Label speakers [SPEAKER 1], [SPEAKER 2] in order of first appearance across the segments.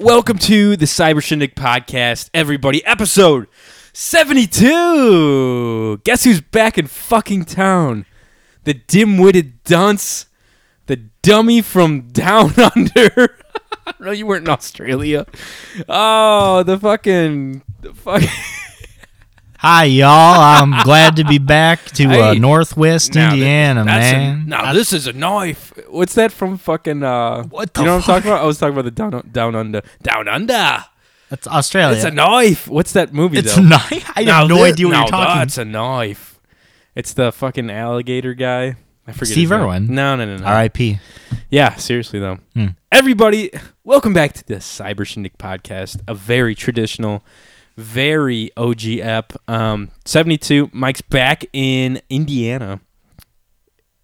[SPEAKER 1] Welcome to the Cyber Shindig Podcast, everybody. Episode 72. Guess who's back in fucking town? The dim-witted dunce, the dummy from down under. no, you weren't in Australia. Oh, the fucking, the fucking.
[SPEAKER 2] Hi, y'all. I'm glad to be back to uh,
[SPEAKER 1] Hey.
[SPEAKER 2] Northwest
[SPEAKER 1] Now that-
[SPEAKER 2] Indiana,
[SPEAKER 1] that's a-
[SPEAKER 2] man.
[SPEAKER 1] now this is a knife. What's that from? Fucking. Uh,
[SPEAKER 2] What
[SPEAKER 1] you
[SPEAKER 2] the
[SPEAKER 1] know what I'm
[SPEAKER 2] fuck?
[SPEAKER 1] talking about? I was talking about the down, down under, down under.
[SPEAKER 2] That's Australia.
[SPEAKER 1] It's a knife. What's that movie?
[SPEAKER 2] Oh, It's
[SPEAKER 1] though?
[SPEAKER 2] not. I have no
[SPEAKER 1] thi-
[SPEAKER 2] idea what
[SPEAKER 1] no,
[SPEAKER 2] you're talking.
[SPEAKER 1] That's a knife. It's the fucking alligator guy. I forget.
[SPEAKER 2] Steve
[SPEAKER 1] his name.
[SPEAKER 2] Irwin? Hmm.
[SPEAKER 1] No, no, no, no.
[SPEAKER 2] R.I.P.
[SPEAKER 1] Yeah, seriously though. Everybody, welcome back to the Cyber Shindig podcast. A very traditional, very OG app. Um, seventy-two. Mike's back in Indiana,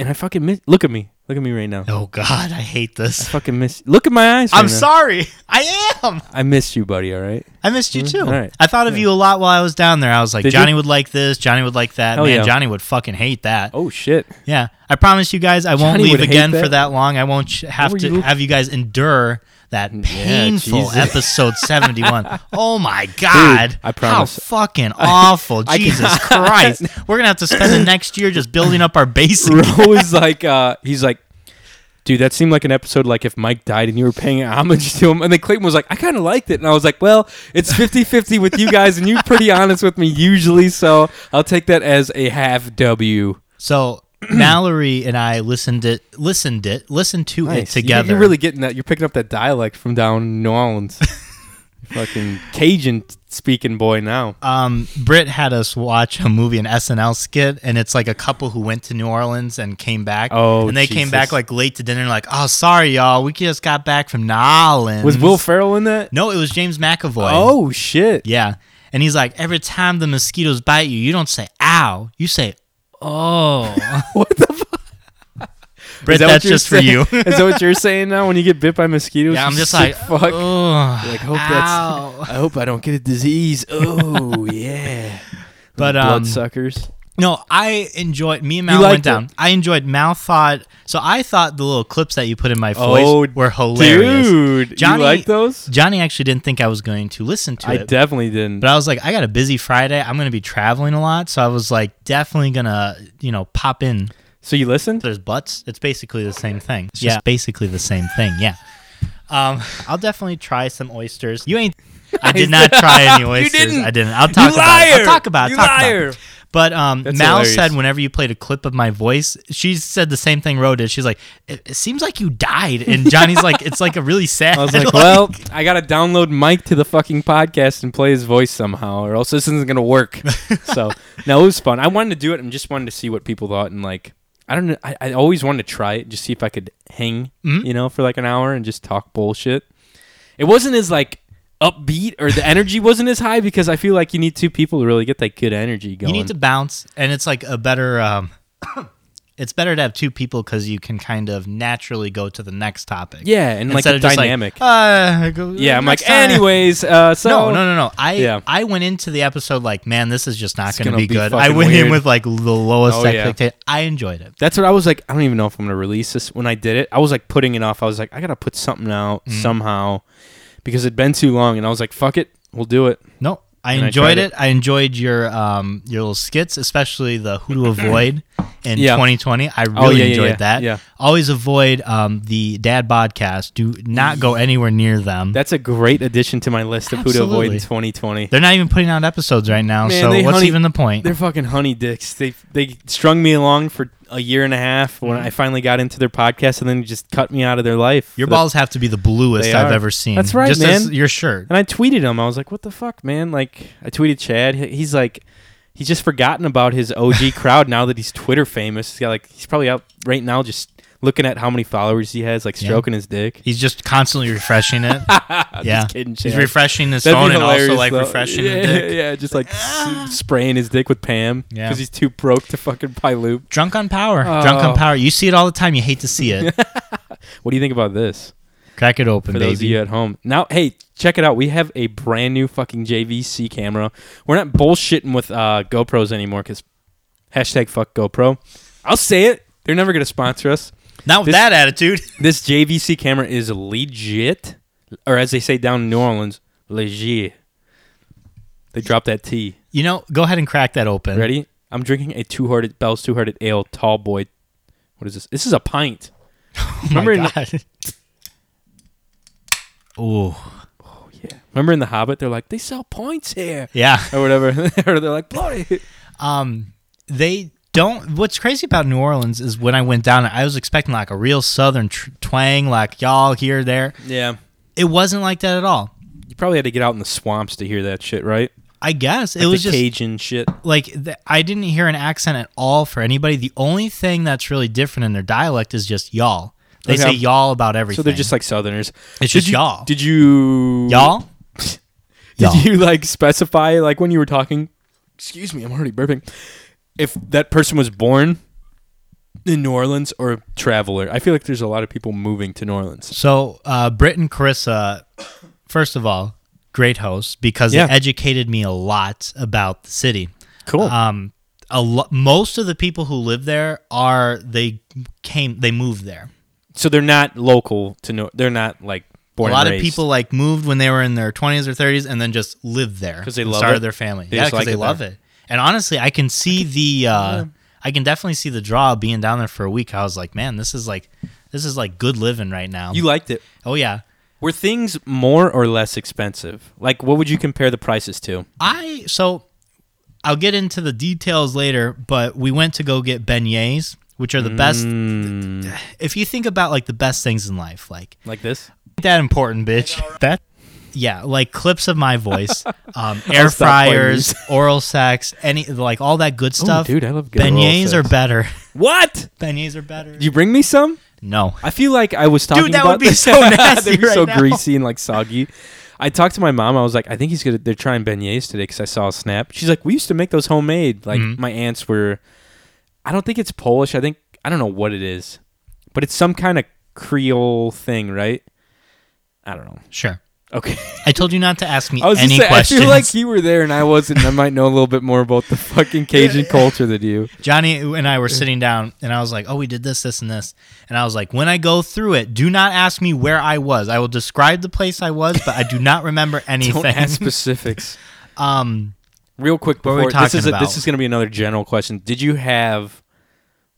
[SPEAKER 1] and I fucking miss. Look at me. Look at me right now.
[SPEAKER 2] Oh God, I hate
[SPEAKER 1] I
[SPEAKER 2] this.
[SPEAKER 1] fucking miss. Look at my eyes.
[SPEAKER 2] I'm
[SPEAKER 1] right now.
[SPEAKER 2] sorry. I am.
[SPEAKER 1] I miss you, buddy. All right.
[SPEAKER 2] I missed you too.
[SPEAKER 1] all right.
[SPEAKER 2] I thought of you a lot while I was down there. I was like,
[SPEAKER 1] Did you?
[SPEAKER 2] Johnny would like this. Johnny would like that.
[SPEAKER 1] Hell
[SPEAKER 2] man,
[SPEAKER 1] yeah.
[SPEAKER 2] Johnny would fucking hate that.
[SPEAKER 1] Oh shit.
[SPEAKER 2] Yeah. I promise you guys, I won't
[SPEAKER 1] Johnny
[SPEAKER 2] leave
[SPEAKER 1] would hate
[SPEAKER 2] again for
[SPEAKER 1] that.
[SPEAKER 2] that long. I won't sh- have
[SPEAKER 1] were
[SPEAKER 2] to
[SPEAKER 1] you-
[SPEAKER 2] have you guys endure that painful
[SPEAKER 1] Jesus.
[SPEAKER 2] episode 71. oh my God.
[SPEAKER 1] I promise.
[SPEAKER 2] How fucking awful. Jesus Christ. We're going to have to spend the next year just building up our basic.
[SPEAKER 1] Bro was like, uh, he's like, dude, that seemed like an episode like if Mike died and you were paying homage to him. And then Clayton was like, I kind of liked it. And I was like, well, it's 50 50 with you guys, and you're pretty honest with me usually. So I'll take that as a half W.
[SPEAKER 2] So Mallory and I listened it, listened it, listened to it
[SPEAKER 1] You-
[SPEAKER 2] together.
[SPEAKER 1] You're really getting that. You're picking up that dialect from down in New Orleans. Fucking Cajun speaking boy now.
[SPEAKER 2] um, Britt had us watch a movie, an SNL skit, and it's like a couple who went to New Orleans and came back.
[SPEAKER 1] Oh,
[SPEAKER 2] and they came
[SPEAKER 1] Jesus.
[SPEAKER 2] back like late to dinner, and like, oh, sorry, y'all, we just got back from New Orleans.
[SPEAKER 1] Was Will Ferrell in that?
[SPEAKER 2] No, it was James McAvoy.
[SPEAKER 1] Oh, shit.
[SPEAKER 2] yeah, and he's like, every time the mosquitoes bite you, you don't say ow, you say oh.
[SPEAKER 1] What
[SPEAKER 2] the fuck? Britt,
[SPEAKER 1] Is that what
[SPEAKER 2] that's
[SPEAKER 1] you're
[SPEAKER 2] just
[SPEAKER 1] saying?
[SPEAKER 2] for you.
[SPEAKER 1] Is that what you're saying now when you get bit by mosquitoes?
[SPEAKER 2] yeah, I'm
[SPEAKER 1] you
[SPEAKER 2] just like,
[SPEAKER 1] sick fuck.
[SPEAKER 2] "Ugh,
[SPEAKER 1] Like, hope
[SPEAKER 2] ow."
[SPEAKER 1] that's. I hope I don't get a disease. Oh yeah.
[SPEAKER 2] But, um,
[SPEAKER 1] bloodsuckers.
[SPEAKER 2] No, I enjoyed. Me and Mal
[SPEAKER 1] liked
[SPEAKER 2] went down.
[SPEAKER 1] it.
[SPEAKER 2] I enjoyed. Mal thought so. I thought the little clips that you put in my voice
[SPEAKER 1] Oh,
[SPEAKER 2] were hilarious.
[SPEAKER 1] Dude,
[SPEAKER 2] Johnny-
[SPEAKER 1] you like those?
[SPEAKER 2] Johnny actually didn't think I was going to listen to
[SPEAKER 1] I
[SPEAKER 2] it,
[SPEAKER 1] definitely didn't.
[SPEAKER 2] but I was like, I got a busy Friday. I'm going to be traveling a lot, so I was like, definitely gonna, you know, pop in.
[SPEAKER 1] so you listened?
[SPEAKER 2] There's butts. It's basically the same thing. It's just basically the same thing. Yeah. Um, I'll definitely try some oysters. You ain't. I did not try any oysters.
[SPEAKER 1] didn't.
[SPEAKER 2] I didn't. I'll talk
[SPEAKER 1] you
[SPEAKER 2] about.
[SPEAKER 1] liar!
[SPEAKER 2] It. I'll talk about. It.
[SPEAKER 1] You
[SPEAKER 2] talk about it.
[SPEAKER 1] liar!
[SPEAKER 2] But um, Mal
[SPEAKER 1] That's hilarious.
[SPEAKER 2] said whenever you played a clip of my voice, she said the same thing Ro did. She's like, it, it seems like you died. And Johnny's like, it's like a really sad.
[SPEAKER 1] I was like, well, I gotta download Mike to the fucking podcast and play his voice somehow, or else this isn't gonna work. so no, it was fun. I wanted to do it and just wanted to see what people thought and like. I don't know. I, I always wanted to try it, just see if I could hang,
[SPEAKER 2] Mm-hmm.
[SPEAKER 1] you know, for like an hour and just talk bullshit. It wasn't as like upbeat or the energy wasn't as high because I feel like you need two people to really get that good energy
[SPEAKER 2] you
[SPEAKER 1] going.
[SPEAKER 2] need to bounce. And it's like a better, um, it's better to have two people because you can kind of naturally go to the next topic.
[SPEAKER 1] yeah, and like
[SPEAKER 2] Instead
[SPEAKER 1] a
[SPEAKER 2] of just like,
[SPEAKER 1] dynamic.
[SPEAKER 2] uh, go,
[SPEAKER 1] yeah, I'm
[SPEAKER 2] next
[SPEAKER 1] like,
[SPEAKER 2] time.
[SPEAKER 1] anyways, uh, so
[SPEAKER 2] No, no, no, no. I
[SPEAKER 1] Yeah.
[SPEAKER 2] I went into the episode like, man, this is just not
[SPEAKER 1] It's
[SPEAKER 2] going to
[SPEAKER 1] gonna
[SPEAKER 2] be,
[SPEAKER 1] be
[SPEAKER 2] good.
[SPEAKER 1] fucking
[SPEAKER 2] I went
[SPEAKER 1] weird.
[SPEAKER 2] in with like the lowest
[SPEAKER 1] Oh, yeah.
[SPEAKER 2] expectation. I enjoyed it.
[SPEAKER 1] That's what I was like. I don't even know if I'm gonna release this. When I did it, I was like putting it off. I was like, I gotta put something out somehow because it'd been too long. And I was like, fuck it, we'll do it.
[SPEAKER 2] No, I
[SPEAKER 1] And I
[SPEAKER 2] enjoyed
[SPEAKER 1] tried
[SPEAKER 2] it. I enjoyed your um your little skits, especially the who to avoid in
[SPEAKER 1] Yeah. Oh,
[SPEAKER 2] 2020. I really
[SPEAKER 1] yeah, yeah,
[SPEAKER 2] enjoyed
[SPEAKER 1] yeah,
[SPEAKER 2] that.
[SPEAKER 1] yeah.
[SPEAKER 2] Always avoid um the dad podcast. Do not go anywhere near them.
[SPEAKER 1] That's a great addition to my list of who to avoid in
[SPEAKER 2] Absolutely.
[SPEAKER 1] 2020.
[SPEAKER 2] They're not even putting out episodes right now,
[SPEAKER 1] Man,
[SPEAKER 2] so
[SPEAKER 1] they
[SPEAKER 2] what's
[SPEAKER 1] honey-
[SPEAKER 2] even the point?
[SPEAKER 1] They're fucking honey dicks. They they strung me along for a year and a half when I finally got into their podcast, and then just cut me out of their life.
[SPEAKER 2] Your
[SPEAKER 1] For the-
[SPEAKER 2] balls have to be the bluest
[SPEAKER 1] They
[SPEAKER 2] I've
[SPEAKER 1] are.
[SPEAKER 2] ever seen.
[SPEAKER 1] That's right,
[SPEAKER 2] Just as
[SPEAKER 1] man.
[SPEAKER 2] your shirt.
[SPEAKER 1] And I tweeted him. I was like, "What the fuck, man?" Like, I tweeted Chad. He- He's like, he's just forgotten about his OG crowd now that he's Twitter famous. He's got like, he's probably out right now just looking at how many followers he has, like
[SPEAKER 2] Yeah.
[SPEAKER 1] stroking his dick.
[SPEAKER 2] He's just constantly refreshing it. yeah.
[SPEAKER 1] kidding,
[SPEAKER 2] He's
[SPEAKER 1] Chad.
[SPEAKER 2] refreshing his
[SPEAKER 1] That'd be
[SPEAKER 2] phone and also
[SPEAKER 1] hilarious,
[SPEAKER 2] like
[SPEAKER 1] though.
[SPEAKER 2] refreshing
[SPEAKER 1] yeah,
[SPEAKER 2] the dick.
[SPEAKER 1] Yeah, yeah, just like s- spraying his dick with Pam
[SPEAKER 2] Yeah.
[SPEAKER 1] because he's too broke to fucking pie loop.
[SPEAKER 2] Drunk on power. Drunk
[SPEAKER 1] Oh.
[SPEAKER 2] on power. You see it all the time. You hate to see it.
[SPEAKER 1] What do you think about this?
[SPEAKER 2] Crack it open,
[SPEAKER 1] for
[SPEAKER 2] baby.
[SPEAKER 1] those of you at home. Now, hey, check it out. We have a brand new fucking JVC camera. We're not bullshitting with uh, GoPros anymore because hashtag fuck GoPro. I'll say it. They're never going to sponsor us.
[SPEAKER 2] Not with
[SPEAKER 1] This-
[SPEAKER 2] that attitude.
[SPEAKER 1] This JVC camera is legit. or as they say down in New Orleans, leger. They drop that T.
[SPEAKER 2] You know, go ahead and crack that open.
[SPEAKER 1] Ready? I'm drinking a two-hearted Bell's two-hearted ale, tall boy. What is this? This is a pint.
[SPEAKER 2] Oh
[SPEAKER 1] Remember in
[SPEAKER 2] my
[SPEAKER 1] the-
[SPEAKER 2] God. Ooh.
[SPEAKER 1] Yeah. Remember in The Hobbit, they're like, they sell pints here
[SPEAKER 2] Yeah.
[SPEAKER 1] or whatever. or they're like, bloody.
[SPEAKER 2] Um, they don't. What's crazy about New Orleans is when I went down, I was expecting like a real Southern tr- twang, like y'all here, there.
[SPEAKER 1] Yeah.
[SPEAKER 2] It wasn't like that at all.
[SPEAKER 1] You probably had to get out in the swamps to hear that shit, right?
[SPEAKER 2] I guess it was
[SPEAKER 1] the
[SPEAKER 2] just
[SPEAKER 1] Cajun shit.
[SPEAKER 2] like th- I didn't hear an accent at all for anybody. The only thing that's really different in their dialect is just y'all. They
[SPEAKER 1] Okay.
[SPEAKER 2] say y'all about
[SPEAKER 1] So
[SPEAKER 2] everything.
[SPEAKER 1] they're just like Southerners.
[SPEAKER 2] It's
[SPEAKER 1] did
[SPEAKER 2] just
[SPEAKER 1] you,
[SPEAKER 2] y'all.
[SPEAKER 1] Did you
[SPEAKER 2] y'all.
[SPEAKER 1] Did
[SPEAKER 2] Y'all.
[SPEAKER 1] you like specify like when you were talking? Excuse me, I'm already burping. If that person was born in New Orleans or a traveler, I feel like there's a lot of people moving to New Orleans.
[SPEAKER 2] So, uh, Britt and Carissa, first of all, great hosts because
[SPEAKER 1] Yeah.
[SPEAKER 2] they educated me a lot about the city.
[SPEAKER 1] Cool.
[SPEAKER 2] Um, a lo- most of the people who live there are they came they moved there.
[SPEAKER 1] so they're not local to New. They're not like born.
[SPEAKER 2] a lot of people like moved when they were in their 20s or 30s and then just lived there
[SPEAKER 1] 'Cause they
[SPEAKER 2] and
[SPEAKER 1] love
[SPEAKER 2] started
[SPEAKER 1] it?
[SPEAKER 2] their family.
[SPEAKER 1] They
[SPEAKER 2] yeah,
[SPEAKER 1] just
[SPEAKER 2] because
[SPEAKER 1] like
[SPEAKER 2] they
[SPEAKER 1] it
[SPEAKER 2] love it. And honestly, I can see the uh, I can definitely see the draw of being down there for a week. I was like, man, this is like this is like good living right now.
[SPEAKER 1] You liked it.
[SPEAKER 2] oh yeah.
[SPEAKER 1] Were things more or less expensive? Like, what would you compare the prices to?
[SPEAKER 2] I so I'll get into the details later, but we went to go get beignets, which are the
[SPEAKER 1] Mm.
[SPEAKER 2] best. If you think about like the best things in life, like
[SPEAKER 1] Like this?
[SPEAKER 2] ain't that important, bitch. That yeah, like clips of my voice, um,
[SPEAKER 1] I'll
[SPEAKER 2] air
[SPEAKER 1] stop playing
[SPEAKER 2] fryers, oral sex, any like all that good stuff.
[SPEAKER 1] dude, I love good oral
[SPEAKER 2] beignets
[SPEAKER 1] sex.
[SPEAKER 2] are better.
[SPEAKER 1] What?
[SPEAKER 2] beignets are better.
[SPEAKER 1] Did you bring me some?
[SPEAKER 2] no,
[SPEAKER 1] I feel like I was talking
[SPEAKER 2] that
[SPEAKER 1] about
[SPEAKER 2] would be
[SPEAKER 1] this-
[SPEAKER 2] so
[SPEAKER 1] They'd
[SPEAKER 2] nasty
[SPEAKER 1] be so
[SPEAKER 2] right now.
[SPEAKER 1] greasy and like soggy. I talked to my mom. I was like, I think he's gonna. They're trying beignets today because I saw a snap. She's like, we used to make those homemade. Like
[SPEAKER 2] Mm-hmm.
[SPEAKER 1] my aunts were. I don't think it's Polish. I think I don't know what it is, but it's some kind of Creole thing, right? I don't know.
[SPEAKER 2] sure.
[SPEAKER 1] Okay,
[SPEAKER 2] I told you not to ask me
[SPEAKER 1] I was
[SPEAKER 2] any
[SPEAKER 1] just saying, I
[SPEAKER 2] questions.
[SPEAKER 1] feel like you were there and I wasn't. and I might know a little bit more about the fucking Cajun culture than you.
[SPEAKER 2] Johnny and I were sitting down, and I was like, "Oh, we did this, this, and this." And I was like, "When I go through it, do not ask me where I was. I will describe the place I was, but I do not remember anything."
[SPEAKER 1] Don't ask specifics.
[SPEAKER 2] um,
[SPEAKER 1] Real quick
[SPEAKER 2] What
[SPEAKER 1] before
[SPEAKER 2] were we
[SPEAKER 1] this
[SPEAKER 2] talking
[SPEAKER 1] is a,
[SPEAKER 2] about?
[SPEAKER 1] this is going to be another general question. Did you have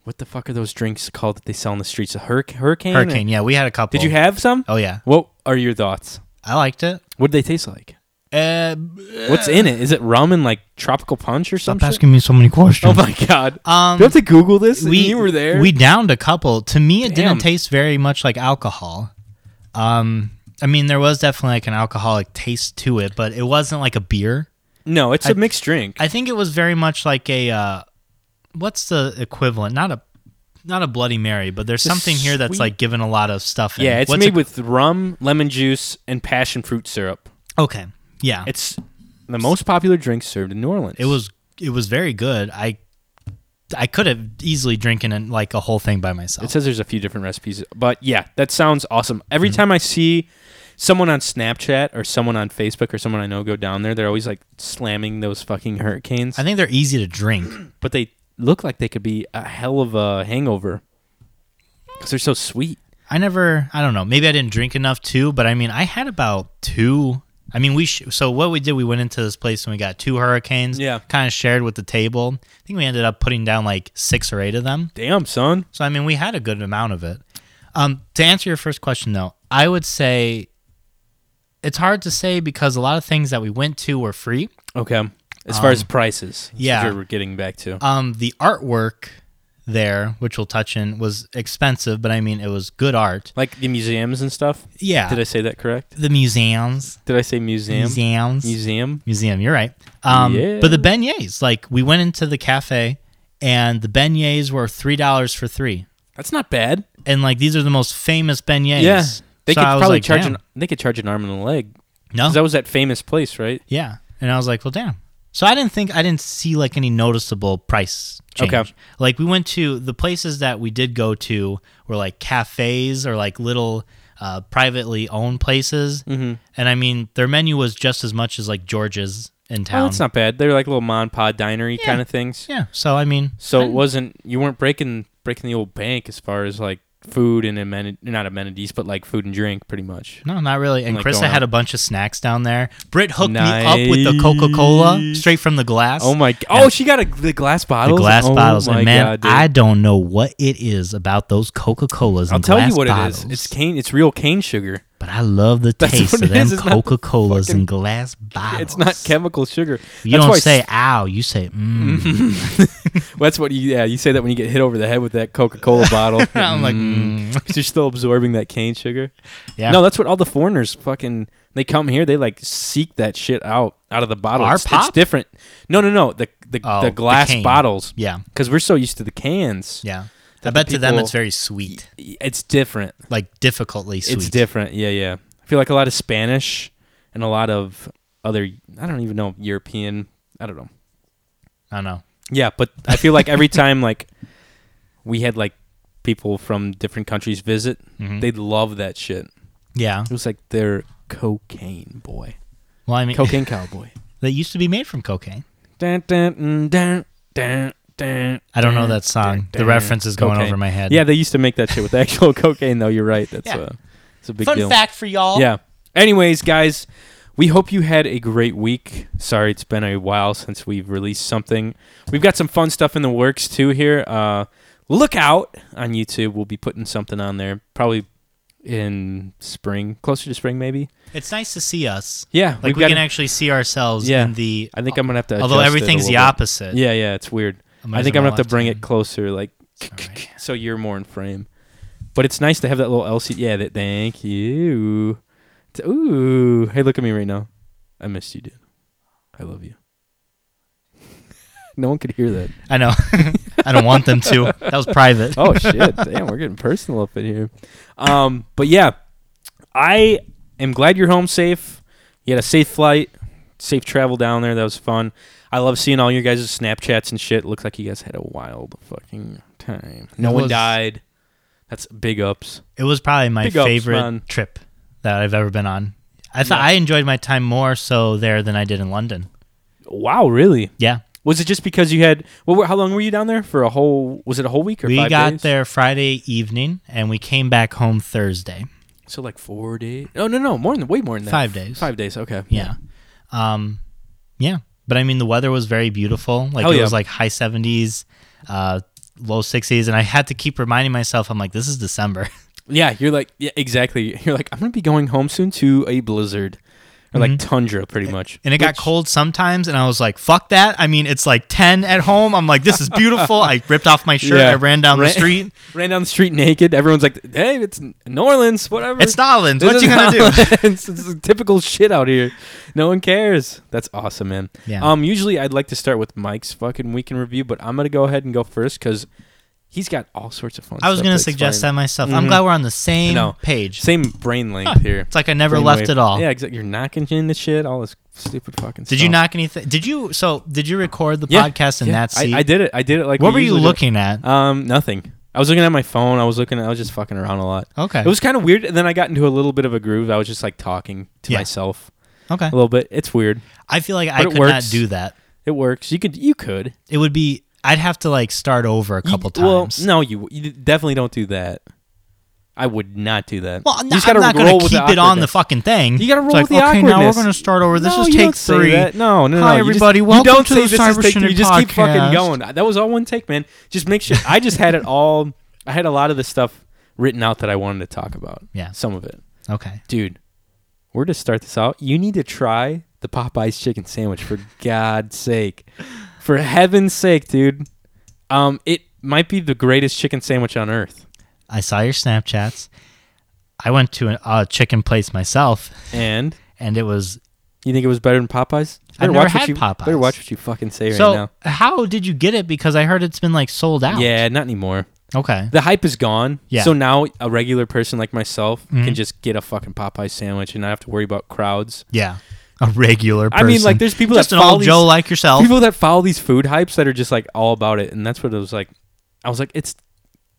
[SPEAKER 1] what the fuck are those drinks called that they sell in the streets? A hurric- hurricane? or-
[SPEAKER 2] hurricane. Yeah, we had a couple.
[SPEAKER 1] Did you have some?
[SPEAKER 2] Oh yeah,
[SPEAKER 1] What are your thoughts?
[SPEAKER 2] I liked it.
[SPEAKER 1] What do they taste like?
[SPEAKER 2] Uh,
[SPEAKER 1] What's in it? Is it rum and like tropical punch or
[SPEAKER 2] stop
[SPEAKER 1] something?
[SPEAKER 2] asking me so many
[SPEAKER 1] Oh
[SPEAKER 2] questions.
[SPEAKER 1] my god!
[SPEAKER 2] um,
[SPEAKER 1] do you have to Google this?
[SPEAKER 2] we
[SPEAKER 1] you were there.
[SPEAKER 2] We downed a couple. To me, it
[SPEAKER 1] Damn.
[SPEAKER 2] didn't taste very much like alcohol. Um, I mean, there was definitely like an alcoholic taste to it, but it wasn't like a beer.
[SPEAKER 1] no, it's a mixed drink.
[SPEAKER 2] I think it was very much like a uh, what's the equivalent? Not a not a Bloody Mary, but there's
[SPEAKER 1] a
[SPEAKER 2] something here that's
[SPEAKER 1] sweet-
[SPEAKER 2] like given a lot of stuff. In.
[SPEAKER 1] yeah, it's
[SPEAKER 2] What's
[SPEAKER 1] made
[SPEAKER 2] a-
[SPEAKER 1] with rum, lemon juice, and passion fruit syrup.
[SPEAKER 2] okay. Yeah,
[SPEAKER 1] It's the most popular drink served in New Orleans.
[SPEAKER 2] it was it was very good. I I could have easily drinking and like a whole thing by myself.
[SPEAKER 1] It says there's a few different recipes, but yeah, that sounds awesome. Every
[SPEAKER 2] Mm-hmm.
[SPEAKER 1] time I see someone on Snapchat or someone on Facebook or someone I know go down there, they're always like slamming those fucking hurricanes,
[SPEAKER 2] I think they're easy to drink.
[SPEAKER 1] but they look like they could be a hell of a hangover because they're so sweet.
[SPEAKER 2] I never, I don't know. Maybe I didn't drink enough too, but I mean, I had about two. I mean, we sh- so what we did, we went into this place and we got two hurricanes.
[SPEAKER 1] Yeah.
[SPEAKER 2] kind of shared with the table. I think we ended up putting down like six or eight of them.
[SPEAKER 1] Damn, son.
[SPEAKER 2] So I mean, we had a good amount of it. Um, to answer your first question though, I would say it's hard to say because a lot of things that we went to were free.
[SPEAKER 1] Okay. As far as prices, that's
[SPEAKER 2] Um, yeah.
[SPEAKER 1] what we're getting back to.
[SPEAKER 2] Um, the artwork there, which we'll touch in, was expensive, but I mean, it was good art.
[SPEAKER 1] Like the museums and stuff.
[SPEAKER 2] Yeah,
[SPEAKER 1] Did I say that correct?
[SPEAKER 2] the museums,
[SPEAKER 1] Did I say museum?
[SPEAKER 2] museums,
[SPEAKER 1] Museum.
[SPEAKER 2] museum. You're right. Um,
[SPEAKER 1] Yeah.
[SPEAKER 2] But the beignets, like we went into the cafe, and the beignets were three dollars for three,
[SPEAKER 1] That's not bad.
[SPEAKER 2] and like these are the most famous beignets.
[SPEAKER 1] Yeah. They
[SPEAKER 2] So
[SPEAKER 1] could
[SPEAKER 2] I was
[SPEAKER 1] probably
[SPEAKER 2] like,
[SPEAKER 1] charge
[SPEAKER 2] damn.
[SPEAKER 1] an they could charge an arm and a leg.
[SPEAKER 2] no.
[SPEAKER 1] 'Cause that was that famous place, right?
[SPEAKER 2] yeah, and I was like, well, damn. So I didn't think I didn't see like any noticeable price change.
[SPEAKER 1] Okay.
[SPEAKER 2] Like we went to the places that we did go to were like cafes or like little uh, privately owned places,
[SPEAKER 1] Mm.
[SPEAKER 2] mm-hmm. and I mean their menu was just as much as like George's in
[SPEAKER 1] Oh,
[SPEAKER 2] town.
[SPEAKER 1] that's not bad. They're like little mom pod dinery kind of things.
[SPEAKER 2] yeah. So I mean,
[SPEAKER 1] So it wasn't you weren't breaking breaking the old bank as far as like food and amenities, not amenities, but like food and drink, pretty much.
[SPEAKER 2] No, not really. And
[SPEAKER 1] Like
[SPEAKER 2] Krista
[SPEAKER 1] going out.
[SPEAKER 2] had a bunch of snacks down there. Britt hooked me up with the Coca Cola
[SPEAKER 1] Nice.
[SPEAKER 2] straight from the glass.
[SPEAKER 1] Oh my! Oh, she got a, the glass
[SPEAKER 2] the
[SPEAKER 1] bottles.
[SPEAKER 2] glass
[SPEAKER 1] Oh
[SPEAKER 2] bottles.
[SPEAKER 1] my
[SPEAKER 2] And man,
[SPEAKER 1] God, dude.
[SPEAKER 2] I don't know what it is about those Coca Colas
[SPEAKER 1] I'll
[SPEAKER 2] and
[SPEAKER 1] tell
[SPEAKER 2] glass
[SPEAKER 1] you what
[SPEAKER 2] bottles.
[SPEAKER 1] it is. It's cane. It's real cane sugar.
[SPEAKER 2] but I love the
[SPEAKER 1] That's
[SPEAKER 2] taste
[SPEAKER 1] what
[SPEAKER 2] of
[SPEAKER 1] it
[SPEAKER 2] them
[SPEAKER 1] is. It's not the
[SPEAKER 2] Coca Colas and glass bottles.
[SPEAKER 1] It's not chemical sugar.
[SPEAKER 2] You
[SPEAKER 1] That's
[SPEAKER 2] don't
[SPEAKER 1] why- Mm-hmm.
[SPEAKER 2] say ow, you say mm.
[SPEAKER 1] That's what you. Yeah, you say that when you get hit over the head with that Coca Cola bottle.
[SPEAKER 2] I'm like, mm.
[SPEAKER 1] 'Cause you're still absorbing that cane sugar.
[SPEAKER 2] Yeah.
[SPEAKER 1] No, that's what all the foreigners fucking. They come here. They like seek that shit out out of the bottle.
[SPEAKER 2] Our
[SPEAKER 1] it's, it's
[SPEAKER 2] pop?
[SPEAKER 1] different. No, no, no. The the,
[SPEAKER 2] Oh,
[SPEAKER 1] the
[SPEAKER 2] the
[SPEAKER 1] glass
[SPEAKER 2] cane.
[SPEAKER 1] bottles.
[SPEAKER 2] Yeah.
[SPEAKER 1] Because we're so used to the cans.
[SPEAKER 2] Yeah.
[SPEAKER 1] That
[SPEAKER 2] I
[SPEAKER 1] the
[SPEAKER 2] bet to them
[SPEAKER 1] people-
[SPEAKER 2] it's very sweet.
[SPEAKER 1] It's different.
[SPEAKER 2] Like difficultly sweet.
[SPEAKER 1] It's different. Yeah, yeah. I feel like a lot of Spanish and a lot of other. I don't even know European. I don't know.
[SPEAKER 2] I know.
[SPEAKER 1] Yeah, but I feel like every time like we had like people from different countries visit,
[SPEAKER 2] Mhm.
[SPEAKER 1] they'd love that shit.
[SPEAKER 2] Yeah.
[SPEAKER 1] It was like their cocaine boy,
[SPEAKER 2] Well, I mean,
[SPEAKER 1] cocaine cowboy.
[SPEAKER 2] they used to be made from cocaine.
[SPEAKER 1] Dun, dun, mm, dun, dun, dun,
[SPEAKER 2] I don't know
[SPEAKER 1] dun,
[SPEAKER 2] that song.
[SPEAKER 1] dun,
[SPEAKER 2] The
[SPEAKER 1] dun.
[SPEAKER 2] reference is going
[SPEAKER 1] Cocaine.
[SPEAKER 2] over my head.
[SPEAKER 1] Yeah, they used to make that shit with actual cocaine, though. You're right. That's
[SPEAKER 2] Yeah.
[SPEAKER 1] uh it's a big
[SPEAKER 2] Fun
[SPEAKER 1] deal.
[SPEAKER 2] fact for y'all.
[SPEAKER 1] Yeah. Anyways, guys, we hope you had a great week. Sorry, it's been a while since we've released something. We've got some fun stuff in the works too here. Uh, look out on YouTube. We'll be putting something on there probably in spring, closer to spring maybe.
[SPEAKER 2] It's nice to see us.
[SPEAKER 1] Yeah,
[SPEAKER 2] Like
[SPEAKER 1] we've
[SPEAKER 2] we
[SPEAKER 1] got.
[SPEAKER 2] can actually see ourselves
[SPEAKER 1] Yeah.
[SPEAKER 2] in the.
[SPEAKER 1] I think I'm gonna have to.
[SPEAKER 2] although
[SPEAKER 1] adjust it a
[SPEAKER 2] everything's
[SPEAKER 1] little
[SPEAKER 2] the
[SPEAKER 1] bit.
[SPEAKER 2] opposite.
[SPEAKER 1] Yeah, yeah, it's weird. I think I'm gonna have to bring it closer, like,
[SPEAKER 2] Alright.
[SPEAKER 1] so you're more in frame. But it's nice to have that little LCD. Yeah, that. Thank you. T- Ooh, hey, look at me right now. I missed you, dude. I love you. no one could hear that.
[SPEAKER 2] I know. I don't want them to. That was private.
[SPEAKER 1] Oh shit! Damn, we're getting personal up in here. Um, but yeah, I am glad you're home safe. You had a safe flight, safe travel down there. That was fun. I love seeing all your guys' Snapchats and shit. Looks like you guys had a wild fucking time. No
[SPEAKER 2] It
[SPEAKER 1] one
[SPEAKER 2] was-
[SPEAKER 1] died. That's big ups.
[SPEAKER 2] It was probably my
[SPEAKER 1] Big ups,
[SPEAKER 2] favorite
[SPEAKER 1] man.
[SPEAKER 2] trip that I've ever been on. I thought
[SPEAKER 1] Yeah.
[SPEAKER 2] I enjoyed my time more so there than I did in London.
[SPEAKER 1] Wow, really?
[SPEAKER 2] Yeah.
[SPEAKER 1] Was it just because you had? Well, how long were you down there for? A whole? Was it a whole week or
[SPEAKER 2] We
[SPEAKER 1] five
[SPEAKER 2] got
[SPEAKER 1] days?
[SPEAKER 2] there Friday evening and we came back home Thursday.
[SPEAKER 1] So like four days? Oh no, no, more than way more than that.
[SPEAKER 2] Five days.
[SPEAKER 1] Five days. Okay.
[SPEAKER 2] Yeah. Um yeah. But I mean the weather was very beautiful. Like
[SPEAKER 1] Hell
[SPEAKER 2] it
[SPEAKER 1] yeah.
[SPEAKER 2] was like high 70s, uh low 60s and I had to keep reminding myself I'm like this is December.
[SPEAKER 1] Yeah, you're like yeah, exactly. You're like I'm gonna be going home soon to a blizzard, or like tundra, pretty much.
[SPEAKER 2] Mm-hmm. And it got
[SPEAKER 1] Which-
[SPEAKER 2] cold sometimes and I was like fuck that. I mean it's like 10 at home. I'm like this is beautiful. I ripped off my shirt.
[SPEAKER 1] Yeah.
[SPEAKER 2] I ran down
[SPEAKER 1] Ran-
[SPEAKER 2] the street.
[SPEAKER 1] Ran down the street naked. Everyone's like, "Hey, it's New Orleans, whatever."
[SPEAKER 2] It's Nolans. What you gonna do?
[SPEAKER 1] do? it's, it's typical shit out here. No one cares. That's awesome, man.
[SPEAKER 2] Yeah.
[SPEAKER 1] Um, usually I'd like to start with Mike's fucking week in review, but I'm gonna go ahead and go first because he's got all sorts of fun.
[SPEAKER 2] I was
[SPEAKER 1] stuff
[SPEAKER 2] gonna
[SPEAKER 1] to
[SPEAKER 2] suggest
[SPEAKER 1] explain.
[SPEAKER 2] that myself.
[SPEAKER 1] Mhm.
[SPEAKER 2] I'm glad we're on the same
[SPEAKER 1] know.
[SPEAKER 2] page.
[SPEAKER 1] Same brain length here.
[SPEAKER 2] It's like I never
[SPEAKER 1] Brain
[SPEAKER 2] left
[SPEAKER 1] wave.
[SPEAKER 2] it all.
[SPEAKER 1] Yeah, exactly. You're knocking into shit. All this stupid fucking.
[SPEAKER 2] Did you knock anything? Did you so? Did you record the podcast in that seat?
[SPEAKER 1] I, I did it. I did it like.
[SPEAKER 2] what
[SPEAKER 1] we
[SPEAKER 2] were you
[SPEAKER 1] usually do.
[SPEAKER 2] looking at?
[SPEAKER 1] Um, nothing. I was looking at my phone. I was looking. I was just fucking around a lot.
[SPEAKER 2] Okay.
[SPEAKER 1] It was kind of weird. And then I got into a little bit of a groove. I was just like talking to
[SPEAKER 2] Yeah.
[SPEAKER 1] myself
[SPEAKER 2] okay.
[SPEAKER 1] a little bit. It's weird.
[SPEAKER 2] I feel like
[SPEAKER 1] but
[SPEAKER 2] I
[SPEAKER 1] it
[SPEAKER 2] could not
[SPEAKER 1] works.
[SPEAKER 2] do that.
[SPEAKER 1] It works. You could. You could.
[SPEAKER 2] It would be. I'd have to like start over a couple
[SPEAKER 1] You- well,
[SPEAKER 2] times.
[SPEAKER 1] no, you, you definitely don't do that. I would not do that.
[SPEAKER 2] Well,
[SPEAKER 1] You
[SPEAKER 2] I'm
[SPEAKER 1] just
[SPEAKER 2] not,
[SPEAKER 1] gotta
[SPEAKER 2] I'm not
[SPEAKER 1] roll
[SPEAKER 2] gonna
[SPEAKER 1] with
[SPEAKER 2] keep it on the
[SPEAKER 1] awkwardness.
[SPEAKER 2] fucking thing.
[SPEAKER 1] You gotta
[SPEAKER 2] It's
[SPEAKER 1] roll
[SPEAKER 2] like,
[SPEAKER 1] with the
[SPEAKER 2] okay, now we're
[SPEAKER 1] awkwardness.
[SPEAKER 2] gonna start over. This
[SPEAKER 1] No,
[SPEAKER 2] is
[SPEAKER 1] you
[SPEAKER 2] take
[SPEAKER 1] don't say
[SPEAKER 2] three.
[SPEAKER 1] that. No, no, no.
[SPEAKER 2] Hi,
[SPEAKER 1] you just-
[SPEAKER 2] everybody.
[SPEAKER 1] you
[SPEAKER 2] Welcome
[SPEAKER 1] don't
[SPEAKER 2] to
[SPEAKER 1] say
[SPEAKER 2] the
[SPEAKER 1] this
[SPEAKER 2] Cyber
[SPEAKER 1] is take three.
[SPEAKER 2] Shindig
[SPEAKER 1] You just keep fucking
[SPEAKER 2] podcast.
[SPEAKER 1] going. That was all one take, man. Just make sure. I just had it all. I had a lot of the stuff written out that I wanted to talk about.
[SPEAKER 2] Yeah.
[SPEAKER 1] Some of it.
[SPEAKER 2] Okay.
[SPEAKER 1] Dude, we're to start this out. You need to try the Popeyes chicken sandwich for God's sake. For heaven's sake, dude. Um, it might be the greatest chicken sandwich on earth.
[SPEAKER 2] I saw your Snapchats. I went to a uh, chicken place myself,
[SPEAKER 1] And
[SPEAKER 2] and it was.
[SPEAKER 1] you think it was better than Popeyes?
[SPEAKER 2] I've
[SPEAKER 1] Better
[SPEAKER 2] never
[SPEAKER 1] watch what
[SPEAKER 2] had
[SPEAKER 1] you,
[SPEAKER 2] Popeyes.
[SPEAKER 1] Better watch what you fucking say right
[SPEAKER 2] So
[SPEAKER 1] now.
[SPEAKER 2] how did you get it? Because I heard it's been like sold out.
[SPEAKER 1] Yeah, not anymore.
[SPEAKER 2] Okay.
[SPEAKER 1] The hype is gone.
[SPEAKER 2] Yeah. Mm-hmm.
[SPEAKER 1] So now a regular person like myself can just get a fucking Popeye sandwich and not have to worry about crowds.
[SPEAKER 2] Yeah. A regular
[SPEAKER 1] I
[SPEAKER 2] person.
[SPEAKER 1] mean, like, there's people
[SPEAKER 2] just
[SPEAKER 1] that
[SPEAKER 2] an
[SPEAKER 1] follow
[SPEAKER 2] old
[SPEAKER 1] these-
[SPEAKER 2] Joe like yourself.
[SPEAKER 1] People that follow these food hypes that are just like all about it, and that's what it was like. I was like, it's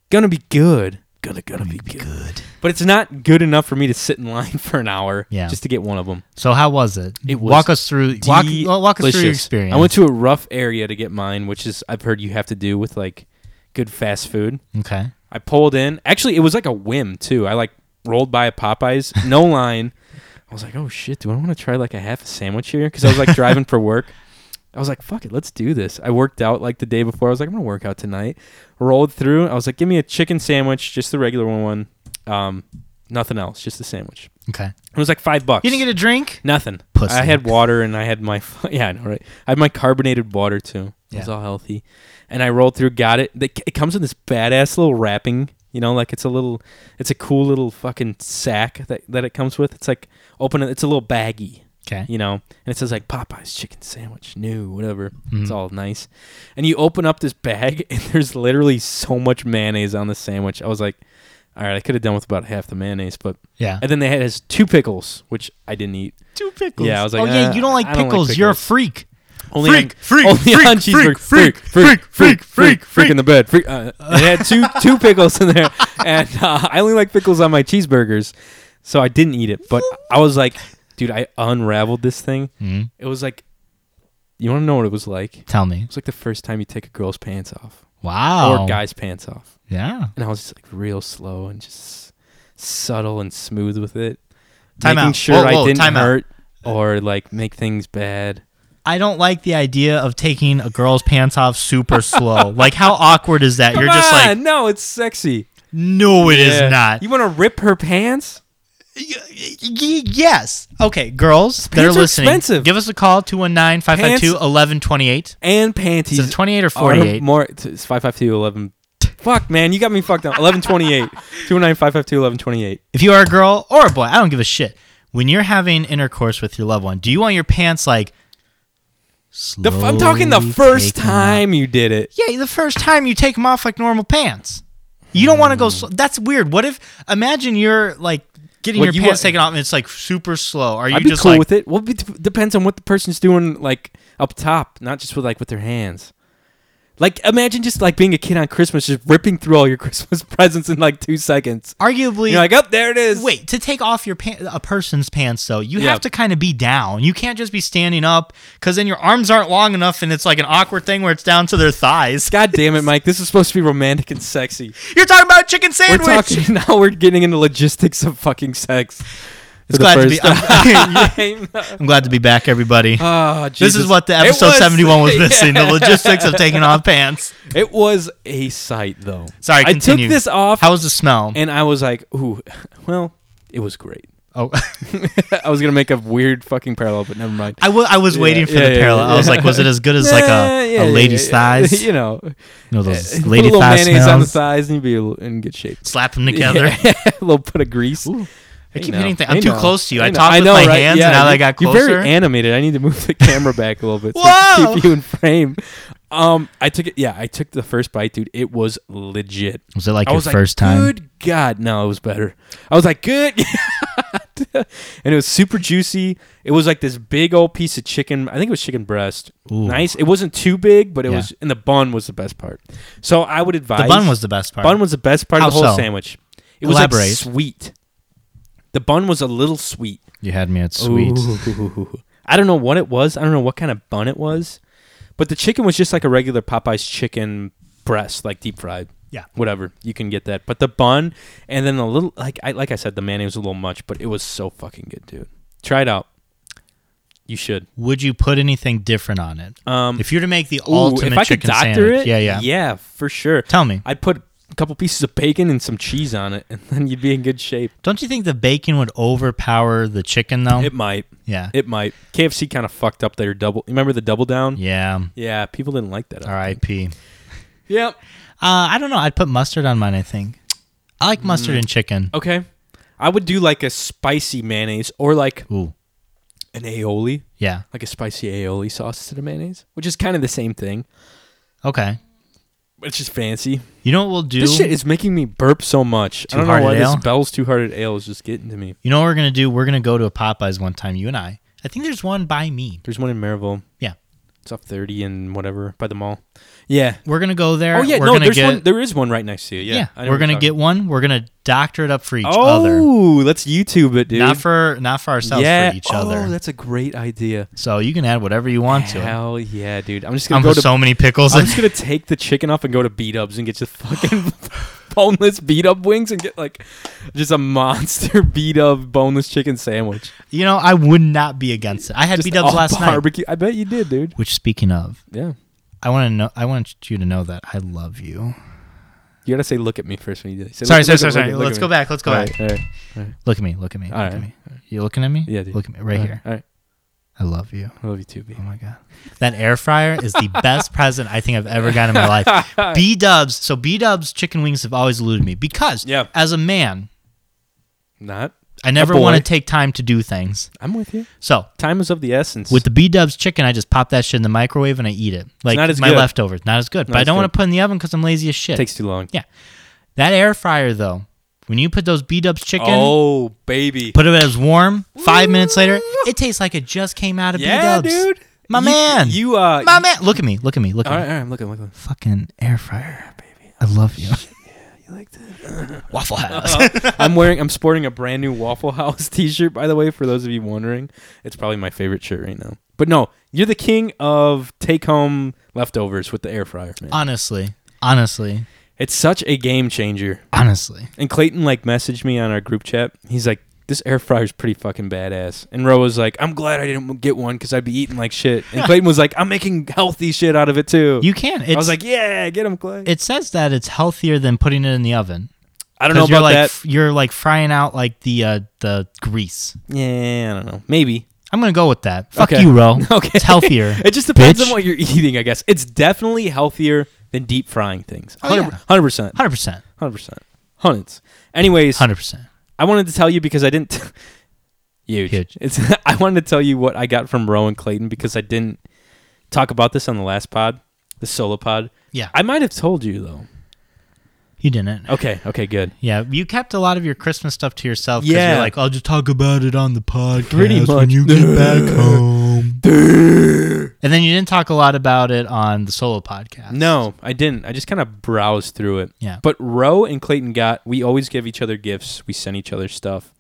[SPEAKER 1] gonna be good. Gonna gonna be good. But it's not good enough for me to sit in line for an hour
[SPEAKER 2] Yeah.
[SPEAKER 1] just to get one of them.
[SPEAKER 2] So how was it?
[SPEAKER 1] It was
[SPEAKER 2] walk us through walk, walk us through your experience.
[SPEAKER 1] I went to a rough area to get mine, which is I've heard you have to do with like good fast food.
[SPEAKER 2] okay.
[SPEAKER 1] I pulled in. Actually, it was like a whim too. I like rolled by a Popeyes, no line. I was like, oh shit, do I want to try like a half a sandwich here? Because I was like driving for work. I was like, fuck it, let's do this. I worked out like the day before. I was like, I'm gonna work out tonight. Rolled through. I was like, give me a chicken sandwich, just the regular one. Um, nothing else, just the sandwich.
[SPEAKER 2] Okay.
[SPEAKER 1] It was like five bucks.
[SPEAKER 2] You didn't get a drink?
[SPEAKER 1] Nothing.
[SPEAKER 2] Pussy.
[SPEAKER 1] I had water and I had my yeah, I know, right. I had my carbonated water too. It was
[SPEAKER 2] Yeah.
[SPEAKER 1] all healthy, and I rolled through. Got it. They- It comes in this badass little wrapping. You know, like it's a little, it's a cool little fucking sack that that it comes with. It's like open it. It's a little baggy.
[SPEAKER 2] Okay.
[SPEAKER 1] You know, and it says like Popeye's chicken sandwich, new, whatever. It's
[SPEAKER 2] Mhm.
[SPEAKER 1] all nice. And you open up this bag, and there's literally so much mayonnaise on the sandwich. I was like, all right, I could have done with about half the mayonnaise, but
[SPEAKER 2] Yeah.
[SPEAKER 1] and then they had has two pickles, which I didn't eat.
[SPEAKER 2] Two pickles.
[SPEAKER 1] Yeah, I was like,
[SPEAKER 2] oh yeah,
[SPEAKER 1] uh,
[SPEAKER 2] you don't like
[SPEAKER 1] I
[SPEAKER 2] pickles.
[SPEAKER 1] don't like
[SPEAKER 2] You're a
[SPEAKER 1] pickles.
[SPEAKER 2] freak.
[SPEAKER 1] Only
[SPEAKER 2] Freak,
[SPEAKER 1] on,
[SPEAKER 2] freak,
[SPEAKER 1] only
[SPEAKER 2] freak,
[SPEAKER 1] on cheeseburger.
[SPEAKER 2] freak, freak, freak, freak, freak.
[SPEAKER 1] in the bed. Freak. Uh, it had two two pickles in there, and uh, I only like pickles on my cheeseburgers, so I didn't eat it. But I was like, dude, I unraveled this thing.
[SPEAKER 2] Mhm.
[SPEAKER 1] It was like, you want to know what it was like? It
[SPEAKER 2] Tell me.
[SPEAKER 1] was like the first time you take a girl's pants off
[SPEAKER 2] Wow.
[SPEAKER 1] or guy's pants off.
[SPEAKER 2] Yeah.
[SPEAKER 1] and I was just like real slow and just subtle and smooth with it,
[SPEAKER 2] Time
[SPEAKER 1] making
[SPEAKER 2] out.
[SPEAKER 1] sure
[SPEAKER 2] Whoa,
[SPEAKER 1] I
[SPEAKER 2] whoa,
[SPEAKER 1] didn't
[SPEAKER 2] time out.
[SPEAKER 1] hurt or like make things bad.
[SPEAKER 2] I don't like the idea of taking a girl's pants off super slow. like, how awkward is that? You're
[SPEAKER 1] Come
[SPEAKER 2] just
[SPEAKER 1] on,
[SPEAKER 2] like,
[SPEAKER 1] Ah, no, it's sexy.
[SPEAKER 2] no, it is
[SPEAKER 1] Yeah.
[SPEAKER 2] not.
[SPEAKER 1] You want to rip her pants?
[SPEAKER 2] Y- y- yes. Okay, girls, they're
[SPEAKER 1] Pants are
[SPEAKER 2] listening.
[SPEAKER 1] expensive.
[SPEAKER 2] Give us a call 219 552 1128.
[SPEAKER 1] And
[SPEAKER 2] Is
[SPEAKER 1] panties. Oh,
[SPEAKER 2] it 28 or
[SPEAKER 1] are
[SPEAKER 2] 48?
[SPEAKER 1] More. It's five five two eleven. Fuck, man, you got me fucked up. Eleven twenty eight. Two nine five five two eleven twenty eight.
[SPEAKER 2] If you are a girl or a boy, I don't give a shit. When you're having intercourse with your loved one, do you want your pants like.
[SPEAKER 1] The f- I'm talking the
[SPEAKER 2] slowly
[SPEAKER 1] first
[SPEAKER 2] taken off?
[SPEAKER 1] time you did it.
[SPEAKER 2] Yeah, the first time you take them off like normal pants. You don't want to go.
[SPEAKER 1] Hmm.
[SPEAKER 2] Sl- that's weird. What if? Imagine you're like getting
[SPEAKER 1] What
[SPEAKER 2] your
[SPEAKER 1] you
[SPEAKER 2] pants
[SPEAKER 1] want-
[SPEAKER 2] taken off and it's like super slow. Are you
[SPEAKER 1] I'd be
[SPEAKER 2] just
[SPEAKER 1] cool
[SPEAKER 2] like?
[SPEAKER 1] with it. Well, it depends on what the person's doing, like up top, not just with like with their hands. Like imagine just like being a kid on Christmas, just ripping through all your Christmas presents in like two seconds.
[SPEAKER 2] arguably,
[SPEAKER 1] You're like, oh, there it is.
[SPEAKER 2] wait to take off your pant a person's pants though. You
[SPEAKER 1] Yeah.
[SPEAKER 2] have to kind of be down. You can't just be standing up because then your arms aren't long enough and it's like an awkward thing where it's down to their thighs.
[SPEAKER 1] God damn it, Mike! This is supposed to be romantic and sexy.
[SPEAKER 2] You're talking about chicken
[SPEAKER 1] We're
[SPEAKER 2] sandwich.
[SPEAKER 1] talking now. We're getting into logistics of fucking sex.
[SPEAKER 2] It's glad to be. I'm,
[SPEAKER 1] time.
[SPEAKER 2] I'm glad to be back, everybody.
[SPEAKER 1] Ah,
[SPEAKER 2] this is
[SPEAKER 1] Jesus.
[SPEAKER 2] what the
[SPEAKER 1] It
[SPEAKER 2] episode
[SPEAKER 1] was-
[SPEAKER 2] 71 was missing: the logistics of taking off pants.
[SPEAKER 1] It was a sight, though.
[SPEAKER 2] Sorry,
[SPEAKER 1] I
[SPEAKER 2] continue.
[SPEAKER 1] took this off,
[SPEAKER 2] How was the smell?
[SPEAKER 1] and I was like, "Ooh, well, it was great."
[SPEAKER 2] Oh,
[SPEAKER 1] I was gonna make a weird fucking parallel, but never mind.
[SPEAKER 2] I wa- I was
[SPEAKER 1] Yeah,
[SPEAKER 2] waiting for
[SPEAKER 1] yeah,
[SPEAKER 2] the
[SPEAKER 1] yeah,
[SPEAKER 2] parallel. I was
[SPEAKER 1] yeah.
[SPEAKER 2] like, was it as good as like
[SPEAKER 1] Nah,
[SPEAKER 2] a,
[SPEAKER 1] yeah,
[SPEAKER 2] a
[SPEAKER 1] yeah,
[SPEAKER 2] lady's
[SPEAKER 1] yeah.
[SPEAKER 2] thighs? You
[SPEAKER 1] You know,
[SPEAKER 2] know those
[SPEAKER 1] put
[SPEAKER 2] lady
[SPEAKER 1] a little
[SPEAKER 2] thighs
[SPEAKER 1] mayonnaise on the
[SPEAKER 2] smells?
[SPEAKER 1] thighs, and you'd be a little- in good shape.
[SPEAKER 2] Slap them together.
[SPEAKER 1] Yeah. a little bit of grease.
[SPEAKER 2] I keep
[SPEAKER 1] know,
[SPEAKER 2] hitting things.
[SPEAKER 1] I
[SPEAKER 2] I'm too
[SPEAKER 1] know,
[SPEAKER 2] close to you. I,
[SPEAKER 1] know.
[SPEAKER 2] talked with
[SPEAKER 1] know,
[SPEAKER 2] my
[SPEAKER 1] right?
[SPEAKER 2] hands,
[SPEAKER 1] Yeah,
[SPEAKER 2] and now
[SPEAKER 1] you-
[SPEAKER 2] I got
[SPEAKER 1] You're
[SPEAKER 2] closer.
[SPEAKER 1] very animated. I need to move the camera back a little bit so to
[SPEAKER 2] Whoa!
[SPEAKER 1] keep you in frame. Um, I took it. Yeah, I took the first bite, dude. It was legit.
[SPEAKER 2] was it like
[SPEAKER 1] I
[SPEAKER 2] your
[SPEAKER 1] was like,
[SPEAKER 2] first time?
[SPEAKER 1] good God, no, it was better. I was like, good, God." and it was super juicy. It was like this big old piece of chicken. I think it was chicken breast.
[SPEAKER 2] Ooh.
[SPEAKER 1] Nice. It wasn't too big, but it
[SPEAKER 2] Yeah.
[SPEAKER 1] was, and the bun was the best part. So I would advise
[SPEAKER 2] The bun was the best part.
[SPEAKER 1] bun was the best part
[SPEAKER 2] How
[SPEAKER 1] of the whole
[SPEAKER 2] so?
[SPEAKER 1] sandwich. It was like
[SPEAKER 2] Elaborate.
[SPEAKER 1] sweet. The bun was a little sweet.
[SPEAKER 2] you had me at sweet.
[SPEAKER 1] Ooh. I don't know what it was. I don't know what kind of bun it was, but the chicken was just like a regular Popeye's chicken breast, like deep fried.
[SPEAKER 2] Yeah.
[SPEAKER 1] whatever you can get that. But the bun and then a little like I like I said, the mayonnaise was a little much, but it was so fucking good, dude. Try it out. You should.
[SPEAKER 2] Would you put anything different on it?
[SPEAKER 1] Um,
[SPEAKER 2] If you're to make the
[SPEAKER 1] ooh,
[SPEAKER 2] ultimate
[SPEAKER 1] if I could
[SPEAKER 2] chicken
[SPEAKER 1] doctor
[SPEAKER 2] sandwich,
[SPEAKER 1] it,
[SPEAKER 2] yeah, yeah,
[SPEAKER 1] yeah, for sure.
[SPEAKER 2] Tell me,
[SPEAKER 1] I'd put a couple pieces of bacon and some cheese on it, and then you'd be in good shape.
[SPEAKER 2] don't you think the bacon would overpower the chicken though?
[SPEAKER 1] It might.
[SPEAKER 2] yeah,
[SPEAKER 1] It might. KFC kind of fucked up their double. Remember the double down?
[SPEAKER 2] yeah.
[SPEAKER 1] Yeah, people didn't like that.
[SPEAKER 2] R.I.P.
[SPEAKER 1] Yep.
[SPEAKER 2] Uh, I don't know. I'd put mustard on mine. I think I like mustard and chicken.
[SPEAKER 1] Okay. I would do like a spicy mayonnaise or like
[SPEAKER 2] Ooh,
[SPEAKER 1] an aioli,
[SPEAKER 2] yeah.
[SPEAKER 1] like a spicy aioli sauce to the mayonnaise, which is kind of the same thing.
[SPEAKER 2] Okay.
[SPEAKER 1] But it's just fancy.
[SPEAKER 2] You know what we'll do?
[SPEAKER 1] This shit is making me burp so much. I
[SPEAKER 2] Too
[SPEAKER 1] don't know
[SPEAKER 2] hard
[SPEAKER 1] why
[SPEAKER 2] at
[SPEAKER 1] this
[SPEAKER 2] ale?
[SPEAKER 1] Bell's Too Hard at Ale is just getting to me.
[SPEAKER 2] you know what we're gonna do? We're gonna go to a Popeyes one time. You and I. I think there's one by me.
[SPEAKER 1] There's one in Maryville.
[SPEAKER 2] Yeah.
[SPEAKER 1] It's up 30 and whatever by the mall. Yeah.
[SPEAKER 2] We're gonna go there.
[SPEAKER 1] Oh yeah.
[SPEAKER 2] We're
[SPEAKER 1] no,
[SPEAKER 2] gonna
[SPEAKER 1] there's
[SPEAKER 2] get,
[SPEAKER 1] one. There is one right next to you.
[SPEAKER 2] yeah,
[SPEAKER 1] Yeah. I know
[SPEAKER 2] we're
[SPEAKER 1] what
[SPEAKER 2] gonna
[SPEAKER 1] you're
[SPEAKER 2] get one. We're gonna doctor it up for each
[SPEAKER 1] talking-
[SPEAKER 2] other.
[SPEAKER 1] Oh, let's YouTube it, dude.
[SPEAKER 2] Not for not for ourselves,
[SPEAKER 1] yeah.
[SPEAKER 2] for each
[SPEAKER 1] oh,
[SPEAKER 2] other.
[SPEAKER 1] that's a great idea.
[SPEAKER 2] So you can add whatever you want to. it.
[SPEAKER 1] Hell yeah, dude. I'm just gonna
[SPEAKER 2] I'm
[SPEAKER 1] go
[SPEAKER 2] for
[SPEAKER 1] to.
[SPEAKER 2] so many pickles.
[SPEAKER 1] I'm just gonna take the chicken off and go to beat ups and get just fucking boneless beat up wings and get like just a monster beat up boneless chicken sandwich.
[SPEAKER 2] you know, I would not be against it. I had
[SPEAKER 1] Just
[SPEAKER 2] B Dubs
[SPEAKER 1] all
[SPEAKER 2] last night.
[SPEAKER 1] barbecue. I bet you did, dude.
[SPEAKER 2] Which, speaking of,
[SPEAKER 1] Yeah.
[SPEAKER 2] I want to know. I want you to know that I love you.
[SPEAKER 1] You gotta say look at me first when you do. it. Say,
[SPEAKER 2] Sorry,
[SPEAKER 1] "Look-
[SPEAKER 2] sorry,
[SPEAKER 1] look
[SPEAKER 2] sorry,
[SPEAKER 1] at-
[SPEAKER 2] sorry.
[SPEAKER 1] look at-
[SPEAKER 2] Let's
[SPEAKER 1] look
[SPEAKER 2] go
[SPEAKER 1] at me."
[SPEAKER 2] back. Let's go
[SPEAKER 1] All
[SPEAKER 2] back.
[SPEAKER 1] right, all right,
[SPEAKER 2] Look at me. Look at me.
[SPEAKER 1] All
[SPEAKER 2] look at
[SPEAKER 1] right.
[SPEAKER 2] me. You looking at me?
[SPEAKER 1] Yeah, dude.
[SPEAKER 2] Look at me right
[SPEAKER 1] all
[SPEAKER 2] here.
[SPEAKER 1] All right.
[SPEAKER 2] I love you.
[SPEAKER 1] I love you too, B.
[SPEAKER 2] Oh my god. That air fryer is the best present I think I've ever gotten in my life. B Dubs. So B Dubs chicken wings have always eluded me because
[SPEAKER 1] Yeah.
[SPEAKER 2] as a man,
[SPEAKER 1] Not.
[SPEAKER 2] I never
[SPEAKER 1] boy.
[SPEAKER 2] want to take time to do things.
[SPEAKER 1] I'm with you.
[SPEAKER 2] So
[SPEAKER 1] Time is of the essence.
[SPEAKER 2] with the B Dubs chicken, I just pop that shit in the microwave and I eat it. Like
[SPEAKER 1] not as
[SPEAKER 2] my
[SPEAKER 1] good.
[SPEAKER 2] leftovers, not as good. but
[SPEAKER 1] Not
[SPEAKER 2] I
[SPEAKER 1] as
[SPEAKER 2] don't
[SPEAKER 1] good.
[SPEAKER 2] want to put in the oven because I'm lazy as shit.
[SPEAKER 1] takes too long.
[SPEAKER 2] that air fryer though, when you put those B Dubs chicken,
[SPEAKER 1] Oh baby.
[SPEAKER 2] put it as warm. Five minutes later, it tastes like it just came out of
[SPEAKER 1] yeah,
[SPEAKER 2] B Dubs.
[SPEAKER 1] dude.
[SPEAKER 2] My
[SPEAKER 1] You-
[SPEAKER 2] man.
[SPEAKER 1] You uh.
[SPEAKER 2] My
[SPEAKER 1] you-
[SPEAKER 2] man, look at me, look at me, look at
[SPEAKER 1] All
[SPEAKER 2] me.
[SPEAKER 1] right, all right. I'm looking, looking.
[SPEAKER 2] Fucking air fryer, baby. I love you.
[SPEAKER 1] You like that?
[SPEAKER 2] Waffle House.
[SPEAKER 1] I'm wearing. I'm sporting a brand new Waffle House T-shirt, by the way. For those of you wondering, it's probably my favorite shirt right now. But no, you're the king of take-home leftovers with the air fryer, man.
[SPEAKER 2] honestly, honestly,
[SPEAKER 1] it's such a game changer.
[SPEAKER 2] honestly.
[SPEAKER 1] And Clayton like messaged me on our group chat. He's like, "This air fryer's pretty fucking badass." And Ro was like, "I'm glad I didn't get one because I'd be eating like shit." And Clayton was like, "I'm making healthy shit out of it too."
[SPEAKER 2] You can. It's,
[SPEAKER 1] I was like, "Yeah, get him, Clay."
[SPEAKER 2] it says that it's healthier than putting it in the oven.
[SPEAKER 1] I don't know
[SPEAKER 2] 'Cause you're
[SPEAKER 1] about
[SPEAKER 2] like,
[SPEAKER 1] that.
[SPEAKER 2] f- You're like frying out like the uh, the grease.
[SPEAKER 1] yeah, I don't know. Maybe.
[SPEAKER 2] I'm gonna go with that. Fuck
[SPEAKER 1] Okay.
[SPEAKER 2] you, Ro.
[SPEAKER 1] Okay.
[SPEAKER 2] It's healthier.
[SPEAKER 1] It just depends
[SPEAKER 2] Bitch.
[SPEAKER 1] on what you're eating, I guess. It's definitely healthier than deep frying things.
[SPEAKER 2] Oh, yeah.
[SPEAKER 1] 100 percent.
[SPEAKER 2] Hundred percent.
[SPEAKER 1] Hundred percent. Hundreds. Anyways,
[SPEAKER 2] Hundred percent.
[SPEAKER 1] I wanted to tell you because I didn't. huge.
[SPEAKER 2] Huge.
[SPEAKER 1] It's. I wanted to tell you what I got from Rowan Clayton because I didn't talk about this on the last pod, the solo pod.
[SPEAKER 2] Yeah.
[SPEAKER 1] I might have told you though.
[SPEAKER 2] you didn't.
[SPEAKER 1] Okay. Okay. Good.
[SPEAKER 2] Yeah, you kept a lot of your Christmas stuff to yourself. 'cause
[SPEAKER 1] Yeah.
[SPEAKER 2] you're like I'll just talk about it on the podcast
[SPEAKER 1] Pretty
[SPEAKER 2] when
[SPEAKER 1] much.
[SPEAKER 2] you get back home. and then you didn't talk a lot about it on the solo podcast.
[SPEAKER 1] No, I didn't. I just kind of browsed through it.
[SPEAKER 2] Yeah.
[SPEAKER 1] But Roe and Clayton got. We always give each other gifts. We send each other stuff.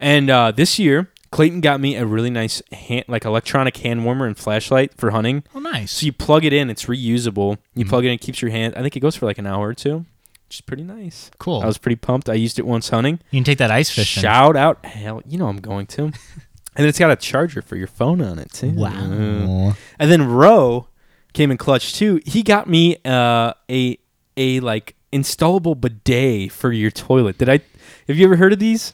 [SPEAKER 1] And uh, this year, Clayton got me a really nice hand, like electronic hand warmer and flashlight for hunting.
[SPEAKER 2] Oh, nice.
[SPEAKER 1] So you plug it in, it's reusable.
[SPEAKER 2] Mm-hmm.
[SPEAKER 1] You plug it in, it keeps your hand. I think it goes for like an hour or two, which is pretty nice.
[SPEAKER 2] Cool.
[SPEAKER 1] I was pretty pumped. I used it once hunting.
[SPEAKER 2] you can take that ice fishing.
[SPEAKER 1] Shout out, hell, you know I'm going to. and then it's got a charger for your phone on it too.
[SPEAKER 2] Wow.
[SPEAKER 1] And then Roe came in clutch too. He got me uh, a a like installable bidet for your toilet. Did I? Have you ever heard of these?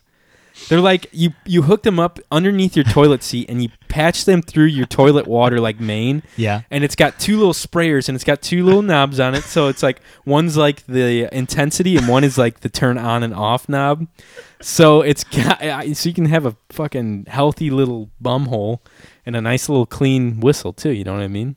[SPEAKER 1] They're like you you hook them up underneath your toilet seat and you patch them through your toilet water like main.
[SPEAKER 2] Yeah.
[SPEAKER 1] And it's got two little sprayers and it's got two little knobs on it. So it's like one's like the intensity and one is like the turn on and off knob. So it's got I- so you can have a fucking healthy little bum hole and a nice little clean whistle too. You know what I mean?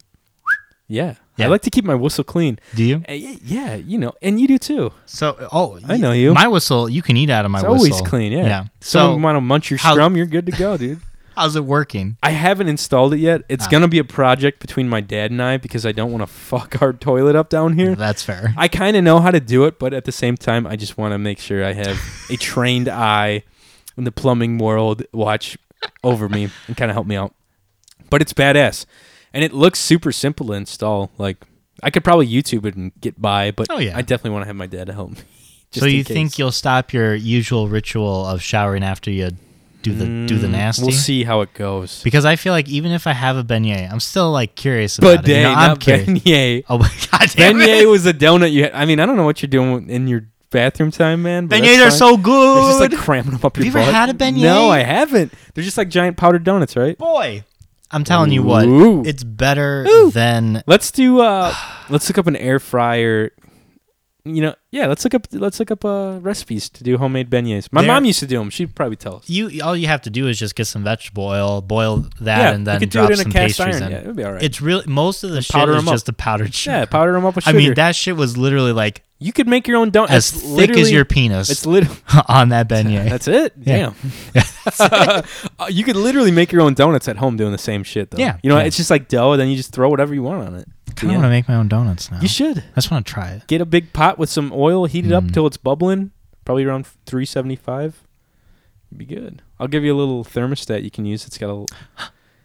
[SPEAKER 1] Yeah.
[SPEAKER 2] Yeah.
[SPEAKER 1] I like to keep my whistle clean.
[SPEAKER 2] Do you?
[SPEAKER 1] Uh, y- Yeah, you know, and you do too.
[SPEAKER 2] So, oh,
[SPEAKER 1] I know you.
[SPEAKER 2] My whistle, you can eat out of my
[SPEAKER 1] It's
[SPEAKER 2] whistle.
[SPEAKER 1] always clean. Yeah.
[SPEAKER 2] Yeah.
[SPEAKER 1] So,
[SPEAKER 2] So,
[SPEAKER 1] you want to munch your
[SPEAKER 2] how-
[SPEAKER 1] scrum, you're good to go, dude.
[SPEAKER 2] how's it working?
[SPEAKER 1] I haven't installed it yet.
[SPEAKER 2] Ah.
[SPEAKER 1] It's gonna be a project between my dad and I because I don't want to fuck our toilet up down here.
[SPEAKER 2] That's fair.
[SPEAKER 1] I kind of know how to do it, but at the same time, I just want to make sure I have a trained eye in the plumbing world watch over me and kind of help me out. But it's badass, and it looks super simple to install. Like I could probably YouTube it and get by, but
[SPEAKER 2] Oh, yeah.
[SPEAKER 1] I definitely want to have my dad help me.
[SPEAKER 2] so you think you'll stop your usual ritual of showering after you do the do the nasty?
[SPEAKER 1] Mm, We'll see how it goes.
[SPEAKER 2] Because I feel like even if I have a beignet, I'm still like curious about
[SPEAKER 1] Bidet,
[SPEAKER 2] it. You know, I'm
[SPEAKER 1] not
[SPEAKER 2] curious.
[SPEAKER 1] beignet.
[SPEAKER 2] Oh my god, damn
[SPEAKER 1] Beignet
[SPEAKER 2] it.
[SPEAKER 1] was a donut you had. I mean, I don't know what you're doing in your bathroom time, man. but
[SPEAKER 2] Beignets
[SPEAKER 1] that's fine.
[SPEAKER 2] are so
[SPEAKER 1] They're just
[SPEAKER 2] good.
[SPEAKER 1] like cramming them up your
[SPEAKER 2] Have you ever
[SPEAKER 1] butt.
[SPEAKER 2] had a beignet?
[SPEAKER 1] No, I haven't. They're just like giant powdered donuts, right?
[SPEAKER 2] boy. I'm telling you what,
[SPEAKER 1] Ooh.
[SPEAKER 2] it's better
[SPEAKER 1] Ooh.
[SPEAKER 2] than
[SPEAKER 1] Let's do. uh Let's look up an air fryer. You know, yeah. Let's look up. Let's look up uh, recipes to do homemade beignets. My
[SPEAKER 2] They're-
[SPEAKER 1] mom used to do them. She'd probably tell us.
[SPEAKER 2] you all you have to do is just get some vegetable oil, boil that,
[SPEAKER 1] yeah,
[SPEAKER 2] and
[SPEAKER 1] you
[SPEAKER 2] then
[SPEAKER 1] could do
[SPEAKER 2] drop
[SPEAKER 1] it in a
[SPEAKER 2] some
[SPEAKER 1] cast
[SPEAKER 2] pastries
[SPEAKER 1] iron.
[SPEAKER 2] in.
[SPEAKER 1] Yeah, it'd be all right.
[SPEAKER 2] It's really most of the shit
[SPEAKER 1] powder
[SPEAKER 2] is
[SPEAKER 1] 'em up.
[SPEAKER 2] just the powdered sugar.
[SPEAKER 1] yeah, powder them up with
[SPEAKER 2] I
[SPEAKER 1] sugar.
[SPEAKER 2] mean, that shit was literally like
[SPEAKER 1] you could make your own donut
[SPEAKER 2] as
[SPEAKER 1] It's
[SPEAKER 2] thick as
[SPEAKER 1] literally-
[SPEAKER 2] your penis
[SPEAKER 1] It's literally.
[SPEAKER 2] on that beignet.
[SPEAKER 1] That's it.
[SPEAKER 2] Yeah.
[SPEAKER 1] Damn. Uh, you could literally make your own donuts at home doing the same shit though.
[SPEAKER 2] Yeah.
[SPEAKER 1] You know,
[SPEAKER 2] Yeah.
[SPEAKER 1] it's just like dough, and then you just throw whatever you want on it. the
[SPEAKER 2] kind of want to
[SPEAKER 1] end.
[SPEAKER 2] make my own donuts now.
[SPEAKER 1] You should
[SPEAKER 2] I just want to try it.
[SPEAKER 1] get a big pot with some oil, heat it up
[SPEAKER 2] Mm.
[SPEAKER 1] till it's bubbling, probably around 375. It'd be good. I'll give you a little thermostat you can use. It's got a.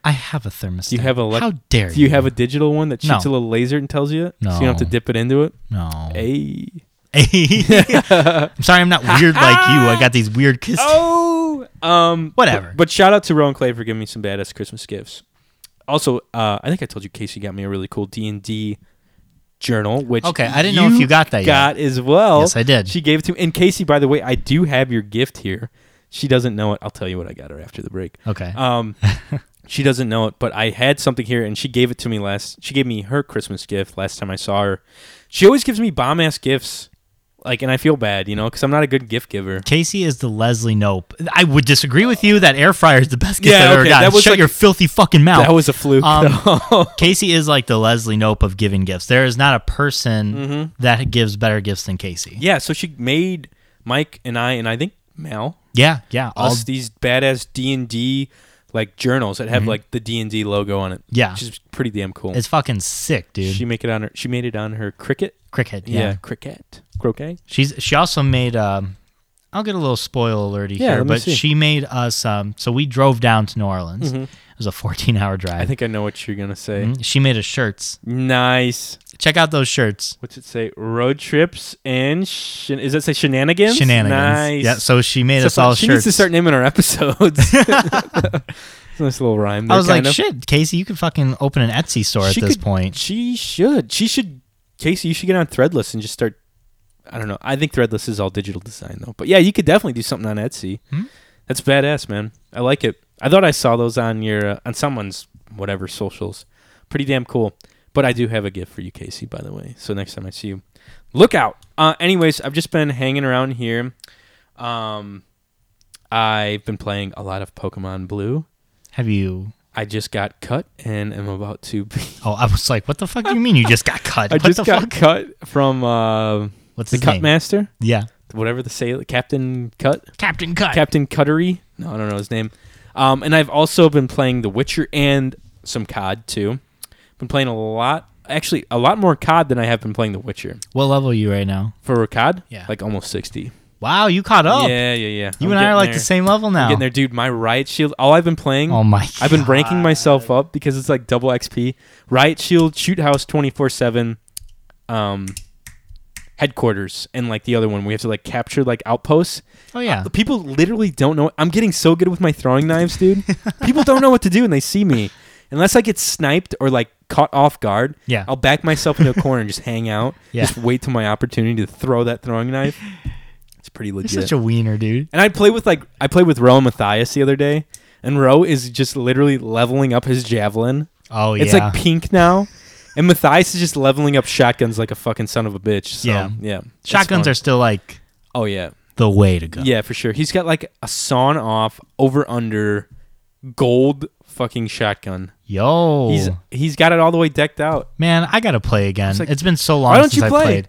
[SPEAKER 2] I have a thermostat.
[SPEAKER 1] have a lec-
[SPEAKER 2] How dare
[SPEAKER 1] Do you have a digital one that shoots
[SPEAKER 2] No.
[SPEAKER 1] a little laser and tells you? it? So you don't have to
[SPEAKER 2] No.
[SPEAKER 1] dip it into it.
[SPEAKER 2] no?
[SPEAKER 1] Hey.
[SPEAKER 2] I'm sorry, I'm not weird like you. I got these weird kisses.
[SPEAKER 1] Oh, um,
[SPEAKER 2] Whatever.
[SPEAKER 1] But, but shout out to Rowan Clay for giving me some badass Christmas gifts. Also, uh, I think I told you Casey got me a really cool D and D journal, which
[SPEAKER 2] Okay, I didn't know if you got that yet.
[SPEAKER 1] got as well.
[SPEAKER 2] Yes, I did.
[SPEAKER 1] She gave it to me. And Casey, by the way, I do have your gift here. She doesn't know it. I'll tell you what I got her after the break.
[SPEAKER 2] Okay.
[SPEAKER 1] Um, she doesn't know it, but I had something here, and she gave it to me last. She gave me her Christmas gift last time I saw her. She always gives me bomb ass gifts, like, and I feel bad, you know, because I'm not a good gift giver.
[SPEAKER 2] Casey is the Leslie Nope. I would disagree with you that air fryer is the best gift
[SPEAKER 1] Yeah,
[SPEAKER 2] I've ever
[SPEAKER 1] okay,
[SPEAKER 2] gotten.
[SPEAKER 1] that was
[SPEAKER 2] Shut
[SPEAKER 1] like-
[SPEAKER 2] your filthy fucking mouth.
[SPEAKER 1] That was a fluke.
[SPEAKER 2] Um,
[SPEAKER 1] though.
[SPEAKER 2] Casey is like the Leslie Nope of giving gifts. There is not a person that gives better gifts than Casey.
[SPEAKER 1] Mm-hmm. yeah, so she made Mike and I, and I think Mal,
[SPEAKER 2] Yeah, yeah. All,
[SPEAKER 1] us these badass D and D like journals that have like the D and D logo on it.
[SPEAKER 2] Mm-hmm. Yeah.
[SPEAKER 1] which is pretty damn cool.
[SPEAKER 2] it's fucking sick, dude.
[SPEAKER 1] she make it on her. She made it on her cricket.
[SPEAKER 2] Cricket.
[SPEAKER 1] Yeah,
[SPEAKER 2] Yeah.
[SPEAKER 1] cricket, croquet.
[SPEAKER 2] She's she also made um I'll get a little spoil alerty
[SPEAKER 1] Yeah,
[SPEAKER 2] here,
[SPEAKER 1] let me
[SPEAKER 2] but
[SPEAKER 1] see. Mm-hmm.
[SPEAKER 2] she made us um so we drove down to New Orleans. It was a 14-hour drive. Mm-hmm.
[SPEAKER 1] I think I know what you're gonna say.
[SPEAKER 2] she made us shirts.
[SPEAKER 1] Nice.
[SPEAKER 2] Check out those shirts.
[SPEAKER 1] What's it say? Road trips and shen- is that say shenanigans?
[SPEAKER 2] Shenanigans.
[SPEAKER 1] Nice.
[SPEAKER 2] Yeah, so she made
[SPEAKER 1] So
[SPEAKER 2] us all
[SPEAKER 1] she
[SPEAKER 2] shirts.
[SPEAKER 1] needs to start naming our episodes. nice little rhyme. There,
[SPEAKER 2] I was like,
[SPEAKER 1] kind of.
[SPEAKER 2] shit, Casey, you could fucking open an Etsy store at
[SPEAKER 1] She
[SPEAKER 2] this
[SPEAKER 1] could-
[SPEAKER 2] point.
[SPEAKER 1] She should. She should. Casey, you should get on Threadless and just start. I don't know. I think Threadless is all digital design though. But yeah, you could definitely do something on Etsy.
[SPEAKER 2] Hmm?
[SPEAKER 1] That's badass, man. I like it. I thought I saw those on your uh, on someone's whatever socials. Pretty damn cool. But I do have a gift for you, Casey. By the way, so next time I see you, look out. Uh, anyways, I've just been hanging around here. Um, I've been playing a lot of Pokemon Blue.
[SPEAKER 2] Have you?
[SPEAKER 1] I just got cut and am about to be
[SPEAKER 2] Oh, I was like, what the fuck do you mean you just got cut?
[SPEAKER 1] I
[SPEAKER 2] what
[SPEAKER 1] just
[SPEAKER 2] the
[SPEAKER 1] got
[SPEAKER 2] fuck?
[SPEAKER 1] cut from uh,
[SPEAKER 2] What's
[SPEAKER 1] the
[SPEAKER 2] his
[SPEAKER 1] Cut
[SPEAKER 2] name?
[SPEAKER 1] Master,
[SPEAKER 2] Yeah,
[SPEAKER 1] whatever the say, Captain Cut,
[SPEAKER 2] Captain Cut.
[SPEAKER 1] Captain Cuttery. No, I don't know his name. Um, and I've also been playing The Witcher and some COD too. Been playing a lot, actually, a lot more COD than I have been playing The Witcher.
[SPEAKER 2] what level are you right now?
[SPEAKER 1] For COD,
[SPEAKER 2] Yeah.
[SPEAKER 1] like almost sixty.
[SPEAKER 2] Wow, you caught up.
[SPEAKER 1] Yeah, yeah, yeah.
[SPEAKER 2] you
[SPEAKER 1] I'm
[SPEAKER 2] and I are
[SPEAKER 1] getting
[SPEAKER 2] like
[SPEAKER 1] there.
[SPEAKER 2] the same level now.
[SPEAKER 1] I'm getting there, dude. My Riot Shield. All I've been playing.
[SPEAKER 2] Oh my!
[SPEAKER 1] I've been ranking
[SPEAKER 2] God.
[SPEAKER 1] myself up because it's like double XP. Riot Shield, Shoot House, twenty four seven, um, headquarters, and like the other one, we have to like capture like outposts.
[SPEAKER 2] Oh yeah.
[SPEAKER 1] The People literally don't know. I'm getting so good with my throwing knives, dude. People don't know what to do when they see me, unless I get sniped or like caught off guard.
[SPEAKER 2] Yeah.
[SPEAKER 1] I'll back myself into a corner and just hang out.
[SPEAKER 2] Yeah.
[SPEAKER 1] Just wait till my opportunity to throw that throwing knife. It's pretty
[SPEAKER 2] You're
[SPEAKER 1] legit.
[SPEAKER 2] such a wiener, dude.
[SPEAKER 1] And I play with like I played with Roe and Matthias the other day, and Roe is just literally leveling up his javelin.
[SPEAKER 2] Oh yeah.
[SPEAKER 1] It's like pink now, and Matthias is just leveling up shotguns like a fucking son of a bitch. So, yeah,
[SPEAKER 2] Yeah.
[SPEAKER 1] yeah. it's
[SPEAKER 2] shotguns
[SPEAKER 1] fun.
[SPEAKER 2] are still like
[SPEAKER 1] oh yeah,
[SPEAKER 2] the way to go.
[SPEAKER 1] yeah for sure. He's got like a sawn off over under gold fucking shotgun.
[SPEAKER 2] Yo,
[SPEAKER 1] He's he's got it all the way decked out.
[SPEAKER 2] man, I gotta play again.
[SPEAKER 1] like,
[SPEAKER 2] it's been so long.
[SPEAKER 1] why don't
[SPEAKER 2] since
[SPEAKER 1] you
[SPEAKER 2] I
[SPEAKER 1] play?
[SPEAKER 2] played.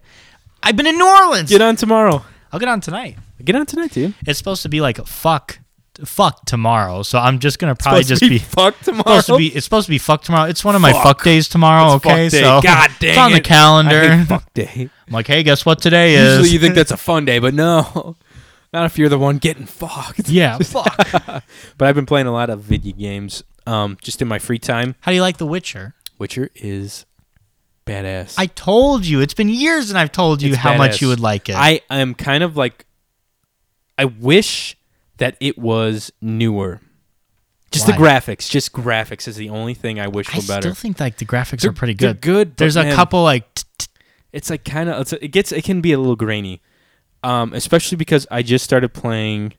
[SPEAKER 2] I've been in New Orleans.
[SPEAKER 1] Get on tomorrow.
[SPEAKER 2] I'll get on tonight.
[SPEAKER 1] Get on tonight, dude.
[SPEAKER 2] It's supposed to be like fuck, fuck tomorrow. So I'm just gonna probably
[SPEAKER 1] Supposed
[SPEAKER 2] just
[SPEAKER 1] to
[SPEAKER 2] be.
[SPEAKER 1] fucked tomorrow.
[SPEAKER 2] supposed to be. It's supposed to be fuck tomorrow. It's one of my
[SPEAKER 1] Fuck.
[SPEAKER 2] fuck days tomorrow.
[SPEAKER 1] It's fuck
[SPEAKER 2] okay,
[SPEAKER 1] day.
[SPEAKER 2] so
[SPEAKER 1] God dang
[SPEAKER 2] it's on the
[SPEAKER 1] it. I
[SPEAKER 2] calendar.
[SPEAKER 1] hate fuck day.
[SPEAKER 2] I'm like, hey, guess what today
[SPEAKER 1] Usually
[SPEAKER 2] is?
[SPEAKER 1] you think that's a fun day, but no. Not if you're the one getting fucked.
[SPEAKER 2] yeah, fuck.
[SPEAKER 1] But I've been playing a lot of video games um, just in my free time.
[SPEAKER 2] How do you like The Witcher?
[SPEAKER 1] Witcher is badass.
[SPEAKER 2] I told you. It's been years, and I've told you
[SPEAKER 1] It's
[SPEAKER 2] how much
[SPEAKER 1] badass.
[SPEAKER 2] you would like it.
[SPEAKER 1] I am kind of like, I wish that it was newer. Just the
[SPEAKER 2] Why?
[SPEAKER 1] graphics. Just graphics is the only thing I wish
[SPEAKER 2] I
[SPEAKER 1] were
[SPEAKER 2] still
[SPEAKER 1] better.
[SPEAKER 2] think like the graphics
[SPEAKER 1] They're-
[SPEAKER 2] are pretty
[SPEAKER 1] they're
[SPEAKER 2] good.
[SPEAKER 1] good, but
[SPEAKER 2] There's a
[SPEAKER 1] man-
[SPEAKER 2] couple like t- t-
[SPEAKER 1] it's like kind of it gets it can be a little grainy, um, especially because I just started playing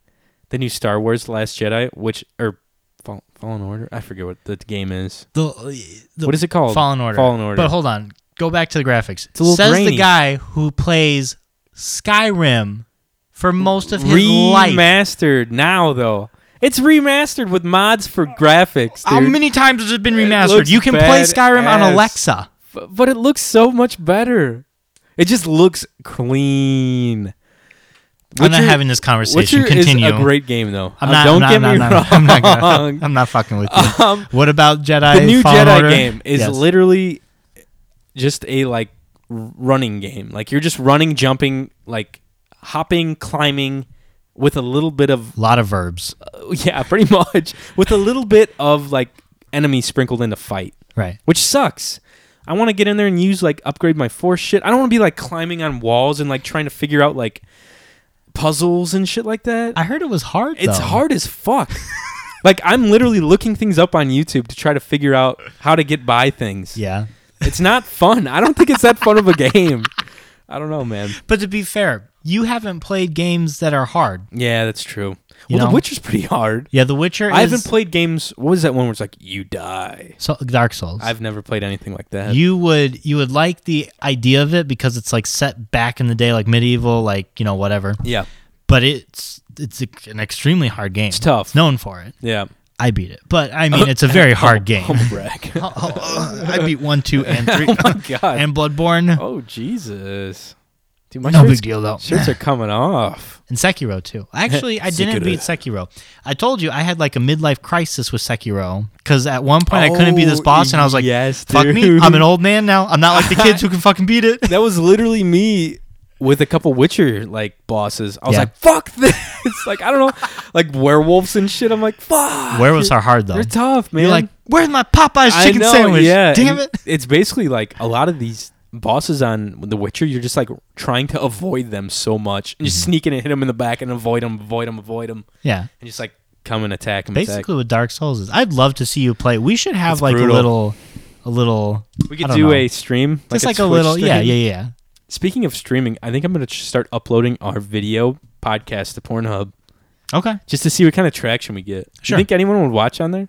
[SPEAKER 1] the new Star Wars: The Last Jedi, which or Fall, Fallen Order. I forget what the game is.
[SPEAKER 2] the, the
[SPEAKER 1] what is it called?
[SPEAKER 2] Fallen Order.
[SPEAKER 1] Fallen Order.
[SPEAKER 2] But hold on, go back to the graphics.
[SPEAKER 1] a little
[SPEAKER 2] Says
[SPEAKER 1] grainy.
[SPEAKER 2] the guy who plays Skyrim for most of his life.
[SPEAKER 1] remastered now though. It's remastered with mods for graphics,
[SPEAKER 2] How
[SPEAKER 1] dude.
[SPEAKER 2] many times has it been remastered?
[SPEAKER 1] looks
[SPEAKER 2] You can play Skyrim on
[SPEAKER 1] badass.
[SPEAKER 2] Alexa.
[SPEAKER 1] B- but it looks so much better. It just looks clean.
[SPEAKER 2] I'm not
[SPEAKER 1] Witcher-
[SPEAKER 2] having this conversation.
[SPEAKER 1] Witcher
[SPEAKER 2] Continue.
[SPEAKER 1] is a great game though.
[SPEAKER 2] I'm
[SPEAKER 1] Uh,
[SPEAKER 2] not.
[SPEAKER 1] don't
[SPEAKER 2] I'm not,
[SPEAKER 1] get
[SPEAKER 2] I'm
[SPEAKER 1] me
[SPEAKER 2] not,
[SPEAKER 1] wrong.
[SPEAKER 2] I'm not, gonna, I'm not fucking with you.
[SPEAKER 1] Um,
[SPEAKER 2] what about Jedi?
[SPEAKER 1] the new
[SPEAKER 2] Fallen
[SPEAKER 1] Jedi
[SPEAKER 2] Order?
[SPEAKER 1] game is
[SPEAKER 2] Yes.
[SPEAKER 1] literally just a like r- running game. Like you're just running, jumping, like hopping, climbing with a little bit of
[SPEAKER 2] A lot of verbs.
[SPEAKER 1] yeah, pretty much with a little bit of like enemy sprinkled into fight,
[SPEAKER 2] Right.
[SPEAKER 1] which sucks. I want to get in there and use like upgrade my force shit. I don't want to be like climbing on walls and like trying to figure out like puzzles and shit like that.
[SPEAKER 2] I heard it was hard.
[SPEAKER 1] It's
[SPEAKER 2] though.
[SPEAKER 1] hard as fuck. like I'm literally looking things up on YouTube to try to figure out how to get by things.
[SPEAKER 2] Yeah.
[SPEAKER 1] It's not fun. I don't think it's that fun of a game. I don't know, man.
[SPEAKER 2] But to be fair, you haven't played games that are hard.
[SPEAKER 1] Yeah, that's true.
[SPEAKER 2] You
[SPEAKER 1] well,
[SPEAKER 2] know?
[SPEAKER 1] The Witcher's pretty hard.
[SPEAKER 2] Yeah, The Witcher.
[SPEAKER 1] I
[SPEAKER 2] is,
[SPEAKER 1] haven't played games. What was that one where it's like you die?
[SPEAKER 2] so, Dark Souls.
[SPEAKER 1] I've never played anything like that.
[SPEAKER 2] you would you would like the idea of it because it's like set back in the day, like medieval, like you know whatever.
[SPEAKER 1] yeah,
[SPEAKER 2] But it's it's an extremely hard game. It's
[SPEAKER 1] tough.
[SPEAKER 2] known for it.
[SPEAKER 1] yeah.
[SPEAKER 2] I beat it, but I mean it's a very hard game.
[SPEAKER 1] Humble brag. oh
[SPEAKER 2] I beat one, two, and three,
[SPEAKER 1] my god.
[SPEAKER 2] and Bloodborne,
[SPEAKER 1] Oh Jesus. Dude, Oh, my
[SPEAKER 2] No big
[SPEAKER 1] shirts,
[SPEAKER 2] deal, though.
[SPEAKER 1] Shirts are coming off.
[SPEAKER 2] and Sekiro too. Actually, I didn't
[SPEAKER 1] Sekiro.
[SPEAKER 2] beat Sekiro. I told you I had like a midlife crisis with Sekiro because at one point I couldn't beat this
[SPEAKER 1] Oh,
[SPEAKER 2] boss, and I was like,
[SPEAKER 1] yes,
[SPEAKER 2] "Fuck me,
[SPEAKER 1] dude.
[SPEAKER 2] I'm an old man now. I'm not like the kids who can fucking beat it."
[SPEAKER 1] That was literally me with a couple Witcher like bosses. I was
[SPEAKER 2] Yeah.
[SPEAKER 1] like, fuck this. like I don't know, like werewolves and shit. I'm like, fuck.
[SPEAKER 2] Werewolves are hard though.
[SPEAKER 1] They're tough, man.
[SPEAKER 2] You're like, "Where's my Popeye's
[SPEAKER 1] I
[SPEAKER 2] chicken
[SPEAKER 1] know,
[SPEAKER 2] sandwich?"
[SPEAKER 1] Yeah,
[SPEAKER 2] Damn
[SPEAKER 1] and
[SPEAKER 2] it!
[SPEAKER 1] It's basically like a lot of these bosses on The Witcher. You're just like trying to avoid them so much, and
[SPEAKER 2] Mm-hmm.
[SPEAKER 1] just sneak in and hit them in the back, and avoid them, avoid them, avoid them,
[SPEAKER 2] Yeah.
[SPEAKER 1] and just like come and attack them.
[SPEAKER 2] Basically, what Dark Souls is, I'd love to see you play. We should have
[SPEAKER 1] It's
[SPEAKER 2] like
[SPEAKER 1] brutal.
[SPEAKER 2] a little, a little.
[SPEAKER 1] we
[SPEAKER 2] I
[SPEAKER 1] could
[SPEAKER 2] don't
[SPEAKER 1] do
[SPEAKER 2] know.
[SPEAKER 1] a stream,
[SPEAKER 2] just like a,
[SPEAKER 1] Twitch
[SPEAKER 2] little. Yeah,
[SPEAKER 1] stream.
[SPEAKER 2] yeah, yeah.
[SPEAKER 1] Speaking of streaming, I think I'm gonna ch- start uploading our video podcast to Pornhub
[SPEAKER 2] Okay.
[SPEAKER 1] just to see what kind of traction we get.
[SPEAKER 2] Sure.
[SPEAKER 1] You think anyone would watch on there?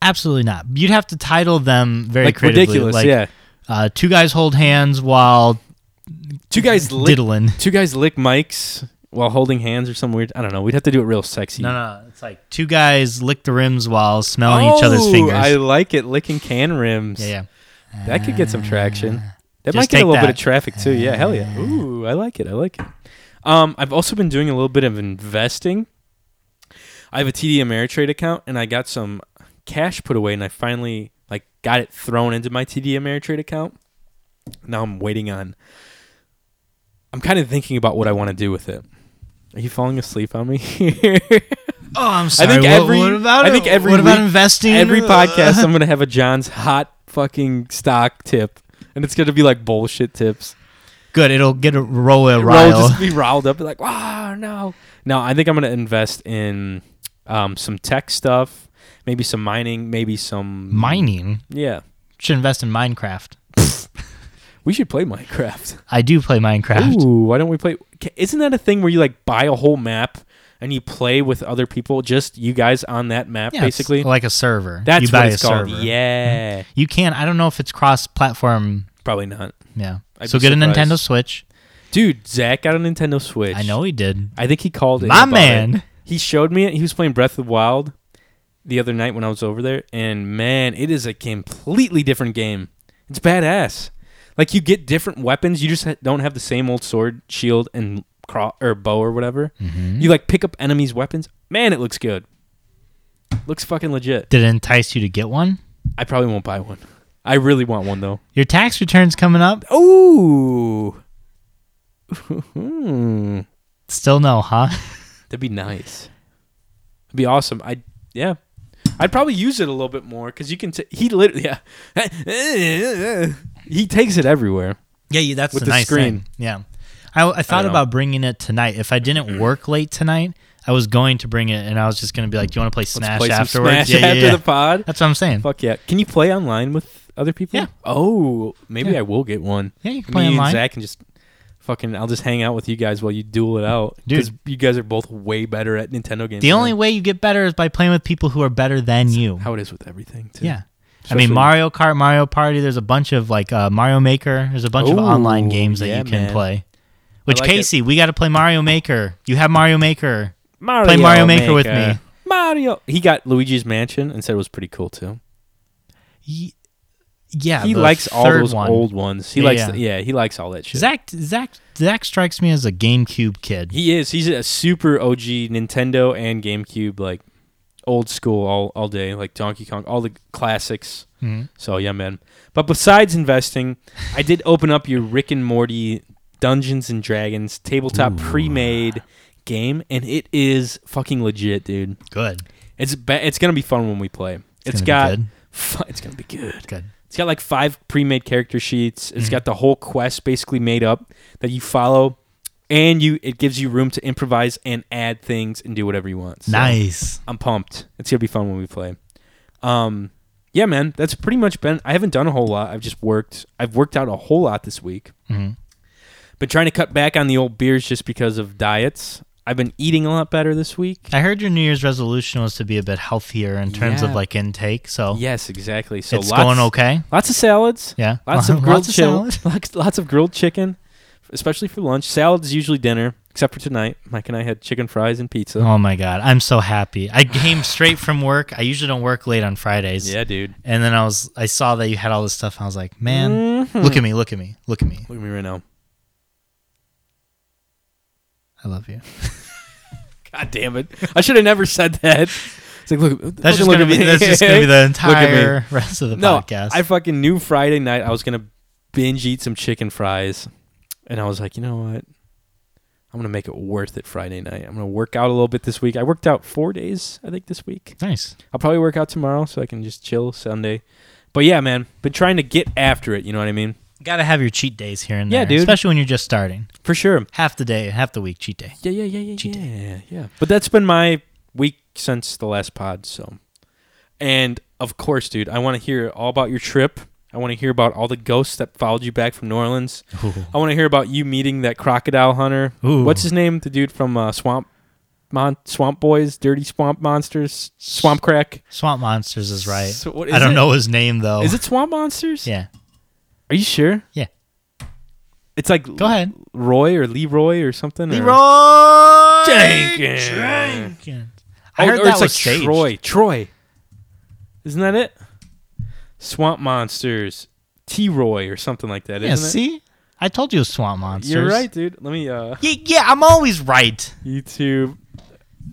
[SPEAKER 2] Absolutely not. You'd have to title them very
[SPEAKER 1] like
[SPEAKER 2] creatively,
[SPEAKER 1] ridiculous,
[SPEAKER 2] like,
[SPEAKER 1] yeah.
[SPEAKER 2] Uh, two guys hold hands while
[SPEAKER 1] Two guys lick,
[SPEAKER 2] diddling.
[SPEAKER 1] two guys lick mics while holding hands or some weird. I don't know. We'd have to do it real sexy.
[SPEAKER 2] No, no, it's like two guys lick the rims while smelling each other's
[SPEAKER 1] Oh,
[SPEAKER 2] fingers.
[SPEAKER 1] I like it, licking can rims.
[SPEAKER 2] yeah, yeah.
[SPEAKER 1] That could get some traction. That
[SPEAKER 2] Just
[SPEAKER 1] might get
[SPEAKER 2] take
[SPEAKER 1] a little bit
[SPEAKER 2] that.
[SPEAKER 1] of
[SPEAKER 2] Ah.
[SPEAKER 1] traffic too. Yeah, hell yeah. Ooh, I like it. I like it. Um, I've also been doing a little bit of investing. I have a TD Ameritrade account, and I got some cash put away, and I finally like got it thrown into my TD Ameritrade account. Now I'm waiting on. I'm kind of thinking about what I want to do with it. Are you falling asleep on me?
[SPEAKER 2] Oh, I'm
[SPEAKER 1] I
[SPEAKER 2] sorry.
[SPEAKER 1] think
[SPEAKER 2] What-
[SPEAKER 1] every
[SPEAKER 2] what about
[SPEAKER 1] I think
[SPEAKER 2] it?
[SPEAKER 1] every
[SPEAKER 2] what about
[SPEAKER 1] week-
[SPEAKER 2] investing?
[SPEAKER 1] Every
[SPEAKER 2] Uh,
[SPEAKER 1] podcast, I'm gonna have a John's hot fucking stock tip, and it's gonna be like bullshit tips.
[SPEAKER 2] Good. It'll get a roll a
[SPEAKER 1] We'll all
[SPEAKER 2] rile.
[SPEAKER 1] just be riled up, be like, "Wow, no, no." I think I'm gonna invest in um, some tech stuff, maybe some mining, maybe some
[SPEAKER 2] Mining
[SPEAKER 1] Yeah,
[SPEAKER 2] should invest in Minecraft.
[SPEAKER 1] we should play Minecraft.
[SPEAKER 2] I do play Minecraft.
[SPEAKER 1] Ooh, why don't we play? Ca- Isn't that a thing where you like buy a whole map and you play with other people, just you guys on that map,
[SPEAKER 2] Yeah, it's
[SPEAKER 1] basically?
[SPEAKER 2] like a server.
[SPEAKER 1] That's
[SPEAKER 2] you
[SPEAKER 1] what
[SPEAKER 2] buy
[SPEAKER 1] it's
[SPEAKER 2] a
[SPEAKER 1] called.
[SPEAKER 2] server. Mm-hmm.
[SPEAKER 1] Yeah,
[SPEAKER 2] You can. I don't know if it's cross-platform.
[SPEAKER 1] probably not,
[SPEAKER 2] Yeah.
[SPEAKER 1] I'd
[SPEAKER 2] so
[SPEAKER 1] be
[SPEAKER 2] get
[SPEAKER 1] surprised.
[SPEAKER 2] a Nintendo Switch.
[SPEAKER 1] dude. Zach got a Nintendo Switch.
[SPEAKER 2] I know he did.
[SPEAKER 1] I think he called it.
[SPEAKER 2] My
[SPEAKER 1] about
[SPEAKER 2] man.
[SPEAKER 1] it. He showed me it. He was playing Breath of the Wild the other night when I was over there, and man, it is a completely different game. It's badass. Like you get different weapons. You just ha- don't have the same old sword, shield, and cro- or bow or whatever. You like pick up enemies' weapons. Man, it looks good. Looks fucking legit.
[SPEAKER 2] Did it entice you to get one?
[SPEAKER 1] I probably won't buy one. I really want one though.
[SPEAKER 2] Your tax return's coming up.
[SPEAKER 1] Ooh. Hmm.
[SPEAKER 2] Still no, huh?
[SPEAKER 1] That'd be nice. That'd be awesome. I yeah. I'd probably use it a little bit more because you can. T- he literally, yeah. he takes it everywhere.
[SPEAKER 2] Yeah, yeah that's
[SPEAKER 1] With
[SPEAKER 2] the,
[SPEAKER 1] the
[SPEAKER 2] nice
[SPEAKER 1] screen.
[SPEAKER 2] thing. Yeah, I, I thought
[SPEAKER 1] know. Mm-hmm.
[SPEAKER 2] about bringing it tonight. If I didn't work late tonight, I was going to bring it, and I was just going to be like, "Do you want to play
[SPEAKER 1] Let's
[SPEAKER 2] Smash
[SPEAKER 1] play some
[SPEAKER 2] afterwards?"
[SPEAKER 1] Smash
[SPEAKER 2] yeah, yeah,
[SPEAKER 1] after
[SPEAKER 2] yeah.
[SPEAKER 1] the pod.
[SPEAKER 2] that's what I'm saying.
[SPEAKER 1] Fuck yeah! Can you play online with other people?
[SPEAKER 2] Yeah.
[SPEAKER 1] Oh, maybe
[SPEAKER 2] Yeah.
[SPEAKER 1] I will get one.
[SPEAKER 2] Yeah, you can
[SPEAKER 1] Me
[SPEAKER 2] play
[SPEAKER 1] and
[SPEAKER 2] online.
[SPEAKER 1] Zach can just fucking. I'll just hang out with you guys while you duel it out.
[SPEAKER 2] Dude.
[SPEAKER 1] because you guys are both way better at Nintendo games.
[SPEAKER 2] The
[SPEAKER 1] than
[SPEAKER 2] only
[SPEAKER 1] I am.
[SPEAKER 2] way you get better is by playing with people who are better than you.
[SPEAKER 1] how it is with everything. Too.
[SPEAKER 2] Yeah. I
[SPEAKER 1] Especially-
[SPEAKER 2] mean, Mario Kart, Mario Party. There's a bunch of like uh, Mario Maker. There's a bunch of
[SPEAKER 1] Ooh,
[SPEAKER 2] online games that
[SPEAKER 1] yeah,
[SPEAKER 2] you can
[SPEAKER 1] man.
[SPEAKER 2] play. Which
[SPEAKER 1] like it.
[SPEAKER 2] Casey, we got to play Mario Maker. You have Mario Maker.
[SPEAKER 1] Mario
[SPEAKER 2] Play Mario Maker with me.
[SPEAKER 1] Mario. He got Luigi's Mansion and said it was pretty cool too.
[SPEAKER 2] Ye- Yeah,
[SPEAKER 1] he
[SPEAKER 2] the
[SPEAKER 1] likes all
[SPEAKER 2] third
[SPEAKER 1] those
[SPEAKER 2] one.
[SPEAKER 1] old ones. He
[SPEAKER 2] Yeah,
[SPEAKER 1] likes,
[SPEAKER 2] yeah.
[SPEAKER 1] the- yeah. he likes all that shit.
[SPEAKER 2] Zach. Zach. Zach strikes me as a GameCube kid.
[SPEAKER 1] he is. He's a super OG Nintendo and GameCube, like old school all, all day, like Donkey Kong, all the classics. So yeah, man. But besides investing, I did open up your Rick and Morty Dungeons and Dragons tabletop pre-made game, and it is fucking legit, dude.
[SPEAKER 2] Good.
[SPEAKER 1] It's ba- it's gonna be fun when we play. it's
[SPEAKER 2] gonna
[SPEAKER 1] got
[SPEAKER 2] be good.
[SPEAKER 1] fu- it's gonna be good.
[SPEAKER 2] Good.
[SPEAKER 1] It's got like five pre-made character sheets.
[SPEAKER 2] Mm-hmm.
[SPEAKER 1] It's got the whole quest basically made up that you follow, and you it gives you room to improvise and add things and do whatever you want. So
[SPEAKER 2] Nice.
[SPEAKER 1] I'm pumped. It's gonna be fun when we play. Um, yeah, man, that's pretty much been. I haven't done a whole lot. I've just worked. I've worked out a whole lot this week.
[SPEAKER 2] Mhm.
[SPEAKER 1] Been trying to cut back on the old beers just because of diets. I've been eating a lot better this week.
[SPEAKER 2] I heard your New Year's resolution was to be a bit healthier in terms of
[SPEAKER 1] Yeah.
[SPEAKER 2] like intake. So
[SPEAKER 1] Yes, exactly. So
[SPEAKER 2] it's
[SPEAKER 1] lots,
[SPEAKER 2] going okay.
[SPEAKER 1] Lots of salads.
[SPEAKER 2] Yeah.
[SPEAKER 1] Lots of grilled
[SPEAKER 2] of
[SPEAKER 1] chill.
[SPEAKER 2] salad.
[SPEAKER 1] Lots, lots of grilled chicken, especially for lunch. Salad is usually dinner, except for tonight. Mike and I had chicken fries and pizza.
[SPEAKER 2] Oh my god, I'm so happy. I came straight from work. I usually don't work late on Fridays.
[SPEAKER 1] Yeah, dude.
[SPEAKER 2] And then I was I saw that you had all this stuff. And I was like, man, look at me, look at me, look at me.
[SPEAKER 1] Mm-hmm. Look at me right now.
[SPEAKER 2] I love you.
[SPEAKER 1] God damn it! I should have never said that. It's like look.
[SPEAKER 2] That's just
[SPEAKER 1] look
[SPEAKER 2] gonna
[SPEAKER 1] at
[SPEAKER 2] be
[SPEAKER 1] me.
[SPEAKER 2] that's just gonna be the
[SPEAKER 1] Look at me.
[SPEAKER 2] entire rest of the
[SPEAKER 1] no,
[SPEAKER 2] podcast.
[SPEAKER 1] I fucking knew Friday night I was gonna binge eat some chicken fries, and I was like, you know what? I'm gonna make it worth it Friday night. I'm gonna work out a little bit this week. I worked out four days, I think, this week.
[SPEAKER 2] nice.
[SPEAKER 1] I'll probably work out tomorrow so I can just chill Sunday. But yeah, man, been trying to get after it. You know what I mean?
[SPEAKER 2] Gotta have your cheat days here and
[SPEAKER 1] Yeah,
[SPEAKER 2] there.
[SPEAKER 1] dude.
[SPEAKER 2] Especially when you're just starting.
[SPEAKER 1] For sure.
[SPEAKER 2] Half the day, half the week cheat day.
[SPEAKER 1] Yeah, yeah, yeah, yeah,
[SPEAKER 2] Cheat
[SPEAKER 1] yeah, yeah. But that's been my week since the last pod. So, and of course, dude, I want to hear all about your trip. I want to hear about all the ghosts that followed you back from New Orleans. I want to hear about you meeting that crocodile hunter.
[SPEAKER 2] Ooh.
[SPEAKER 1] What's his name? The dude from uh, Swamp Mon- Swamp Boys, Dirty Swamp Monsters, Swamp Crack.
[SPEAKER 2] Swamp Monsters is right.
[SPEAKER 1] So what
[SPEAKER 2] I
[SPEAKER 1] is
[SPEAKER 2] don't
[SPEAKER 1] it?
[SPEAKER 2] know his name though.
[SPEAKER 1] Is it Swamp Monsters?
[SPEAKER 2] Yeah.
[SPEAKER 1] Are you sure?
[SPEAKER 2] Yeah.
[SPEAKER 1] It's like
[SPEAKER 2] Go ahead.
[SPEAKER 1] Roy or Leroy or something. or-
[SPEAKER 2] Leroy
[SPEAKER 1] Jenkins.
[SPEAKER 2] Jenkins.
[SPEAKER 1] Oh,
[SPEAKER 2] I heard
[SPEAKER 1] or
[SPEAKER 2] that
[SPEAKER 1] it's
[SPEAKER 2] was
[SPEAKER 1] like
[SPEAKER 2] staged.
[SPEAKER 1] Troy. Troy. Isn't that it? Swamp Monsters, T Roy or something like that,
[SPEAKER 2] Yeah,
[SPEAKER 1] isn't it?
[SPEAKER 2] see? I told you it was Swamp Monsters.
[SPEAKER 1] You're right, dude. Let me uh
[SPEAKER 2] Yeah, yeah, I'm always right.
[SPEAKER 1] YouTube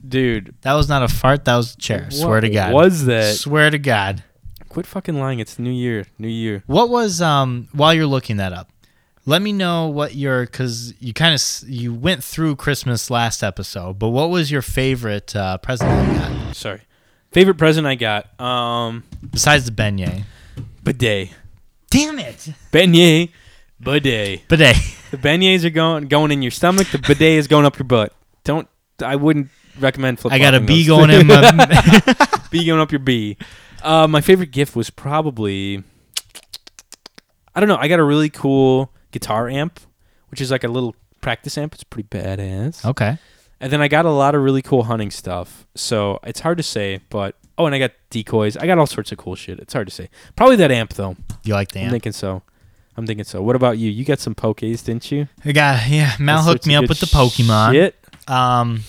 [SPEAKER 1] dude.
[SPEAKER 2] That was not a fart, that was a chair. Swear
[SPEAKER 1] what
[SPEAKER 2] to God.
[SPEAKER 1] Was that?
[SPEAKER 2] Swear to God.
[SPEAKER 1] Quit fucking lying. It's New Year. New Year.
[SPEAKER 2] What was um while you're looking that up? Let me know what your cuz you kind of you went through Christmas last episode, but what was your favorite uh present that you got
[SPEAKER 1] Sorry. Favorite present I got. Um
[SPEAKER 2] besides the beignet?
[SPEAKER 1] bidet.
[SPEAKER 2] Damn it.
[SPEAKER 1] Beignet. Bidet.
[SPEAKER 2] Bidet.
[SPEAKER 1] The beignets are going going in your stomach. The bidet is going up your butt. Don't. I wouldn't recommend flip.
[SPEAKER 2] I got a bee going in my
[SPEAKER 1] bee going up your bee. Uh, my favorite gift was probably. I don't know. I got a really cool guitar amp, which is like a little practice amp. It's pretty badass.
[SPEAKER 2] Okay.
[SPEAKER 1] And then I got a lot of really cool hunting stuff. So it's hard to say, but oh, and I got decoys. I got all sorts of cool shit. It's hard to say. Probably that amp though.
[SPEAKER 2] You like the
[SPEAKER 1] I'm
[SPEAKER 2] amp?
[SPEAKER 1] thinking so. I'm thinking so. What about you? You got some pokés, didn't you?
[SPEAKER 2] I got yeah. Mal
[SPEAKER 1] All
[SPEAKER 2] hooked
[SPEAKER 1] sorts
[SPEAKER 2] me
[SPEAKER 1] of
[SPEAKER 2] up
[SPEAKER 1] good
[SPEAKER 2] with the Pokemon.
[SPEAKER 1] Shit.
[SPEAKER 2] Um,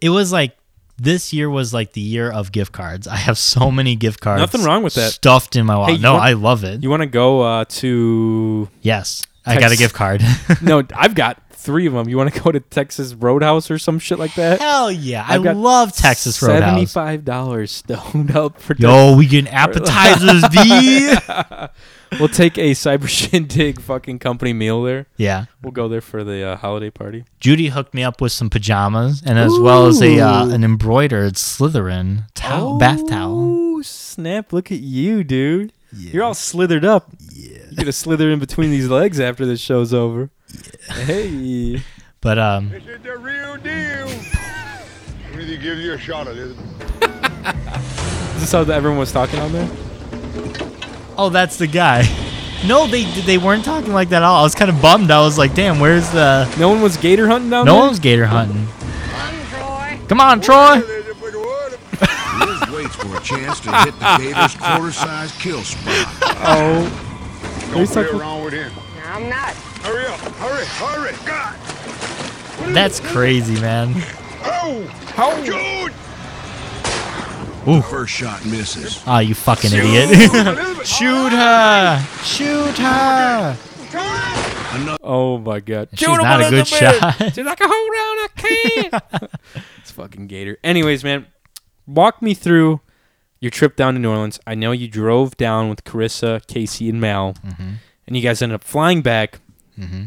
[SPEAKER 2] it was like this year was like the year of gift cards. I have so many gift cards.
[SPEAKER 1] Nothing wrong with that.
[SPEAKER 2] Stuffed in my wallet.
[SPEAKER 1] you
[SPEAKER 2] no,
[SPEAKER 1] want-
[SPEAKER 2] I love it.
[SPEAKER 1] You want to go uh, to?
[SPEAKER 2] yes, I got a
[SPEAKER 1] Text-
[SPEAKER 2] gift card.
[SPEAKER 1] No, I've got three of them. You want to go to Texas Roadhouse or some shit like that?
[SPEAKER 2] Hell yeah! I
[SPEAKER 1] I've got
[SPEAKER 2] love Texas Roadhouse.
[SPEAKER 1] Seventy-five dollars stoned up for.
[SPEAKER 2] Yo, we getting appetizers, D.
[SPEAKER 1] We'll take a cyber shindig fucking company meal there.
[SPEAKER 2] Yeah,
[SPEAKER 1] We'll go there for the uh, holiday party.
[SPEAKER 2] Judy hooked me up with some pajamas and as well as a uh,
[SPEAKER 1] Ooh.
[SPEAKER 2] an embroidered Slytherin towel, bath towel.
[SPEAKER 1] Oh snap! Look at you, dude. You're all slithered up. Yeah. You're gonna slither in between these legs after this show's over. Hey.
[SPEAKER 2] But um,
[SPEAKER 3] It's the real deal. we need to give you a shot at it.
[SPEAKER 1] Is this how everyone was talking on there?
[SPEAKER 2] oh, that's the guy. No, they they weren't talking like that at all. I was kind of bummed. I was like, damn, where's the
[SPEAKER 1] No one was gator hunting down
[SPEAKER 2] No
[SPEAKER 1] there?
[SPEAKER 2] one was gator hunting. Come on, Troy.
[SPEAKER 3] There's a big word.
[SPEAKER 4] Liz waits for a chance to hit the gator's quarter-size kill spot.
[SPEAKER 1] Oh.
[SPEAKER 3] Don't play
[SPEAKER 1] sucker.
[SPEAKER 3] around with him.
[SPEAKER 5] I'm not.
[SPEAKER 3] Hurry up. Hurry. Hurry. God.
[SPEAKER 2] That's crazy, man.
[SPEAKER 3] Oh. How? Shoot.
[SPEAKER 4] First shot misses.
[SPEAKER 2] Oh, you fucking
[SPEAKER 3] Shoot.
[SPEAKER 2] idiot.
[SPEAKER 3] Elizabeth.
[SPEAKER 2] Shoot her. Shoot her.
[SPEAKER 1] Oh my god.
[SPEAKER 2] She's not a good shot.
[SPEAKER 1] She's like, hold on, I can't. it's fucking gator. Anyways, man, walk me through your trip down to New Orleans. I know you drove down with Carissa, Casey, and Mal,
[SPEAKER 2] Mm-hmm.
[SPEAKER 1] and you guys ended up flying back.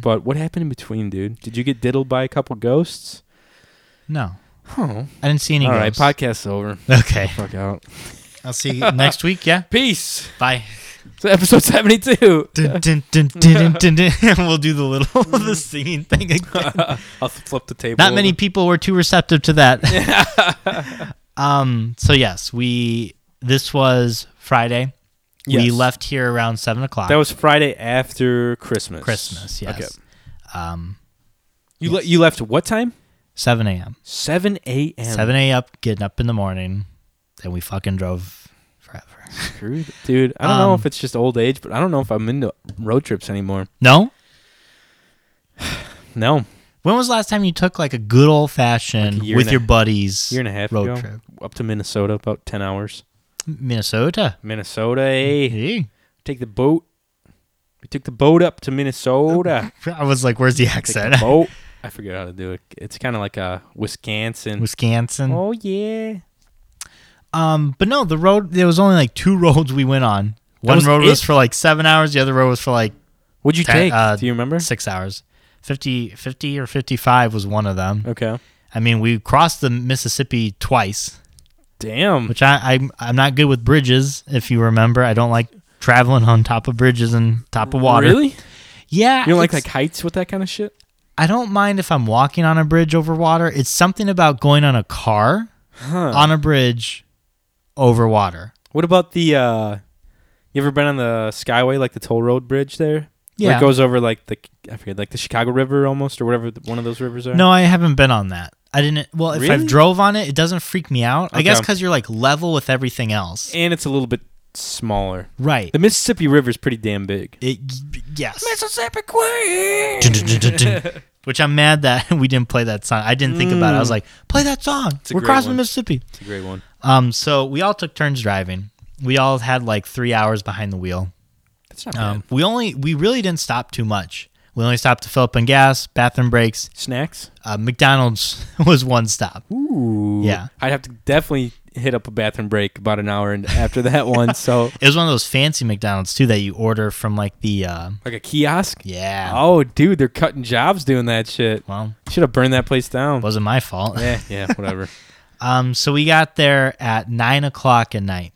[SPEAKER 1] But what happened in between, dude? Did you get diddled by a couple ghosts?
[SPEAKER 2] No,
[SPEAKER 1] Oh,
[SPEAKER 2] I didn't see any.
[SPEAKER 1] all right.
[SPEAKER 2] ghosts.
[SPEAKER 1] Podcast's over.
[SPEAKER 2] Okay,
[SPEAKER 1] Fuck out.
[SPEAKER 2] I'll see you next week. Yeah,
[SPEAKER 1] Peace.
[SPEAKER 2] bye.
[SPEAKER 1] It's episode seventy-two.
[SPEAKER 2] Dun, dun, dun, dun, dun, dun, dun. we'll do the little the singing thing again.
[SPEAKER 1] I'll flip the table.
[SPEAKER 2] Not many
[SPEAKER 1] over.
[SPEAKER 2] people were too receptive to that. um. So yes, we this was Friday. We
[SPEAKER 1] Yes.
[SPEAKER 2] left here around seven o'clock.
[SPEAKER 1] That was Friday after Christmas.
[SPEAKER 2] Christmas. Yes.
[SPEAKER 1] Okay.
[SPEAKER 2] Um.
[SPEAKER 1] You le- you left at what time?
[SPEAKER 2] Seven a.m.
[SPEAKER 1] Seven a.m.
[SPEAKER 2] 7 a.m. up, getting up in the morning, and we fucking drove forever.
[SPEAKER 1] Screw th- Dude, I don't know
[SPEAKER 2] Um,
[SPEAKER 1] if it's just old age, but I don't know if I'm into road trips anymore.
[SPEAKER 2] No?
[SPEAKER 1] No,
[SPEAKER 2] When was the last time you took like a good old fashioned
[SPEAKER 1] Like a year
[SPEAKER 2] with
[SPEAKER 1] and a-
[SPEAKER 2] your buddies
[SPEAKER 1] year and a half
[SPEAKER 2] road
[SPEAKER 1] ago,
[SPEAKER 2] trip?
[SPEAKER 1] up to Minnesota, about ten hours.
[SPEAKER 2] Minnesota.
[SPEAKER 1] Minnesota, eh?
[SPEAKER 2] Hey.
[SPEAKER 1] Take the boat. We took the boat up to Minnesota.
[SPEAKER 2] I was like, where's the
[SPEAKER 1] Take
[SPEAKER 2] accent?
[SPEAKER 1] the boat. I forget how to do it. It's kind of like a Wisconsin.
[SPEAKER 2] Wisconsin.
[SPEAKER 1] Oh yeah.
[SPEAKER 2] Um, but no, the road there was only like two roads we went on. One
[SPEAKER 1] was
[SPEAKER 2] road was
[SPEAKER 1] it?
[SPEAKER 2] for like seven hours, the other road was for like
[SPEAKER 1] What'd you
[SPEAKER 2] Ten-
[SPEAKER 1] take?
[SPEAKER 2] uh,
[SPEAKER 1] do you remember?
[SPEAKER 2] six hours. 50, 50 or 55 was one of them.
[SPEAKER 1] Okay.
[SPEAKER 2] I mean, we crossed the Mississippi twice.
[SPEAKER 1] Damn.
[SPEAKER 2] which I, I'm I'm not good with bridges. If you remember, I don't like traveling on top of bridges and top of water.
[SPEAKER 1] Really? You
[SPEAKER 2] Yeah.
[SPEAKER 1] don't like
[SPEAKER 2] it's-
[SPEAKER 1] like heights with that kind of shit?
[SPEAKER 2] I don't mind if I'm walking on a bridge over water. It's something about going on a car on a bridge over water.
[SPEAKER 1] What about the uh you ever been on the Skyway like the toll road bridge there? Where
[SPEAKER 2] Yeah.
[SPEAKER 1] it goes over like the I forget like the Chicago River almost or whatever th- one of those rivers are.
[SPEAKER 2] No, I haven't been on that. I didn't. Well, if
[SPEAKER 1] Really?
[SPEAKER 2] I've drove on it, it doesn't freak me out. I guess
[SPEAKER 1] Okay.
[SPEAKER 2] because you're like level with everything else.
[SPEAKER 1] And it's a little bit smaller.
[SPEAKER 2] right.
[SPEAKER 1] The Mississippi River's pretty damn big.
[SPEAKER 2] It, yes.
[SPEAKER 1] Mississippi Queen.
[SPEAKER 2] Dun, dun, dun, dun, dun. Which I'm mad that we didn't play that song. I didn't think about it. I was like, play that song.
[SPEAKER 1] Mm. a
[SPEAKER 2] We're
[SPEAKER 1] great
[SPEAKER 2] crossing
[SPEAKER 1] one.
[SPEAKER 2] the Mississippi.
[SPEAKER 1] It's a great one.
[SPEAKER 2] Um, so we all took turns driving. We all had like three hours behind the wheel.
[SPEAKER 1] That's not
[SPEAKER 2] Um,
[SPEAKER 1] bad.
[SPEAKER 2] we only we really didn't stop too much. We only stopped to fill up on gas, bathroom breaks.
[SPEAKER 1] Snacks?
[SPEAKER 2] Uh, McDonald's was one stop.
[SPEAKER 1] Ooh.
[SPEAKER 2] Yeah.
[SPEAKER 1] I'd have to definitely hit up a bathroom break about an hour and after that one. So
[SPEAKER 2] It was one of those fancy McDonald's too that you order from like the uh,
[SPEAKER 1] like a kiosk.
[SPEAKER 2] yeah.
[SPEAKER 1] Oh, dude, they're cutting jobs doing that shit.
[SPEAKER 2] Well,
[SPEAKER 1] Should have burned that place down.
[SPEAKER 2] wasn't my fault.
[SPEAKER 1] Yeah, yeah, whatever.
[SPEAKER 2] Um, so we got there at nine o'clock at night.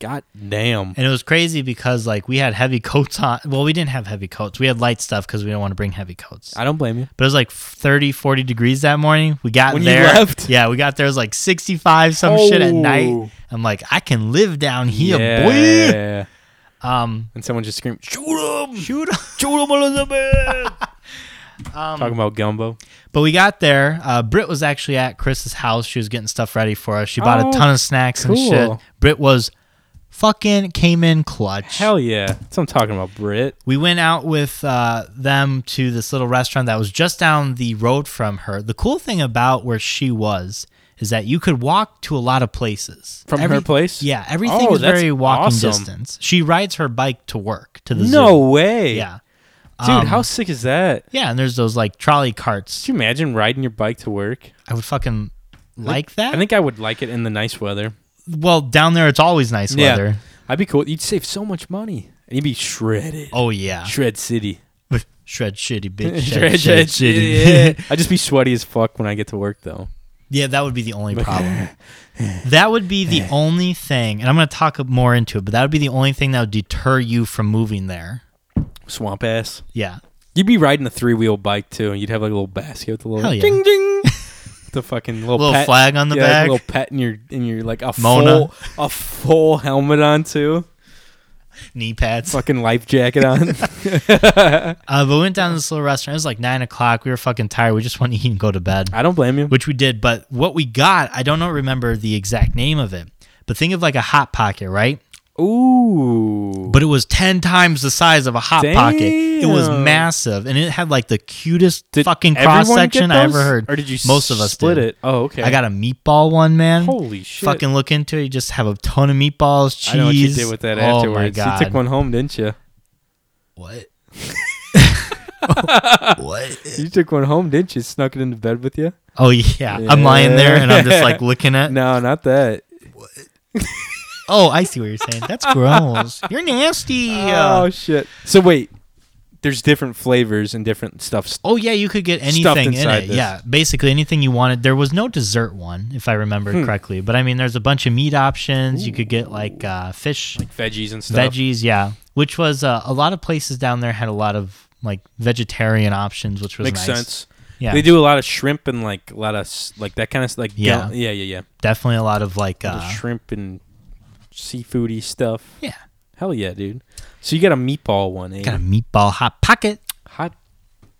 [SPEAKER 1] God damn.
[SPEAKER 2] And it was crazy because like we had heavy coats on. Well, we didn't have heavy coats. We had light stuff because we didn't want to bring heavy coats.
[SPEAKER 1] I don't blame you.
[SPEAKER 2] But it was like 30, 40 degrees that morning. We got
[SPEAKER 1] When you
[SPEAKER 2] there.
[SPEAKER 1] left?
[SPEAKER 2] Yeah, we got there. It was like 65, some shit at night.
[SPEAKER 1] Oh.
[SPEAKER 2] I'm like, I can live down here, boy.
[SPEAKER 1] yeah.
[SPEAKER 2] Um,
[SPEAKER 1] And someone just screamed, "Shoot!"
[SPEAKER 2] Shoot him. Shoot him, Elizabeth. Um,
[SPEAKER 1] talking about gumbo.
[SPEAKER 2] but we got there. Uh, Britt was actually at Chris's house. She was getting stuff ready for us. She bought
[SPEAKER 1] Oh,
[SPEAKER 2] a ton of snacks and shit.
[SPEAKER 1] cool.
[SPEAKER 2] Britt was fucking came in clutch.
[SPEAKER 1] Hell yeah. That's what I'm talking about, Brit.
[SPEAKER 2] we went out with uh, them to this little restaurant that was just down the road from her. The cool thing about where she was is that you could walk to a lot of places
[SPEAKER 1] From her place?
[SPEAKER 2] Yeah, everything
[SPEAKER 1] Oh,
[SPEAKER 2] is
[SPEAKER 1] that's
[SPEAKER 2] very walking
[SPEAKER 1] awesome.
[SPEAKER 2] distance. She rides her bike to work to the
[SPEAKER 1] No
[SPEAKER 2] zoo.
[SPEAKER 1] way.
[SPEAKER 2] yeah, um,
[SPEAKER 1] Dude, how sick is that?
[SPEAKER 2] yeah, and there's those like trolley carts.
[SPEAKER 1] Could you imagine riding your bike to work?
[SPEAKER 2] I would fucking like that.
[SPEAKER 1] I think I would like it in the nice weather.
[SPEAKER 2] well, down there it's always nice weather.
[SPEAKER 1] I'd be cool. You'd save so much money. And you'd be shredded.
[SPEAKER 2] Oh yeah,
[SPEAKER 1] Shred City.
[SPEAKER 2] shred shitty bitch,
[SPEAKER 1] Shred,
[SPEAKER 2] shred, shred
[SPEAKER 1] City.
[SPEAKER 2] shitty.
[SPEAKER 1] I'd just be sweaty as fuck when I get to work, though.
[SPEAKER 2] Yeah, that would be the only problem. that would be the only thing, and I'm going to talk more into it, but that would be the only thing that would deter you from moving there.
[SPEAKER 1] Swamp ass.
[SPEAKER 2] Yeah.
[SPEAKER 1] You'd be riding a three wheel bike, too, and you'd have like a little basket with a little
[SPEAKER 2] Hell yeah.
[SPEAKER 1] ding ding. with the fucking little,
[SPEAKER 2] Little
[SPEAKER 1] pet-
[SPEAKER 2] flag on the
[SPEAKER 1] yeah, like
[SPEAKER 2] back.
[SPEAKER 1] a little pet in your, in your like a
[SPEAKER 2] Mona.
[SPEAKER 1] full a full helmet on, too.
[SPEAKER 2] Knee pads.
[SPEAKER 1] fucking life jacket on.
[SPEAKER 2] Uh, but we went down to this little restaurant. It was like nine o'clock. We were fucking tired. We just wanted to eat and go to bed,
[SPEAKER 1] I don't blame you.
[SPEAKER 2] which we did. But what we got, I don't know, remember the exact name of it, but think of like a Hot Pocket, right?
[SPEAKER 1] Ooh.
[SPEAKER 2] But it was 10 times the size of a Hot Pocket. It was
[SPEAKER 1] Damn.
[SPEAKER 2] massive, and it had like the cutest
[SPEAKER 1] Did
[SPEAKER 2] fucking
[SPEAKER 1] everyone
[SPEAKER 2] cross section
[SPEAKER 1] get
[SPEAKER 2] I
[SPEAKER 1] those?
[SPEAKER 2] ever heard.
[SPEAKER 1] Or did you
[SPEAKER 2] Most of us
[SPEAKER 1] split
[SPEAKER 2] did.
[SPEAKER 1] it? Oh, okay.
[SPEAKER 2] I got a meatball one, man.
[SPEAKER 1] Holy shit.
[SPEAKER 2] Fucking look into it. You just have a ton of meatballs, cheese.
[SPEAKER 1] I know what you did with that
[SPEAKER 2] oh
[SPEAKER 1] afterwards.
[SPEAKER 2] My God.
[SPEAKER 1] You took one home, didn't you?
[SPEAKER 2] What? what?
[SPEAKER 1] You took one home, didn't you? Snuck it into bed with you?
[SPEAKER 2] Oh yeah. I'm lying there and I'm just like looking at.
[SPEAKER 1] No, not that.
[SPEAKER 2] Oh, I see what you're saying. That's gross. You're nasty.
[SPEAKER 1] Oh
[SPEAKER 2] Oh,
[SPEAKER 1] shit. So wait, there's different flavors and different stuff.
[SPEAKER 2] Oh, yeah, you could get
[SPEAKER 1] Stuffed
[SPEAKER 2] anything in
[SPEAKER 1] inside
[SPEAKER 2] it.
[SPEAKER 1] this.
[SPEAKER 2] Yeah, basically anything you wanted. There was no dessert one, if I remember
[SPEAKER 1] Hmm.
[SPEAKER 2] correctly. But I mean, there's a bunch of meat options. You could get like uh, fish,
[SPEAKER 1] Veggies and stuff.
[SPEAKER 2] veggies. Yeah, which was uh, a lot of places down there had a lot of like vegetarian options, which was
[SPEAKER 1] Makes
[SPEAKER 2] nice.
[SPEAKER 1] sense.
[SPEAKER 2] Yeah,
[SPEAKER 1] They do a lot of shrimp and like a lot of s- like that kind of s- like
[SPEAKER 2] Yeah.
[SPEAKER 1] gal- yeah, yeah, yeah.
[SPEAKER 2] definitely a lot of like
[SPEAKER 1] The
[SPEAKER 2] uh,
[SPEAKER 1] shrimp and seafoody stuff.
[SPEAKER 2] yeah,
[SPEAKER 1] Hell yeah, dude. So you got a meatball one, eh?
[SPEAKER 2] got a meatball hot pocket.
[SPEAKER 1] Hot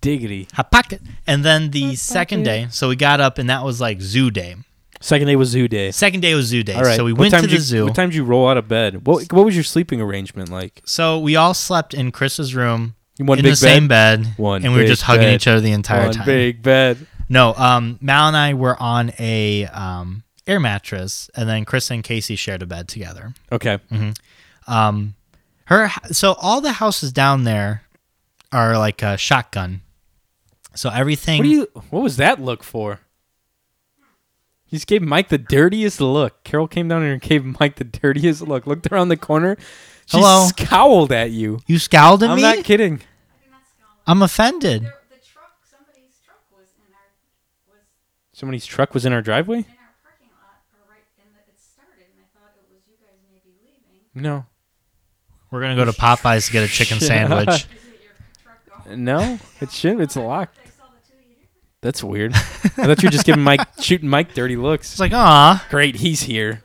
[SPEAKER 1] diggity.
[SPEAKER 2] Hot pocket. And then the second day, so we got up and that was like zoo day.
[SPEAKER 1] Second day was zoo day.
[SPEAKER 2] Second day was zoo day.
[SPEAKER 1] All right.
[SPEAKER 2] So we
[SPEAKER 1] What
[SPEAKER 2] went
[SPEAKER 1] time
[SPEAKER 2] to
[SPEAKER 1] did you,
[SPEAKER 2] the zoo.
[SPEAKER 1] What time did you roll out of bed? What What was your sleeping arrangement like?
[SPEAKER 2] So we all slept in Chris's room
[SPEAKER 1] One
[SPEAKER 2] in
[SPEAKER 1] big
[SPEAKER 2] the same bed,
[SPEAKER 1] One
[SPEAKER 2] and we were
[SPEAKER 1] big
[SPEAKER 2] just hugging
[SPEAKER 1] bed.
[SPEAKER 2] each other the entire
[SPEAKER 1] One
[SPEAKER 2] time.
[SPEAKER 1] big bed.
[SPEAKER 2] No, um, Mal and I were on a um, air mattress, and then Chris and Casey shared a bed together.
[SPEAKER 1] Okay.
[SPEAKER 2] Her h- so all the houses down there are like a shotgun. So everything.
[SPEAKER 1] What do you? What was that look for? He just gave Mike the dirtiest look. Carol came down here and gave Mike the dirtiest look. Looked around the corner. She
[SPEAKER 2] Hello?
[SPEAKER 1] scowled at you.
[SPEAKER 2] you scowled at
[SPEAKER 1] I'm
[SPEAKER 2] me.
[SPEAKER 1] not kidding.
[SPEAKER 2] I'm offended.
[SPEAKER 5] There, the truck, somebody's truck was in our was
[SPEAKER 1] Somebody's truck was in our driveway.
[SPEAKER 5] in our parking lot, or right in the it started, and I thought it was you guys maybe leaving.
[SPEAKER 1] No.
[SPEAKER 2] We're gonna go to Popeyes to get a chicken sandwich.
[SPEAKER 5] Is it your truck gone?
[SPEAKER 1] No. It should. It's locked.
[SPEAKER 5] I saw the two of you here.
[SPEAKER 1] That's weird. I thought you were just giving Mike shooting Mike dirty looks.
[SPEAKER 2] It's like, ah,
[SPEAKER 1] Great, he's here.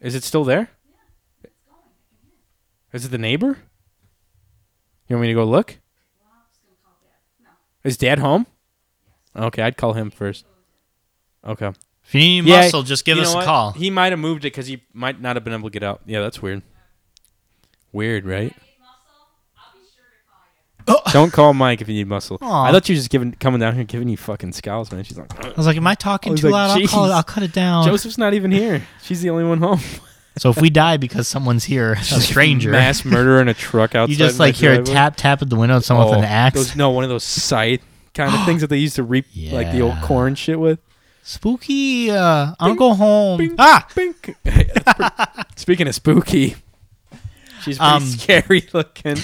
[SPEAKER 1] Is it still there? Is it the neighbor? You want me to go look? Is dad home? Okay, I'd call him first. Okay.
[SPEAKER 2] if you need any
[SPEAKER 1] Yeah,
[SPEAKER 2] muscle, just give
[SPEAKER 1] you
[SPEAKER 2] us
[SPEAKER 1] know
[SPEAKER 2] a
[SPEAKER 1] what?
[SPEAKER 2] call.
[SPEAKER 1] He might have moved it because he might not have been able to get out. Yeah, that's weird. Weird, right? Don't call Mike if you need muscle.
[SPEAKER 2] Oh. Aw.
[SPEAKER 1] I thought you were just giving coming down here and giving you fucking scowls, man. She's like,
[SPEAKER 2] I was like, am I talking
[SPEAKER 1] was
[SPEAKER 2] too
[SPEAKER 1] like,
[SPEAKER 2] loud? I'll, call it,
[SPEAKER 1] "Jeez."
[SPEAKER 2] I'll cut it down.
[SPEAKER 1] Joseph's not even here. She's the only one home.
[SPEAKER 2] So if we die because someone's here, a stranger,
[SPEAKER 1] Mass murder in a truck outside.
[SPEAKER 2] you just
[SPEAKER 1] my
[SPEAKER 2] like hear
[SPEAKER 1] driveway.
[SPEAKER 2] a tap tap at the window of someone with an
[SPEAKER 1] Oh,
[SPEAKER 2] axe.
[SPEAKER 1] those- no, one of those scythe kind of things that they used to reap like the old
[SPEAKER 2] Yeah.
[SPEAKER 1] corn shit with.
[SPEAKER 2] Spooky. Uh, I'll go home.
[SPEAKER 1] bing,
[SPEAKER 2] ah,
[SPEAKER 1] Bink. Hey, that's pretty- Speaking of spooky, she's pretty
[SPEAKER 2] Um,
[SPEAKER 1] scary looking.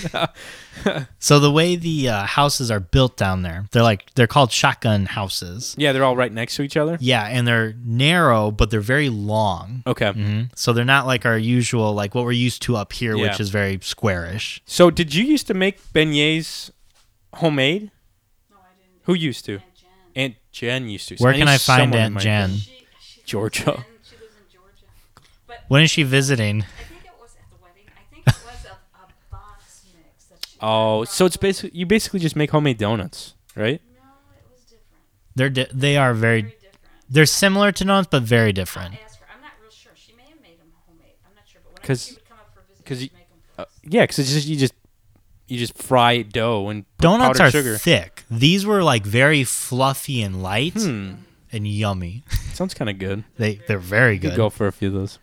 [SPEAKER 2] so the way the uh, houses are built down there, they're like they're called shotgun houses.
[SPEAKER 1] yeah, they're all right next to each other.
[SPEAKER 2] Yeah, and they're narrow, but they're very long.
[SPEAKER 1] Okay.
[SPEAKER 2] Mhm. So they're not like our usual, like what we're used to up here,
[SPEAKER 1] Yeah.
[SPEAKER 2] which is very squarish.
[SPEAKER 1] So, did you used to make beignets homemade?
[SPEAKER 5] No, I didn't.
[SPEAKER 1] Who used to?
[SPEAKER 5] Aunt Jen.
[SPEAKER 1] Aunt Jen used to.
[SPEAKER 2] Where can
[SPEAKER 1] knew
[SPEAKER 2] I find
[SPEAKER 1] someone
[SPEAKER 2] Aunt
[SPEAKER 1] might-
[SPEAKER 2] Jen?
[SPEAKER 5] She, she
[SPEAKER 1] Georgia.
[SPEAKER 5] lives in- She lives in Georgia. But
[SPEAKER 2] When is she visiting?
[SPEAKER 5] I think it was at the wedding. I think it was a, a box mix that she.
[SPEAKER 1] Oh,
[SPEAKER 5] got
[SPEAKER 1] so it's
[SPEAKER 5] from-
[SPEAKER 1] basically you basically just make homemade donuts, right?
[SPEAKER 5] No, it was different.
[SPEAKER 2] They're di- they are very
[SPEAKER 5] Very different.
[SPEAKER 2] they're similar to nuns, but very different.
[SPEAKER 5] Ask her. I'm not real sure. She may have made them homemade. I'm not sure, but whenever
[SPEAKER 1] 'Cause-
[SPEAKER 5] she would come up for a visit,
[SPEAKER 1] 'cause
[SPEAKER 5] she'd
[SPEAKER 1] you-
[SPEAKER 5] make them for
[SPEAKER 1] Uh,
[SPEAKER 5] us.
[SPEAKER 1] yeah, because it's just you just you just fry dough and put
[SPEAKER 2] Donuts
[SPEAKER 1] powdered
[SPEAKER 2] are
[SPEAKER 1] sugar.
[SPEAKER 2] thick. These were like very fluffy and light
[SPEAKER 1] Hmm.
[SPEAKER 2] and yummy.
[SPEAKER 1] Sounds kind of good.
[SPEAKER 2] They they're very
[SPEAKER 1] You
[SPEAKER 2] good.
[SPEAKER 1] could go for a few of those.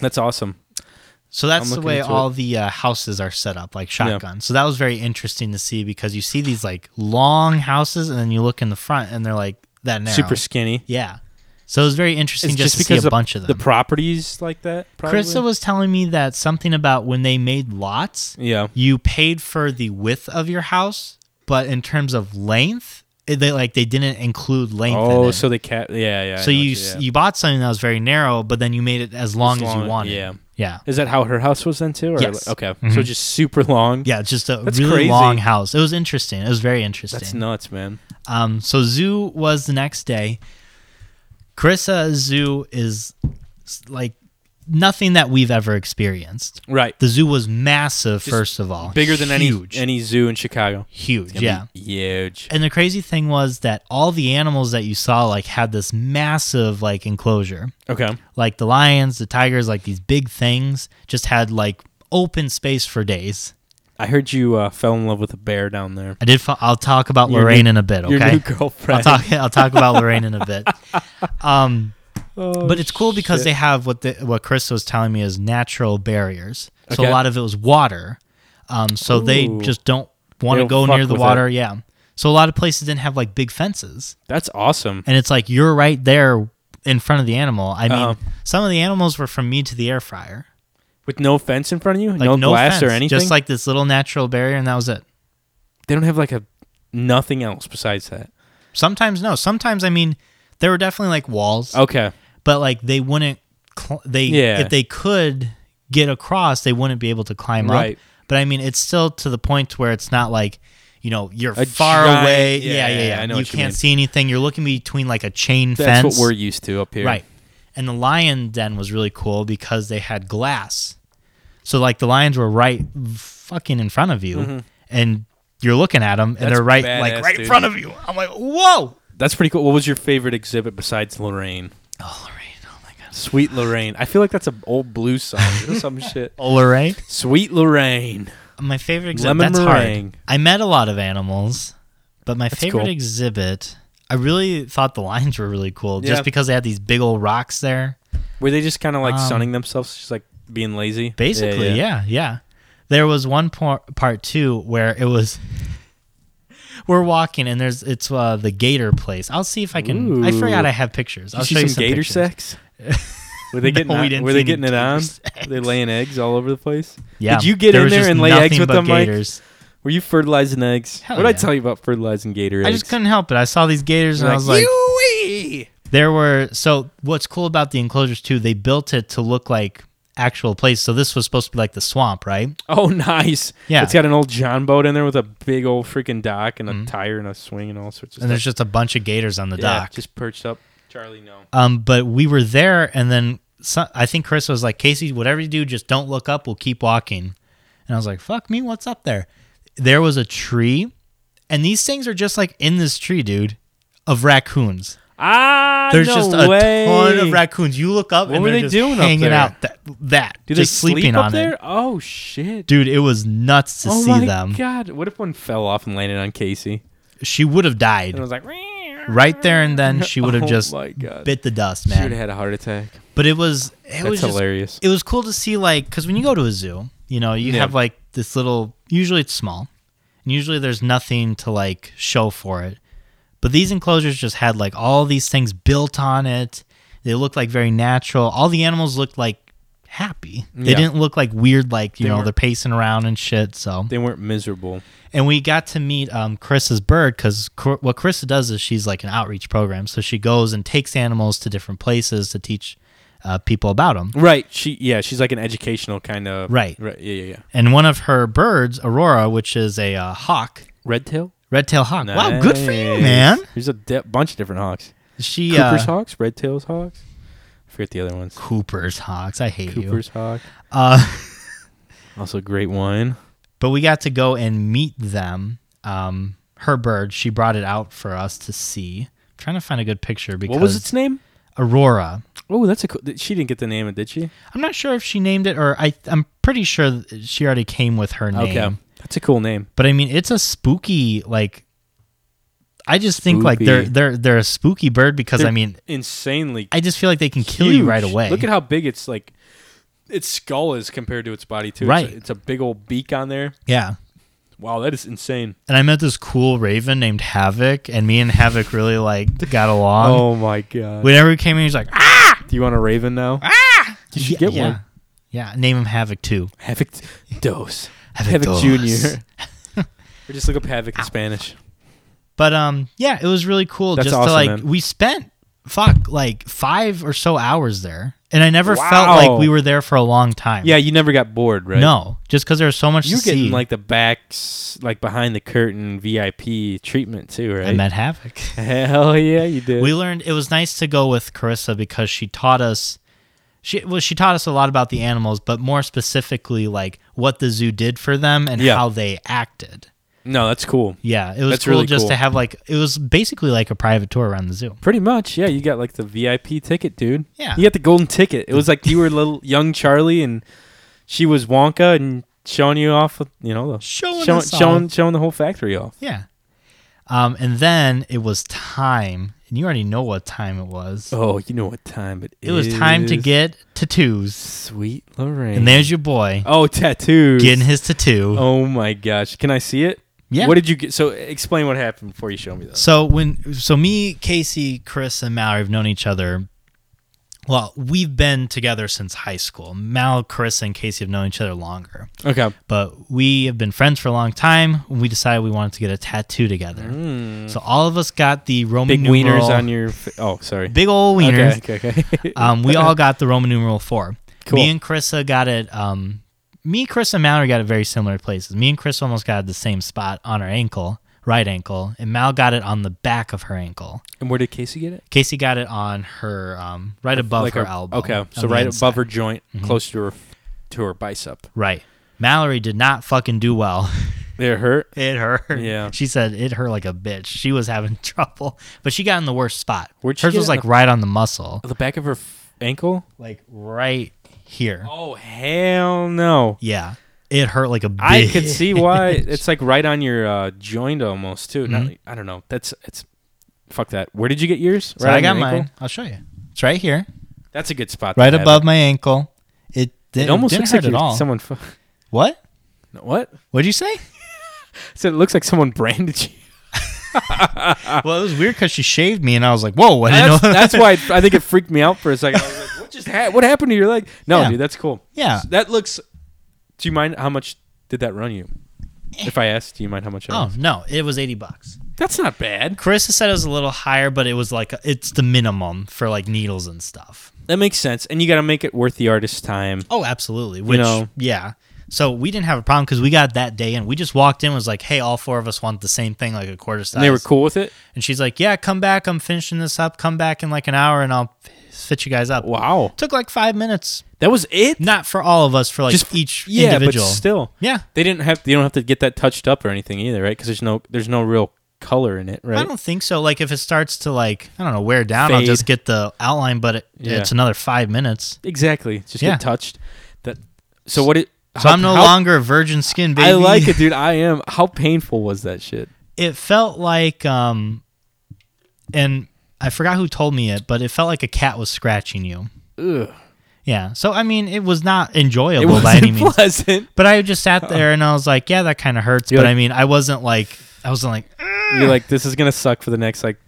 [SPEAKER 1] That's awesome.
[SPEAKER 2] So
[SPEAKER 1] I'm
[SPEAKER 2] that's the
[SPEAKER 1] looking
[SPEAKER 2] way
[SPEAKER 1] into
[SPEAKER 2] all the uh, houses are set up, like shotgun. So that was very interesting to see because you see these like long houses, and then you look in the front, and they're like that narrow.
[SPEAKER 1] Super skinny.
[SPEAKER 2] yeah. So it was very interesting
[SPEAKER 1] It's
[SPEAKER 2] just,
[SPEAKER 1] just
[SPEAKER 2] to
[SPEAKER 1] because
[SPEAKER 2] see a bunch of
[SPEAKER 1] The
[SPEAKER 2] them.
[SPEAKER 1] properties like that. Probably.
[SPEAKER 2] Krista was telling me that something about when they made lots,
[SPEAKER 1] yeah.
[SPEAKER 2] you paid for the width of your house, but in terms of length, it- they like they didn't include length. in
[SPEAKER 1] Oh,
[SPEAKER 2] it.
[SPEAKER 1] so the cat. Yeah, yeah. I
[SPEAKER 2] eh? So
[SPEAKER 1] know
[SPEAKER 2] you
[SPEAKER 1] what
[SPEAKER 2] s-
[SPEAKER 1] yeah.
[SPEAKER 2] you bought something that was very narrow, but then you made it as long as,
[SPEAKER 1] long-
[SPEAKER 2] you wanted.
[SPEAKER 1] yeah.
[SPEAKER 2] yeah,
[SPEAKER 1] Is that how her house was then too? Or
[SPEAKER 2] Yes. Mm-hmm.
[SPEAKER 1] Okay. So just super long.
[SPEAKER 2] yeah. it's Just a
[SPEAKER 1] That's
[SPEAKER 2] really
[SPEAKER 1] crazy.
[SPEAKER 2] long house. It was interesting. It was very interesting.
[SPEAKER 1] That's nuts, man.
[SPEAKER 2] um, so zoo was the next day. Carissa Zoo is s- like nothing that we've ever experienced.
[SPEAKER 1] Right.
[SPEAKER 2] The zoo was massive, first of all,
[SPEAKER 1] Bigger than
[SPEAKER 2] huge,
[SPEAKER 1] any any zoo in Chicago.
[SPEAKER 2] huge,
[SPEAKER 1] It's gonna
[SPEAKER 2] yeah.
[SPEAKER 1] be Huge.
[SPEAKER 2] and the crazy thing was that all the animals that you saw like had this massive like enclosure.
[SPEAKER 1] Okay.
[SPEAKER 2] like the lions, the tigers, like these big things, just had like open space for days.
[SPEAKER 1] I heard you uh, fell in love with a bear down there.
[SPEAKER 2] I did. Fo- I'll talk about
[SPEAKER 1] Your
[SPEAKER 2] Lorraine
[SPEAKER 1] new-
[SPEAKER 2] in a bit. Okay,
[SPEAKER 1] Your new
[SPEAKER 2] I'll
[SPEAKER 1] girlfriend.
[SPEAKER 2] talk. I'll talk about Lorraine in a bit. Um,
[SPEAKER 1] Oh,
[SPEAKER 2] but it's cool because
[SPEAKER 1] shit.
[SPEAKER 2] they have what the, what Chris was telling me is natural barriers. So
[SPEAKER 1] Okay.
[SPEAKER 2] a lot of it was water. Um, so they
[SPEAKER 1] Ooh.
[SPEAKER 2] just don't want
[SPEAKER 1] They
[SPEAKER 2] to go
[SPEAKER 1] don't
[SPEAKER 2] near
[SPEAKER 1] fuck
[SPEAKER 2] the
[SPEAKER 1] with
[SPEAKER 2] water. Yeah. So a lot of places didn't have like big fences,
[SPEAKER 1] That's awesome.
[SPEAKER 2] and it's like you're right there in front of the animal. I mean,
[SPEAKER 1] Uh-huh.
[SPEAKER 2] some of the animals were from me to the air fryer.
[SPEAKER 1] with no fence in front of you,
[SPEAKER 2] Like
[SPEAKER 1] no,
[SPEAKER 2] no,
[SPEAKER 1] glass
[SPEAKER 2] fence,
[SPEAKER 1] or anything.
[SPEAKER 2] Just like this little natural barrier, and that was it.
[SPEAKER 1] they don't have like a nothing else besides that.
[SPEAKER 2] Sometimes no. Sometimes I mean, there were definitely like walls,
[SPEAKER 1] Okay,
[SPEAKER 2] but like they wouldn't. Cl- they
[SPEAKER 1] Yeah.
[SPEAKER 2] if they could get across, they wouldn't be able to climb
[SPEAKER 1] Right.
[SPEAKER 2] up. But I mean, it's still to the point where it's not like you know you're
[SPEAKER 1] A
[SPEAKER 2] far
[SPEAKER 1] giant-
[SPEAKER 2] away.
[SPEAKER 1] yeah,
[SPEAKER 2] Yeah, yeah,
[SPEAKER 1] yeah,
[SPEAKER 2] yeah.
[SPEAKER 1] I know
[SPEAKER 2] you
[SPEAKER 1] what you
[SPEAKER 2] can't
[SPEAKER 1] mean.
[SPEAKER 2] see anything. You're looking between like a chain
[SPEAKER 1] that's
[SPEAKER 2] fence.
[SPEAKER 1] what we're used to up here.
[SPEAKER 2] Right. And the lion den was really cool because they had glass. So like the lions were right fucking in front of you and you're looking at them and
[SPEAKER 1] Mm-hmm. That's
[SPEAKER 2] they're right
[SPEAKER 1] badass,
[SPEAKER 2] like right in
[SPEAKER 1] dude. Oh,
[SPEAKER 2] front of you. I'm like, "Whoa."
[SPEAKER 1] That's pretty cool. What was your favorite exhibit besides Lorraine?
[SPEAKER 2] Oh, Lorraine. Oh my god.
[SPEAKER 1] Sweet Lorraine. I feel like that's an old blues song or some shit.
[SPEAKER 2] Oh, Lorraine.
[SPEAKER 1] Sweet Lorraine.
[SPEAKER 2] My favorite exhibit
[SPEAKER 1] Lemon
[SPEAKER 2] that's
[SPEAKER 1] meringue.
[SPEAKER 2] hard. I met a lot of animals, but my favorite
[SPEAKER 1] cool.
[SPEAKER 2] exhibit I really thought the lions were really cool
[SPEAKER 1] Yeah.
[SPEAKER 2] just because they had these big old rocks there.
[SPEAKER 1] Were they just kind of like
[SPEAKER 2] Um,
[SPEAKER 1] sunning themselves, just like being lazy?
[SPEAKER 2] Basically, yeah, yeah. There was one por- part too where it was we're walking and there's it's uh, the gator place. I'll see if I can. I forgot
[SPEAKER 1] Ooh.
[SPEAKER 2] I have pictures. I'll
[SPEAKER 1] Did
[SPEAKER 2] show
[SPEAKER 1] you
[SPEAKER 2] you
[SPEAKER 1] see some gator
[SPEAKER 2] pictures.
[SPEAKER 1] sex? Were they
[SPEAKER 2] No,
[SPEAKER 1] getting
[SPEAKER 2] we
[SPEAKER 1] on-
[SPEAKER 2] didn't
[SPEAKER 1] were
[SPEAKER 2] see
[SPEAKER 1] they
[SPEAKER 2] any
[SPEAKER 1] getting it
[SPEAKER 2] gator
[SPEAKER 1] on?
[SPEAKER 2] sex.
[SPEAKER 1] Were they laying eggs all over the place?
[SPEAKER 2] Yeah,
[SPEAKER 1] Did you get in
[SPEAKER 2] was
[SPEAKER 1] there
[SPEAKER 2] just
[SPEAKER 1] and lay
[SPEAKER 2] nothing
[SPEAKER 1] eggs with
[SPEAKER 2] but
[SPEAKER 1] them, Mike?
[SPEAKER 2] Gators.
[SPEAKER 1] Were you fertilizing eggs?
[SPEAKER 2] Hell
[SPEAKER 1] what did I
[SPEAKER 2] yeah.
[SPEAKER 1] tell you about fertilizing gator eggs?
[SPEAKER 2] I just couldn't help it. I saw these gators and I was like,
[SPEAKER 1] "Yoo-wee!"
[SPEAKER 2] there were. So what's cool about the enclosures too? They built it to look like actual place. So this was supposed to be like the swamp, right?
[SPEAKER 1] Oh, nice.
[SPEAKER 2] Yeah.
[SPEAKER 1] It's got an old John boat in there with a big old freaking dock and a tire and a swing and all sorts of
[SPEAKER 2] Mm-hmm. And there's
[SPEAKER 1] stuff.
[SPEAKER 2] just a bunch of gators on the
[SPEAKER 1] yeah,
[SPEAKER 2] dock.
[SPEAKER 1] just perched up. Charlie, no.
[SPEAKER 2] Um, but we were there, and then so I think Chris was like, "Casey, whatever you do, just don't look up. We'll keep walking." And I was like, "Fuck me, what's up there?" There was a tree, and these things are just like in this tree, dude, of raccoons.
[SPEAKER 1] Ah,
[SPEAKER 2] There's
[SPEAKER 1] no
[SPEAKER 2] just a
[SPEAKER 1] way.
[SPEAKER 2] ton of raccoons. You look up,
[SPEAKER 1] What
[SPEAKER 2] and
[SPEAKER 1] were
[SPEAKER 2] they're
[SPEAKER 1] they
[SPEAKER 2] just
[SPEAKER 1] doing up
[SPEAKER 2] hanging
[SPEAKER 1] there?
[SPEAKER 2] out that, that
[SPEAKER 1] Do
[SPEAKER 2] just
[SPEAKER 1] they sleep
[SPEAKER 2] sleeping
[SPEAKER 1] up
[SPEAKER 2] on
[SPEAKER 1] there?
[SPEAKER 2] it,
[SPEAKER 1] Oh shit!
[SPEAKER 2] dude. It was nuts to
[SPEAKER 1] oh
[SPEAKER 2] see
[SPEAKER 1] my
[SPEAKER 2] them.
[SPEAKER 1] god! What if one fell off and landed on Casey?
[SPEAKER 2] She would have died
[SPEAKER 1] And I was like,
[SPEAKER 2] right there, and then she would have
[SPEAKER 1] Oh
[SPEAKER 2] just
[SPEAKER 1] my God.
[SPEAKER 2] bit the dust,
[SPEAKER 1] she would have
[SPEAKER 2] man.
[SPEAKER 1] had a heart attack.
[SPEAKER 2] But it was it
[SPEAKER 1] That's
[SPEAKER 2] was just
[SPEAKER 1] hilarious.
[SPEAKER 2] it was cool to see like because when you go to a zoo you know you
[SPEAKER 1] Yeah.
[SPEAKER 2] have like this little usually it's small and usually there's nothing to like show for it but these enclosures just had like all these things built on it they looked like very natural all the animals looked like happy they
[SPEAKER 1] Yeah.
[SPEAKER 2] didn't look like weird like you
[SPEAKER 1] They
[SPEAKER 2] know
[SPEAKER 1] weren't-
[SPEAKER 2] they're pacing around and shit so
[SPEAKER 1] They weren't miserable.
[SPEAKER 2] and we got to meet um, Chris's bird because what Krista does is she's like an outreach program so she goes and takes animals to different places to teach uh, people about them
[SPEAKER 1] Right? She yeah. She's like an educational kind of
[SPEAKER 2] Right.
[SPEAKER 1] Right. Yeah. Yeah. Yeah.
[SPEAKER 2] and one of her birds, Aurora, which is a uh, hawk,
[SPEAKER 1] Red tail.
[SPEAKER 2] red tail hawk. Wow, good for you,
[SPEAKER 1] Nice.
[SPEAKER 2] man.
[SPEAKER 1] There's a de- bunch of different hawks.
[SPEAKER 2] She uh,
[SPEAKER 1] Cooper's hawks. Red tails hawks. I forget the other ones.
[SPEAKER 2] Cooper's hawks. I hate
[SPEAKER 1] Cooper's
[SPEAKER 2] you.
[SPEAKER 1] hawk.
[SPEAKER 2] Uh,
[SPEAKER 1] Also great wine.
[SPEAKER 2] but we got to go and meet them. Um, her bird, she brought it out for us to see. I'm trying to find a good picture because
[SPEAKER 1] What was its name?
[SPEAKER 2] Aurora.
[SPEAKER 1] Oh, that's a cool. th- She didn't get the name of, did she?
[SPEAKER 2] I'm not sure if she named it or I. I'm pretty sure th- she already came with her name.
[SPEAKER 1] Okay, that's a cool name.
[SPEAKER 2] But I mean, it's a spooky like. I just think like they're
[SPEAKER 1] Spooky.
[SPEAKER 2] they're they're a spooky bird because I
[SPEAKER 1] They're
[SPEAKER 2] mean
[SPEAKER 1] Insanely
[SPEAKER 2] I just feel like they can kill you right
[SPEAKER 1] huge.
[SPEAKER 2] away.
[SPEAKER 1] Look at how big its like its skull is compared to its body too.
[SPEAKER 2] Right.
[SPEAKER 1] It's a, it's a big old beak on there.
[SPEAKER 2] yeah.
[SPEAKER 1] Wow, that is insane.
[SPEAKER 2] and I met this cool raven named Havoc, and me and Havoc really like got along.
[SPEAKER 1] Oh my god.
[SPEAKER 2] Whenever he came in, he's like, ah,
[SPEAKER 1] Do you want a raven now? You should get
[SPEAKER 2] yeah.
[SPEAKER 1] one.
[SPEAKER 2] Yeah, name him Havoc too.
[SPEAKER 1] Havoc Dos.
[SPEAKER 2] Havoc
[SPEAKER 1] Havoc,
[SPEAKER 2] Dos.
[SPEAKER 1] Junior. or just look up Havoc in Spanish.
[SPEAKER 2] But um, yeah, it was really cool.
[SPEAKER 1] That's
[SPEAKER 2] just to
[SPEAKER 1] awesome,
[SPEAKER 2] like,
[SPEAKER 1] man.
[SPEAKER 2] we spent fuck like five or so hours there, and I never felt like
[SPEAKER 1] Wow.
[SPEAKER 2] we were there for a long time.
[SPEAKER 1] Yeah, you never got bored, right?
[SPEAKER 2] no, just because there was so much
[SPEAKER 1] You're
[SPEAKER 2] to see.
[SPEAKER 1] getting like the backs, like behind the curtain VIP treatment too, right?
[SPEAKER 2] I met Havoc.
[SPEAKER 1] Hell yeah, you did.
[SPEAKER 2] we learned it was nice to go with Carissa because she taught us she well she taught us a lot about the animals, but more specifically like what the zoo did for them and
[SPEAKER 1] Yeah.
[SPEAKER 2] how they acted.
[SPEAKER 1] no, that's cool.
[SPEAKER 2] Yeah, it was
[SPEAKER 1] That's
[SPEAKER 2] cool
[SPEAKER 1] really
[SPEAKER 2] just
[SPEAKER 1] cool.
[SPEAKER 2] to have like it was basically like a private tour around the zoo.
[SPEAKER 1] Pretty much, yeah. You got like the VIP ticket, dude.
[SPEAKER 2] Yeah.
[SPEAKER 1] You got the golden ticket. It was like you were little young Charlie, and she was Wonka, and showing you off, you know, the
[SPEAKER 2] Showing
[SPEAKER 1] showing
[SPEAKER 2] us off.
[SPEAKER 1] showing, showing the whole factory off.
[SPEAKER 2] Yeah. Um, and then it was time, and you already know what time it was.
[SPEAKER 1] Oh, you know what time it
[SPEAKER 2] it was time to
[SPEAKER 1] is.
[SPEAKER 2] get tattoos,
[SPEAKER 1] sweet Lorraine.
[SPEAKER 2] and there's your boy
[SPEAKER 1] oh tattoos.
[SPEAKER 2] getting his tattoo.
[SPEAKER 1] oh my gosh, can I see it?
[SPEAKER 2] Yeah.
[SPEAKER 1] What did you get? So explain what happened before you show me this.
[SPEAKER 2] So when so me, Casey, Chris, and Mallory have known each other Well, we've been together since high school. Mal, Chris, and Casey have known each other longer,
[SPEAKER 1] Okay.
[SPEAKER 2] but we have been friends for a long time. We decided we wanted to get a tattoo together, so all of us got the Roman
[SPEAKER 1] Big
[SPEAKER 2] numeral,
[SPEAKER 1] wieners on your. Fa- oh, sorry.
[SPEAKER 2] big old wieners.
[SPEAKER 1] Okay. Okay. okay.
[SPEAKER 2] Um, we all got the Roman numeral four.
[SPEAKER 1] Cool.
[SPEAKER 2] Me and Krista got it. Um, me, Chris, and Mallory got it very similar places. Me and Chris almost got it the same spot on her ankle, right ankle, and Mal got it on the back of her ankle.
[SPEAKER 1] and where did Casey get it?
[SPEAKER 2] Casey got it on her um, right above her
[SPEAKER 1] her-
[SPEAKER 2] elbow.
[SPEAKER 1] Okay.
[SPEAKER 2] on
[SPEAKER 1] So
[SPEAKER 2] the
[SPEAKER 1] right
[SPEAKER 2] inside. Mm-hmm.
[SPEAKER 1] above her joint, close to her, to her bicep.
[SPEAKER 2] Right. Mallory did not fucking do well.
[SPEAKER 1] It hurt.
[SPEAKER 2] it hurt.
[SPEAKER 1] Yeah.
[SPEAKER 2] She said it hurt like a bitch. She was having trouble, but she got in the worst spot.
[SPEAKER 1] Where'd she
[SPEAKER 2] Hers
[SPEAKER 1] get
[SPEAKER 2] was
[SPEAKER 1] it on
[SPEAKER 2] like right on the muscle,
[SPEAKER 1] The back of her f- ankle.
[SPEAKER 2] like right here.
[SPEAKER 1] Oh hell no.
[SPEAKER 2] Yeah. It hurt like a bitch.
[SPEAKER 1] I could see why it's like right on your uh, joint almost too. Not- I don't know. That's it's fuck that. Where did you get yours?
[SPEAKER 2] Mm-hmm. So I
[SPEAKER 1] on your
[SPEAKER 2] got mine.
[SPEAKER 1] ankle?
[SPEAKER 2] I'll show you. It's right here,
[SPEAKER 1] That's a good spot. to
[SPEAKER 2] right
[SPEAKER 1] have
[SPEAKER 2] above
[SPEAKER 1] It,
[SPEAKER 2] my ankle. It, didn't,
[SPEAKER 1] it almost
[SPEAKER 2] didn't
[SPEAKER 1] looks
[SPEAKER 2] hurt
[SPEAKER 1] like
[SPEAKER 2] at
[SPEAKER 1] you-
[SPEAKER 2] all.
[SPEAKER 1] someone. Fu-
[SPEAKER 2] what?
[SPEAKER 1] what?
[SPEAKER 2] What'd you say?
[SPEAKER 1] So it looks like someone branded you.
[SPEAKER 2] well, it was weird because she shaved me, and I was like, "Whoa!" I didn't
[SPEAKER 1] Ah. That's,
[SPEAKER 2] know.
[SPEAKER 1] that's why it, I think it freaked me out for a second. I was like, "What just ha- What happened to your leg?" No,
[SPEAKER 2] Yeah.
[SPEAKER 1] dude, that's cool.
[SPEAKER 2] Yeah.
[SPEAKER 1] So that looks. Do you mind how much did that run you? If I asked, do you mind how much? I
[SPEAKER 2] oh
[SPEAKER 1] asked?
[SPEAKER 2] no, it was eighty bucks.
[SPEAKER 1] that's not bad.
[SPEAKER 2] Chris said it was a little higher, but it was like it's the minimum for like needles and stuff.
[SPEAKER 1] That makes sense, and you got to make it worth the artist's time.
[SPEAKER 2] Oh, absolutely. Which
[SPEAKER 1] know.
[SPEAKER 2] yeah. So we didn't have a problem because we got that day in. We just walked in was like, "Hey, all four of us want the same thing, like a quarter size."
[SPEAKER 1] And they were cool with it.
[SPEAKER 2] And she's like, "Yeah, come back. I'm finishing this up. Come back in like an hour, and I'll fit you guys up."
[SPEAKER 1] Wow,
[SPEAKER 2] Took like five minutes.
[SPEAKER 1] that was it.
[SPEAKER 2] Not for all of us, for like
[SPEAKER 1] Just-
[SPEAKER 2] each
[SPEAKER 1] yeah,
[SPEAKER 2] individual.
[SPEAKER 1] but still,
[SPEAKER 2] yeah.
[SPEAKER 1] they didn't have. You don't have to get that touched up or anything either, right? Because there's no, there's no real color in it, right?
[SPEAKER 2] I don't think so. Like if it starts to like I don't know wear down, I'll
[SPEAKER 1] Fade.
[SPEAKER 2] just get the outline. But it,
[SPEAKER 1] Yeah.
[SPEAKER 2] it's another five minutes,
[SPEAKER 1] exactly. Just
[SPEAKER 2] Yeah.
[SPEAKER 1] get touched. That. So what? It,
[SPEAKER 2] so I'm no
[SPEAKER 1] how-
[SPEAKER 2] longer a virgin skin baby.
[SPEAKER 1] I like it, dude. I am. How painful was that shit?
[SPEAKER 2] It felt like um, and I forgot who told me it, but it felt like a cat was scratching you.
[SPEAKER 1] Ugh.
[SPEAKER 2] Yeah. So I mean, it was not enjoyable
[SPEAKER 1] It
[SPEAKER 2] by any
[SPEAKER 1] wasn't
[SPEAKER 2] means.
[SPEAKER 1] pleasant.
[SPEAKER 2] But I just sat there and I was like, yeah, that kind of hurts.
[SPEAKER 1] You're
[SPEAKER 2] but
[SPEAKER 1] like-
[SPEAKER 2] I mean, I wasn't like I wasn't like
[SPEAKER 1] You're like, this is gonna suck for the next like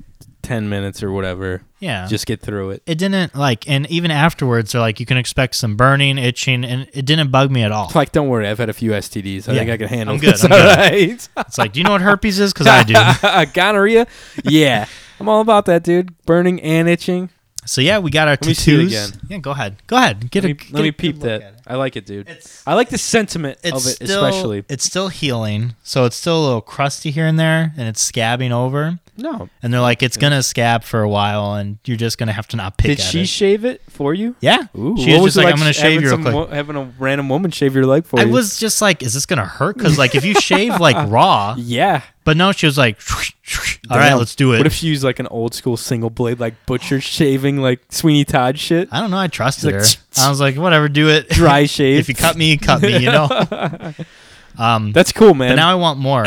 [SPEAKER 1] ten minutes or whatever.
[SPEAKER 2] yeah.
[SPEAKER 1] Just get through it.
[SPEAKER 2] it didn't like, and even afterwards, they're like, you can expect some burning, itching, and it didn't bug me at all.
[SPEAKER 1] It's Like, don't worry, I've had a few STDs. I
[SPEAKER 2] Yeah.
[SPEAKER 1] think I can handle
[SPEAKER 2] I'm good,
[SPEAKER 1] this.
[SPEAKER 2] I'm good.
[SPEAKER 1] All right.
[SPEAKER 2] It's like, do you know what herpes is? Because I do.
[SPEAKER 1] Gonorrhea. Yeah, I'm all about that, dude. Burning and itching.
[SPEAKER 2] So yeah, we got our
[SPEAKER 1] me see it
[SPEAKER 2] tattoos.
[SPEAKER 1] again.
[SPEAKER 2] Yeah, go ahead. Go ahead. Get
[SPEAKER 1] Let me,
[SPEAKER 2] a
[SPEAKER 1] let
[SPEAKER 2] get
[SPEAKER 1] me
[SPEAKER 2] a good
[SPEAKER 1] peep
[SPEAKER 2] look
[SPEAKER 1] that.
[SPEAKER 2] at it.
[SPEAKER 1] I like it, dude.
[SPEAKER 2] It's-
[SPEAKER 1] I like the sentiment
[SPEAKER 2] It's
[SPEAKER 1] of it,
[SPEAKER 2] still,
[SPEAKER 1] especially.
[SPEAKER 2] it's still healing, so it's still a little crusty here and there, and it's scabbing over.
[SPEAKER 1] No.
[SPEAKER 2] And they're like, it's gonna scab for a while, and you're just gonna have to not pick
[SPEAKER 1] Did
[SPEAKER 2] at
[SPEAKER 1] she
[SPEAKER 2] it.
[SPEAKER 1] shave it for you?
[SPEAKER 2] yeah,
[SPEAKER 1] Ooh,
[SPEAKER 2] she
[SPEAKER 1] what
[SPEAKER 2] was,
[SPEAKER 1] was
[SPEAKER 2] just
[SPEAKER 1] it
[SPEAKER 2] like, I'm gonna
[SPEAKER 1] sh-
[SPEAKER 2] shave
[SPEAKER 1] having
[SPEAKER 2] you real
[SPEAKER 1] some
[SPEAKER 2] quick.
[SPEAKER 1] wo- having a random woman shave your leg for
[SPEAKER 2] I
[SPEAKER 1] you.
[SPEAKER 2] was just like, is this gonna hurt? Because like if you shave like raw,
[SPEAKER 1] Yeah.
[SPEAKER 2] but no, she was like, all right,
[SPEAKER 1] Damn.
[SPEAKER 2] let's do it.
[SPEAKER 1] What if she used like an old school single blade, like butcher shaving, like Sweeney Todd shit?
[SPEAKER 2] I don't know. I trusted
[SPEAKER 1] like,
[SPEAKER 2] her. I was like, whatever, do it.
[SPEAKER 1] Dry shave.
[SPEAKER 2] if you cut me, you cut me. You know. Um,
[SPEAKER 1] That's cool,
[SPEAKER 2] but
[SPEAKER 1] man.
[SPEAKER 2] now I want more.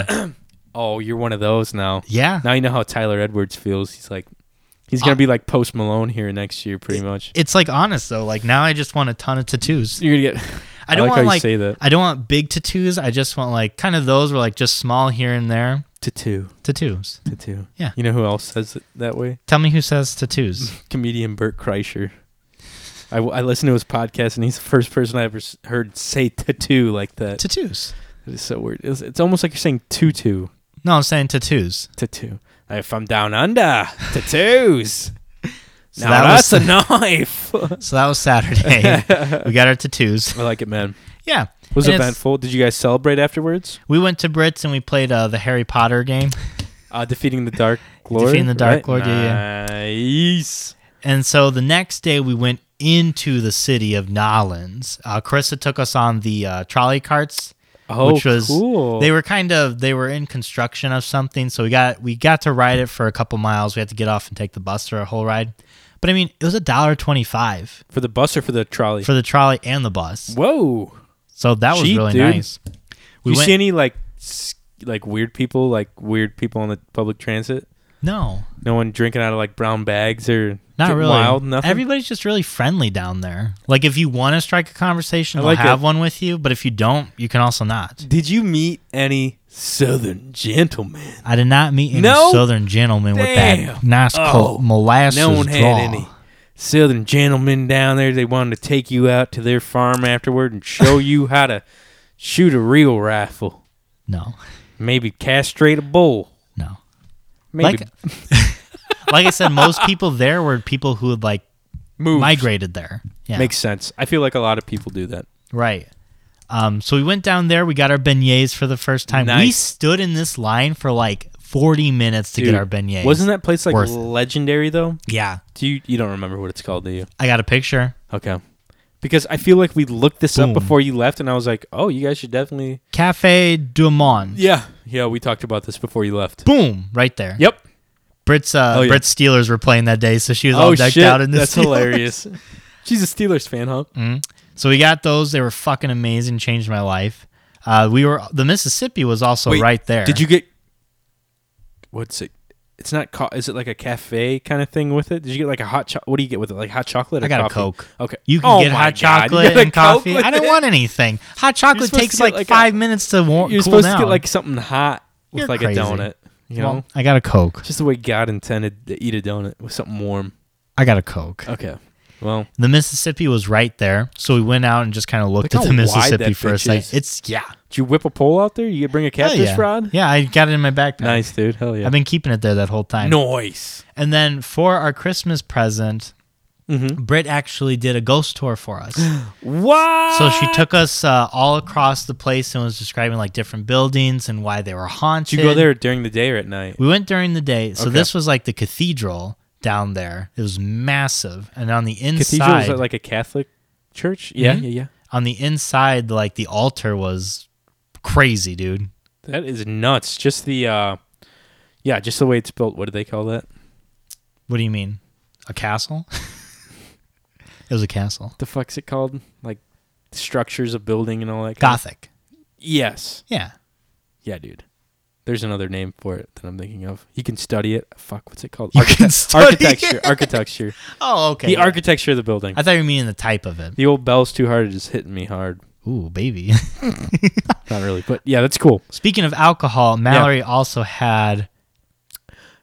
[SPEAKER 1] oh, you're one of those now.
[SPEAKER 2] Yeah.
[SPEAKER 1] Now you know how Tyler Edwards feels. He's like, he's gonna be like Post Malone here next year, pretty much.
[SPEAKER 2] It's like honest though. Like now I just want a ton of tattoos.
[SPEAKER 1] You're gonna get.
[SPEAKER 2] I don't
[SPEAKER 1] like
[SPEAKER 2] want
[SPEAKER 1] how you
[SPEAKER 2] like
[SPEAKER 1] say that.
[SPEAKER 2] I don't want big tattoos. I just want like kind of those were like just small here and there
[SPEAKER 1] Tattoo,
[SPEAKER 2] tattoos.
[SPEAKER 1] tattoo.
[SPEAKER 2] Yeah.
[SPEAKER 1] You know who else says it that way?
[SPEAKER 2] Tell me who says tattoos.
[SPEAKER 1] Comedian Bert Kreischer. I, w- I listened to his podcast and he's the first person I ever s- heard say tattoo like that.
[SPEAKER 2] tattoos.
[SPEAKER 1] It's so weird. It's, it's almost like you're saying tutu.
[SPEAKER 2] No, I'm saying tattoos.
[SPEAKER 1] tattoo. If I'm down under, tattoos.
[SPEAKER 2] So that was-
[SPEAKER 1] a knife.
[SPEAKER 2] So that was Saturday. we got our tattoos.
[SPEAKER 1] I like it, man.
[SPEAKER 2] Yeah.
[SPEAKER 1] It was
[SPEAKER 2] And it's-
[SPEAKER 1] eventful. Did you guys celebrate afterwards?
[SPEAKER 2] We went to Brits and we played uh, the Harry Potter game.
[SPEAKER 1] Uh, defeating the Dark Lord.
[SPEAKER 2] Defeating the
[SPEAKER 1] right?
[SPEAKER 2] Dark Lord, yeah,
[SPEAKER 1] Nice.
[SPEAKER 2] And so the next day we went into the city of Nolans. Uh, Carissa took us on the uh, trolley carts.
[SPEAKER 1] Oh,
[SPEAKER 2] which was
[SPEAKER 1] cool.
[SPEAKER 2] they were kind of they were in construction of something so we got we got to ride it for a couple miles we had to get off and take the bus for a whole ride but i mean it was a dollar 25
[SPEAKER 1] for the bus or for the trolley?
[SPEAKER 2] for the trolley and the bus
[SPEAKER 1] Whoa.
[SPEAKER 2] so that was
[SPEAKER 1] Cheap,
[SPEAKER 2] really
[SPEAKER 1] dude.
[SPEAKER 2] nice
[SPEAKER 1] Do
[SPEAKER 2] we
[SPEAKER 1] you
[SPEAKER 2] went
[SPEAKER 1] see any like s- like weird people, like weird people on the public transit?
[SPEAKER 2] no
[SPEAKER 1] No one drinking out of like brown bags or
[SPEAKER 2] not
[SPEAKER 1] getting
[SPEAKER 2] really
[SPEAKER 1] wild, nothing.
[SPEAKER 2] everybody's just really friendly down there like if you want to strike a conversation
[SPEAKER 1] I
[SPEAKER 2] they'll
[SPEAKER 1] like
[SPEAKER 2] have
[SPEAKER 1] it.
[SPEAKER 2] one with you but if you don't you can also not
[SPEAKER 1] Did you meet any Southern gentlemen?
[SPEAKER 2] i did not meet any
[SPEAKER 1] No?
[SPEAKER 2] southern gentleman with
[SPEAKER 1] Damn.
[SPEAKER 2] that nice
[SPEAKER 1] Oh,
[SPEAKER 2] cold molasses
[SPEAKER 1] No one had
[SPEAKER 2] draw.
[SPEAKER 1] any southern gentlemen down there. They wanted to take you out to their farm afterward and show you how to shoot a real rifle.
[SPEAKER 2] No,
[SPEAKER 1] Maybe castrate a bull.
[SPEAKER 2] no.
[SPEAKER 1] Maybe
[SPEAKER 2] Like, like I said, most people there were people who had like
[SPEAKER 1] move.
[SPEAKER 2] migrated there. Yeah,
[SPEAKER 1] Makes sense. I feel like a lot of people do that.
[SPEAKER 2] right. Um, so we went down there. We got our beignets for the first time. We
[SPEAKER 1] Nice.
[SPEAKER 2] stood in this line for like forty minutes to
[SPEAKER 1] Dude,
[SPEAKER 2] get our beignets.
[SPEAKER 1] Wasn't that place like
[SPEAKER 2] Worth it.
[SPEAKER 1] legendary though?
[SPEAKER 2] Yeah,
[SPEAKER 1] Do you you don't remember what it's called, do you?
[SPEAKER 2] I got a picture.
[SPEAKER 1] Okay. Because I feel like we looked this
[SPEAKER 2] Boom.
[SPEAKER 1] up before you left and I was like, "Oh, you guys should definitely
[SPEAKER 2] Cafe du Monde.
[SPEAKER 1] Yeah. Yeah, we talked about this before you left.
[SPEAKER 2] Boom! Right there.
[SPEAKER 1] Yep.
[SPEAKER 2] Brit's uh,
[SPEAKER 1] Oh, yeah. Oh,
[SPEAKER 2] Brit's Steelers were playing that day, so she was all decked out in this.
[SPEAKER 1] That's hilarious. She's a Steelers fan, huh?
[SPEAKER 2] So we got those. They were fucking amazing. Changed my life. Uh, we were the Mississippi was also right there.
[SPEAKER 1] Did you get What's it? It's not co- is it like a cafe kind of thing with it? Did you get like a hot cho- what do you get with it? Like hot chocolate or
[SPEAKER 2] I got a
[SPEAKER 1] coffee?
[SPEAKER 2] Coke.
[SPEAKER 1] Okay.
[SPEAKER 2] You can
[SPEAKER 1] Oh
[SPEAKER 2] get
[SPEAKER 1] my
[SPEAKER 2] hot
[SPEAKER 1] God, you
[SPEAKER 2] chocolate
[SPEAKER 1] got a
[SPEAKER 2] and
[SPEAKER 1] Coke
[SPEAKER 2] coffee.
[SPEAKER 1] with
[SPEAKER 2] I don't
[SPEAKER 1] it?
[SPEAKER 2] want anything. Hot chocolate
[SPEAKER 1] supposed to
[SPEAKER 2] takes
[SPEAKER 1] get
[SPEAKER 2] like,
[SPEAKER 1] like a-
[SPEAKER 2] five minutes to warm.
[SPEAKER 1] You're
[SPEAKER 2] cool
[SPEAKER 1] supposed
[SPEAKER 2] down.
[SPEAKER 1] to get like something hot with
[SPEAKER 2] You're
[SPEAKER 1] like
[SPEAKER 2] crazy.
[SPEAKER 1] a donut. You know,
[SPEAKER 2] Well, I got a Coke.
[SPEAKER 1] just the way God intended to eat a donut with something warm.
[SPEAKER 2] I got a Coke.
[SPEAKER 1] Okay. Well,
[SPEAKER 2] The Mississippi was right there, so we went out and just kind of looked
[SPEAKER 1] Look
[SPEAKER 2] at
[SPEAKER 1] how
[SPEAKER 2] the
[SPEAKER 1] wide
[SPEAKER 2] Mississippi
[SPEAKER 1] that
[SPEAKER 2] for a
[SPEAKER 1] bitch
[SPEAKER 2] second.
[SPEAKER 1] is.
[SPEAKER 2] It's yeah,
[SPEAKER 1] did you whip a pole out there? You bring a
[SPEAKER 2] Hell
[SPEAKER 1] catfish
[SPEAKER 2] yeah.
[SPEAKER 1] rod?
[SPEAKER 2] Yeah, I got it in my backpack.
[SPEAKER 1] Nice, dude. Hell yeah.
[SPEAKER 2] I've been keeping it there that whole time.
[SPEAKER 1] Noise.
[SPEAKER 2] And then for our Christmas present,
[SPEAKER 1] Mm-hmm.
[SPEAKER 2] Britt actually did a ghost tour for us.
[SPEAKER 1] What?
[SPEAKER 2] so she took us uh, all across the place and was describing like different buildings and why they were haunted.
[SPEAKER 1] Did you go there during the day or at night?
[SPEAKER 2] We went during the day. So
[SPEAKER 1] Okay.
[SPEAKER 2] this was like the cathedral down there. It was massive, and on the
[SPEAKER 1] Cathedral is
[SPEAKER 2] inside,
[SPEAKER 1] that like a Catholic church? Yeah,
[SPEAKER 2] Mhm.
[SPEAKER 1] yeah, yeah.
[SPEAKER 2] on the inside, like the altar was crazy, dude.
[SPEAKER 1] That is nuts. Just the, uh yeah, just the way it's built. What do they call that?
[SPEAKER 2] What do you mean? A castle? it was a castle.
[SPEAKER 1] The fuck's it called? Like structures of building and all that. kind of-
[SPEAKER 2] Gothic.
[SPEAKER 1] Yes.
[SPEAKER 2] Yeah.
[SPEAKER 1] Yeah, dude. There's another name for it that I'm thinking of. You can study it. Fuck, what's it called?
[SPEAKER 2] You can study
[SPEAKER 1] architecture. Architecture.
[SPEAKER 2] Oh, okay.
[SPEAKER 1] The
[SPEAKER 2] yeah.
[SPEAKER 1] architecture of the building.
[SPEAKER 2] I thought you were meaning the type of it.
[SPEAKER 1] the old bell's too hard. It is hitting me hard.
[SPEAKER 2] Ooh, baby.
[SPEAKER 1] Not really, but yeah, that's cool.
[SPEAKER 2] Speaking of alcohol, Mallory also had.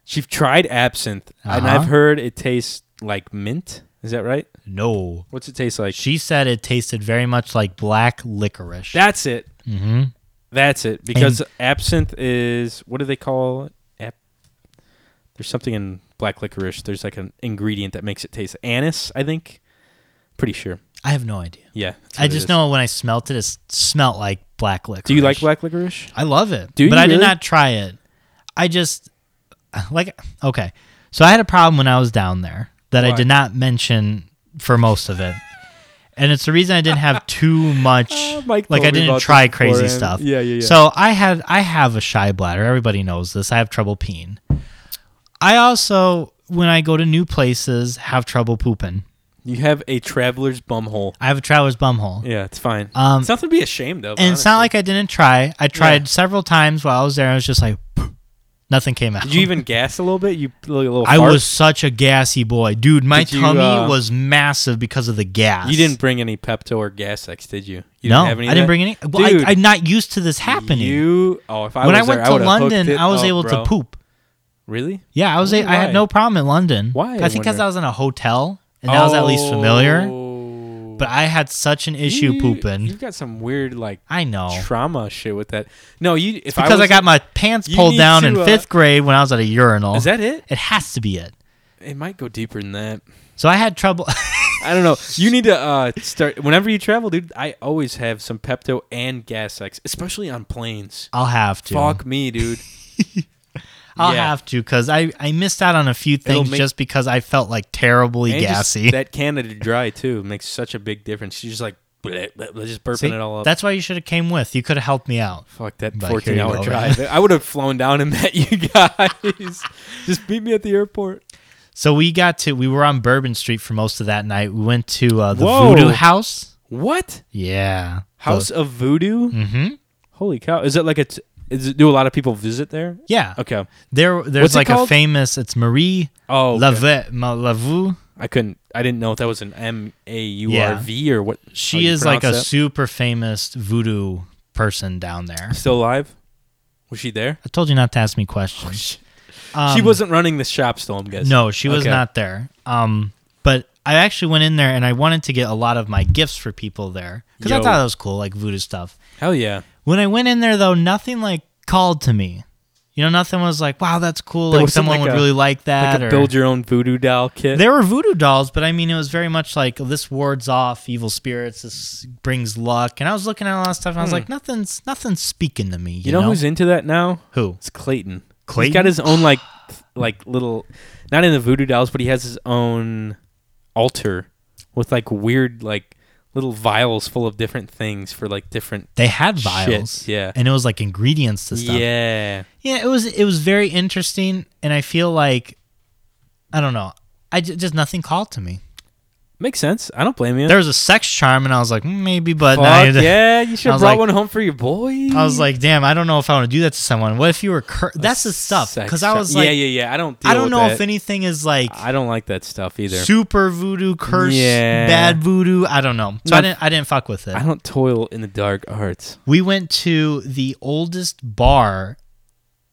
[SPEAKER 1] She tried absinthe, and
[SPEAKER 2] Uh-huh.
[SPEAKER 1] I've heard it tastes like mint. Is that right?
[SPEAKER 2] No.
[SPEAKER 1] What's it taste like?
[SPEAKER 2] She said it tasted very much like black licorice.
[SPEAKER 1] That's it.
[SPEAKER 2] mm-hmm.
[SPEAKER 1] That's it. Because absinthe is what do they call it? Ap- There's something in black licorice. There's like an ingredient that makes it taste anise. I think. Pretty sure.
[SPEAKER 2] I have no idea.
[SPEAKER 1] Yeah. that's
[SPEAKER 2] I
[SPEAKER 1] what it
[SPEAKER 2] just
[SPEAKER 1] is.
[SPEAKER 2] know when I smelt it, it s- smelt like black licorice.
[SPEAKER 1] Do you like black licorice?
[SPEAKER 2] I love it.
[SPEAKER 1] Do
[SPEAKER 2] but
[SPEAKER 1] you
[SPEAKER 2] I did
[SPEAKER 1] really?
[SPEAKER 2] not try it. I just like okay. So I had a problem when I was down there that I
[SPEAKER 1] Why?
[SPEAKER 2] did not mention for most of it. And it's the reason I didn't have too much
[SPEAKER 1] Uh, Mike told
[SPEAKER 2] like I
[SPEAKER 1] me
[SPEAKER 2] didn't
[SPEAKER 1] about
[SPEAKER 2] try
[SPEAKER 1] this
[SPEAKER 2] crazy
[SPEAKER 1] beforehand.
[SPEAKER 2] stuff.
[SPEAKER 1] Yeah, yeah, yeah.
[SPEAKER 2] So I had I have a shy bladder. Everybody knows this. I have trouble peeing. I also when I go to new places have trouble pooping.
[SPEAKER 1] You have a traveler's bumhole.
[SPEAKER 2] I have a traveler's bumhole.
[SPEAKER 1] Yeah, it's fine.
[SPEAKER 2] Um,
[SPEAKER 1] it's nothing to be ashamed of.
[SPEAKER 2] And it's not
[SPEAKER 1] honestly.
[SPEAKER 2] like I didn't try. I tried
[SPEAKER 1] Yeah.
[SPEAKER 2] several times while I was there. I was just like, nothing came out.
[SPEAKER 1] Did you even gas a little bit? You blew a little.
[SPEAKER 2] I
[SPEAKER 1] fart?
[SPEAKER 2] was such a gassy boy, dude. My
[SPEAKER 1] Did you,
[SPEAKER 2] tummy
[SPEAKER 1] uh,
[SPEAKER 2] was massive because of the gas.
[SPEAKER 1] You didn't bring any Pepto or Gasex, did you? you
[SPEAKER 2] no,
[SPEAKER 1] have any
[SPEAKER 2] I didn't bring any. Well,
[SPEAKER 1] Dude,
[SPEAKER 2] I, I'm not used to this happening.
[SPEAKER 1] You. Oh, if I
[SPEAKER 2] when I
[SPEAKER 1] was
[SPEAKER 2] went
[SPEAKER 1] there,
[SPEAKER 2] to
[SPEAKER 1] would've hooked
[SPEAKER 2] London,
[SPEAKER 1] it
[SPEAKER 2] I was
[SPEAKER 1] up,
[SPEAKER 2] able
[SPEAKER 1] bro.
[SPEAKER 2] to poop.
[SPEAKER 1] Really?
[SPEAKER 2] Yeah, I was.
[SPEAKER 1] Why?
[SPEAKER 2] A, I had no problem in London.
[SPEAKER 1] Why, I
[SPEAKER 2] I think because
[SPEAKER 1] wonder? Oh.
[SPEAKER 2] I was in a hotel and I was at least familiar. But I had such an issue
[SPEAKER 1] you,
[SPEAKER 2] pooping.
[SPEAKER 1] You've got some weird like
[SPEAKER 2] I know.
[SPEAKER 1] trauma shit with that. No, you. If I
[SPEAKER 2] because I,
[SPEAKER 1] was-
[SPEAKER 2] got my pants
[SPEAKER 1] You
[SPEAKER 2] pulled
[SPEAKER 1] need
[SPEAKER 2] down
[SPEAKER 1] to,
[SPEAKER 2] in
[SPEAKER 1] uh,
[SPEAKER 2] fifth grade when I was at a urinal.
[SPEAKER 1] Is that it?
[SPEAKER 2] It has to be it.
[SPEAKER 1] It might go deeper than that.
[SPEAKER 2] So I had trouble.
[SPEAKER 1] I don't know. You need to uh, start whenever you travel, dude. I always have some Pepto and Gasex, especially on planes.
[SPEAKER 2] I'll have to.
[SPEAKER 1] Fuck me, dude.
[SPEAKER 2] I'll
[SPEAKER 1] yeah.
[SPEAKER 2] have to because I, I missed out on a few things
[SPEAKER 1] make-
[SPEAKER 2] just because I felt like terribly
[SPEAKER 1] And just
[SPEAKER 2] gassy.
[SPEAKER 1] that Canada Dry too makes such a big difference. She's just like bleh, bleh, bleh, just burping
[SPEAKER 2] See?
[SPEAKER 1] it all up.
[SPEAKER 2] That's why you should have came with. You could have helped me out.
[SPEAKER 1] Fuck that
[SPEAKER 2] But here
[SPEAKER 1] 14
[SPEAKER 2] you
[SPEAKER 1] hour
[SPEAKER 2] go,
[SPEAKER 1] drive. I would have flown down and met you guys. Just meet me at the airport.
[SPEAKER 2] So we got to we were on Bourbon Street for most of that night. We went to uh, the
[SPEAKER 1] Whoa.
[SPEAKER 2] Voodoo House.
[SPEAKER 1] What?
[SPEAKER 2] Yeah,
[SPEAKER 1] House of Voodoo?
[SPEAKER 2] hmm
[SPEAKER 1] Holy cow. Is it like it's is it, do a lot of people visit there?
[SPEAKER 2] Yeah.
[SPEAKER 1] Okay.
[SPEAKER 2] There there's
[SPEAKER 1] What's it
[SPEAKER 2] like a
[SPEAKER 1] called?
[SPEAKER 2] famous. It's Marie
[SPEAKER 1] Oh, okay.
[SPEAKER 2] Lavet Ma Lavu.
[SPEAKER 1] I couldn't I didn't know if that was an M A U R V or what. how
[SPEAKER 2] She
[SPEAKER 1] Oh, you
[SPEAKER 2] is like a
[SPEAKER 1] pronounce that.
[SPEAKER 2] super famous voodoo person down there.
[SPEAKER 1] still alive? Was she there?
[SPEAKER 2] I told you not to ask me questions.
[SPEAKER 1] she
[SPEAKER 2] Um,
[SPEAKER 1] wasn't running the shop still, I'm guessing.
[SPEAKER 2] No, she was
[SPEAKER 1] Okay.
[SPEAKER 2] not there. Um, but I actually went in there and I wanted to get a lot of my gifts for people there because I
[SPEAKER 1] Yo.
[SPEAKER 2] thought that was cool, like voodoo stuff.
[SPEAKER 1] Hell yeah.
[SPEAKER 2] When I went in there though, nothing like called to me. You know, nothing was like, wow, that's cool.
[SPEAKER 1] There
[SPEAKER 2] like
[SPEAKER 1] wasn't,
[SPEAKER 2] someone
[SPEAKER 1] like,
[SPEAKER 2] would
[SPEAKER 1] a-
[SPEAKER 2] really like that.
[SPEAKER 1] Like a
[SPEAKER 2] or-
[SPEAKER 1] build your own voodoo doll kit.
[SPEAKER 2] there were voodoo dolls, but I mean, it was very much like this wards off evil spirits. This brings luck. And I was looking at a lot of stuff, and I was like, nothing's nothing's speaking to me. You,
[SPEAKER 1] Hmm. you know, who's into that now?
[SPEAKER 2] who?
[SPEAKER 1] It's Clayton. He's
[SPEAKER 2] Clayton?
[SPEAKER 1] got his own like th- like little not in the voodoo dolls, but he has his own altar with like weird like little vials full of different things for like different
[SPEAKER 2] They had
[SPEAKER 1] Shit,
[SPEAKER 2] vials,
[SPEAKER 1] yeah.
[SPEAKER 2] and it was like ingredients to stuff.
[SPEAKER 1] Yeah.
[SPEAKER 2] yeah. It was it was very interesting, and I feel like I don't know. I ju- just nothing called to me.
[SPEAKER 1] Makes sense. I don't blame you.
[SPEAKER 2] There was a sex charm, and I was like, "Mm, maybe, but
[SPEAKER 1] Fuck,
[SPEAKER 2] now you-
[SPEAKER 1] yeah, you should
[SPEAKER 2] I
[SPEAKER 1] have
[SPEAKER 2] was
[SPEAKER 1] brought
[SPEAKER 2] like-
[SPEAKER 1] one home for your boy.
[SPEAKER 2] I was like, damn, I don't know if I want to do that to someone. What if you were? Cur- That's the stuff
[SPEAKER 1] Sex
[SPEAKER 2] because I
[SPEAKER 1] shop.
[SPEAKER 2] was like,
[SPEAKER 1] yeah, yeah, yeah. I don't. Deal
[SPEAKER 2] I don't
[SPEAKER 1] with
[SPEAKER 2] know
[SPEAKER 1] that.
[SPEAKER 2] if anything is like
[SPEAKER 1] I don't like that stuff either.
[SPEAKER 2] super voodoo curse
[SPEAKER 1] Yeah.
[SPEAKER 2] bad voodoo i don't know so
[SPEAKER 1] No.
[SPEAKER 2] i didn't i didn't fuck with it
[SPEAKER 1] I don't toil in the dark arts.
[SPEAKER 2] we went to the oldest bar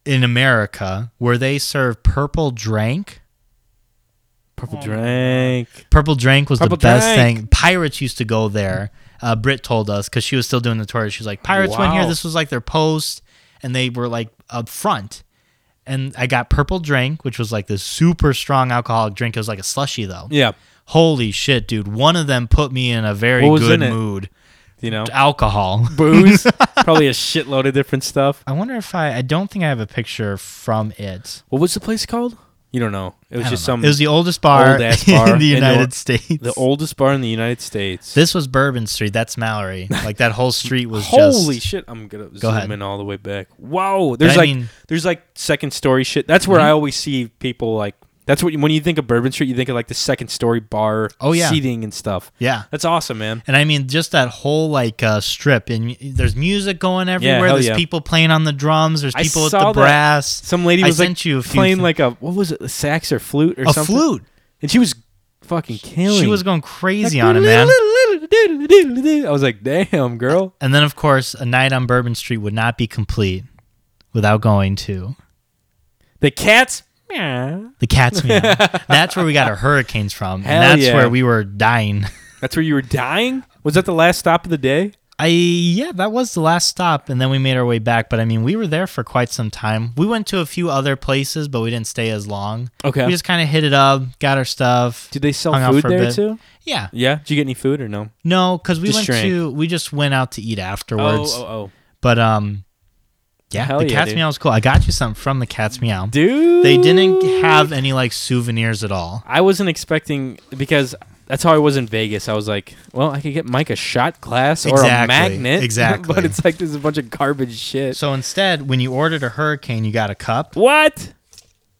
[SPEAKER 2] in america where they serve purple drank
[SPEAKER 1] Purple drank.
[SPEAKER 2] purple drank was
[SPEAKER 1] Purple
[SPEAKER 2] the best
[SPEAKER 1] Drank.
[SPEAKER 2] thing pirates used to go there uh, brit told us because she was still doing the tour she was like pirates went here
[SPEAKER 1] Wow.
[SPEAKER 2] this was like their post and they were like up front and i got purple drink which was like this super strong alcoholic drink it was like a slushy though
[SPEAKER 1] Yeah,
[SPEAKER 2] Holy shit, dude. One of them put me in a very
[SPEAKER 1] What was
[SPEAKER 2] good
[SPEAKER 1] in it?
[SPEAKER 2] mood.
[SPEAKER 1] you know,
[SPEAKER 2] Alcohol.
[SPEAKER 1] booze. Probably a shitload of different stuff.
[SPEAKER 2] I wonder if I I don't think I have a picture from it.
[SPEAKER 1] What was the place called? You don't know. It was
[SPEAKER 2] I don't
[SPEAKER 1] just
[SPEAKER 2] know.
[SPEAKER 1] some.
[SPEAKER 2] It was the oldest bar,
[SPEAKER 1] old-ass bar
[SPEAKER 2] in the
[SPEAKER 1] in the
[SPEAKER 2] United
[SPEAKER 1] wor-
[SPEAKER 2] States.
[SPEAKER 1] the oldest bar in the United States.
[SPEAKER 2] This was Bourbon Street. That's Mallory. Like that whole street was
[SPEAKER 1] Holy
[SPEAKER 2] just
[SPEAKER 1] shit! I'm gonna zoom
[SPEAKER 2] ahead.
[SPEAKER 1] in all the way back. Wow, there's
[SPEAKER 2] I
[SPEAKER 1] like
[SPEAKER 2] mean- Mm-hmm.
[SPEAKER 1] there's like second story shit. That's where I always see people like. That's what you- when you think of Bourbon Street, you think of like the second story bar,
[SPEAKER 2] Oh, yeah.
[SPEAKER 1] seating and stuff.
[SPEAKER 2] Yeah.
[SPEAKER 1] That's awesome, man.
[SPEAKER 2] And I mean just that whole like uh, strip and y- there's music going everywhere.
[SPEAKER 1] hell
[SPEAKER 2] there's
[SPEAKER 1] yeah.
[SPEAKER 2] people playing on the drums, there's
[SPEAKER 1] I
[SPEAKER 2] people with
[SPEAKER 1] saw
[SPEAKER 2] the
[SPEAKER 1] that.
[SPEAKER 2] brass.
[SPEAKER 1] Some lady
[SPEAKER 2] I
[SPEAKER 1] was like
[SPEAKER 2] sent you a few
[SPEAKER 1] playing
[SPEAKER 2] thi-
[SPEAKER 1] like a what was it, a sax or flute or
[SPEAKER 2] a
[SPEAKER 1] something?
[SPEAKER 2] flute.
[SPEAKER 1] and she was fucking killing.
[SPEAKER 2] She was going crazy on it, man.
[SPEAKER 1] man. I was like, damn, girl.
[SPEAKER 2] And then, of course, a night on Bourbon Street would not be complete without going to
[SPEAKER 1] The cats. meow.
[SPEAKER 2] the Cat's Meow. that's where we got our hurricanes from,
[SPEAKER 1] Hell
[SPEAKER 2] and that's
[SPEAKER 1] yeah.
[SPEAKER 2] where we were dying.
[SPEAKER 1] That's where you were dying. Was that the last stop of the day?
[SPEAKER 2] I yeah, that was the last stop, and then we made our way back. But I mean, we were there for quite some time. We went to a few other places, but we didn't stay as long.
[SPEAKER 1] Okay.
[SPEAKER 2] we just kind of hit it up, got our stuff.
[SPEAKER 1] Did they sell
[SPEAKER 2] hung out
[SPEAKER 1] food
[SPEAKER 2] for a
[SPEAKER 1] there
[SPEAKER 2] bit.
[SPEAKER 1] too?
[SPEAKER 2] Yeah,
[SPEAKER 1] Yeah. Did you get any food or no?
[SPEAKER 2] no, because we
[SPEAKER 1] Just
[SPEAKER 2] went
[SPEAKER 1] drank.
[SPEAKER 2] to we just went out to eat afterwards.
[SPEAKER 1] Oh, oh, oh,
[SPEAKER 2] But um, yeah,
[SPEAKER 1] Hell
[SPEAKER 2] the
[SPEAKER 1] yeah,
[SPEAKER 2] Cat's
[SPEAKER 1] dude.
[SPEAKER 2] Meow was cool. I got you something from the Cat's Meow.
[SPEAKER 1] dude.
[SPEAKER 2] They didn't have any like souvenirs at all.
[SPEAKER 1] I wasn't expecting because that's how I was in Vegas. I was like, well, I could get Mike a shot glass or a
[SPEAKER 2] Exactly,
[SPEAKER 1] magnet.
[SPEAKER 2] exactly.
[SPEAKER 1] but it's like there's a bunch of garbage shit.
[SPEAKER 2] So instead, when you ordered a hurricane, you got a cup
[SPEAKER 1] what?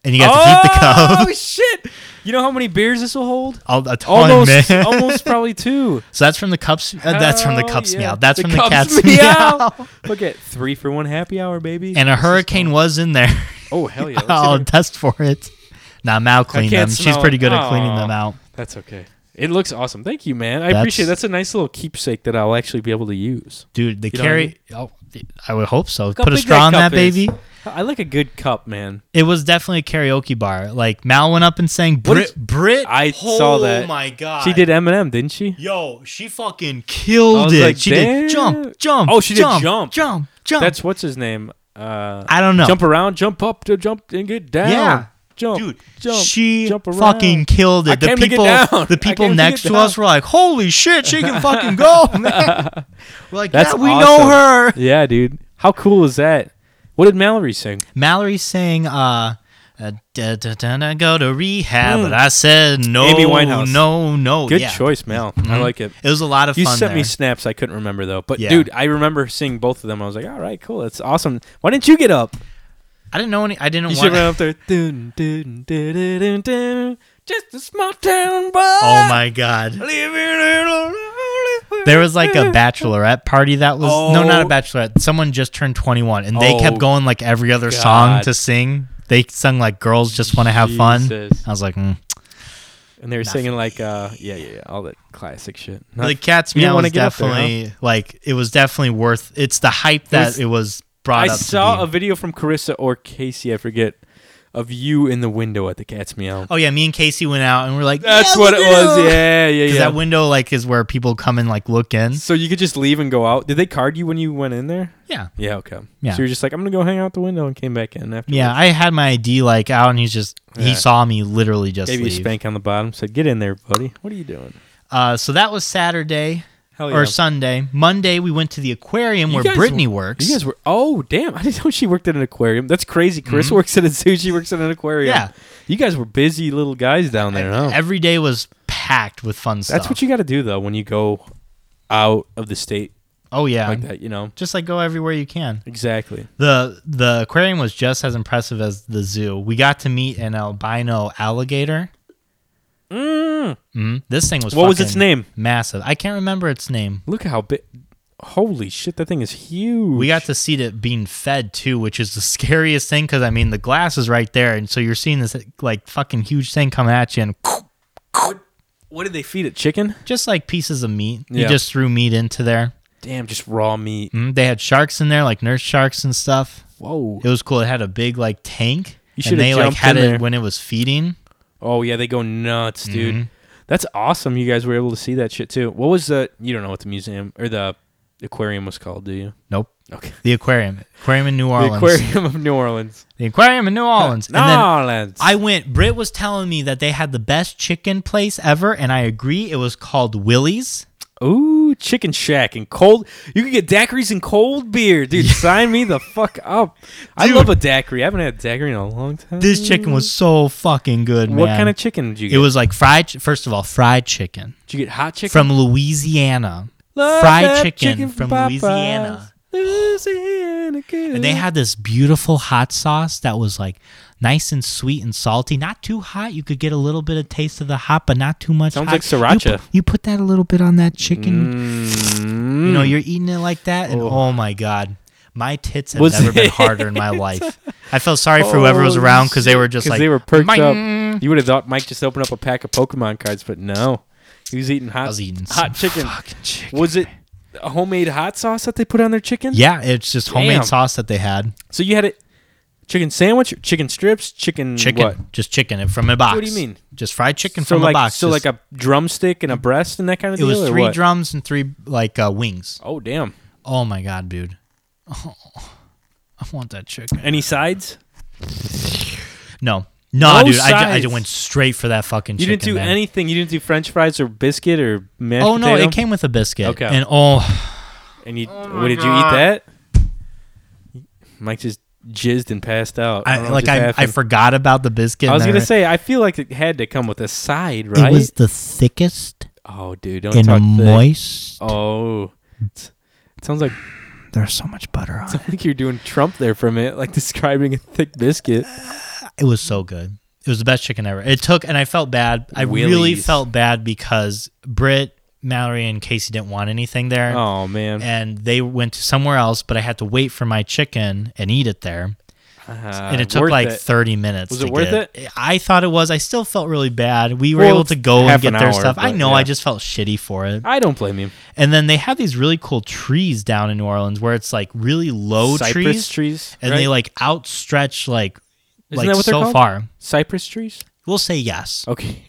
[SPEAKER 2] and you got to keep the cup.
[SPEAKER 1] Oh shit! You know how many beers this will hold?
[SPEAKER 2] Al- A ton,
[SPEAKER 1] Almost,
[SPEAKER 2] man.
[SPEAKER 1] almost probably two.
[SPEAKER 2] So that's from the cups. Uh, that's from the
[SPEAKER 1] Hell
[SPEAKER 2] cups
[SPEAKER 1] yeah.
[SPEAKER 2] meow. That's from the
[SPEAKER 1] Cubs
[SPEAKER 2] cats meow.
[SPEAKER 1] meow. Look at three for one happy hour, baby.
[SPEAKER 2] And a hurricane was in there.
[SPEAKER 1] oh hell yeah! Let's see
[SPEAKER 2] I'll
[SPEAKER 1] if I-
[SPEAKER 2] test for it. Now Mal cleaned
[SPEAKER 1] can't
[SPEAKER 2] them. She's
[SPEAKER 1] smell
[SPEAKER 2] pretty
[SPEAKER 1] it.
[SPEAKER 2] good at cleaning
[SPEAKER 1] Aw.
[SPEAKER 2] them out.
[SPEAKER 1] That's okay. It looks awesome. Thank you, man. I
[SPEAKER 2] That's-
[SPEAKER 1] appreciate. It. That's a nice little keepsake that I'll actually be able to use.
[SPEAKER 2] Dude, they
[SPEAKER 1] You know
[SPEAKER 2] carry. Oh, I would hope so.
[SPEAKER 1] Look how
[SPEAKER 2] Put a
[SPEAKER 1] big
[SPEAKER 2] straw in that
[SPEAKER 1] cup is.
[SPEAKER 2] baby.
[SPEAKER 1] I like a good cup, man.
[SPEAKER 2] It was definitely a karaoke bar. Like Mal went up and sang
[SPEAKER 1] What
[SPEAKER 2] Brit.
[SPEAKER 1] is-
[SPEAKER 2] Brit.
[SPEAKER 1] I saw that.
[SPEAKER 2] Oh my god.
[SPEAKER 1] She did Eminem, didn't she?
[SPEAKER 2] Yo, she fucking
[SPEAKER 1] I
[SPEAKER 2] killed
[SPEAKER 1] was
[SPEAKER 2] it.
[SPEAKER 1] like,
[SPEAKER 2] she
[SPEAKER 1] "Damn."
[SPEAKER 2] did jump, jump.
[SPEAKER 1] Oh, she did
[SPEAKER 2] jump,
[SPEAKER 1] jump.
[SPEAKER 2] jump, jump.
[SPEAKER 1] That's what's his name. Uh,
[SPEAKER 2] I don't know.
[SPEAKER 1] Jump around, jump up, to jump and get down.
[SPEAKER 2] Yeah.
[SPEAKER 1] jump,
[SPEAKER 2] Dude,
[SPEAKER 1] jump.
[SPEAKER 2] she
[SPEAKER 1] jump around.
[SPEAKER 2] fucking killed it.
[SPEAKER 1] I
[SPEAKER 2] the
[SPEAKER 1] came to get
[SPEAKER 2] people,
[SPEAKER 1] down. I
[SPEAKER 2] the people
[SPEAKER 1] came to
[SPEAKER 2] next
[SPEAKER 1] get
[SPEAKER 2] to,
[SPEAKER 1] down.
[SPEAKER 2] us were like, "Holy shit, she can fucking go!" man." We're like,
[SPEAKER 1] That's
[SPEAKER 2] "Yeah, we
[SPEAKER 1] awesome.
[SPEAKER 2] know her."
[SPEAKER 1] Yeah, dude. How cool is that? What did Mallory sing?
[SPEAKER 2] Mallory sang, uh, uh, da, da, da, da, "Go to rehab,"
[SPEAKER 1] Mm.
[SPEAKER 2] but I said, "No,
[SPEAKER 1] Amy Winehouse.
[SPEAKER 2] no, no."
[SPEAKER 1] Good
[SPEAKER 2] yeah.
[SPEAKER 1] choice, Mal. I like it.
[SPEAKER 2] It was a lot of
[SPEAKER 1] You
[SPEAKER 2] fun.
[SPEAKER 1] sent me
[SPEAKER 2] there.
[SPEAKER 1] snaps I couldn't remember though. But
[SPEAKER 2] Yeah.
[SPEAKER 1] dude, I remember seeing both of them. I was like, all right, cool, that's awesome. Why didn't you get up?
[SPEAKER 2] I didn't know any. I didn't
[SPEAKER 1] You should
[SPEAKER 2] want.
[SPEAKER 1] run up there. Dun, dun, dun, dun, dun, dun. Just a small town boy.
[SPEAKER 2] oh my god.
[SPEAKER 1] Living in a lonely
[SPEAKER 2] There was like a
[SPEAKER 1] world.
[SPEAKER 2] bachelorette party that was no, not a
[SPEAKER 1] Oh.
[SPEAKER 2] bachelorette. Someone just turned twenty one, and they
[SPEAKER 1] Oh,
[SPEAKER 2] kept going like every other
[SPEAKER 1] God.
[SPEAKER 2] song to sing. They sung like "Girls Just Want to Have Fun."
[SPEAKER 1] Jesus.
[SPEAKER 2] I was like, mm.
[SPEAKER 1] and they were singing like, uh, yeah, yeah, yeah, all that classic shit. Not-
[SPEAKER 2] the cat's
[SPEAKER 1] you didn't
[SPEAKER 2] meow
[SPEAKER 1] wanna
[SPEAKER 2] was
[SPEAKER 1] get up there, huh?
[SPEAKER 2] definitely like it was definitely worth. It's the hype that
[SPEAKER 1] was-
[SPEAKER 2] it was brought
[SPEAKER 1] I
[SPEAKER 2] up.
[SPEAKER 1] saw
[SPEAKER 2] to
[SPEAKER 1] a
[SPEAKER 2] be.
[SPEAKER 1] video from Carissa or Casey, I forget, of you in the window at the cat's meow.
[SPEAKER 2] Oh yeah, me and Casey went out and we're like,
[SPEAKER 1] That's
[SPEAKER 2] "Yeah,
[SPEAKER 1] what it was.
[SPEAKER 2] window!"
[SPEAKER 1] Yeah, yeah,
[SPEAKER 2] 'Cause
[SPEAKER 1] yeah.
[SPEAKER 2] that window like is where people come and like look in.
[SPEAKER 1] so you could just leave and go out. Did they card you when you went in there?
[SPEAKER 2] Yeah,
[SPEAKER 1] Yeah, okay.
[SPEAKER 2] Yeah.
[SPEAKER 1] So you're just like, I'm gonna go hang out the window and came back in after.
[SPEAKER 2] yeah. I had my ID like out, and he's just
[SPEAKER 1] Yeah.
[SPEAKER 2] he saw me literally just
[SPEAKER 1] Gave you a
[SPEAKER 2] leave.
[SPEAKER 1] spank on the bottom. Said, "Get in there, buddy. What are you doing?"
[SPEAKER 2] Uh, so that was Saturday
[SPEAKER 1] Hell
[SPEAKER 2] or Sunday. Monday we went to the aquarium
[SPEAKER 1] You
[SPEAKER 2] where
[SPEAKER 1] guys
[SPEAKER 2] Brittany
[SPEAKER 1] were-
[SPEAKER 2] works.
[SPEAKER 1] You guys were oh damn! I didn't know she worked at an aquarium. That's crazy. Chris works at a zoo. She works at an aquarium.
[SPEAKER 2] Mm-hmm. Yeah.
[SPEAKER 1] You guys were busy little guys down there. huh?
[SPEAKER 2] Every day was packed with fun stuff.
[SPEAKER 1] oh. That's what you got to do though when you go out of the state
[SPEAKER 2] Oh yeah,
[SPEAKER 1] like that. You know
[SPEAKER 2] just like go everywhere you can.
[SPEAKER 1] exactly.
[SPEAKER 2] the The aquarium was just as impressive as the zoo. We got to meet an albino alligator.
[SPEAKER 1] Mm.
[SPEAKER 2] Mm, this thing was
[SPEAKER 1] What was its
[SPEAKER 2] fucking
[SPEAKER 1] name?
[SPEAKER 2] Massive. I can't remember its name.
[SPEAKER 1] Look how big! Holy shit! That thing is huge.
[SPEAKER 2] We got to see it being fed too, which is the scariest thing because I mean the glass is right there, and so you're seeing this like fucking huge thing come at you, and
[SPEAKER 1] What did they feed it? Chicken?
[SPEAKER 2] just like pieces of meat, you
[SPEAKER 1] Yeah.
[SPEAKER 2] just threw meat into there.
[SPEAKER 1] Damn, just raw meat.
[SPEAKER 2] Mm, they had sharks in there, like nurse sharks and stuff.
[SPEAKER 1] Whoa.
[SPEAKER 2] It was cool. It had a big like tank.
[SPEAKER 1] You
[SPEAKER 2] and
[SPEAKER 1] should've
[SPEAKER 2] they like
[SPEAKER 1] jumped
[SPEAKER 2] had
[SPEAKER 1] in
[SPEAKER 2] it
[SPEAKER 1] there.
[SPEAKER 2] when it was feeding.
[SPEAKER 1] Oh yeah, they go nuts, dude. That's awesome. You guys were able to see that shit too. What was the? You don't know what the museum or the aquarium was called, do you?
[SPEAKER 2] Nope.
[SPEAKER 1] Okay.
[SPEAKER 2] The aquarium. Aquarium in New Orleans.
[SPEAKER 1] The aquarium of New Orleans.
[SPEAKER 2] The aquarium in New Orleans.
[SPEAKER 1] New
[SPEAKER 2] and then
[SPEAKER 1] Orleans.
[SPEAKER 2] I went. Britt was telling me that they had the best chicken place ever, and I agree. It was called Willie's.
[SPEAKER 1] Ooh, chicken shack and cold. You can get daiquiris and cold beer, dude. Sign me the fuck up. I
[SPEAKER 2] Dude.
[SPEAKER 1] love a daiquiri. I haven't had a daiquiri in a long time.
[SPEAKER 2] This chicken was so fucking good, man.
[SPEAKER 1] What kind of chicken did you get?
[SPEAKER 2] It was like fried. ch- First of all, fried chicken
[SPEAKER 1] did you get hot chicken?
[SPEAKER 2] from Louisiana.
[SPEAKER 1] Love
[SPEAKER 2] fried
[SPEAKER 1] that
[SPEAKER 2] chicken,
[SPEAKER 1] from
[SPEAKER 2] from
[SPEAKER 1] Popeyes.
[SPEAKER 2] Louisiana.
[SPEAKER 1] Louisiana good.
[SPEAKER 2] And they had this beautiful hot sauce that was like nice and sweet and salty, not too hot. You could get a little bit of taste of the hot, but not too much.
[SPEAKER 1] Sounds
[SPEAKER 2] hot.
[SPEAKER 1] like
[SPEAKER 2] You
[SPEAKER 1] sriracha.
[SPEAKER 2] pu- You, put that a little bit on that chicken.
[SPEAKER 1] Mm.
[SPEAKER 2] You know, you're eating it like that, and
[SPEAKER 1] Oh.
[SPEAKER 2] oh, my god, my tits have
[SPEAKER 1] Was
[SPEAKER 2] never been
[SPEAKER 1] it-
[SPEAKER 2] harder in my life. I felt sorry for whoever was around because they were just
[SPEAKER 1] 'Cause
[SPEAKER 2] like "Mmm."
[SPEAKER 1] they were perked
[SPEAKER 2] "Ming."
[SPEAKER 1] up. You would have thought Mike just opened up a pack of Pokemon cards, but no, he was eating hot.
[SPEAKER 2] I was eating
[SPEAKER 1] hot
[SPEAKER 2] some
[SPEAKER 1] chicken.
[SPEAKER 2] fucking chicken.
[SPEAKER 1] Was it a homemade hot sauce that they put on their chicken?
[SPEAKER 2] Yeah, it's just homemade
[SPEAKER 1] Damn.
[SPEAKER 2] sauce that they had.
[SPEAKER 1] So you had a chicken sandwich, chicken strips, chicken
[SPEAKER 2] Chicken,
[SPEAKER 1] What?
[SPEAKER 2] just chicken from a box.
[SPEAKER 1] What do you mean?
[SPEAKER 2] Just fried chicken
[SPEAKER 1] So
[SPEAKER 2] from
[SPEAKER 1] like,
[SPEAKER 2] a box.
[SPEAKER 1] so
[SPEAKER 2] just-
[SPEAKER 1] like a drumstick and a breast and that kind of
[SPEAKER 2] it
[SPEAKER 1] deal.
[SPEAKER 2] was
[SPEAKER 1] or
[SPEAKER 2] three
[SPEAKER 1] what?
[SPEAKER 2] drums and three like uh, wings.
[SPEAKER 1] Oh damn!
[SPEAKER 2] Oh my god, dude! Oh, I want that chicken.
[SPEAKER 1] Any sides?
[SPEAKER 2] No, no,
[SPEAKER 1] No
[SPEAKER 2] dude. I, ju- I
[SPEAKER 1] sides.
[SPEAKER 2] just went straight for that fucking.
[SPEAKER 1] You
[SPEAKER 2] chicken,
[SPEAKER 1] didn't do
[SPEAKER 2] man.
[SPEAKER 1] anything. You didn't do French fries or biscuit or mashed
[SPEAKER 2] Oh no,
[SPEAKER 1] potato?
[SPEAKER 2] it came with a biscuit.
[SPEAKER 1] Okay.
[SPEAKER 2] Okay. And oh,
[SPEAKER 1] And you, what did you eat that? Mike just jizzed and passed out.
[SPEAKER 2] I,
[SPEAKER 1] don't know what
[SPEAKER 2] like
[SPEAKER 1] just
[SPEAKER 2] I, I
[SPEAKER 1] happened.
[SPEAKER 2] forgot about the biscuit.
[SPEAKER 1] I was
[SPEAKER 2] and
[SPEAKER 1] gonna
[SPEAKER 2] then-
[SPEAKER 1] say, I feel like it had to come with a side,
[SPEAKER 2] it
[SPEAKER 1] right?
[SPEAKER 2] was the thickest
[SPEAKER 1] oh, dude, don't
[SPEAKER 2] and
[SPEAKER 1] talk thick.
[SPEAKER 2] moist.
[SPEAKER 1] Oh, It's- it sounds like
[SPEAKER 2] There's so much butter on it.
[SPEAKER 1] I think you're doing Trump there for a minute, like describing a thick biscuit.
[SPEAKER 2] It was so good. It was the best chicken ever. It took, and I felt bad. I really
[SPEAKER 1] Wheelies.
[SPEAKER 2] felt bad because Britt, Mallory, and Casey didn't want anything there.
[SPEAKER 1] Oh man,
[SPEAKER 2] And they went to somewhere else, but I had to wait for my chicken and eat it there. and it took like 30 minutes.
[SPEAKER 1] Was
[SPEAKER 2] to
[SPEAKER 1] Uh, it worth
[SPEAKER 2] get. I thought it was. I still felt really bad. We were
[SPEAKER 1] Well,
[SPEAKER 2] able to go and
[SPEAKER 1] half an
[SPEAKER 2] get their
[SPEAKER 1] hour,
[SPEAKER 2] stuff. I
[SPEAKER 1] but
[SPEAKER 2] know.
[SPEAKER 1] yeah.
[SPEAKER 2] I just felt shitty for it.
[SPEAKER 1] I don't blame you.
[SPEAKER 2] And then they have these really cool trees down in New Orleans where it's like really low
[SPEAKER 1] Cypress trees,
[SPEAKER 2] trees, and
[SPEAKER 1] right?
[SPEAKER 2] they like outstretch like
[SPEAKER 1] Isn't
[SPEAKER 2] like
[SPEAKER 1] that what they're
[SPEAKER 2] so
[SPEAKER 1] called?
[SPEAKER 2] far.
[SPEAKER 1] cypress trees.
[SPEAKER 2] We'll say yes.
[SPEAKER 1] Okay,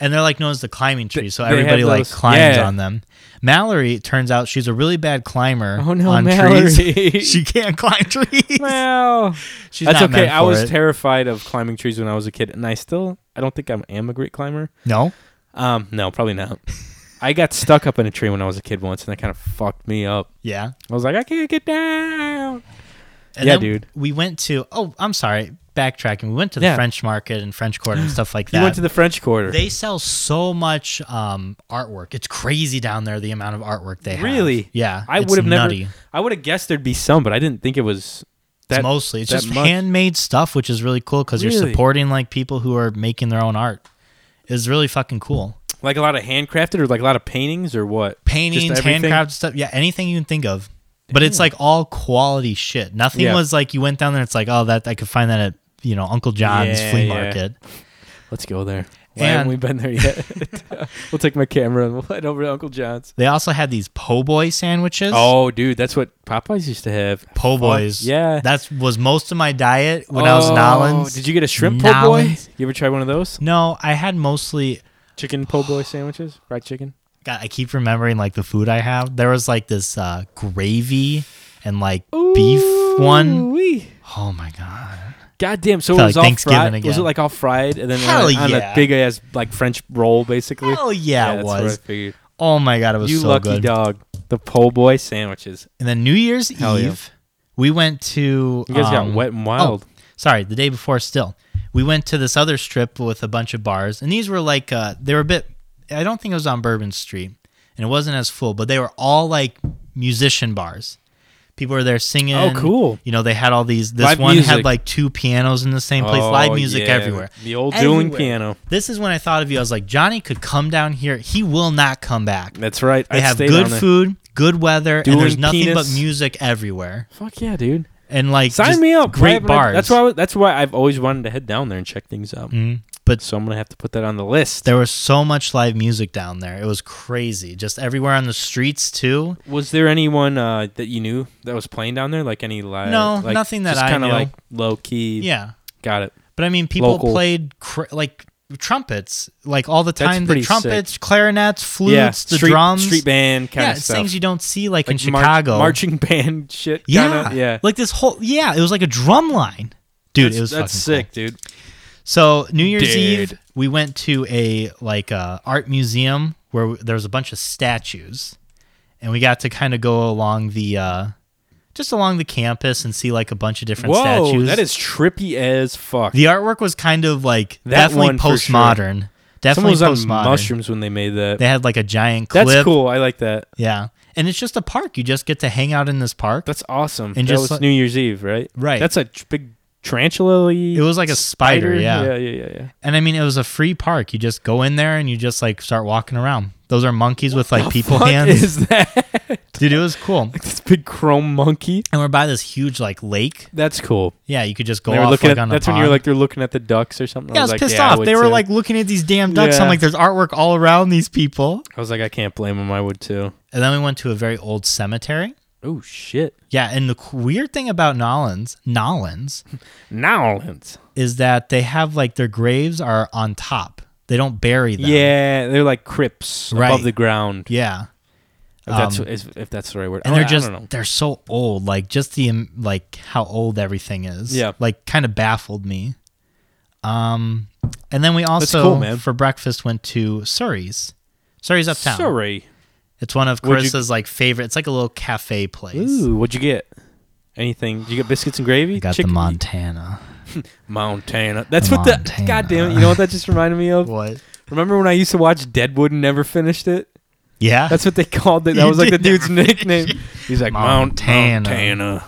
[SPEAKER 2] And they're like known as the climbing trees, so
[SPEAKER 1] they have
[SPEAKER 2] everybody like
[SPEAKER 1] those-
[SPEAKER 2] climbs
[SPEAKER 1] yeah.
[SPEAKER 2] on them. Mallory it turns out she's a really bad climber
[SPEAKER 1] Oh, no,
[SPEAKER 2] on
[SPEAKER 1] Mallory.
[SPEAKER 2] trees. she can't climb trees.
[SPEAKER 1] well,
[SPEAKER 2] She's
[SPEAKER 1] that's
[SPEAKER 2] not
[SPEAKER 1] okay.
[SPEAKER 2] meant
[SPEAKER 1] I
[SPEAKER 2] for
[SPEAKER 1] was
[SPEAKER 2] it.
[SPEAKER 1] terrified of climbing trees when I was a kid, and I still, I don't think I am a great climber.
[SPEAKER 2] no.
[SPEAKER 1] Um, no, probably not. I got stuck up in a tree when I was a kid once, and that kind of fucked me up.
[SPEAKER 2] Yeah.
[SPEAKER 1] I was like, I can't get down.
[SPEAKER 2] And
[SPEAKER 1] Yeah,
[SPEAKER 2] then
[SPEAKER 1] dude.
[SPEAKER 2] We went to oh, I'm sorry, backtracking. We went to the
[SPEAKER 1] Yeah.
[SPEAKER 2] French market and French Quarter and stuff like that.
[SPEAKER 1] You went to the French Quarter.
[SPEAKER 2] They sell so much um, artwork. It's crazy down there the amount of artwork they have.
[SPEAKER 1] Really?
[SPEAKER 2] Yeah.
[SPEAKER 1] I
[SPEAKER 2] it's
[SPEAKER 1] would have never.
[SPEAKER 2] nutty.
[SPEAKER 1] I would have guessed there'd be some, but I didn't think it was. That,
[SPEAKER 2] it's mostly it's
[SPEAKER 1] that
[SPEAKER 2] just
[SPEAKER 1] much.
[SPEAKER 2] handmade stuff, which is really cool because you're
[SPEAKER 1] Really?
[SPEAKER 2] supporting like people who are making their own art. It's really fucking cool.
[SPEAKER 1] like a lot of handcrafted or like a lot of paintings or what? Just
[SPEAKER 2] Paintings,
[SPEAKER 1] everything?
[SPEAKER 2] handcrafted stuff. Yeah, anything you can think of. But it's like all quality shit. Nothing
[SPEAKER 1] Yeah.
[SPEAKER 2] was like you went down there. It's like oh that I could find that at you know Uncle John's
[SPEAKER 1] Yeah,
[SPEAKER 2] flea
[SPEAKER 1] yeah.
[SPEAKER 2] market.
[SPEAKER 1] Let's go there. Why haven't
[SPEAKER 2] And-
[SPEAKER 1] we been there yet? we'll take my camera and we'll head over to Uncle John's.
[SPEAKER 2] They also had these po' boy sandwiches.
[SPEAKER 1] Oh, dude, that's what Popeyes used to have.
[SPEAKER 2] po' boys.
[SPEAKER 1] yeah.
[SPEAKER 2] that was most of my diet when I was in
[SPEAKER 1] Oh,
[SPEAKER 2] Nollins.
[SPEAKER 1] Did you get a shrimp po' boy?
[SPEAKER 2] Nollins.
[SPEAKER 1] You ever try one of those?
[SPEAKER 2] No, I had mostly.
[SPEAKER 1] Chicken po' boy sandwiches? Fried chicken?
[SPEAKER 2] God, I keep remembering like the food I have. There was like this uh, gravy and like beef one.
[SPEAKER 1] Ooh-wee.
[SPEAKER 2] Oh my god!
[SPEAKER 1] Goddamn! So it
[SPEAKER 2] Felt
[SPEAKER 1] was
[SPEAKER 2] like
[SPEAKER 1] all
[SPEAKER 2] Thanksgiving
[SPEAKER 1] fried. Was it
[SPEAKER 2] again.
[SPEAKER 1] like all fried and then
[SPEAKER 2] Hell
[SPEAKER 1] on, a- on
[SPEAKER 2] yeah.
[SPEAKER 1] a big ass like French roll, basically?
[SPEAKER 2] Hell yeah, it
[SPEAKER 1] that's what I
[SPEAKER 2] was.
[SPEAKER 1] figured.
[SPEAKER 2] Oh my god, it was
[SPEAKER 1] You
[SPEAKER 2] so
[SPEAKER 1] lucky
[SPEAKER 2] good.
[SPEAKER 1] dog. The po' boy sandwiches.
[SPEAKER 2] And then New Year's
[SPEAKER 1] Hell yeah.
[SPEAKER 2] Eve, we went to.
[SPEAKER 1] You guys
[SPEAKER 2] um,
[SPEAKER 1] got wet and wild.
[SPEAKER 2] Oh, sorry, the day before still. We went to this other strip with a bunch of bars, and these were like uh they were a bit I don't think it was on Bourbon Street, and it wasn't as full, but they were all like musician bars. People were there singing.
[SPEAKER 1] Oh, cool.
[SPEAKER 2] You know, they had all these this
[SPEAKER 1] Live
[SPEAKER 2] one had
[SPEAKER 1] music.
[SPEAKER 2] like two pianos in the same place,
[SPEAKER 1] Oh,
[SPEAKER 2] live music
[SPEAKER 1] yeah,
[SPEAKER 2] everywhere.
[SPEAKER 1] The old dueling
[SPEAKER 2] Everywhere.
[SPEAKER 1] piano.
[SPEAKER 2] This is when I thought of you. I was like, Johnny could come down here. He will not come back.
[SPEAKER 1] That's right.
[SPEAKER 2] They
[SPEAKER 1] I'd
[SPEAKER 2] have
[SPEAKER 1] stay
[SPEAKER 2] good
[SPEAKER 1] down there.
[SPEAKER 2] food, good weather, and there's
[SPEAKER 1] Dueling
[SPEAKER 2] nothing but
[SPEAKER 1] penis.
[SPEAKER 2] music everywhere.
[SPEAKER 1] Fuck yeah, dude.
[SPEAKER 2] And like
[SPEAKER 1] Sign
[SPEAKER 2] just
[SPEAKER 1] me up.
[SPEAKER 2] Great
[SPEAKER 1] Why haven't I-
[SPEAKER 2] bars.
[SPEAKER 1] That's why. I was- that's why I've always wanted to head down there and check things out.
[SPEAKER 2] Mhm. But
[SPEAKER 1] So I'm gonna have to put that on the list.
[SPEAKER 2] There was so much live music down there. It was crazy. Just everywhere on the streets too.
[SPEAKER 1] Was there anyone uh, that you knew that was playing down there? Like any live?
[SPEAKER 2] No,
[SPEAKER 1] like,
[SPEAKER 2] nothing that
[SPEAKER 1] just
[SPEAKER 2] I
[SPEAKER 1] kinda
[SPEAKER 2] knew.
[SPEAKER 1] like low key.
[SPEAKER 2] Yeah.
[SPEAKER 1] got it.
[SPEAKER 2] But I mean people
[SPEAKER 1] Local.
[SPEAKER 2] played cr- like trumpets like all the
[SPEAKER 1] That's
[SPEAKER 2] time the
[SPEAKER 1] pretty
[SPEAKER 2] trumpets, clarinets, flutes,
[SPEAKER 1] yeah,
[SPEAKER 2] the
[SPEAKER 1] street,
[SPEAKER 2] drums.
[SPEAKER 1] street band kind
[SPEAKER 2] yeah,
[SPEAKER 1] of
[SPEAKER 2] it's
[SPEAKER 1] stuff.
[SPEAKER 2] things you don't see like, in
[SPEAKER 1] march-
[SPEAKER 2] Chicago.
[SPEAKER 1] marching band shit.
[SPEAKER 2] yeah.
[SPEAKER 1] kinda, yeah.
[SPEAKER 2] Like this whole yeah, it was like a drum line. Dude,
[SPEAKER 1] that's,
[SPEAKER 2] it was
[SPEAKER 1] that's
[SPEAKER 2] fucking
[SPEAKER 1] sick,
[SPEAKER 2] cool.
[SPEAKER 1] dude.
[SPEAKER 2] So New Year's
[SPEAKER 1] Dude.
[SPEAKER 2] Eve, we went to a like uh, art museum where w- there was a bunch of statues, and we got to kind of go along the uh, just along the campus and see like a bunch of different
[SPEAKER 1] Whoa,
[SPEAKER 2] statues.
[SPEAKER 1] that is trippy as fuck.
[SPEAKER 2] the artwork was kind of like
[SPEAKER 1] That
[SPEAKER 2] definitely
[SPEAKER 1] one for sure.
[SPEAKER 2] postmodern.
[SPEAKER 1] Someone
[SPEAKER 2] Definitely
[SPEAKER 1] was on
[SPEAKER 2] postmodern.
[SPEAKER 1] mushrooms when they made that.
[SPEAKER 2] They had like a giant clip.
[SPEAKER 1] That's cool. I like that.
[SPEAKER 2] Yeah, and it's just a park. You just get to hang out in this park.
[SPEAKER 1] That's awesome.
[SPEAKER 2] And
[SPEAKER 1] And
[SPEAKER 2] just
[SPEAKER 1] that was
[SPEAKER 2] like-
[SPEAKER 1] New Year's Eve, right?
[SPEAKER 2] Right.
[SPEAKER 1] That's a tr- big tarantula.
[SPEAKER 2] It was like a spider, yeah.
[SPEAKER 1] Yeah, yeah, yeah, yeah.
[SPEAKER 2] And I mean, it was a free park. You just go in there and you just like start walking around. Those are monkeys with like people
[SPEAKER 1] What
[SPEAKER 2] hands.
[SPEAKER 1] is that?
[SPEAKER 2] Dude, it was cool.
[SPEAKER 1] this big chrome monkey.
[SPEAKER 2] and we're by this huge like lake.
[SPEAKER 1] That's cool.
[SPEAKER 2] Yeah, you could just go
[SPEAKER 1] They were
[SPEAKER 2] off
[SPEAKER 1] looking
[SPEAKER 2] like
[SPEAKER 1] at-
[SPEAKER 2] on a
[SPEAKER 1] that's when
[SPEAKER 2] pond.
[SPEAKER 1] you're like they're looking at the ducks or something.
[SPEAKER 2] yeah, I was
[SPEAKER 1] like,
[SPEAKER 2] pissed
[SPEAKER 1] I
[SPEAKER 2] off.
[SPEAKER 1] would
[SPEAKER 2] They were
[SPEAKER 1] too.
[SPEAKER 2] like looking at these damn ducks. I'm
[SPEAKER 1] Yeah.
[SPEAKER 2] like, there's artwork all around these people.
[SPEAKER 1] I was like, I can't blame them. I would too.
[SPEAKER 2] And then we went to a very old cemetery.
[SPEAKER 1] Oh shit,
[SPEAKER 2] Yeah, and the c- weird thing about Nollins, Nollins,
[SPEAKER 1] now it's
[SPEAKER 2] is that they have like their graves are on top. They don't bury them.
[SPEAKER 1] Yeah, they're like crypts
[SPEAKER 2] Right.
[SPEAKER 1] above the ground.
[SPEAKER 2] yeah.
[SPEAKER 1] If that's
[SPEAKER 2] Um,
[SPEAKER 1] is- if that's the right word.
[SPEAKER 2] And
[SPEAKER 1] Oh, I
[SPEAKER 2] they're
[SPEAKER 1] don't- I
[SPEAKER 2] just
[SPEAKER 1] don't know.
[SPEAKER 2] they're so old. Like just the um, like how old everything is.
[SPEAKER 1] Yeah.
[SPEAKER 2] like kind of baffled me. Um, and then we also
[SPEAKER 1] cool, man.
[SPEAKER 2] for breakfast went to Surrey's. Surrey's uptown.
[SPEAKER 1] Sorry.
[SPEAKER 2] It's one of
[SPEAKER 1] What'd you-
[SPEAKER 2] Chris's like favorite. It's like a little cafe place.
[SPEAKER 1] Ooh, what'd you get? Anything? Did you get biscuits and gravy?
[SPEAKER 2] I got
[SPEAKER 1] Chicken-
[SPEAKER 2] the Montana.
[SPEAKER 1] Montana. That's
[SPEAKER 2] The
[SPEAKER 1] what
[SPEAKER 2] Montana.
[SPEAKER 1] the God damn it. You know what that just reminded me of?
[SPEAKER 2] What?
[SPEAKER 1] Remember when I used to watch Deadwood and never finished it?
[SPEAKER 2] Yeah.
[SPEAKER 1] That's what they called it. That
[SPEAKER 2] You
[SPEAKER 1] was like the
[SPEAKER 2] did never
[SPEAKER 1] dude's nickname. He's like "Mount-
[SPEAKER 2] Montana.
[SPEAKER 1] Montana.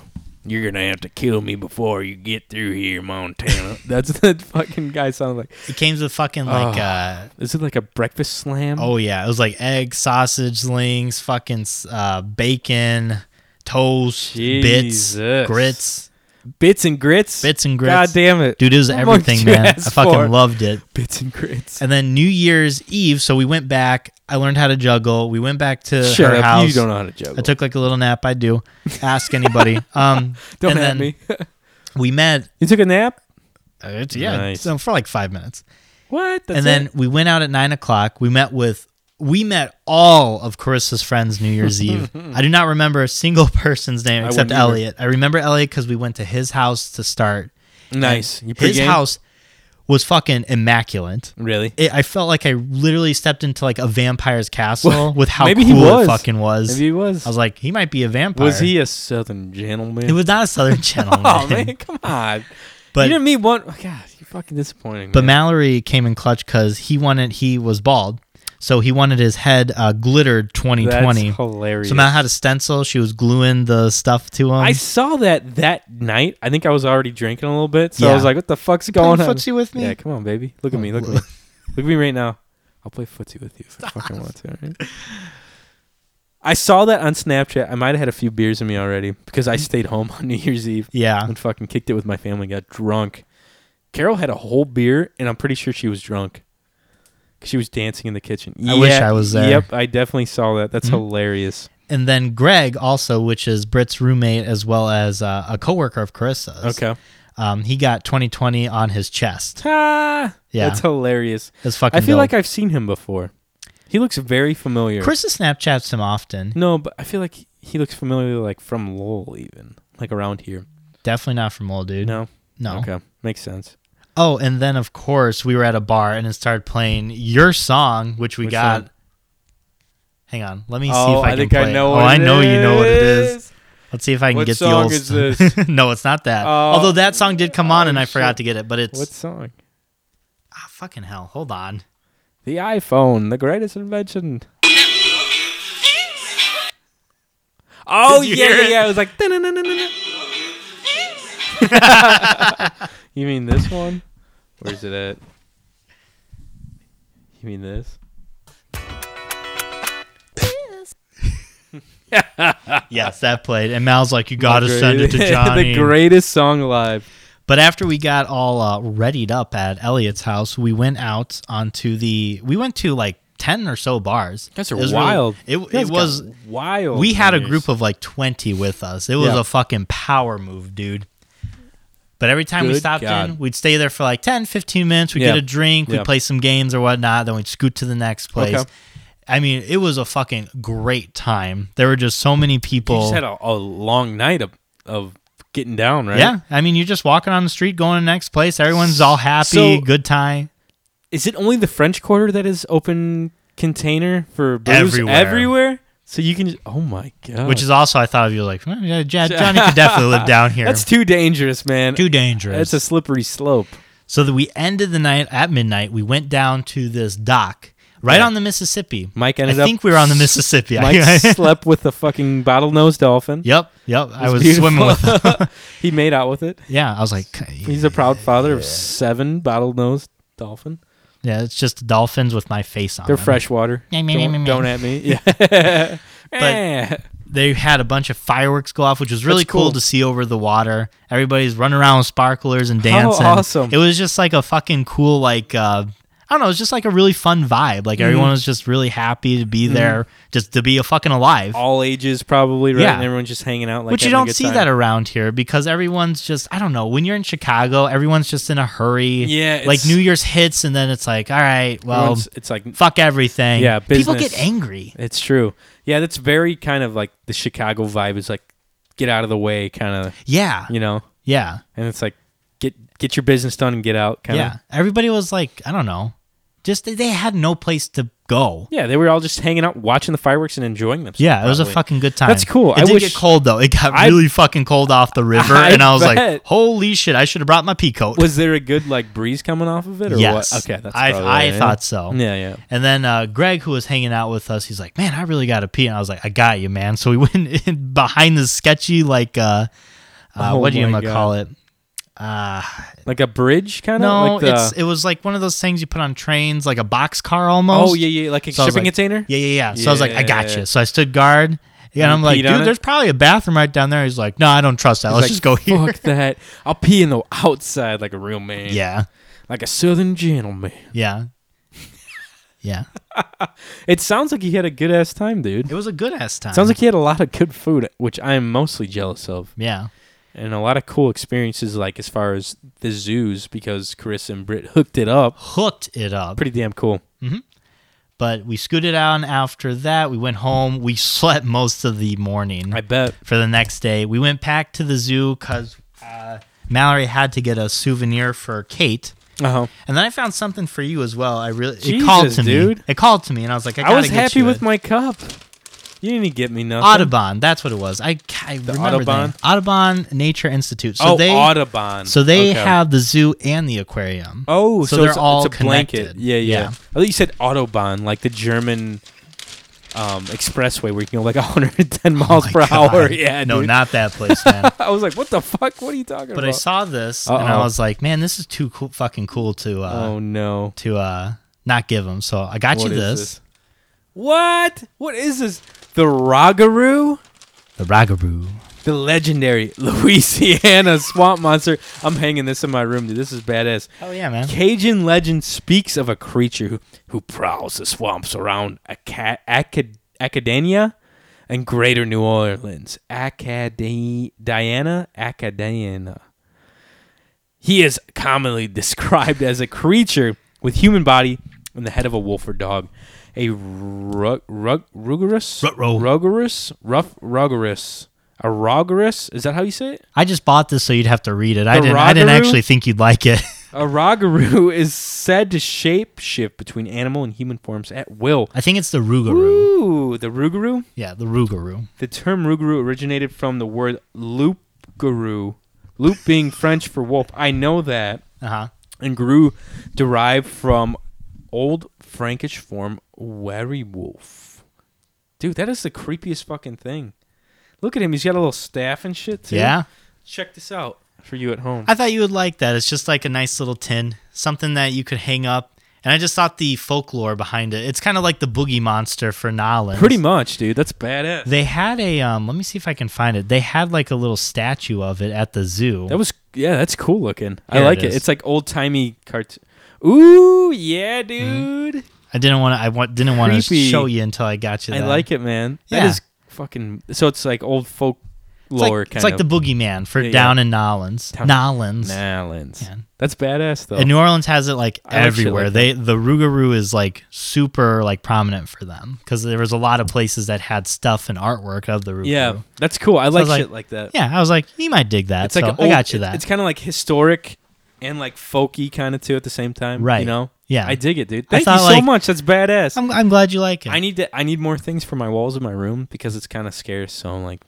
[SPEAKER 1] You're gonna have to kill me before you get through here, Montana. That's what that fucking guy sounded like.
[SPEAKER 2] it came with fucking like. uh
[SPEAKER 1] Is it like a breakfast slam?
[SPEAKER 2] Oh yeah, it was like egg, sausage links, fucking uh, bacon, toast, bits,
[SPEAKER 1] Jesus.
[SPEAKER 2] grits,
[SPEAKER 1] bits and grits.
[SPEAKER 2] bits and grits.
[SPEAKER 1] God damn it,
[SPEAKER 2] Dude, it was
[SPEAKER 1] What more
[SPEAKER 2] everything,
[SPEAKER 1] could you
[SPEAKER 2] man. I
[SPEAKER 1] ask
[SPEAKER 2] fucking
[SPEAKER 1] for?
[SPEAKER 2] loved it.
[SPEAKER 1] bits and grits.
[SPEAKER 2] And then New Year's Eve, so we went back. I learned how to juggle. We went back to
[SPEAKER 1] Shut
[SPEAKER 2] her
[SPEAKER 1] up!
[SPEAKER 2] house.
[SPEAKER 1] You don't know how to juggle.
[SPEAKER 2] I took like a little nap. I do. Ask anybody. Um,
[SPEAKER 1] don't
[SPEAKER 2] and
[SPEAKER 1] at
[SPEAKER 2] then
[SPEAKER 1] me.
[SPEAKER 2] We met.
[SPEAKER 1] you took a nap.
[SPEAKER 2] uh, it's- yeah,
[SPEAKER 1] Nice.
[SPEAKER 2] so for like five minutes,
[SPEAKER 1] What? That's
[SPEAKER 2] and then
[SPEAKER 1] it?
[SPEAKER 2] we went out at nine o'clock. We met with. We met all of Carissa's friends New Year's Eve. I do not remember a single person's name
[SPEAKER 1] I
[SPEAKER 2] except
[SPEAKER 1] wouldn't either.
[SPEAKER 2] Elliot. I remember Elliot because we went to his house to start.
[SPEAKER 1] nice. You
[SPEAKER 2] His
[SPEAKER 1] pregame?
[SPEAKER 2] house was fucking immaculate.
[SPEAKER 1] really?
[SPEAKER 2] it, I felt like I literally stepped into like a vampire's castle with how
[SPEAKER 1] maybe he
[SPEAKER 2] cool it
[SPEAKER 1] was.
[SPEAKER 2] fucking was.
[SPEAKER 1] Maybe he was.
[SPEAKER 2] I was like, he might be a vampire.
[SPEAKER 1] was he a southern gentleman?
[SPEAKER 2] It was not a southern gentleman.
[SPEAKER 1] Oh man, come on!
[SPEAKER 2] But
[SPEAKER 1] you didn't meet one. God, you're fucking disappointing.
[SPEAKER 2] but
[SPEAKER 1] man.
[SPEAKER 2] Mallory came in clutch because he wanted he was bald, so he wanted his head uh, glittered twenty twenty.
[SPEAKER 1] That's hilarious.
[SPEAKER 2] So Mal had a stencil. She was gluing the stuff to him.
[SPEAKER 1] I saw that that night. I think I was already drinking a little bit, so
[SPEAKER 2] Yeah.
[SPEAKER 1] I was like, "What the fuck's
[SPEAKER 2] playing
[SPEAKER 1] going on?"
[SPEAKER 2] footsie with me?
[SPEAKER 1] Yeah, come on, baby. Look at me. Look at me. Look at me right now. I'll play footsie with you if I fucking want to. all right? I saw that on Snapchat. I might have had a few beers in me already because I stayed home on New Year's Eve
[SPEAKER 2] yeah,
[SPEAKER 1] and fucking kicked it with my family. Got drunk. Carol had a whole beer, and I'm pretty sure she was drunk. She was dancing in the kitchen.
[SPEAKER 2] I wish I was there.
[SPEAKER 1] Yep,
[SPEAKER 2] Mm-hmm.
[SPEAKER 1] I definitely saw that. That's hilarious.
[SPEAKER 2] and then Greg also, which is Britt's roommate as well as uh, a coworker of Carissa's.
[SPEAKER 1] Okay.
[SPEAKER 2] Um, he got 2020 on his chest.
[SPEAKER 1] Ah,
[SPEAKER 2] Yeah.
[SPEAKER 1] That's hilarious.
[SPEAKER 2] It's fucking.
[SPEAKER 1] I feel
[SPEAKER 2] dope.
[SPEAKER 1] like I've seen him before. He looks very familiar.
[SPEAKER 2] Carissa Snapchats him often.
[SPEAKER 1] No, but I feel like he looks familiar, like from Lowell, even like around here.
[SPEAKER 2] Definitely not from old dude.
[SPEAKER 1] No.
[SPEAKER 2] No.
[SPEAKER 1] Okay, makes sense.
[SPEAKER 2] Oh, and then of course we were at a bar and it started playing your song, which we
[SPEAKER 1] Which
[SPEAKER 2] got.
[SPEAKER 1] song?
[SPEAKER 2] Hang on, let me see if I, can play. it. oh,
[SPEAKER 1] what
[SPEAKER 2] I
[SPEAKER 1] it
[SPEAKER 2] know you know what it is. Let's see if I can
[SPEAKER 1] What
[SPEAKER 2] get the
[SPEAKER 1] song
[SPEAKER 2] old.
[SPEAKER 1] is
[SPEAKER 2] st-
[SPEAKER 1] this?
[SPEAKER 2] no, it's not that.
[SPEAKER 1] Oh.
[SPEAKER 2] Although that song did come on
[SPEAKER 1] Oh,
[SPEAKER 2] and I
[SPEAKER 1] shit.
[SPEAKER 2] forgot to get it, but it's
[SPEAKER 1] What song?
[SPEAKER 2] ah, fucking hell. Hold on.
[SPEAKER 1] The iPhone, the greatest invention. Oh
[SPEAKER 2] Did you
[SPEAKER 1] yeah,
[SPEAKER 2] hear it?
[SPEAKER 1] yeah. It was like. "Da-na-na-na-na-na." you mean this one? Where's it at? You mean this?
[SPEAKER 2] Yes, that played. And Mal's like, you gotta send it to Johnny.
[SPEAKER 1] the greatest song alive.
[SPEAKER 2] But after we got all uh, readied up at Elliot's house, we went out onto the. We went to like ten or so bars.
[SPEAKER 1] That's
[SPEAKER 2] It was really-
[SPEAKER 1] wild.
[SPEAKER 2] it it was
[SPEAKER 1] wild.
[SPEAKER 2] we had a group of like 20 with us. It was
[SPEAKER 1] Yeah.
[SPEAKER 2] a fucking power move, dude. But every time we
[SPEAKER 1] Good
[SPEAKER 2] stopped
[SPEAKER 1] God.
[SPEAKER 2] in, we'd stay there for like 10, 15 minutes. We'd
[SPEAKER 1] Yeah.
[SPEAKER 2] get a drink, we'd
[SPEAKER 1] Yeah.
[SPEAKER 2] play some games or whatnot. Then we'd scoot to the next place.
[SPEAKER 1] Okay.
[SPEAKER 2] I mean, it was a fucking great time. There were just so many
[SPEAKER 1] You
[SPEAKER 2] people.
[SPEAKER 1] just had a, a long night of, of getting down, right?
[SPEAKER 2] Yeah. I mean, you're just walking on the street, going to the next place. Everyone's all happy,
[SPEAKER 1] So-
[SPEAKER 2] good time.
[SPEAKER 1] Is it only the French Quarter that is open container for booze
[SPEAKER 2] Everywhere.
[SPEAKER 1] everywhere? So you can. Just, oh my god.
[SPEAKER 2] Which is also, I thought of you like, "Hmm, yeah, Ja- Johnny could definitely live down here.
[SPEAKER 1] that's too dangerous, man.
[SPEAKER 2] too dangerous.
[SPEAKER 1] That's a slippery slope.
[SPEAKER 2] So that we ended the night at midnight. We went down to this dock right
[SPEAKER 1] Yeah.
[SPEAKER 2] on the Mississippi.
[SPEAKER 1] Mike
[SPEAKER 2] I
[SPEAKER 1] ended up.
[SPEAKER 2] think we were on the Mississippi.
[SPEAKER 1] Mike slept with the fucking bottlenose dolphin.
[SPEAKER 2] yep, yep. I
[SPEAKER 1] It
[SPEAKER 2] was
[SPEAKER 1] beautiful.
[SPEAKER 2] swimming with. Them.
[SPEAKER 1] he made out with it.
[SPEAKER 2] Yeah, I was like,
[SPEAKER 1] He's a proud father of seven bottlenose dolphin.
[SPEAKER 2] yeah. It's just dolphins with my face on.
[SPEAKER 1] They're
[SPEAKER 2] them.
[SPEAKER 1] freshwater.
[SPEAKER 2] Meow, meow, meow,
[SPEAKER 1] Don't,
[SPEAKER 2] meow,
[SPEAKER 1] don't
[SPEAKER 2] meow.
[SPEAKER 1] at me. Yeah. Eh.
[SPEAKER 2] But- They had a bunch of fireworks go off, which was really
[SPEAKER 1] That's
[SPEAKER 2] cool.
[SPEAKER 1] cool.
[SPEAKER 2] to see over the water. Everybody's running around with sparklers and dancing.
[SPEAKER 1] awesome.
[SPEAKER 2] It was just like a fucking cool like. uh I don't know. It was just like a really fun vibe.
[SPEAKER 1] Mm-hmm.
[SPEAKER 2] Like everyone was just really happy to be there, just to be a fucking alive.
[SPEAKER 1] all ages probably right
[SPEAKER 2] Yeah.
[SPEAKER 1] and everyone's just hanging out like
[SPEAKER 2] Which you
[SPEAKER 1] having a
[SPEAKER 2] don't
[SPEAKER 1] good
[SPEAKER 2] see
[SPEAKER 1] time.
[SPEAKER 2] that around here because everyone's just I don't know when you're in Chicago everyone's just in a hurry.
[SPEAKER 1] Yeah,
[SPEAKER 2] like
[SPEAKER 1] it's-
[SPEAKER 2] New Year's hits and then it's like all right, well,
[SPEAKER 1] Everyone's- it's like
[SPEAKER 2] fuck everything.
[SPEAKER 1] Yeah,
[SPEAKER 2] people
[SPEAKER 1] business.
[SPEAKER 2] get angry.
[SPEAKER 1] it's true yeah that's very kind of like the chicago vibe is like get out of the way kind of
[SPEAKER 2] Yeah,
[SPEAKER 1] you know
[SPEAKER 2] yeah,
[SPEAKER 1] and it's like get get your business done and get out kind
[SPEAKER 2] yeah.
[SPEAKER 1] of
[SPEAKER 2] Everybody was like I don't know, just they- they had no place to go.
[SPEAKER 1] yeah they were all just hanging out watching the fireworks and enjoying themselves
[SPEAKER 2] Yeah, it was a
[SPEAKER 1] probably.
[SPEAKER 2] fucking good time.
[SPEAKER 1] That's cool.
[SPEAKER 2] It
[SPEAKER 1] I
[SPEAKER 2] did
[SPEAKER 1] wish-
[SPEAKER 2] get cold though. It got
[SPEAKER 1] I-
[SPEAKER 2] really fucking cold off the river,
[SPEAKER 1] I
[SPEAKER 2] and I was like,
[SPEAKER 1] bet.
[SPEAKER 2] "Holy shit! I should have brought my pea coat."
[SPEAKER 1] was there a good like breeze coming off of it or
[SPEAKER 2] yes.
[SPEAKER 1] what okay that's
[SPEAKER 2] I
[SPEAKER 1] probably
[SPEAKER 2] I
[SPEAKER 1] it.
[SPEAKER 2] thought so.
[SPEAKER 1] yeah yeah
[SPEAKER 2] And then uh, Greg, who was hanging out with us, he's like, "Man, I really got to pee." And I was like, "I got you, man." So we went in behind the sketchy, like, uh, uh,
[SPEAKER 1] Oh
[SPEAKER 2] what do you
[SPEAKER 1] my
[SPEAKER 2] gonna call it? Uh,
[SPEAKER 1] like a bridge kind of
[SPEAKER 2] no,
[SPEAKER 1] like the,
[SPEAKER 2] it's it was like one of those things you put on trains, like a box car almost.
[SPEAKER 1] oh yeah yeah like a
[SPEAKER 2] So I was
[SPEAKER 1] shipping
[SPEAKER 2] like-
[SPEAKER 1] container
[SPEAKER 2] yeah, yeah, yeah. So I was like, "I got
[SPEAKER 1] Yeah.
[SPEAKER 2] you." So I stood guard, and I'm like,
[SPEAKER 1] peed on
[SPEAKER 2] "Dude,
[SPEAKER 1] it?
[SPEAKER 2] there's probably a bathroom right down there." He's like, "No, I don't trust that.
[SPEAKER 1] He's
[SPEAKER 2] Let's
[SPEAKER 1] like,
[SPEAKER 2] just go here."
[SPEAKER 1] Fuck that. I'll pee in the outside like a real man.
[SPEAKER 2] Yeah,
[SPEAKER 1] Like a southern gentleman.
[SPEAKER 2] yeah, yeah.
[SPEAKER 1] It sounds like he had a good ass time, dude.
[SPEAKER 2] It was a good ass time.
[SPEAKER 1] Sounds like he had a lot of good food, which I am mostly jealous of,
[SPEAKER 2] yeah.
[SPEAKER 1] and a lot of cool experiences, like as far as the zoos, because Chris and Britt hooked it up.
[SPEAKER 2] Hooked it up.
[SPEAKER 1] Pretty damn cool.
[SPEAKER 2] but we scooted on after that. We went home. We slept most of the morning
[SPEAKER 1] I bet.
[SPEAKER 2] for the next day. We went back to the zoo because uh, Mallory had to get a souvenir for Kate.
[SPEAKER 1] Uh huh.
[SPEAKER 2] And then I found something for you as well. I really it
[SPEAKER 1] Jesus,
[SPEAKER 2] called to
[SPEAKER 1] dude.
[SPEAKER 2] me. It called to me, and I was like, I,
[SPEAKER 1] I,
[SPEAKER 2] gotta
[SPEAKER 1] was
[SPEAKER 2] get
[SPEAKER 1] happy
[SPEAKER 2] you
[SPEAKER 1] with
[SPEAKER 2] it.
[SPEAKER 1] my cup. You didn't get me nothing.
[SPEAKER 2] Audubon. That's what it was. I, I remember the name. Audubon Nature Institute. So
[SPEAKER 1] oh,
[SPEAKER 2] they
[SPEAKER 1] Audubon.
[SPEAKER 2] so they
[SPEAKER 1] Okay.
[SPEAKER 2] have the zoo and the aquarium.
[SPEAKER 1] Oh,
[SPEAKER 2] so,
[SPEAKER 1] so,
[SPEAKER 2] they're
[SPEAKER 1] it's,
[SPEAKER 2] all
[SPEAKER 1] it's a blanket.
[SPEAKER 2] connected.
[SPEAKER 1] Yeah, yeah. I thought you said autobahn, like the German um, expressway where you can go like 110
[SPEAKER 2] Oh
[SPEAKER 1] miles
[SPEAKER 2] my
[SPEAKER 1] per hour.
[SPEAKER 2] God.
[SPEAKER 1] Yeah,
[SPEAKER 2] no,
[SPEAKER 1] dude.
[SPEAKER 2] not that place, man.
[SPEAKER 1] I was like, what the fuck? What are you talking
[SPEAKER 2] But
[SPEAKER 1] about?
[SPEAKER 2] I saw this and I
[SPEAKER 1] Uh-oh.
[SPEAKER 2] was like, man, this is too cool, fucking cool to uh,
[SPEAKER 1] oh no!
[SPEAKER 2] to uh, not give them. So I got
[SPEAKER 1] What
[SPEAKER 2] you
[SPEAKER 1] is
[SPEAKER 2] this,
[SPEAKER 1] this? What? What is this? The Ragaroo?
[SPEAKER 2] the ragaboo.
[SPEAKER 1] the legendary Louisiana swamp monster. I'm hanging this in my room, dude. This is badass.
[SPEAKER 2] Oh yeah, man.
[SPEAKER 1] Cajun legend speaks of a creature who, who prowls the swamps around Aca- Acad- Acadania and greater New Orleans. Acadiana? Acadiana. He is commonly described as a creature with human body and the head of a wolf or dog. A rug, rug, rugorous?
[SPEAKER 2] Ruh-roh.
[SPEAKER 1] Rugorous? Rough rugorous. A rogorous? Is that how you say it?
[SPEAKER 2] I just bought this so you'd have to read it. I didn't. I didn't
[SPEAKER 1] Rogaru?
[SPEAKER 2] actually think you'd like it.
[SPEAKER 1] A ragaru is said to shape shift between animal and human forms at will.
[SPEAKER 2] I think it's the Rougarou.
[SPEAKER 1] Ooh, the rugaroo.
[SPEAKER 2] Yeah, the Rougarou.
[SPEAKER 1] The term rugaroo originated from the word loop guru, loop being French for wolf. I know that,
[SPEAKER 2] Uh huh.
[SPEAKER 1] and guru derived from old Frankish form werewolf. Dude, that is the creepiest fucking thing. Look at him; he's got a little staff and shit too.
[SPEAKER 2] Yeah.
[SPEAKER 1] check this out for you at home.
[SPEAKER 2] I thought you would like that. It's just like a nice little tin, something that you could hang up. And I just thought the folklore behind it. It's kind of like the boogie monster for Nolans.
[SPEAKER 1] Pretty much, dude. That's badass.
[SPEAKER 2] They had a um. Let me see if I can find it. They had like a little statue of it at the zoo.
[SPEAKER 1] That was yeah, that's cool looking. I
[SPEAKER 2] Here it
[SPEAKER 1] like it.
[SPEAKER 2] is.
[SPEAKER 1] It's like old timey cartoon. Ooh yeah,
[SPEAKER 2] Hmm?
[SPEAKER 1] dude.
[SPEAKER 2] I didn't want to. I wa- didn't want to
[SPEAKER 1] Creepy.
[SPEAKER 2] show you until I got you.
[SPEAKER 1] I
[SPEAKER 2] that.
[SPEAKER 1] like it, man. That
[SPEAKER 2] Yeah.
[SPEAKER 1] is fucking. So it's like old folk
[SPEAKER 2] It's like,
[SPEAKER 1] lore
[SPEAKER 2] it's
[SPEAKER 1] kind of.
[SPEAKER 2] like the boogeyman for
[SPEAKER 1] Yeah, yeah.
[SPEAKER 2] down in Nolans.
[SPEAKER 1] Down-
[SPEAKER 2] Nolans.
[SPEAKER 1] Nolans.
[SPEAKER 2] Yeah.
[SPEAKER 1] That's badass though.
[SPEAKER 2] And New Orleans has it like
[SPEAKER 1] I like shit
[SPEAKER 2] everywhere.
[SPEAKER 1] like
[SPEAKER 2] they the Rougarou is like super like prominent for them because there was a lot of places that had stuff and artwork of the Rougarou.
[SPEAKER 1] yeah, that's cool. I like
[SPEAKER 2] like-
[SPEAKER 1] shit like that.
[SPEAKER 2] Yeah, I was like, you might dig that.
[SPEAKER 1] Uh, it's like
[SPEAKER 2] so
[SPEAKER 1] an
[SPEAKER 2] I
[SPEAKER 1] old-
[SPEAKER 2] got you
[SPEAKER 1] it-
[SPEAKER 2] that.
[SPEAKER 1] It's kind of like historic and like folky kind of too at the same time. You
[SPEAKER 2] Right.
[SPEAKER 1] know.
[SPEAKER 2] Yeah.
[SPEAKER 1] I dig it, dude.
[SPEAKER 2] I
[SPEAKER 1] Thank you
[SPEAKER 2] thought,
[SPEAKER 1] so
[SPEAKER 2] like-
[SPEAKER 1] much. That's badass.
[SPEAKER 2] I'm, I'm glad you like it.
[SPEAKER 1] I need to. I need more things for my walls in my room because it's kind of scarce. So I'm like,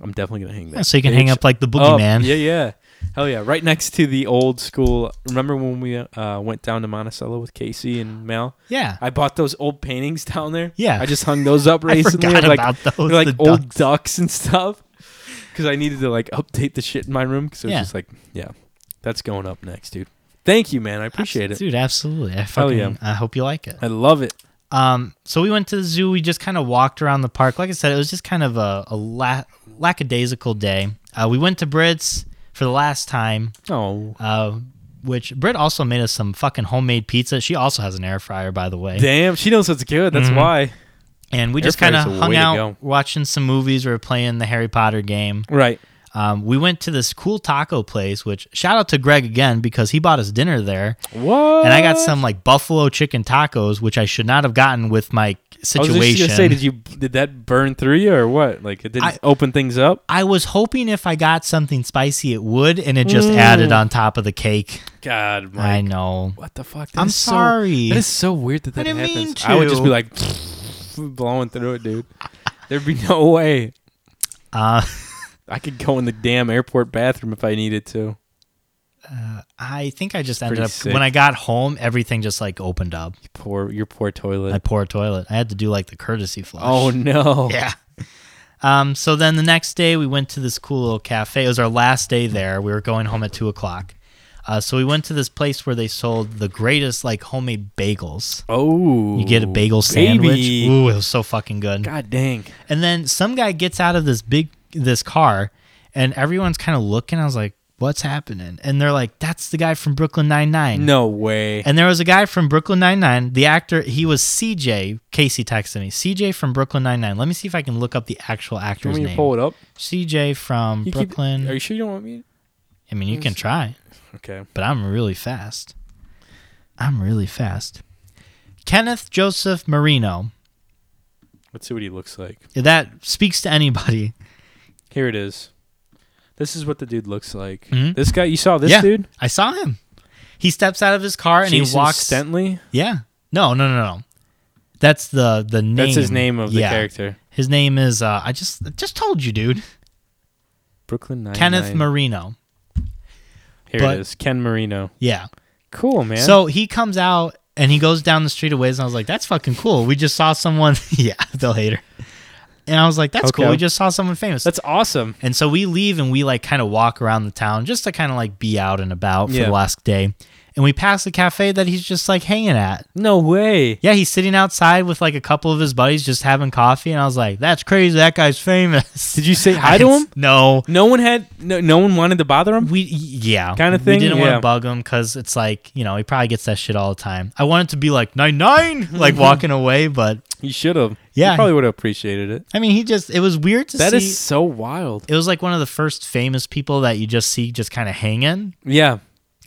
[SPEAKER 1] I'm definitely gonna hang that.
[SPEAKER 2] so you can hang
[SPEAKER 1] bitch
[SPEAKER 2] up like the
[SPEAKER 1] Oh,
[SPEAKER 2] boogeyman.
[SPEAKER 1] yeah, yeah. Hell yeah. Right next to the old school. Remember when we uh, went down to Monticello with Casey and Mel?
[SPEAKER 2] yeah.
[SPEAKER 1] I bought those old paintings down there.
[SPEAKER 2] Yeah.
[SPEAKER 1] I just hung those up
[SPEAKER 2] I
[SPEAKER 1] recently.
[SPEAKER 2] forgot
[SPEAKER 1] of, like,
[SPEAKER 2] about those,
[SPEAKER 1] like
[SPEAKER 2] the
[SPEAKER 1] old
[SPEAKER 2] ducks.
[SPEAKER 1] ducks. and stuff. Because I needed to like update the shit in my room. Because it was
[SPEAKER 2] Yeah.
[SPEAKER 1] just like, yeah, that's going up next, dude. Thank you, man. I appreciate it.
[SPEAKER 2] Dude, absolutely. I
[SPEAKER 1] Hell
[SPEAKER 2] fucking,
[SPEAKER 1] yeah.
[SPEAKER 2] I hope you like it.
[SPEAKER 1] I love it.
[SPEAKER 2] Um, so we went to the zoo. We just kind of walked around the park. Like I said, it was just kind of a, a la- lackadaisical day. Uh, we went to Brits for the last time,
[SPEAKER 1] Oh,
[SPEAKER 2] uh, which Britt also made us some fucking homemade pizza. She also has an air fryer, by the way.
[SPEAKER 1] damn. She knows what's good.
[SPEAKER 2] Mm-hmm.
[SPEAKER 1] That's why.
[SPEAKER 2] And we
[SPEAKER 1] Air
[SPEAKER 2] just kind of
[SPEAKER 1] fryer's a way
[SPEAKER 2] hung
[SPEAKER 1] to
[SPEAKER 2] out,
[SPEAKER 1] go.
[SPEAKER 2] watching some movies. We were playing the Harry Potter game.
[SPEAKER 1] Right.
[SPEAKER 2] Um, we went to this cool taco place, which shout out to Greg again because he bought us dinner there.
[SPEAKER 1] What?
[SPEAKER 2] And I got some like buffalo chicken tacos, which I should not have gotten with my
[SPEAKER 1] I was
[SPEAKER 2] situation.
[SPEAKER 1] just gonna say, did you did that burn through you or what? Like it didn't
[SPEAKER 2] I-
[SPEAKER 1] open things up.
[SPEAKER 2] I was hoping if I got something spicy, it would, and it
[SPEAKER 1] Mm.
[SPEAKER 2] just added on top of the cake.
[SPEAKER 1] God,
[SPEAKER 2] I
[SPEAKER 1] Mike,
[SPEAKER 2] know.
[SPEAKER 1] what the fuck?
[SPEAKER 2] I'm
[SPEAKER 1] is so-
[SPEAKER 2] sorry.
[SPEAKER 1] that is so weird that
[SPEAKER 2] I
[SPEAKER 1] that
[SPEAKER 2] didn't
[SPEAKER 1] happens.
[SPEAKER 2] mean
[SPEAKER 1] I would just
[SPEAKER 2] to.
[SPEAKER 1] be like blowing through it, dude. There'd be no way.
[SPEAKER 2] Uh,
[SPEAKER 1] I could go in the damn airport bathroom if I needed to.
[SPEAKER 2] I think I just ended
[SPEAKER 1] Pretty
[SPEAKER 2] up
[SPEAKER 1] sick.
[SPEAKER 2] when I got home, everything just like opened up.
[SPEAKER 1] Poor your poor toilet.
[SPEAKER 2] My poor toilet. I had to do like the courtesy flush.
[SPEAKER 1] oh no.
[SPEAKER 2] yeah. Um, so then the next day we went to this cool little cafe. It was our last day there. We were going home at two o'clock. Uh, so we went to this place where they sold the greatest like homemade bagels.
[SPEAKER 1] Oh.
[SPEAKER 2] You get a bagel sandwich.
[SPEAKER 1] baby.
[SPEAKER 2] Ooh, it was so fucking good.
[SPEAKER 1] God dang.
[SPEAKER 2] And then some guy gets out of this big this car, and everyone's kind of looking. I was like, "What's happening?" And they're like, "That's the guy from Brooklyn Nine Nine.
[SPEAKER 1] No way.
[SPEAKER 2] And there was a guy from Brooklyn Nine Nine. The actor, he was CJ. Casey texted me, CJ from Brooklyn Nine Nine. Let me see if I can look up the actual
[SPEAKER 1] Do you
[SPEAKER 2] actor's
[SPEAKER 1] want me to
[SPEAKER 2] name.
[SPEAKER 1] pull it up?
[SPEAKER 2] CJ from
[SPEAKER 1] You keep-
[SPEAKER 2] Brooklyn.
[SPEAKER 1] are you sure you don't want me?
[SPEAKER 2] I mean, you can try,
[SPEAKER 1] Okay.
[SPEAKER 2] but I'm really fast. I'm really fast. Kenneth Joseph Marino.
[SPEAKER 1] Let's see what he looks like.
[SPEAKER 2] If That speaks to anybody.
[SPEAKER 1] Here it is. This is what the dude looks like.
[SPEAKER 2] Mhm.
[SPEAKER 1] This guy, you saw this
[SPEAKER 2] yeah,
[SPEAKER 1] dude?
[SPEAKER 2] I saw him. He steps out of his car and he
[SPEAKER 1] Jason
[SPEAKER 2] walks.
[SPEAKER 1] Stentley.
[SPEAKER 2] Yeah. No, no, no, no. That's the the name.
[SPEAKER 1] That's his name of the
[SPEAKER 2] Yeah.
[SPEAKER 1] character.
[SPEAKER 2] His name is uh, I just I just told you, dude.
[SPEAKER 1] Brooklyn Nine.
[SPEAKER 2] Kenneth Marino.
[SPEAKER 1] Here
[SPEAKER 2] but-
[SPEAKER 1] it is. Ken Marino.
[SPEAKER 2] Yeah.
[SPEAKER 1] Cool man.
[SPEAKER 2] So he comes out and he goes down the street a ways, and I was like, "That's fucking cool." We just saw someone. yeah, they'll hate her. And I was like, that's cool.
[SPEAKER 1] Okay.
[SPEAKER 2] We just saw someone famous.
[SPEAKER 1] That's awesome.
[SPEAKER 2] and so we leave and we like kind of walk around the town just to kind of like be out and about for
[SPEAKER 1] Yeah.
[SPEAKER 2] the last day. And we pass the cafe that he's just like hanging at.
[SPEAKER 1] No way.
[SPEAKER 2] Yeah, he's sitting outside with like a couple of his buddies just having coffee. And I was like, that's crazy. That guy's famous.
[SPEAKER 1] Did you say hi to him?
[SPEAKER 2] No.
[SPEAKER 1] No one had. No, no one wanted to bother him.
[SPEAKER 2] We yeah,
[SPEAKER 1] Kinda
[SPEAKER 2] We
[SPEAKER 1] thing?
[SPEAKER 2] didn't want
[SPEAKER 1] Yeah.
[SPEAKER 2] to bug him because it's like you know he probably gets that shit all the time. I wanted to be like nine nine, like walking away, but
[SPEAKER 1] You should have.
[SPEAKER 2] Yeah.
[SPEAKER 1] You probably would have appreciated it.
[SPEAKER 2] I mean he just it was weird to
[SPEAKER 1] That
[SPEAKER 2] see.
[SPEAKER 1] is so wild.
[SPEAKER 2] it was like one of the first famous people that you just see just kind of hanging,
[SPEAKER 1] Yeah.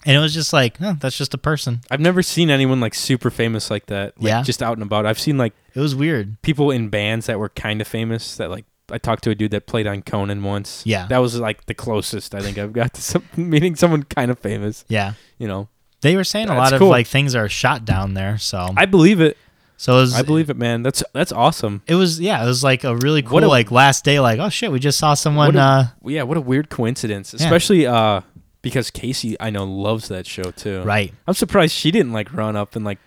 [SPEAKER 2] and it was just like oh, that's just a person.
[SPEAKER 1] I've never seen anyone like super famous like that. Like,
[SPEAKER 2] Yeah.
[SPEAKER 1] Just out and about. I've seen like
[SPEAKER 2] It was weird.
[SPEAKER 1] people in bands that were kind of famous that like I talked to a dude that played on Conan once.
[SPEAKER 2] Yeah.
[SPEAKER 1] That was like the closest I think I've got to some, meeting someone kind of famous,
[SPEAKER 2] Yeah,
[SPEAKER 1] you know.
[SPEAKER 2] they were saying a
[SPEAKER 1] That's
[SPEAKER 2] lot of
[SPEAKER 1] cool.
[SPEAKER 2] like things are shot down there. So
[SPEAKER 1] I believe it.
[SPEAKER 2] so it was,
[SPEAKER 1] I believe it, man. That's that's awesome.
[SPEAKER 2] it was yeah it was like a really cool
[SPEAKER 1] What a-
[SPEAKER 2] like last day like oh shit we just saw someone.
[SPEAKER 1] What a-
[SPEAKER 2] uh,
[SPEAKER 1] Yeah, what a weird coincidence. Especially uh because Casey I know loves that show too.
[SPEAKER 2] Right.
[SPEAKER 1] I'm surprised she didn't like run up and like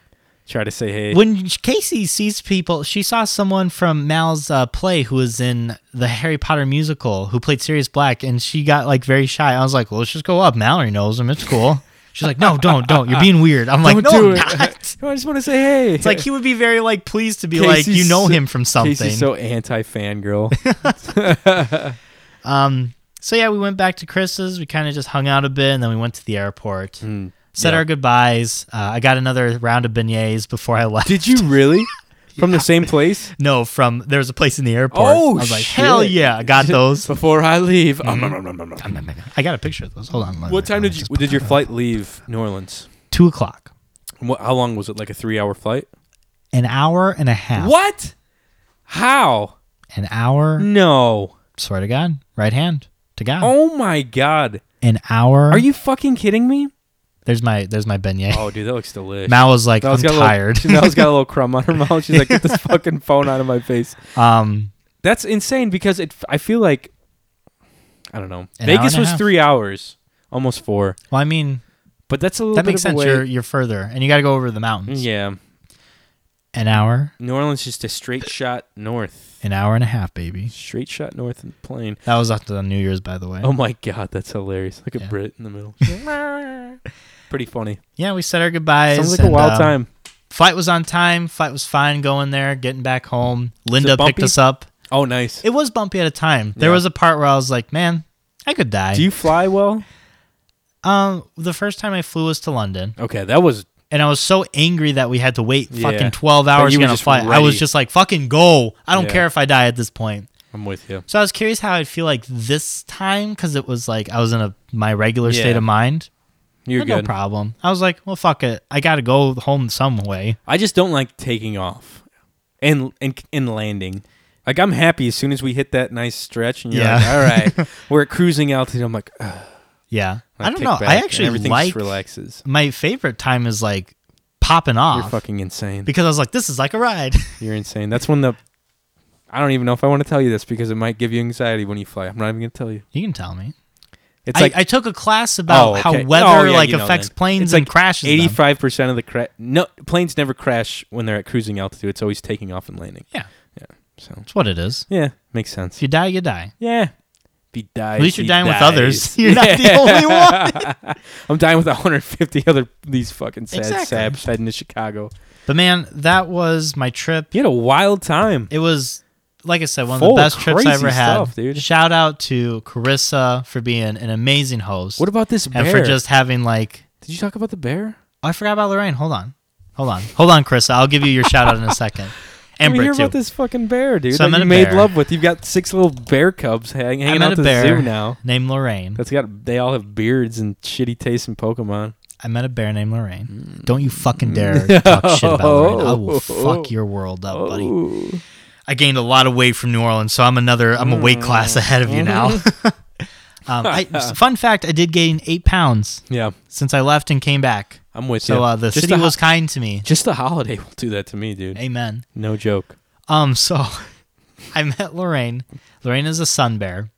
[SPEAKER 1] try to say hey.
[SPEAKER 2] when Casey sees people, she saw someone from Mal's uh, play who was in the Harry Potter musical who played Sirius Black, and she got like very shy. I was like, "Well, let's just go up. Mallory knows him. It's cool." She's like, "No, don't, don't. You're being weird." I'm like,
[SPEAKER 1] Don't
[SPEAKER 2] "No,
[SPEAKER 1] do
[SPEAKER 2] I'm
[SPEAKER 1] it."
[SPEAKER 2] not."
[SPEAKER 1] I just want to say hey.
[SPEAKER 2] It's like he would be very like pleased to be like,
[SPEAKER 1] Casey's
[SPEAKER 2] "You know
[SPEAKER 1] so-
[SPEAKER 2] him from something."
[SPEAKER 1] Casey's so anti fangirl.
[SPEAKER 2] Um, so yeah, we went back to Chris's. We kind of just hung out a bit, and then we went to the airport,
[SPEAKER 1] Hmm.
[SPEAKER 2] said our goodbyes. Uh, I got another round of beignets before I left.
[SPEAKER 1] Did you really? From the same place?
[SPEAKER 2] No, from there was a place in the airport.
[SPEAKER 1] Oh,
[SPEAKER 2] I was like, "Hell
[SPEAKER 1] shit.
[SPEAKER 2] yeah, I got those."
[SPEAKER 1] Before I leave. Um, nom, nom, nom, nom, nom.
[SPEAKER 2] I got a picture of those. Hold on.
[SPEAKER 1] What time did you did your flight leave New Orleans?
[SPEAKER 2] Two o'clock.
[SPEAKER 1] And What, how long was it? Like a three hour flight?
[SPEAKER 2] An hour and a half.
[SPEAKER 1] What? How?
[SPEAKER 2] An hour.
[SPEAKER 1] No.
[SPEAKER 2] Swear to God. Right hand to God.
[SPEAKER 1] Oh my god.
[SPEAKER 2] An hour.
[SPEAKER 1] Are you fucking kidding me?
[SPEAKER 2] There's my there's my beignet.
[SPEAKER 1] Oh, dude, that looks delicious.
[SPEAKER 2] Mal was like,
[SPEAKER 1] Mal's
[SPEAKER 2] I'm
[SPEAKER 1] got a
[SPEAKER 2] tired.
[SPEAKER 1] Little, Mal's got a little crumb on her mouth. She's like, get this fucking phone out of my face.
[SPEAKER 2] um,
[SPEAKER 1] That's insane because it. I feel like, I don't know.
[SPEAKER 2] An hour
[SPEAKER 1] Vegas
[SPEAKER 2] and a
[SPEAKER 1] was
[SPEAKER 2] half.
[SPEAKER 1] three hours, almost four.
[SPEAKER 2] well, I mean,
[SPEAKER 1] But that's a little
[SPEAKER 2] that
[SPEAKER 1] bit
[SPEAKER 2] makes
[SPEAKER 1] of a
[SPEAKER 2] sense.
[SPEAKER 1] way- Mm,
[SPEAKER 2] You're you're further, and you got to go over the mountains.
[SPEAKER 1] Yeah,
[SPEAKER 2] An hour,
[SPEAKER 1] New Orleans just a straight shot north.
[SPEAKER 2] an hour and a half, baby.
[SPEAKER 1] Straight shot north of the plane.
[SPEAKER 2] That was after the New Year's, by the way.
[SPEAKER 1] Oh my god, that's hilarious! Like a
[SPEAKER 2] Yeah.
[SPEAKER 1] Brit in the middle. Pretty funny.
[SPEAKER 2] Yeah, we said our goodbyes.
[SPEAKER 1] Sounds like a
[SPEAKER 2] and,
[SPEAKER 1] wild
[SPEAKER 2] um,
[SPEAKER 1] time.
[SPEAKER 2] Flight was on time. Flight was fine going there, getting back home. Linda picked
[SPEAKER 1] bumpy?
[SPEAKER 2] us up.
[SPEAKER 1] Oh, nice.
[SPEAKER 2] It was bumpy at a time. There
[SPEAKER 1] Yeah.
[SPEAKER 2] was a part where I was like, man, I could die.
[SPEAKER 1] Do you fly well?
[SPEAKER 2] um, the first time I flew was to London,
[SPEAKER 1] Okay, that was
[SPEAKER 2] and I was so angry that we had to wait
[SPEAKER 1] Yeah.
[SPEAKER 2] fucking 12
[SPEAKER 1] But
[SPEAKER 2] hours
[SPEAKER 1] you were
[SPEAKER 2] to get on a
[SPEAKER 1] just
[SPEAKER 2] flight. I was
[SPEAKER 1] ready.
[SPEAKER 2] just like, fucking go. I don't
[SPEAKER 1] Yeah.
[SPEAKER 2] care if I die at this point.
[SPEAKER 1] I'm with you.
[SPEAKER 2] So I was curious how I'd feel like this time because it was like I was in a my regular
[SPEAKER 1] Yeah.
[SPEAKER 2] state of mind.
[SPEAKER 1] You're
[SPEAKER 2] Had no
[SPEAKER 1] good.
[SPEAKER 2] problem. I was like, well, fuck it. I got to go home some way.
[SPEAKER 1] I just don't like taking off and and and landing. Like I'm happy as soon as we hit that nice stretch and you're
[SPEAKER 2] Yeah.
[SPEAKER 1] like, all right, we're at cruising altitude. I'm like, "Ah, ugh,
[SPEAKER 2] Yeah.
[SPEAKER 1] I
[SPEAKER 2] I don't
[SPEAKER 1] kick
[SPEAKER 2] know.
[SPEAKER 1] back
[SPEAKER 2] I
[SPEAKER 1] and
[SPEAKER 2] actually
[SPEAKER 1] everything
[SPEAKER 2] like
[SPEAKER 1] just relaxes.
[SPEAKER 2] my favorite time is like popping
[SPEAKER 1] You're
[SPEAKER 2] off
[SPEAKER 1] fucking insane.
[SPEAKER 2] because I was like, this is like a ride.
[SPEAKER 1] You're insane. That's when the I don't even know if I want to tell you this because it might give you anxiety when you fly. I'm not even gonna tell you.
[SPEAKER 2] you can tell me.
[SPEAKER 1] It's
[SPEAKER 2] I,
[SPEAKER 1] like
[SPEAKER 2] I took a class about
[SPEAKER 1] Oh, okay.
[SPEAKER 2] how
[SPEAKER 1] Oh,
[SPEAKER 2] weather
[SPEAKER 1] yeah,
[SPEAKER 2] like
[SPEAKER 1] you know
[SPEAKER 2] affects
[SPEAKER 1] then.
[SPEAKER 2] planes
[SPEAKER 1] It's
[SPEAKER 2] and
[SPEAKER 1] like
[SPEAKER 2] crashes. them.
[SPEAKER 1] 85 percent of the cra- no planes never crash when they're at cruising altitude. It's always taking off and landing.
[SPEAKER 2] Yeah,
[SPEAKER 1] So
[SPEAKER 2] that's what it is.
[SPEAKER 1] yeah, makes
[SPEAKER 2] If
[SPEAKER 1] sense.
[SPEAKER 2] you die, you die.
[SPEAKER 1] Yeah. Be dies,
[SPEAKER 2] At least you're
[SPEAKER 1] he
[SPEAKER 2] dying with
[SPEAKER 1] dies.
[SPEAKER 2] others. You're not the
[SPEAKER 1] Yeah.
[SPEAKER 2] only one.
[SPEAKER 1] I'm dying with 150 other these fucking sad
[SPEAKER 2] Exactly.
[SPEAKER 1] saps heading to Chicago.
[SPEAKER 2] But man, that was my trip.
[SPEAKER 1] You had a wild time.
[SPEAKER 2] It was, like I said, one
[SPEAKER 1] Full
[SPEAKER 2] of
[SPEAKER 1] of
[SPEAKER 2] the best trips I
[SPEAKER 1] crazy
[SPEAKER 2] ever had.
[SPEAKER 1] stuff, dude.
[SPEAKER 2] Shout out to Carissa for being an amazing host
[SPEAKER 1] What about this bear?
[SPEAKER 2] and for just having like.
[SPEAKER 1] Did you talk about the bear?
[SPEAKER 2] Oh, I forgot about Lorraine. Hold on, hold on, hold on, Carissa. I'll give you your shout out in a second.
[SPEAKER 1] I
[SPEAKER 2] And
[SPEAKER 1] mean, hear
[SPEAKER 2] Britt too.
[SPEAKER 1] about this fucking bear, dude.
[SPEAKER 2] So I'm
[SPEAKER 1] that
[SPEAKER 2] at
[SPEAKER 1] you
[SPEAKER 2] a
[SPEAKER 1] made
[SPEAKER 2] bear.
[SPEAKER 1] love with. You've got six little bear cubs hang,
[SPEAKER 2] I
[SPEAKER 1] hanging
[SPEAKER 2] met
[SPEAKER 1] out
[SPEAKER 2] a
[SPEAKER 1] at the
[SPEAKER 2] bear
[SPEAKER 1] zoo now.
[SPEAKER 2] named Lorraine.
[SPEAKER 1] That's got. They all have beards and shitty taste in Pokemon.
[SPEAKER 2] I met a bear named Lorraine.
[SPEAKER 1] Mm.
[SPEAKER 2] Don't you fucking dare talk shit about Lorraine. I
[SPEAKER 1] Oh.
[SPEAKER 2] will fuck your world up, buddy.
[SPEAKER 1] Ooh.
[SPEAKER 2] I gained a lot of weight from New Orleans, so I'm another. I'm a weight
[SPEAKER 1] Mm.
[SPEAKER 2] class ahead of you now. um, I, fun fact: I did gain eight pounds
[SPEAKER 1] Yeah,
[SPEAKER 2] since I left and came back.
[SPEAKER 1] I'm with you.
[SPEAKER 2] So uh, the
[SPEAKER 1] Just
[SPEAKER 2] city
[SPEAKER 1] ho-
[SPEAKER 2] was kind to me.
[SPEAKER 1] Just the holiday will do that to me, dude.
[SPEAKER 2] Amen.
[SPEAKER 1] No joke.
[SPEAKER 2] Um, so I met Lorraine. Lorraine is a sun bear.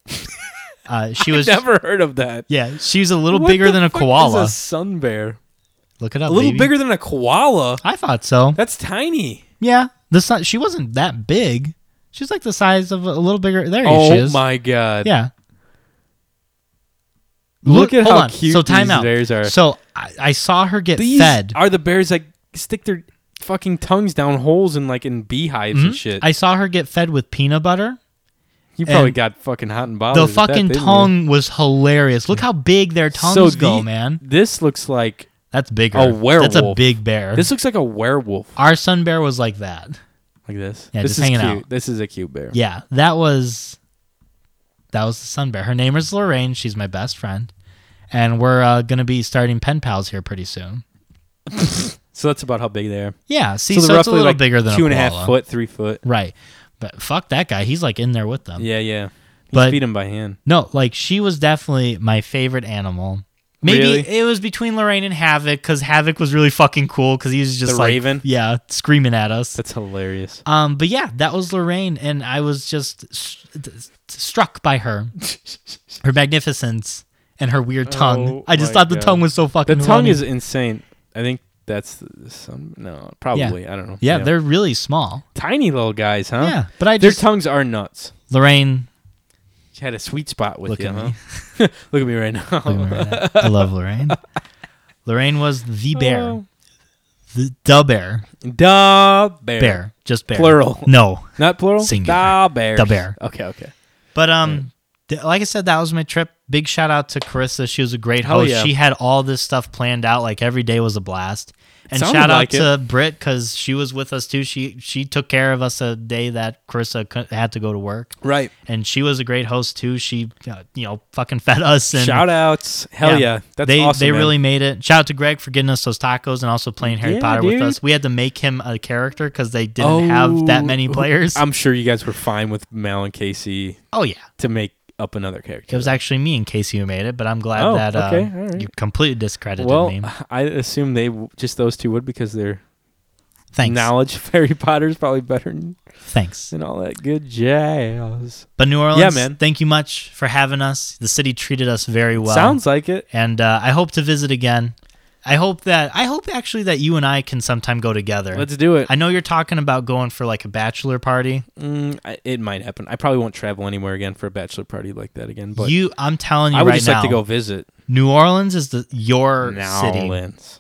[SPEAKER 2] Uh, she was
[SPEAKER 1] Never heard of that.
[SPEAKER 2] yeah. She was a little
[SPEAKER 1] What
[SPEAKER 2] bigger
[SPEAKER 1] the
[SPEAKER 2] than a
[SPEAKER 1] fuck is
[SPEAKER 2] koala.
[SPEAKER 1] a sun bear.
[SPEAKER 2] Look it up.
[SPEAKER 1] A little
[SPEAKER 2] baby.
[SPEAKER 1] bigger than a koala.
[SPEAKER 2] I thought so.
[SPEAKER 1] That's tiny.
[SPEAKER 2] Yeah, the sun. She wasn't that big. She's like the size of a little bigger. There she
[SPEAKER 1] Oh
[SPEAKER 2] is.
[SPEAKER 1] my god.
[SPEAKER 2] Yeah.
[SPEAKER 1] Look at
[SPEAKER 2] hold
[SPEAKER 1] how
[SPEAKER 2] on.
[SPEAKER 1] cute
[SPEAKER 2] so time
[SPEAKER 1] these
[SPEAKER 2] out.
[SPEAKER 1] bears are.
[SPEAKER 2] So I, I saw her get
[SPEAKER 1] These
[SPEAKER 2] fed.
[SPEAKER 1] are the bears that stick their fucking tongues down holes in like in beehives
[SPEAKER 2] Mhm.
[SPEAKER 1] and shit.
[SPEAKER 2] I saw her get fed with peanut butter.
[SPEAKER 1] you probably
[SPEAKER 2] and
[SPEAKER 1] got fucking hot and bothered.
[SPEAKER 2] The
[SPEAKER 1] with Oh, that,
[SPEAKER 2] fucking
[SPEAKER 1] didn't you?
[SPEAKER 2] tongue was hilarious. Look how big their tongues
[SPEAKER 1] so
[SPEAKER 2] go,
[SPEAKER 1] the-
[SPEAKER 2] man.
[SPEAKER 1] This looks like
[SPEAKER 2] That's bigger.
[SPEAKER 1] a
[SPEAKER 2] That's a
[SPEAKER 1] werewolf.
[SPEAKER 2] big bear.
[SPEAKER 1] this looks like a werewolf.
[SPEAKER 2] Our sun bear was like that.
[SPEAKER 1] Like this.
[SPEAKER 2] Yeah,
[SPEAKER 1] this
[SPEAKER 2] just
[SPEAKER 1] is
[SPEAKER 2] hanging
[SPEAKER 1] cute.
[SPEAKER 2] out.
[SPEAKER 1] This is a cute bear.
[SPEAKER 2] Yeah, that was that was the sun bear. Her name is Lorraine. She's my best friend, and we're uh, gonna be starting pen pals here pretty soon.
[SPEAKER 1] So that's about how big they are.
[SPEAKER 2] Yeah, see,
[SPEAKER 1] so
[SPEAKER 2] so,
[SPEAKER 1] they're
[SPEAKER 2] it's a
[SPEAKER 1] roughly
[SPEAKER 2] little
[SPEAKER 1] like
[SPEAKER 2] bigger than
[SPEAKER 1] two
[SPEAKER 2] a
[SPEAKER 1] and a half
[SPEAKER 2] koala.
[SPEAKER 1] foot, three foot.
[SPEAKER 2] right? But fuck that guy. He's like in there with them.
[SPEAKER 1] Yeah, yeah. You
[SPEAKER 2] But-
[SPEAKER 1] feed them by hand.
[SPEAKER 2] No, like she was definitely my favorite animal. Maybe
[SPEAKER 1] Really?
[SPEAKER 2] it was between Lorraine and Havoc because Havoc was really fucking cool because he was just
[SPEAKER 1] The
[SPEAKER 2] like
[SPEAKER 1] raven?
[SPEAKER 2] yeah, screaming at us.
[SPEAKER 1] That's hilarious.
[SPEAKER 2] Um, but yeah, that was Lorraine, and I was just s- s- struck by her, her magnificence, and her weird tongue.
[SPEAKER 1] Oh
[SPEAKER 2] I just
[SPEAKER 1] my
[SPEAKER 2] thought the
[SPEAKER 1] God.
[SPEAKER 2] tongue was so
[SPEAKER 1] The
[SPEAKER 2] fucking.
[SPEAKER 1] tongue
[SPEAKER 2] funny.
[SPEAKER 1] is insane. I think that's the- some no, probably. I don't know.
[SPEAKER 2] Yeah, they're really small.
[SPEAKER 1] tiny little guys, huh?
[SPEAKER 2] Yeah, but I
[SPEAKER 1] Their
[SPEAKER 2] just
[SPEAKER 1] tongues are nuts.
[SPEAKER 2] Lorraine.
[SPEAKER 1] She had a sweet spot with
[SPEAKER 2] Look
[SPEAKER 1] you,
[SPEAKER 2] at
[SPEAKER 1] huh?
[SPEAKER 2] me.
[SPEAKER 1] Look at me right
[SPEAKER 2] Look at
[SPEAKER 1] now.
[SPEAKER 2] me right now. I love Lorraine. Lorraine was the bear,
[SPEAKER 1] Oh.
[SPEAKER 2] the da bear,
[SPEAKER 1] Da bear.
[SPEAKER 2] bear, just bear.
[SPEAKER 1] Plural.
[SPEAKER 2] No,
[SPEAKER 1] Not plural?
[SPEAKER 2] Singular.
[SPEAKER 1] Da bear.
[SPEAKER 2] Da bear.
[SPEAKER 1] Okay, okay.
[SPEAKER 2] But um, th- like I said, that was my trip. Big shout out to Carissa. She was a great
[SPEAKER 1] Hell
[SPEAKER 2] host.
[SPEAKER 1] yeah.
[SPEAKER 2] She had all this stuff planned out. Like every day was a blast. And
[SPEAKER 1] Sounded
[SPEAKER 2] shout out
[SPEAKER 1] like it.
[SPEAKER 2] to Britt because she was with us too. She she took care of us a day that Carissa cou- had to go to work,
[SPEAKER 1] Right.
[SPEAKER 2] and she was a great host too. She uh, you know fucking fed us and
[SPEAKER 1] Shout outs. Hell yeah. That's
[SPEAKER 2] they
[SPEAKER 1] awesome.
[SPEAKER 2] they
[SPEAKER 1] man.
[SPEAKER 2] really made it. Shout out to Greg for getting us those tacos and also playing Harry
[SPEAKER 1] Yeah,
[SPEAKER 2] Potter with
[SPEAKER 1] dude.
[SPEAKER 2] us. We had to make him a character because they didn't have that
[SPEAKER 1] Oh.
[SPEAKER 2] many players.
[SPEAKER 1] I'm sure you guys were fine with Mal and Casey
[SPEAKER 2] oh yeah,
[SPEAKER 1] to make up another character.
[SPEAKER 2] It was actually me in case you made it, but I'm glad
[SPEAKER 1] Oh,
[SPEAKER 2] that uh,
[SPEAKER 1] okay, all right.
[SPEAKER 2] you completely discredited
[SPEAKER 1] well, uh,
[SPEAKER 2] me.
[SPEAKER 1] I assume they w- just those two would because their
[SPEAKER 2] Thanks.
[SPEAKER 1] knowledge of Harry Potter is probably better than
[SPEAKER 2] Thanks.
[SPEAKER 1] and all that good jazz.
[SPEAKER 2] But New Orleans,
[SPEAKER 1] man.
[SPEAKER 2] thank you much for having us. The city treated us very well.
[SPEAKER 1] Sounds like it.
[SPEAKER 2] and uh, I hope to visit again. I hope that I hope actually that you and I can sometime go together.
[SPEAKER 1] Let's do it.
[SPEAKER 2] I know you're talking about going for like a bachelor party.
[SPEAKER 1] Mm, I, it might happen. I probably won't travel anywhere again for a bachelor party like that again. But
[SPEAKER 2] you, I'm telling you
[SPEAKER 1] I would
[SPEAKER 2] right
[SPEAKER 1] just
[SPEAKER 2] now,
[SPEAKER 1] like to go visit
[SPEAKER 2] New Orleans is the your
[SPEAKER 1] New
[SPEAKER 2] city.
[SPEAKER 1] Orleans.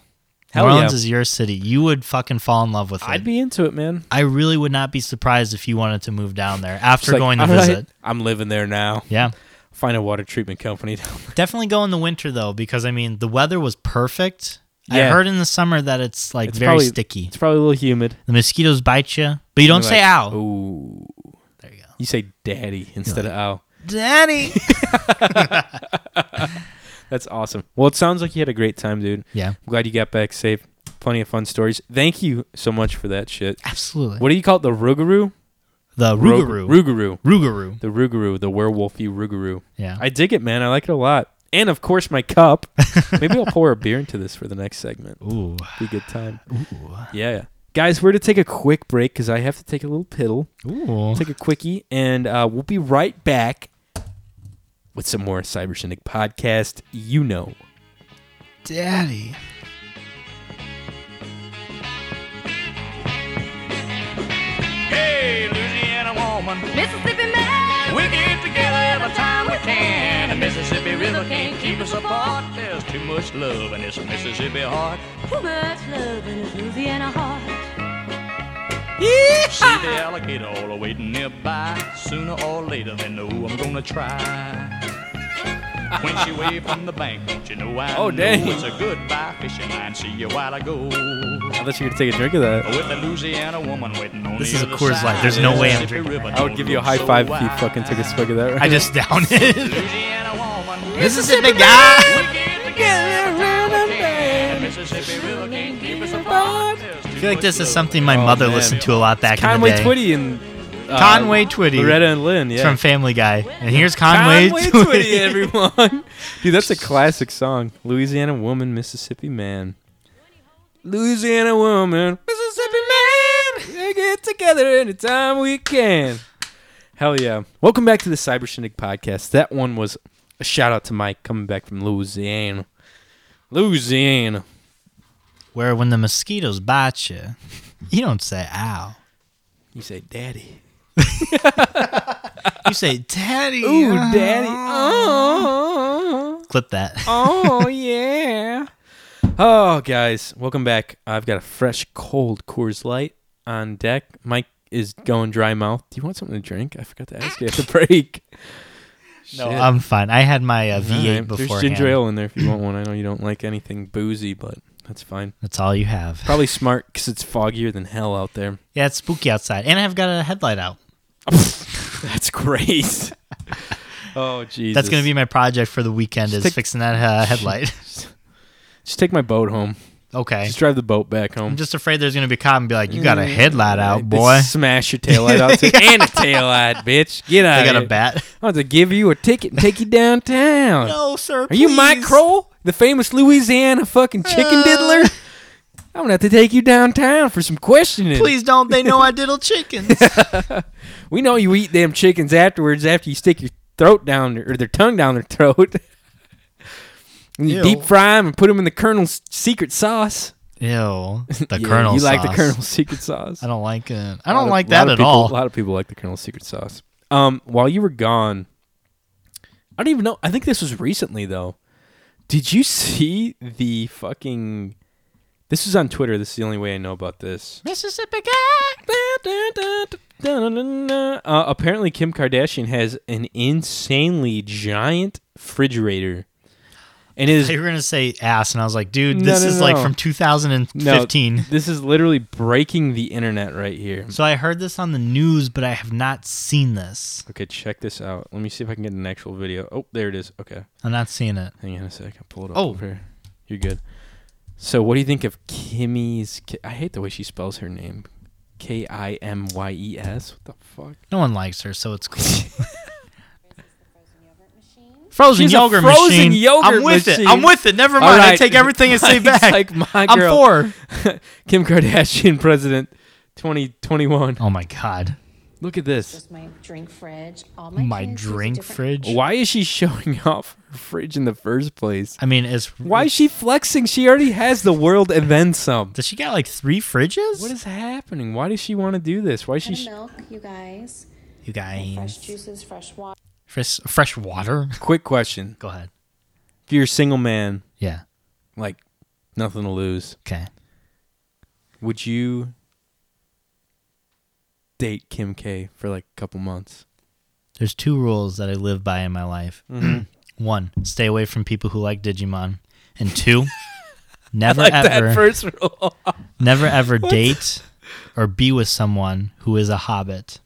[SPEAKER 2] New
[SPEAKER 1] Hell
[SPEAKER 2] Orleans
[SPEAKER 1] yeah.
[SPEAKER 2] is your city. You would fucking fall in love with it.
[SPEAKER 1] I'd be into it, man.
[SPEAKER 2] I really would not be surprised if you wanted to move down there
[SPEAKER 1] Just
[SPEAKER 2] after
[SPEAKER 1] like,
[SPEAKER 2] going to
[SPEAKER 1] all right,
[SPEAKER 2] visit.
[SPEAKER 1] I'm living there now.
[SPEAKER 2] Yeah.
[SPEAKER 1] Find a water treatment company. down there.
[SPEAKER 2] Definitely go in the winter though, because I mean the weather was perfect. I
[SPEAKER 1] Yeah.
[SPEAKER 2] heard in the summer that it's like
[SPEAKER 1] It's
[SPEAKER 2] very
[SPEAKER 1] probably-
[SPEAKER 2] sticky.
[SPEAKER 1] it's probably a little humid.
[SPEAKER 2] The mosquitoes bite you, but you don't say ow.
[SPEAKER 1] oh.
[SPEAKER 2] Oh.
[SPEAKER 1] Ooh.
[SPEAKER 2] There you go,
[SPEAKER 1] You say daddy instead of ow.
[SPEAKER 2] Daddy.
[SPEAKER 1] That's awesome. Well, it sounds like you had a great time, dude.
[SPEAKER 2] yeah,
[SPEAKER 1] I'm glad you got back safe. Plenty of fun stories. Thank you so much for that shit.
[SPEAKER 2] absolutely.
[SPEAKER 1] What do you call it? The Rougarou?
[SPEAKER 2] the
[SPEAKER 1] Rug-
[SPEAKER 2] Rougarou.
[SPEAKER 1] Rougarou.
[SPEAKER 2] Rougarou.
[SPEAKER 1] The Rougarou. The werewolfy Rougarou.
[SPEAKER 2] Yeah.
[SPEAKER 1] I dig it, man. I like it a lot. And of course, my cup. Maybe I'll pour a beer into this for the next segment.
[SPEAKER 2] Ooh.
[SPEAKER 1] Be a good time. Yeah. Guys, we're to take a quick break because I have to take a little piddle,
[SPEAKER 2] Ooh.
[SPEAKER 1] take a quickie, and uh, we'll be right back with some more Cyber Shindig podcast. You know.
[SPEAKER 2] Daddy.
[SPEAKER 6] Hey, Louisiana woman,
[SPEAKER 5] Mississippi man,
[SPEAKER 6] we get together every time we can. The Mississippi River can't keep us apart. There's too much love in this Mississippi heart.
[SPEAKER 5] too much love in his Louisiana heart.
[SPEAKER 6] See the alligator all waiting nearby. Sooner or later, they know I'm gonna try. When she waved from the bank, don't you know I
[SPEAKER 1] Oh,
[SPEAKER 6] know
[SPEAKER 1] dang.
[SPEAKER 6] it's a goodbye fishing line. See you while I go.
[SPEAKER 1] I thought you were going to take a drink of that.
[SPEAKER 6] With the Louisiana woman waiting on
[SPEAKER 2] This
[SPEAKER 6] the
[SPEAKER 2] is a
[SPEAKER 6] other
[SPEAKER 2] Coors
[SPEAKER 6] side
[SPEAKER 2] Light. There's
[SPEAKER 6] of
[SPEAKER 2] no
[SPEAKER 6] the
[SPEAKER 2] way I'm
[SPEAKER 6] Mississippi
[SPEAKER 2] drinking
[SPEAKER 6] River,
[SPEAKER 1] I would
[SPEAKER 6] don't
[SPEAKER 1] give you a
[SPEAKER 6] look
[SPEAKER 1] high
[SPEAKER 6] so
[SPEAKER 1] five if you
[SPEAKER 6] wide.
[SPEAKER 1] fucking took a swig of that right
[SPEAKER 2] I just downed it.
[SPEAKER 6] Louisiana woman.
[SPEAKER 2] Mississippi guy.
[SPEAKER 6] I
[SPEAKER 2] I feel like this is something my mother
[SPEAKER 1] Oh, man.
[SPEAKER 2] listened to a lot back
[SPEAKER 1] Conway
[SPEAKER 2] in the day.
[SPEAKER 1] Twitty and uh,
[SPEAKER 2] Conway Twitty.
[SPEAKER 1] Loretta and Lynn, yeah.
[SPEAKER 2] It's from Family Guy. And here's Conway,
[SPEAKER 1] Twitty, everyone. Dude, that's a classic song. Louisiana woman, Mississippi man. Louisiana woman, Mississippi man. They get together anytime we can. Hell yeah. Welcome back to the Cyber Shindig podcast. That one was a shout out to Mike coming back from Louisiana. Louisiana.
[SPEAKER 2] Where when the mosquitoes bite you, you don't say ow.
[SPEAKER 1] You say daddy.
[SPEAKER 2] You say, Daddy.
[SPEAKER 1] Ooh,
[SPEAKER 2] uh,
[SPEAKER 1] daddy. Oh,
[SPEAKER 2] Clip that.
[SPEAKER 1] oh yeah. Oh, guys, welcome back. I've got a fresh, cold Coors Light on deck. Mike is going dry mouth. Do you want something to drink? I forgot to ask you at the break.
[SPEAKER 2] No, I'm fine. I had my uh,
[SPEAKER 1] All
[SPEAKER 2] V8
[SPEAKER 1] right, There's
[SPEAKER 2] beforehand.
[SPEAKER 1] ginger ale in there if you want one. I know you don't like anything boozy, but that's fine.
[SPEAKER 2] That's all you have.
[SPEAKER 1] Probably smart because it's foggier than hell out there.
[SPEAKER 2] Yeah, it's spooky outside, and I've got a headlight out.
[SPEAKER 1] that's great. oh, Jesus.
[SPEAKER 2] That's gonna be my project for the weekend is
[SPEAKER 1] take-
[SPEAKER 2] fixing that uh, headlight.
[SPEAKER 1] Just take my boat home.
[SPEAKER 2] okay.
[SPEAKER 1] Just Mm, drive the boat back home.
[SPEAKER 2] I'm just afraid there's gonna be a cop and be like, "You got a headlight out,
[SPEAKER 1] They
[SPEAKER 2] boy."
[SPEAKER 1] Smash your taillight out too. and a taillight, bitch. Get out
[SPEAKER 2] I
[SPEAKER 1] of
[SPEAKER 2] got a
[SPEAKER 1] here.
[SPEAKER 2] bat.
[SPEAKER 1] I'm about to give you a ticket and take you downtown.
[SPEAKER 2] No, sir.
[SPEAKER 1] Are you Mike Kroll, the famous Louisiana fucking
[SPEAKER 2] Uh.
[SPEAKER 1] chicken diddler? I'm gonna have to take you downtown for some questioning.
[SPEAKER 2] Please don't. They know I diddle chickens.
[SPEAKER 1] We know you eat them chickens afterwards after you stick your throat down their, or their tongue down their throat. and you
[SPEAKER 2] Ew.
[SPEAKER 1] deep fry them and put them in the Colonel's secret sauce.
[SPEAKER 2] Ew. The
[SPEAKER 1] Yeah,
[SPEAKER 2] Colonel.
[SPEAKER 1] You like the
[SPEAKER 2] sauce.
[SPEAKER 1] Colonel's secret sauce.
[SPEAKER 2] I don't like it. I
[SPEAKER 1] A lot
[SPEAKER 2] don't
[SPEAKER 1] of-
[SPEAKER 2] like
[SPEAKER 1] a lot
[SPEAKER 2] that
[SPEAKER 1] of
[SPEAKER 2] at
[SPEAKER 1] people- A
[SPEAKER 2] all.
[SPEAKER 1] lot of people like the Colonel's secret sauce. Um, while you were gone, I don't even know. I think this was recently though. Did you see the fucking? This is on Twitter. This is the only way I know about this.
[SPEAKER 2] Mississippi
[SPEAKER 1] Uh, apparently, Kim Kardashian has an insanely giant refrigerator, and it is
[SPEAKER 2] They were gonna say ass, and I was like, dude,
[SPEAKER 1] No,
[SPEAKER 2] this
[SPEAKER 1] no,
[SPEAKER 2] is like
[SPEAKER 1] no.
[SPEAKER 2] from
[SPEAKER 1] no,
[SPEAKER 2] 2015.
[SPEAKER 1] This is literally breaking the internet right here.
[SPEAKER 2] So I heard this on the news, but I have not seen this.
[SPEAKER 1] Okay, check this out. Let me see if I can get an actual video. Oh, there it is. Okay.
[SPEAKER 2] I'm not seeing it.
[SPEAKER 1] Hang on a sec. I'll pull it up.
[SPEAKER 2] Oh.
[SPEAKER 1] over here. You're good. So, what do you think of Kimmy's? Ki- I hate the way she spells her name. K I M Y E S. What the fuck?
[SPEAKER 2] No one likes her, so it's cool.
[SPEAKER 5] Frozen yogurt machine.
[SPEAKER 2] Frozen
[SPEAKER 1] She's a
[SPEAKER 2] yogurt
[SPEAKER 1] frozen
[SPEAKER 2] machine.
[SPEAKER 1] yogurt
[SPEAKER 2] I'm with
[SPEAKER 1] machine.
[SPEAKER 2] it. I'm with it. Never
[SPEAKER 1] All
[SPEAKER 2] mind. I
[SPEAKER 1] right.
[SPEAKER 2] take everything I say
[SPEAKER 1] He's
[SPEAKER 2] back.
[SPEAKER 1] like, my
[SPEAKER 2] I'm
[SPEAKER 1] girl.
[SPEAKER 2] for.
[SPEAKER 1] Kim Kardashian, president, 2021.
[SPEAKER 2] Oh my god.
[SPEAKER 1] Look at this.
[SPEAKER 5] my drink fridge. All my
[SPEAKER 2] My
[SPEAKER 5] kids use
[SPEAKER 2] drink
[SPEAKER 5] different-
[SPEAKER 2] fridge.
[SPEAKER 1] Why is she showing off her fridge in the first place?
[SPEAKER 2] I mean, it's
[SPEAKER 1] Why is she flexing? She already has the world and then some.
[SPEAKER 2] Does she got like three fridges?
[SPEAKER 1] What is happening? Why does she want to do this? Why is she?
[SPEAKER 5] Got a
[SPEAKER 1] Sh-
[SPEAKER 5] milk, you guys.
[SPEAKER 2] you guys?
[SPEAKER 5] Fresh juices, fresh water.
[SPEAKER 2] Fresh, fresh water.
[SPEAKER 1] Quick question:
[SPEAKER 2] Go ahead.
[SPEAKER 1] If you're a single man,
[SPEAKER 2] Yeah.
[SPEAKER 1] like nothing to lose,
[SPEAKER 2] Okay.
[SPEAKER 1] would you date Kim K for like a couple months?
[SPEAKER 2] There's two rules that I live by in my life.
[SPEAKER 1] Mm-hmm.
[SPEAKER 2] One, stay away from people who like Digimon, and two, never ever,
[SPEAKER 1] first rule.
[SPEAKER 2] never ever date or be with someone who is a hobbit.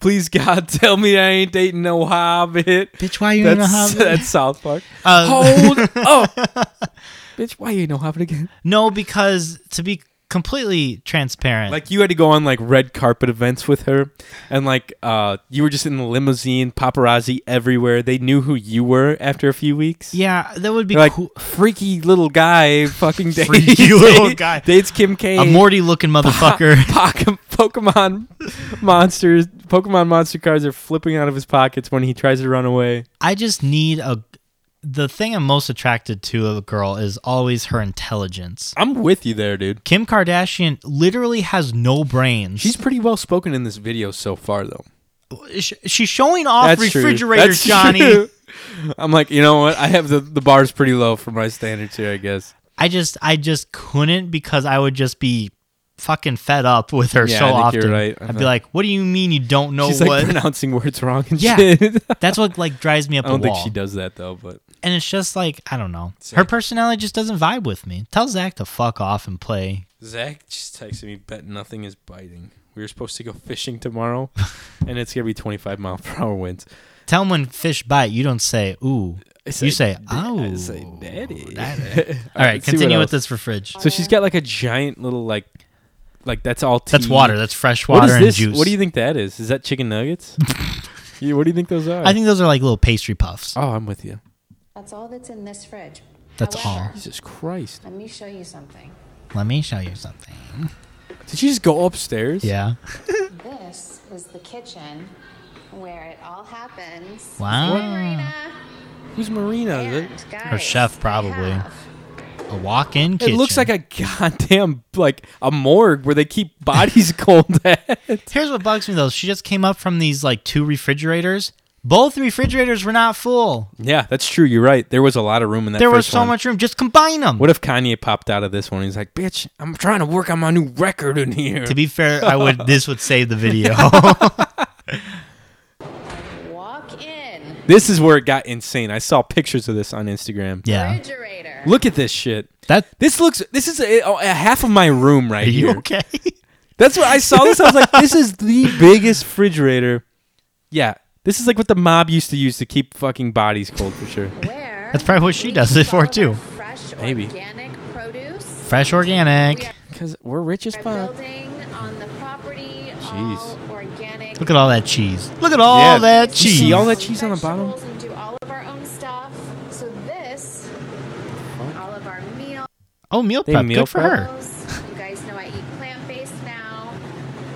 [SPEAKER 1] Please God, tell me I ain't dating no hobbit.
[SPEAKER 2] Bitch, why you in a
[SPEAKER 1] That's,
[SPEAKER 2] hobbit?
[SPEAKER 1] that's South Park.
[SPEAKER 2] Uh,
[SPEAKER 1] Hold up, bitch! Why you ain't no hobbit again?
[SPEAKER 2] No, because to be completely transparent,
[SPEAKER 1] Like you had to go on like red carpet events with her, and like uh, you were just in the limousine, paparazzi everywhere. They knew who you were after a few weeks.
[SPEAKER 2] yeah, that would be
[SPEAKER 1] They're like
[SPEAKER 2] cool.
[SPEAKER 1] freaky little guy, fucking dates,
[SPEAKER 2] Freaky little guy.
[SPEAKER 1] dates Kim K.
[SPEAKER 2] A Morty looking motherfucker.
[SPEAKER 1] Poke- Pokemon monsters, Pokemon monster cards are flipping out of his pockets when he tries to run away.
[SPEAKER 2] I just need a. The thing I'm most attracted to of a girl is always her intelligence.
[SPEAKER 1] I'm with you there, dude.
[SPEAKER 2] Kim Kardashian literally has no brains.
[SPEAKER 1] She's pretty well spoken in this video so far, though.
[SPEAKER 2] Sh- she's showing off
[SPEAKER 1] true.
[SPEAKER 2] refrigerator
[SPEAKER 1] That's
[SPEAKER 2] Johnny.
[SPEAKER 1] true. I'm like, you know what? I have the the bar's pretty low for my standards here, I guess.
[SPEAKER 2] I just I just couldn't because I would just be fucking fed up with her
[SPEAKER 1] Yeah,
[SPEAKER 2] so
[SPEAKER 1] I think
[SPEAKER 2] often.
[SPEAKER 1] you're right. Uh-huh.
[SPEAKER 2] I'd be like, "What do you mean you don't know
[SPEAKER 1] She's
[SPEAKER 2] what?"
[SPEAKER 1] like pronouncing words wrong and
[SPEAKER 2] Yeah.
[SPEAKER 1] shit.
[SPEAKER 2] That's what like drives me up
[SPEAKER 1] I don't
[SPEAKER 2] a
[SPEAKER 1] think
[SPEAKER 2] wall.
[SPEAKER 1] she does that though, but
[SPEAKER 2] And it's just like I don't know. Her personality just doesn't vibe with me. Tell Zach to fuck off and play.
[SPEAKER 1] Zach just texted me, bet nothing is biting. We were supposed to go fishing tomorrow, and it's gonna be 25 mile per hour winds.
[SPEAKER 2] Tell him when fish bite, you don't say ooh. you say
[SPEAKER 1] "Da- I
[SPEAKER 2] oh.
[SPEAKER 1] say, daddy.
[SPEAKER 2] All right,
[SPEAKER 1] see what
[SPEAKER 2] continue with
[SPEAKER 1] else.
[SPEAKER 2] this for fridge.
[SPEAKER 1] So she's got like a giant little like, like that's all. Tea.
[SPEAKER 2] That's water. That's fresh
[SPEAKER 1] What
[SPEAKER 2] water
[SPEAKER 1] is
[SPEAKER 2] and
[SPEAKER 1] this?
[SPEAKER 2] juice.
[SPEAKER 1] What do you think that is? Is that chicken nuggets? yeah, what do you think those are?
[SPEAKER 2] I think those are like little pastry puffs.
[SPEAKER 1] Oh, I'm with you.
[SPEAKER 5] That's all that's in this fridge.
[SPEAKER 2] That's
[SPEAKER 5] However,
[SPEAKER 2] all.
[SPEAKER 1] Jesus Christ!
[SPEAKER 5] Let me show you something.
[SPEAKER 2] Let me show you something.
[SPEAKER 1] Did she just go upstairs?
[SPEAKER 2] Yeah.
[SPEAKER 5] This is the kitchen where it all happens.
[SPEAKER 2] Wow.
[SPEAKER 5] Marina
[SPEAKER 1] Who's Marina? Is it-
[SPEAKER 5] and guys,
[SPEAKER 2] Her chef,
[SPEAKER 5] I
[SPEAKER 2] probably.
[SPEAKER 5] have
[SPEAKER 2] a walk-in
[SPEAKER 1] It
[SPEAKER 2] kitchen.
[SPEAKER 1] looks like a goddamn like a morgue where they keep bodies cold at.
[SPEAKER 2] Here's what bugs me though. She just came up from these like two refrigerators. Both refrigerators were not full.
[SPEAKER 1] Yeah, that's true. You're right. There was a lot of room in that.
[SPEAKER 2] there was
[SPEAKER 1] first
[SPEAKER 2] so
[SPEAKER 1] one.
[SPEAKER 2] much room. Just combine them.
[SPEAKER 1] What if Kanye popped out of this one? and He's like, "Bitch, I'm trying to work on my new record in here."
[SPEAKER 2] to be fair, I would. This would save the video.
[SPEAKER 7] Walk in.
[SPEAKER 1] this is where it got insane. I saw pictures of this on Instagram.
[SPEAKER 2] yeah.
[SPEAKER 7] Refrigerator.
[SPEAKER 1] Look at this shit.
[SPEAKER 2] That.
[SPEAKER 1] This looks. This is a, a half of my room right
[SPEAKER 2] Are you
[SPEAKER 1] here.
[SPEAKER 2] okay?
[SPEAKER 1] That's what I saw. This I was like, this is the biggest refrigerator. Yeah, this is like what the mob used to use to keep fucking bodies cold for sure.
[SPEAKER 7] Where
[SPEAKER 2] That's probably what she does it for too.
[SPEAKER 7] Fresh
[SPEAKER 1] Maybe.
[SPEAKER 7] organic produce.
[SPEAKER 2] Fresh organic.
[SPEAKER 1] Because we're rich as
[SPEAKER 7] We're
[SPEAKER 1] fuck.
[SPEAKER 7] building on the property.
[SPEAKER 1] Jeez.
[SPEAKER 7] All organic.
[SPEAKER 2] Look at all that cheese. Look at all
[SPEAKER 1] Yeah.
[SPEAKER 2] that
[SPEAKER 1] You
[SPEAKER 2] cheese.
[SPEAKER 1] see all that cheese on the bottom?
[SPEAKER 7] vegetables And do all of our own stuff. So this, all of our meals.
[SPEAKER 2] oh, meal
[SPEAKER 1] They
[SPEAKER 2] prep.
[SPEAKER 1] meal
[SPEAKER 2] Good for
[SPEAKER 1] prep?
[SPEAKER 2] her.
[SPEAKER 7] You guys know I eat plant-based now.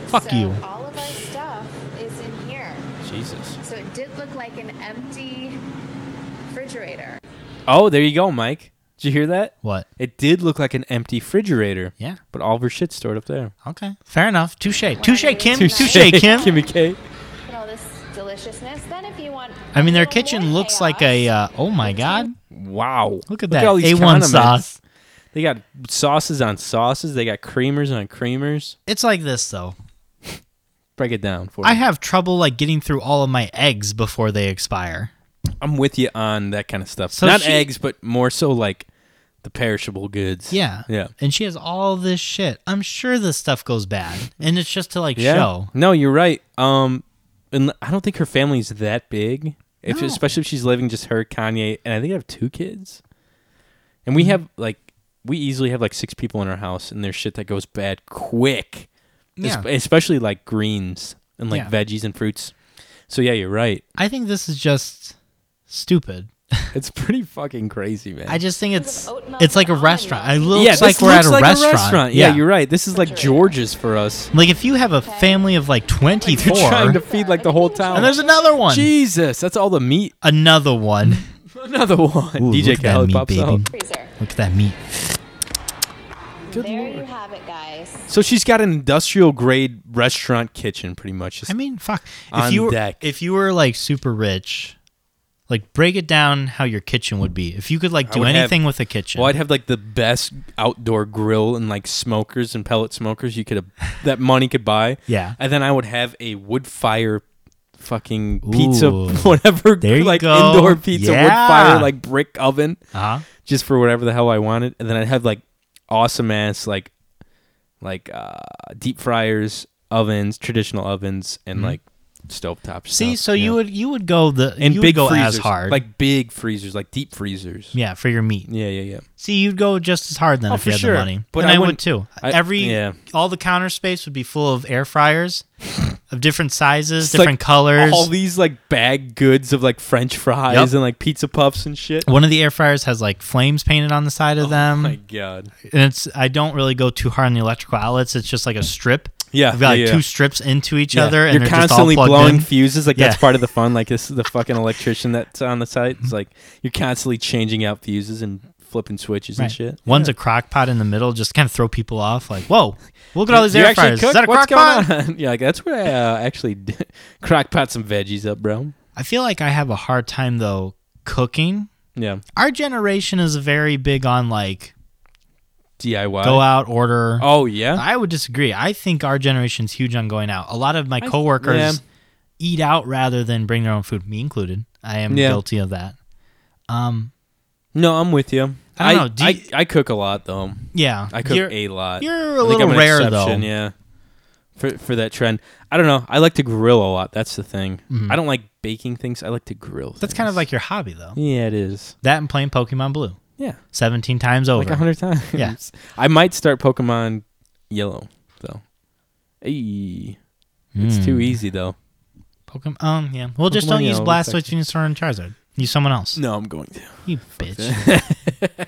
[SPEAKER 2] Fuck
[SPEAKER 7] so
[SPEAKER 2] you.
[SPEAKER 7] All of our stuff is in here.
[SPEAKER 1] Jesus.
[SPEAKER 7] So it did look like an empty refrigerator.
[SPEAKER 1] Oh, there you go, Mike. Did you hear that?
[SPEAKER 2] What?
[SPEAKER 1] It did look like an empty refrigerator.
[SPEAKER 2] Yeah.
[SPEAKER 1] But all of her shit's stored up there.
[SPEAKER 2] Okay. Fair enough. Touche. Touche, Kim.
[SPEAKER 7] Touche.
[SPEAKER 2] Touche, Kim.
[SPEAKER 1] Kimmy K.
[SPEAKER 7] Put all this deliciousness. Then if you want,
[SPEAKER 2] I mean,
[SPEAKER 7] a
[SPEAKER 2] their
[SPEAKER 7] little
[SPEAKER 2] kitchen
[SPEAKER 7] more
[SPEAKER 2] looks like
[SPEAKER 7] chaos,
[SPEAKER 2] a. Uh, oh my god.
[SPEAKER 1] Wow.
[SPEAKER 2] Look at
[SPEAKER 1] Look
[SPEAKER 2] that.
[SPEAKER 1] at all these
[SPEAKER 2] A1
[SPEAKER 1] condiments.
[SPEAKER 2] sauce.
[SPEAKER 1] They got sauces on sauces. They got creamers on creamers.
[SPEAKER 2] It's like this though.
[SPEAKER 1] Break it down for
[SPEAKER 2] I
[SPEAKER 1] me.
[SPEAKER 2] have trouble like getting through all of my eggs before they expire.
[SPEAKER 1] I'm with you on that kind of stuff.
[SPEAKER 2] So
[SPEAKER 1] Not
[SPEAKER 2] she-
[SPEAKER 1] eggs, but more so like the perishable goods.
[SPEAKER 2] Yeah.
[SPEAKER 1] Yeah.
[SPEAKER 2] And she has all this shit. I'm sure this stuff goes bad. And it's just to like show.
[SPEAKER 1] No, you're right. Um, and I don't think her family's that big. If especially if she's living just her, Kanye, and I think I have two kids. And we have like we easily have like six people in our house, and there's shit that goes bad quick. Es-
[SPEAKER 2] Yeah.
[SPEAKER 1] especially like greens and like
[SPEAKER 2] Yeah.
[SPEAKER 1] veggies and fruits. So yeah, you're right.
[SPEAKER 2] I think this is just stupid.
[SPEAKER 1] It's pretty fucking crazy, man.
[SPEAKER 2] I just think it's
[SPEAKER 7] oat milk
[SPEAKER 2] it's like a
[SPEAKER 7] and
[SPEAKER 2] restaurant. It looks
[SPEAKER 1] yeah,
[SPEAKER 2] like
[SPEAKER 1] this
[SPEAKER 2] we're
[SPEAKER 1] looks
[SPEAKER 2] at a
[SPEAKER 1] like
[SPEAKER 2] restaurant.
[SPEAKER 1] Yeah, you're right. This is like George's for us.
[SPEAKER 2] Like if you have a family of like
[SPEAKER 1] They're
[SPEAKER 2] 24
[SPEAKER 1] trying to feed like the whole town.
[SPEAKER 2] and there's another one.
[SPEAKER 1] Jesus, that's all the meat.
[SPEAKER 2] Another one.
[SPEAKER 1] Another one.
[SPEAKER 2] Ooh,
[SPEAKER 1] DJ
[SPEAKER 2] look at that
[SPEAKER 1] Khaled
[SPEAKER 2] meat,
[SPEAKER 1] pops
[SPEAKER 2] baby.
[SPEAKER 1] out.
[SPEAKER 7] freezer.
[SPEAKER 2] Look at that meat.
[SPEAKER 7] there you have it, guys.
[SPEAKER 1] So she's got an industrial grade restaurant kitchen, pretty much. Just-
[SPEAKER 2] I mean, fuck. If
[SPEAKER 1] On
[SPEAKER 2] you were,
[SPEAKER 1] deck.
[SPEAKER 2] if you were like super rich, like break it down how your kitchen would be. If you could like do
[SPEAKER 1] would have-
[SPEAKER 2] anything with a kitchen.
[SPEAKER 1] well, I'd have like the best outdoor grill and like smokers and pellet smokers you could have that money could buy.
[SPEAKER 2] Yeah.
[SPEAKER 1] and then I would have a wood fire, fucking pizza,
[SPEAKER 2] Ooh.
[SPEAKER 1] whatever,
[SPEAKER 2] There you
[SPEAKER 1] like
[SPEAKER 2] go.
[SPEAKER 1] indoor pizza wood
[SPEAKER 2] Yeah.
[SPEAKER 1] fire, like brick oven,
[SPEAKER 2] uh-huh.
[SPEAKER 1] just for whatever the hell I wanted. And then I'd have like awesome ass like, like uh, deep fryers, ovens, traditional ovens, and like stovetop.
[SPEAKER 2] Mm-hmm. See,
[SPEAKER 1] stuff,
[SPEAKER 2] so you would you would go the
[SPEAKER 1] and
[SPEAKER 2] you
[SPEAKER 1] big
[SPEAKER 2] would go
[SPEAKER 1] freezers,
[SPEAKER 2] as hard,
[SPEAKER 1] like big freezers, like deep freezers.
[SPEAKER 2] yeah, for your meat.
[SPEAKER 1] Yeah, yeah, yeah.
[SPEAKER 2] See, you'd go just as hard then
[SPEAKER 1] Oh,
[SPEAKER 2] if you
[SPEAKER 1] for
[SPEAKER 2] had
[SPEAKER 1] sure.
[SPEAKER 2] the money.
[SPEAKER 1] But
[SPEAKER 2] and
[SPEAKER 1] I
[SPEAKER 2] I, would
[SPEAKER 1] wouldn't-
[SPEAKER 2] too.
[SPEAKER 1] I-
[SPEAKER 2] Every
[SPEAKER 1] yeah.
[SPEAKER 2] all the counter space would be full of air fryers of different sizes,
[SPEAKER 1] It's
[SPEAKER 2] different
[SPEAKER 1] like
[SPEAKER 2] colors.
[SPEAKER 1] All these like bag goods of like French fries
[SPEAKER 2] Yep.
[SPEAKER 1] and like pizza puffs and shit.
[SPEAKER 2] One of the air fryers has like flames painted on the side of them,
[SPEAKER 1] Oh My God.
[SPEAKER 2] and it's I don't really go too hard on the electrical outlets. It's just like a strip.
[SPEAKER 1] Yeah,
[SPEAKER 2] I've got like
[SPEAKER 1] yeah, yeah.
[SPEAKER 2] two strips into each
[SPEAKER 1] Yeah.
[SPEAKER 2] other, and
[SPEAKER 1] You're
[SPEAKER 2] they're
[SPEAKER 1] constantly
[SPEAKER 2] just all plugged
[SPEAKER 1] blowing
[SPEAKER 2] in.
[SPEAKER 1] fuses. Like
[SPEAKER 2] Yeah.
[SPEAKER 1] that's part of the fun. Like this is the fucking electrician that's on the site. It's like you're constantly changing out fuses and flipping switches
[SPEAKER 2] Right.
[SPEAKER 1] and shit.
[SPEAKER 2] One's a crock pot in the middle, just kind of throw people off. Like, whoa, look at all these
[SPEAKER 1] You
[SPEAKER 2] air
[SPEAKER 1] actually
[SPEAKER 2] fryers.
[SPEAKER 1] cook?
[SPEAKER 2] Is that a
[SPEAKER 1] What's
[SPEAKER 2] crock pot?
[SPEAKER 1] going on? yeah, like, that's where I uh, actually d- crock pot some veggies up, bro.
[SPEAKER 2] I feel like I have a hard time though cooking.
[SPEAKER 1] Yeah,
[SPEAKER 2] Our generation is very big on like
[SPEAKER 1] DIY.
[SPEAKER 2] go out, order.
[SPEAKER 1] Uh, Oh yeah,
[SPEAKER 2] I would disagree. I think our generation's huge on going out. A lot of my
[SPEAKER 1] I-
[SPEAKER 2] coworkers
[SPEAKER 1] yeah.
[SPEAKER 2] eat out rather than bring their own food, me included. I am
[SPEAKER 1] Yeah.
[SPEAKER 2] guilty of that. Um,
[SPEAKER 1] no, I'm with you.
[SPEAKER 2] I don't know. Do
[SPEAKER 1] I,
[SPEAKER 2] you-
[SPEAKER 1] I cook a lot though.
[SPEAKER 2] yeah,
[SPEAKER 1] I cook
[SPEAKER 2] You're-
[SPEAKER 1] a lot.
[SPEAKER 2] you're
[SPEAKER 1] a
[SPEAKER 2] a little rare though.
[SPEAKER 1] Yeah. For for that trend, I don't know. I like to grill a lot. That's the thing. I don't like baking things. I like to grill.
[SPEAKER 2] Mm-hmm. That's kind of like your hobby though.
[SPEAKER 1] yeah, it is.
[SPEAKER 2] That and playing Pokemon Blue
[SPEAKER 1] Yeah,
[SPEAKER 2] seventeen times over.
[SPEAKER 1] like a hundred times.
[SPEAKER 2] Yeah.
[SPEAKER 1] I might start Pokemon Yellow though. Hey, it's
[SPEAKER 2] Mm.
[SPEAKER 1] too easy though.
[SPEAKER 2] Pokemon. Um, yeah. Well, just
[SPEAKER 1] Pokemon
[SPEAKER 2] don't use
[SPEAKER 1] Yellow,
[SPEAKER 2] Blastoise,
[SPEAKER 1] exactly.
[SPEAKER 2] Venusaur, and Charizard. Use someone else.
[SPEAKER 1] No, I'm going to.
[SPEAKER 2] You bitch.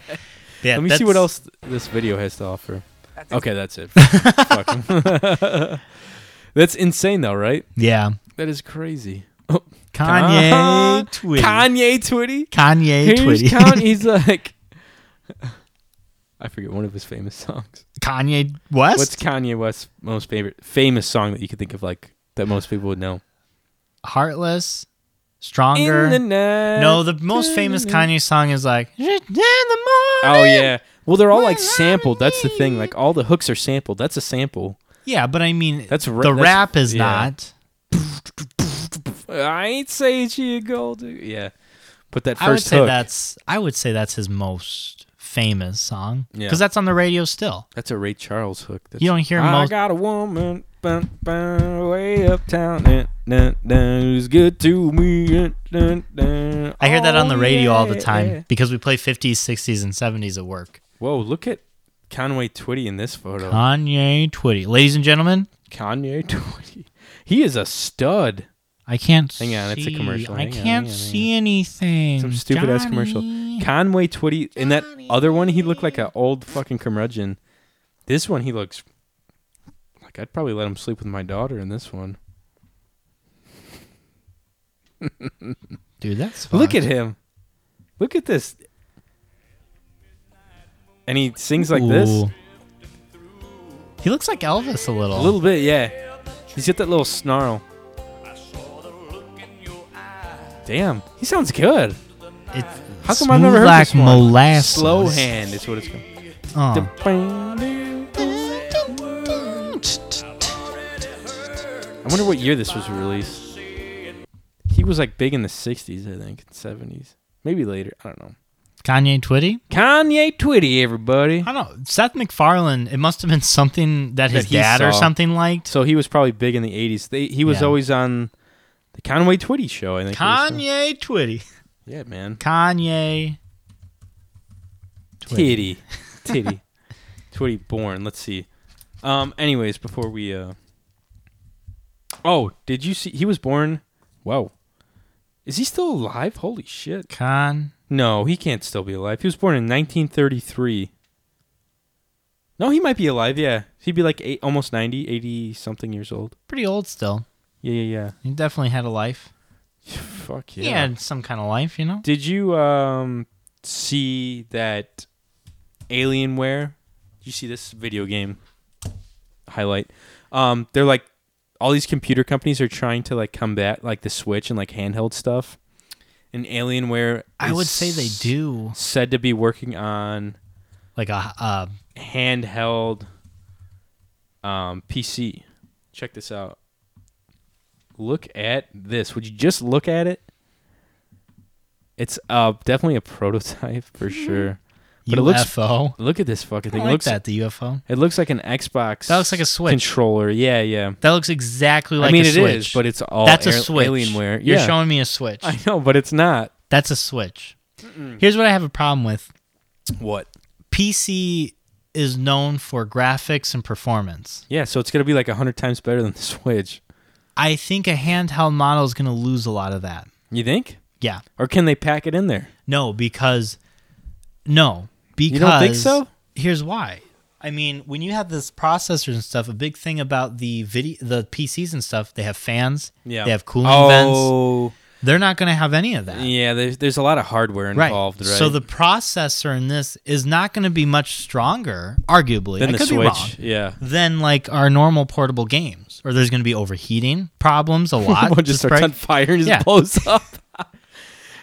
[SPEAKER 2] yeah,
[SPEAKER 1] Let me see
[SPEAKER 2] that's-
[SPEAKER 1] what else th- this video has to offer. Okay, that's it. Fuck. that's insane though, right?
[SPEAKER 2] Yeah.
[SPEAKER 1] That is crazy.
[SPEAKER 2] Kanye
[SPEAKER 1] Ka-
[SPEAKER 2] Twitty.
[SPEAKER 1] Kanye Twitty.
[SPEAKER 2] Kanye
[SPEAKER 1] Here's
[SPEAKER 2] Twitty.
[SPEAKER 1] Kanye. He's like, I forget one of his famous songs.
[SPEAKER 2] Kanye West.
[SPEAKER 1] What's Kanye West's most favorite famous song that you could think of, like that most people would know?
[SPEAKER 2] Heartless, Stronger.
[SPEAKER 1] night.
[SPEAKER 2] no, the most famous Kanye song is like "Just in the
[SPEAKER 1] Oh
[SPEAKER 2] morning."
[SPEAKER 1] yeah. Well, they're all like sampled. That's the thing. Like all the hooks are sampled. That's a sample.
[SPEAKER 2] Yeah, but I mean
[SPEAKER 1] That's ra-
[SPEAKER 2] the
[SPEAKER 1] that's-
[SPEAKER 2] rap is
[SPEAKER 1] yeah.
[SPEAKER 2] not.
[SPEAKER 1] I ain't say she a gold. Yeah. But that first
[SPEAKER 2] I would say
[SPEAKER 1] hook.
[SPEAKER 2] that's I would say that's his most famous song because
[SPEAKER 1] Yeah.
[SPEAKER 2] that's on the radio still.
[SPEAKER 1] That's a Ray Charles hook. That's,
[SPEAKER 2] You don't hear
[SPEAKER 1] I
[SPEAKER 2] most-
[SPEAKER 1] got a woman bun, bun, way uptown dun, dun, dun, who's good to me. dun, dun, dun.
[SPEAKER 2] I hear that on the
[SPEAKER 1] Oh,
[SPEAKER 2] radio all the
[SPEAKER 1] yeah,
[SPEAKER 2] time
[SPEAKER 1] yeah.
[SPEAKER 2] because we play 50s, 60s, and 70s at work.
[SPEAKER 1] Whoa, look at Conway Twitty in this photo.
[SPEAKER 2] Kanye Twitty, ladies and gentlemen,
[SPEAKER 1] Kanye Twitty. He is a stud.
[SPEAKER 2] I can't.
[SPEAKER 1] Hang on, it's a
[SPEAKER 2] see-
[SPEAKER 1] commercial.
[SPEAKER 2] I
[SPEAKER 1] Hang on,
[SPEAKER 2] can't
[SPEAKER 1] hang on, hang
[SPEAKER 2] see anything.
[SPEAKER 1] Some stupid ass commercial.
[SPEAKER 2] Johnny.
[SPEAKER 1] Conway Twitty. In that other one, he looked like an old fucking curmudgeon. This one, he looks like I'd probably let him sleep with my daughter in this one.
[SPEAKER 2] Dude, that's
[SPEAKER 1] Look
[SPEAKER 2] fucked.
[SPEAKER 1] at him. Look at this. And he sings like this.
[SPEAKER 2] Ooh. He looks like Elvis a little.
[SPEAKER 1] A little bit, yeah. He's got that little snarl. Damn, he sounds good.
[SPEAKER 2] It's
[SPEAKER 1] How come
[SPEAKER 2] smooth
[SPEAKER 1] I've never heard
[SPEAKER 2] like
[SPEAKER 1] this one?
[SPEAKER 2] molasses.
[SPEAKER 1] Slow hand is what it's called.
[SPEAKER 2] Oh.
[SPEAKER 1] I wonder what year this was released. He was like big in the '60s, I think, and '70s, maybe later. I don't know.
[SPEAKER 2] Kanye Twitty.
[SPEAKER 1] Kanye Twitty, everybody.
[SPEAKER 2] I don't know. Seth MacFarlane. It must have been something that his
[SPEAKER 1] That he
[SPEAKER 2] dad or
[SPEAKER 1] saw.
[SPEAKER 2] something liked.
[SPEAKER 1] So he was probably big in the '80s. They, he was
[SPEAKER 2] Yeah.
[SPEAKER 1] always on the Conway Twitty show. I think. it was.
[SPEAKER 2] Kanye Twitty.
[SPEAKER 1] Yeah, man.
[SPEAKER 2] Kanye.
[SPEAKER 1] Titty, titty, Twitty born. Let's see. Um. Anyways, before we uh. Oh, did you see? He was born. Wow. Is he still alive? Holy shit!
[SPEAKER 2] Con.
[SPEAKER 1] No, he can't still be alive. He was born in 1933. No, he might be alive. Yeah, he'd be like eight, almost 90, 80 something years old.
[SPEAKER 2] Pretty old still.
[SPEAKER 1] Yeah, yeah,
[SPEAKER 2] He definitely had a life.
[SPEAKER 1] yeah. Fuck
[SPEAKER 2] He had some kind of life, you know.
[SPEAKER 1] Did you um see that Alienware? Did you see this video game highlight? Um, they're like all these computer companies are trying to like combat like the Switch and like handheld stuff. And Alienware,
[SPEAKER 2] I would
[SPEAKER 1] is
[SPEAKER 2] say they do
[SPEAKER 1] Said to be working on
[SPEAKER 2] like a uh,
[SPEAKER 1] handheld um, PC. Check this out. Look at this. Would you just look at it? It's uh definitely a prototype for sure. But it looks-
[SPEAKER 2] UFO.
[SPEAKER 1] Look at this fucking thing.
[SPEAKER 2] Mm-hmm. I like
[SPEAKER 1] it looks
[SPEAKER 2] that the UFO.
[SPEAKER 1] it looks like an Xbox.
[SPEAKER 2] That looks like a Switch.
[SPEAKER 1] controller. Yeah, yeah.
[SPEAKER 2] That looks exactly like
[SPEAKER 1] I mean
[SPEAKER 2] a
[SPEAKER 1] it is,
[SPEAKER 2] Switch.
[SPEAKER 1] but it's all
[SPEAKER 2] that's a
[SPEAKER 1] air-
[SPEAKER 2] Switch.
[SPEAKER 1] Alienware.
[SPEAKER 2] You're
[SPEAKER 1] yeah.
[SPEAKER 2] showing me a Switch.
[SPEAKER 1] I know, but it's not.
[SPEAKER 2] That's a Switch. Here's what I have a problem with.
[SPEAKER 1] What?
[SPEAKER 2] PC is known for graphics and performance.
[SPEAKER 1] Yeah, so it's gonna be like a hundred times better than the Switch.
[SPEAKER 2] I think a handheld model is going to lose a lot of that.
[SPEAKER 1] You think?
[SPEAKER 2] Yeah.
[SPEAKER 1] Or can they pack it in there?
[SPEAKER 2] No, because no, because
[SPEAKER 1] don't think so?
[SPEAKER 2] Here's why. I mean, when you have this processors and stuff, a big thing about the video, the PCs and stuff, they have fans.
[SPEAKER 1] Yeah.
[SPEAKER 2] They have cooling vents.
[SPEAKER 1] oh,
[SPEAKER 2] They're not going to have any of that.
[SPEAKER 1] Yeah, there's there's a lot of hardware
[SPEAKER 2] Right.
[SPEAKER 1] involved, right?
[SPEAKER 2] So the processor in this is not going to be much stronger, arguably.
[SPEAKER 1] then
[SPEAKER 2] I
[SPEAKER 1] the
[SPEAKER 2] could
[SPEAKER 1] switch,
[SPEAKER 2] be wrong.
[SPEAKER 1] yeah,
[SPEAKER 2] than like our normal portable games, or there's going to be overheating problems a lot.
[SPEAKER 1] one just
[SPEAKER 2] Just
[SPEAKER 1] starts
[SPEAKER 2] probably-
[SPEAKER 1] on fire and just
[SPEAKER 2] Yeah.
[SPEAKER 1] blows up.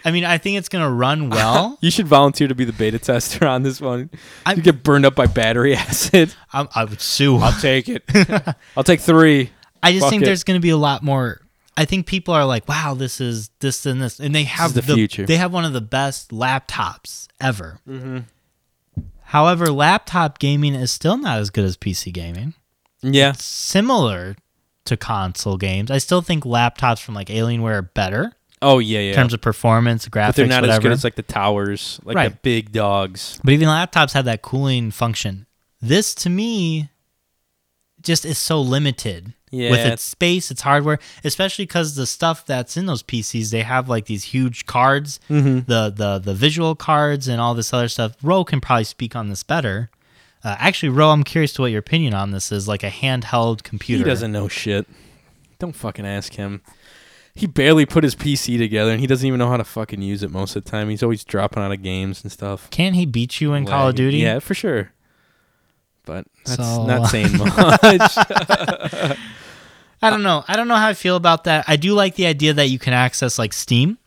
[SPEAKER 2] I mean, I think it's going to run well.
[SPEAKER 1] You should volunteer to be the beta tester on this one.
[SPEAKER 2] I'm-
[SPEAKER 1] you get burned up by battery acid.
[SPEAKER 2] I, I would sue.
[SPEAKER 1] I'll take it. I'll take three.
[SPEAKER 2] I just
[SPEAKER 1] fuck
[SPEAKER 2] think
[SPEAKER 1] it.
[SPEAKER 2] there's going to be a lot more. I think people are like, "Wow, this is this and this," and they have
[SPEAKER 1] the future. Mm-hmm.
[SPEAKER 2] They have one of the best laptops ever. However, laptop gaming is still not as good as PC gaming.
[SPEAKER 1] Yeah,
[SPEAKER 2] Similar to console games, I still think laptops from like Alienware are better
[SPEAKER 1] Oh yeah, yeah.
[SPEAKER 2] in terms of performance, graphics,
[SPEAKER 1] but they're not as
[SPEAKER 2] whatever.
[SPEAKER 1] good as like the towers, like the
[SPEAKER 2] Right.
[SPEAKER 1] big dogs.
[SPEAKER 2] But even laptops have that cooling function. This to me just is so limited
[SPEAKER 1] Yeah,
[SPEAKER 2] with its
[SPEAKER 1] it's-
[SPEAKER 2] space, its hardware, especially because the stuff that's in those PCs, they have like these huge cards,
[SPEAKER 1] Mm-hmm.
[SPEAKER 2] the the the visual cards and all this other stuff. Ro can probably speak on this better. Uh, actually, Ro, I'm curious to what your opinion on this is, like a handheld computer.
[SPEAKER 1] He doesn't know shit. Don't fucking ask him. he barely put his PC together, and he doesn't even know how to fucking use it most of the time. He's always dropping out of games and stuff.
[SPEAKER 2] Can he beat you in Call of
[SPEAKER 1] Lagging.
[SPEAKER 2] Duty?
[SPEAKER 1] yeah, for sure. But that's
[SPEAKER 2] So- uh,
[SPEAKER 1] not saying much.
[SPEAKER 2] I don't know. I don't know how I feel about that. I do like the idea that you can access like Steam,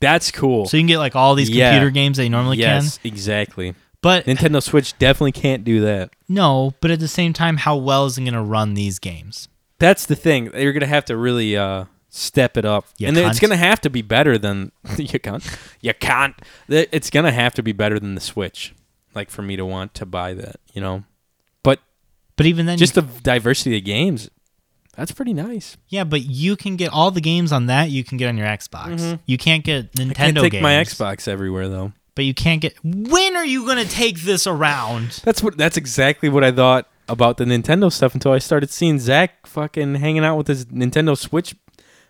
[SPEAKER 1] that's cool.
[SPEAKER 2] so you can get like all these
[SPEAKER 1] Yeah.
[SPEAKER 2] computer games that you normally
[SPEAKER 1] yes,
[SPEAKER 2] can.
[SPEAKER 1] exactly.
[SPEAKER 2] But
[SPEAKER 1] Nintendo Switch definitely can't do that.
[SPEAKER 2] no, but at the same time, how well is it going to run these games?
[SPEAKER 1] That's the thing. You're gonna have to really uh, step it up,
[SPEAKER 2] You
[SPEAKER 1] and it's
[SPEAKER 2] cunt.
[SPEAKER 1] gonna have to be better than you can't. You can't. Th- It's gonna have to be better than the Switch, like for me to want to buy that. You know, but
[SPEAKER 2] But even then,
[SPEAKER 1] just the diversity of games, that's pretty nice.
[SPEAKER 2] yeah, but you can get all the games on that you can get on your Xbox. You can't get Nintendo
[SPEAKER 1] Mm-hmm. I can't take
[SPEAKER 2] games.
[SPEAKER 1] my Xbox everywhere though.
[SPEAKER 2] but you can't get. When are you going to take this around?
[SPEAKER 1] That's what. That's exactly what I thought about the Nintendo stuff until I started seeing Zach fucking hanging out with his Nintendo Switch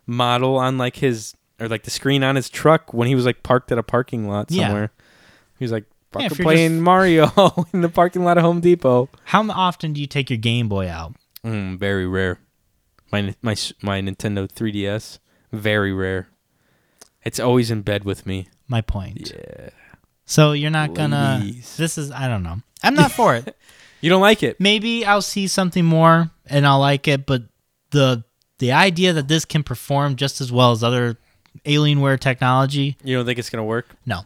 [SPEAKER 1] model on like his or like the screen on his truck when he was like parked at a parking lot
[SPEAKER 2] Yeah.
[SPEAKER 1] somewhere. He was like
[SPEAKER 2] Yeah, if
[SPEAKER 1] fucking
[SPEAKER 2] you're
[SPEAKER 1] playing
[SPEAKER 2] just-
[SPEAKER 1] Mario in the parking lot of Home Depot.
[SPEAKER 2] How often do you take your Game Boy out?
[SPEAKER 1] Mm, very rare. My my s- my Nintendo 3DS, very rare. It's always in bed with me.
[SPEAKER 2] My point. Yeah. So you're not gonna.
[SPEAKER 1] Please.
[SPEAKER 2] This is. I don't know. I'm not for it.
[SPEAKER 1] You don't like it?
[SPEAKER 2] maybe I'll see something more and I'll like it, but the the idea that this can perform just as well as other Alienware technology,
[SPEAKER 1] You don't think it's gonna work?
[SPEAKER 2] no.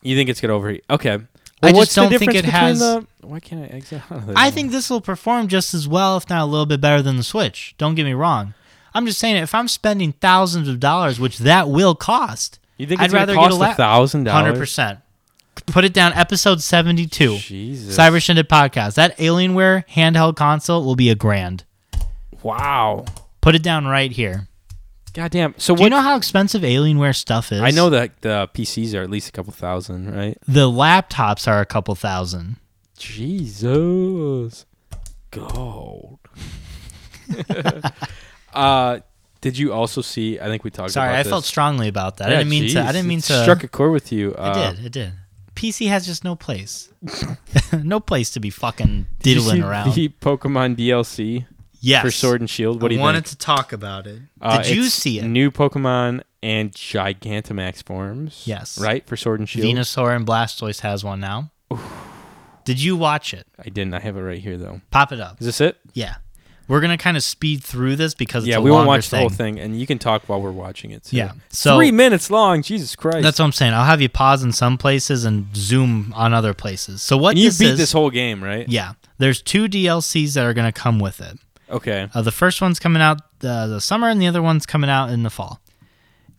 [SPEAKER 1] You think it's gonna overheat? Okay.
[SPEAKER 2] I just
[SPEAKER 1] what's the
[SPEAKER 2] don't think
[SPEAKER 1] difference
[SPEAKER 2] it
[SPEAKER 1] between
[SPEAKER 2] has-
[SPEAKER 1] The, why can't I exit out of this?
[SPEAKER 2] I think this will perform just as well, if not a little bit better than the Switch. Don't get me wrong. I'm just saying, if I'm spending thousands of dollars, which that will cost,
[SPEAKER 1] You think
[SPEAKER 2] I'd
[SPEAKER 1] it's gonna
[SPEAKER 2] rather
[SPEAKER 1] cost
[SPEAKER 2] get a lap-
[SPEAKER 1] $1,000?
[SPEAKER 2] Hundred percent. Put it down. Episode seventy-two.
[SPEAKER 1] Jesus.
[SPEAKER 2] Cyber Shindig podcast. That Alienware handheld console will be a grand.
[SPEAKER 1] Wow.
[SPEAKER 2] Put it down right here.
[SPEAKER 1] Goddamn. So
[SPEAKER 2] Do
[SPEAKER 1] what?
[SPEAKER 2] you know how expensive Alienware stuff is?
[SPEAKER 1] I know that the PCs are at least a couple thousand, right?
[SPEAKER 2] the laptops are a couple thousand.
[SPEAKER 1] Jesus. Gold. uh, did you also see? I think we talked.
[SPEAKER 2] Sorry,
[SPEAKER 1] about
[SPEAKER 2] I
[SPEAKER 1] this.
[SPEAKER 2] felt strongly about that. I
[SPEAKER 1] Yeah,
[SPEAKER 2] didn't mean to. I
[SPEAKER 1] jeez,
[SPEAKER 2] didn't mean
[SPEAKER 1] it
[SPEAKER 2] to.
[SPEAKER 1] Struck a chord with you. Uh,
[SPEAKER 2] it did. It did. PC has just no place. no place to be fucking
[SPEAKER 1] did you
[SPEAKER 2] diddling
[SPEAKER 1] see
[SPEAKER 2] around.
[SPEAKER 1] The Pokemon DLC
[SPEAKER 2] yes.
[SPEAKER 1] for Sword and Shield. What do you
[SPEAKER 2] I wanted
[SPEAKER 1] think?
[SPEAKER 2] to talk about it.
[SPEAKER 1] Uh,
[SPEAKER 2] Did you
[SPEAKER 1] it's
[SPEAKER 2] see it?
[SPEAKER 1] New Pokemon and Gigantamax forms.
[SPEAKER 2] Yes.
[SPEAKER 1] Right for Sword and Shield.
[SPEAKER 2] Venusaur and Blastoise has one now. Did you watch it?
[SPEAKER 1] I didn't. I have it right here though.
[SPEAKER 2] Pop it up.
[SPEAKER 1] Is this it?
[SPEAKER 2] Yeah. We're gonna kind of speed through this because it's
[SPEAKER 1] yeah,
[SPEAKER 2] a
[SPEAKER 1] we won't
[SPEAKER 2] longer
[SPEAKER 1] watch the whole thing, and you can talk while we're watching it. Too.
[SPEAKER 2] Yeah. So-
[SPEAKER 1] three minutes long. Jesus Christ.
[SPEAKER 2] That's what I'm saying. I'll have you pause in some places and zoom on other places. So what
[SPEAKER 1] and you
[SPEAKER 2] this
[SPEAKER 1] beat
[SPEAKER 2] is,
[SPEAKER 1] this whole game, right?
[SPEAKER 2] Yeah, there's two DLCs that are going to come with it.
[SPEAKER 1] Okay.
[SPEAKER 2] Uh, the first one's coming out uh, the summer, and the other one's coming out in the fall.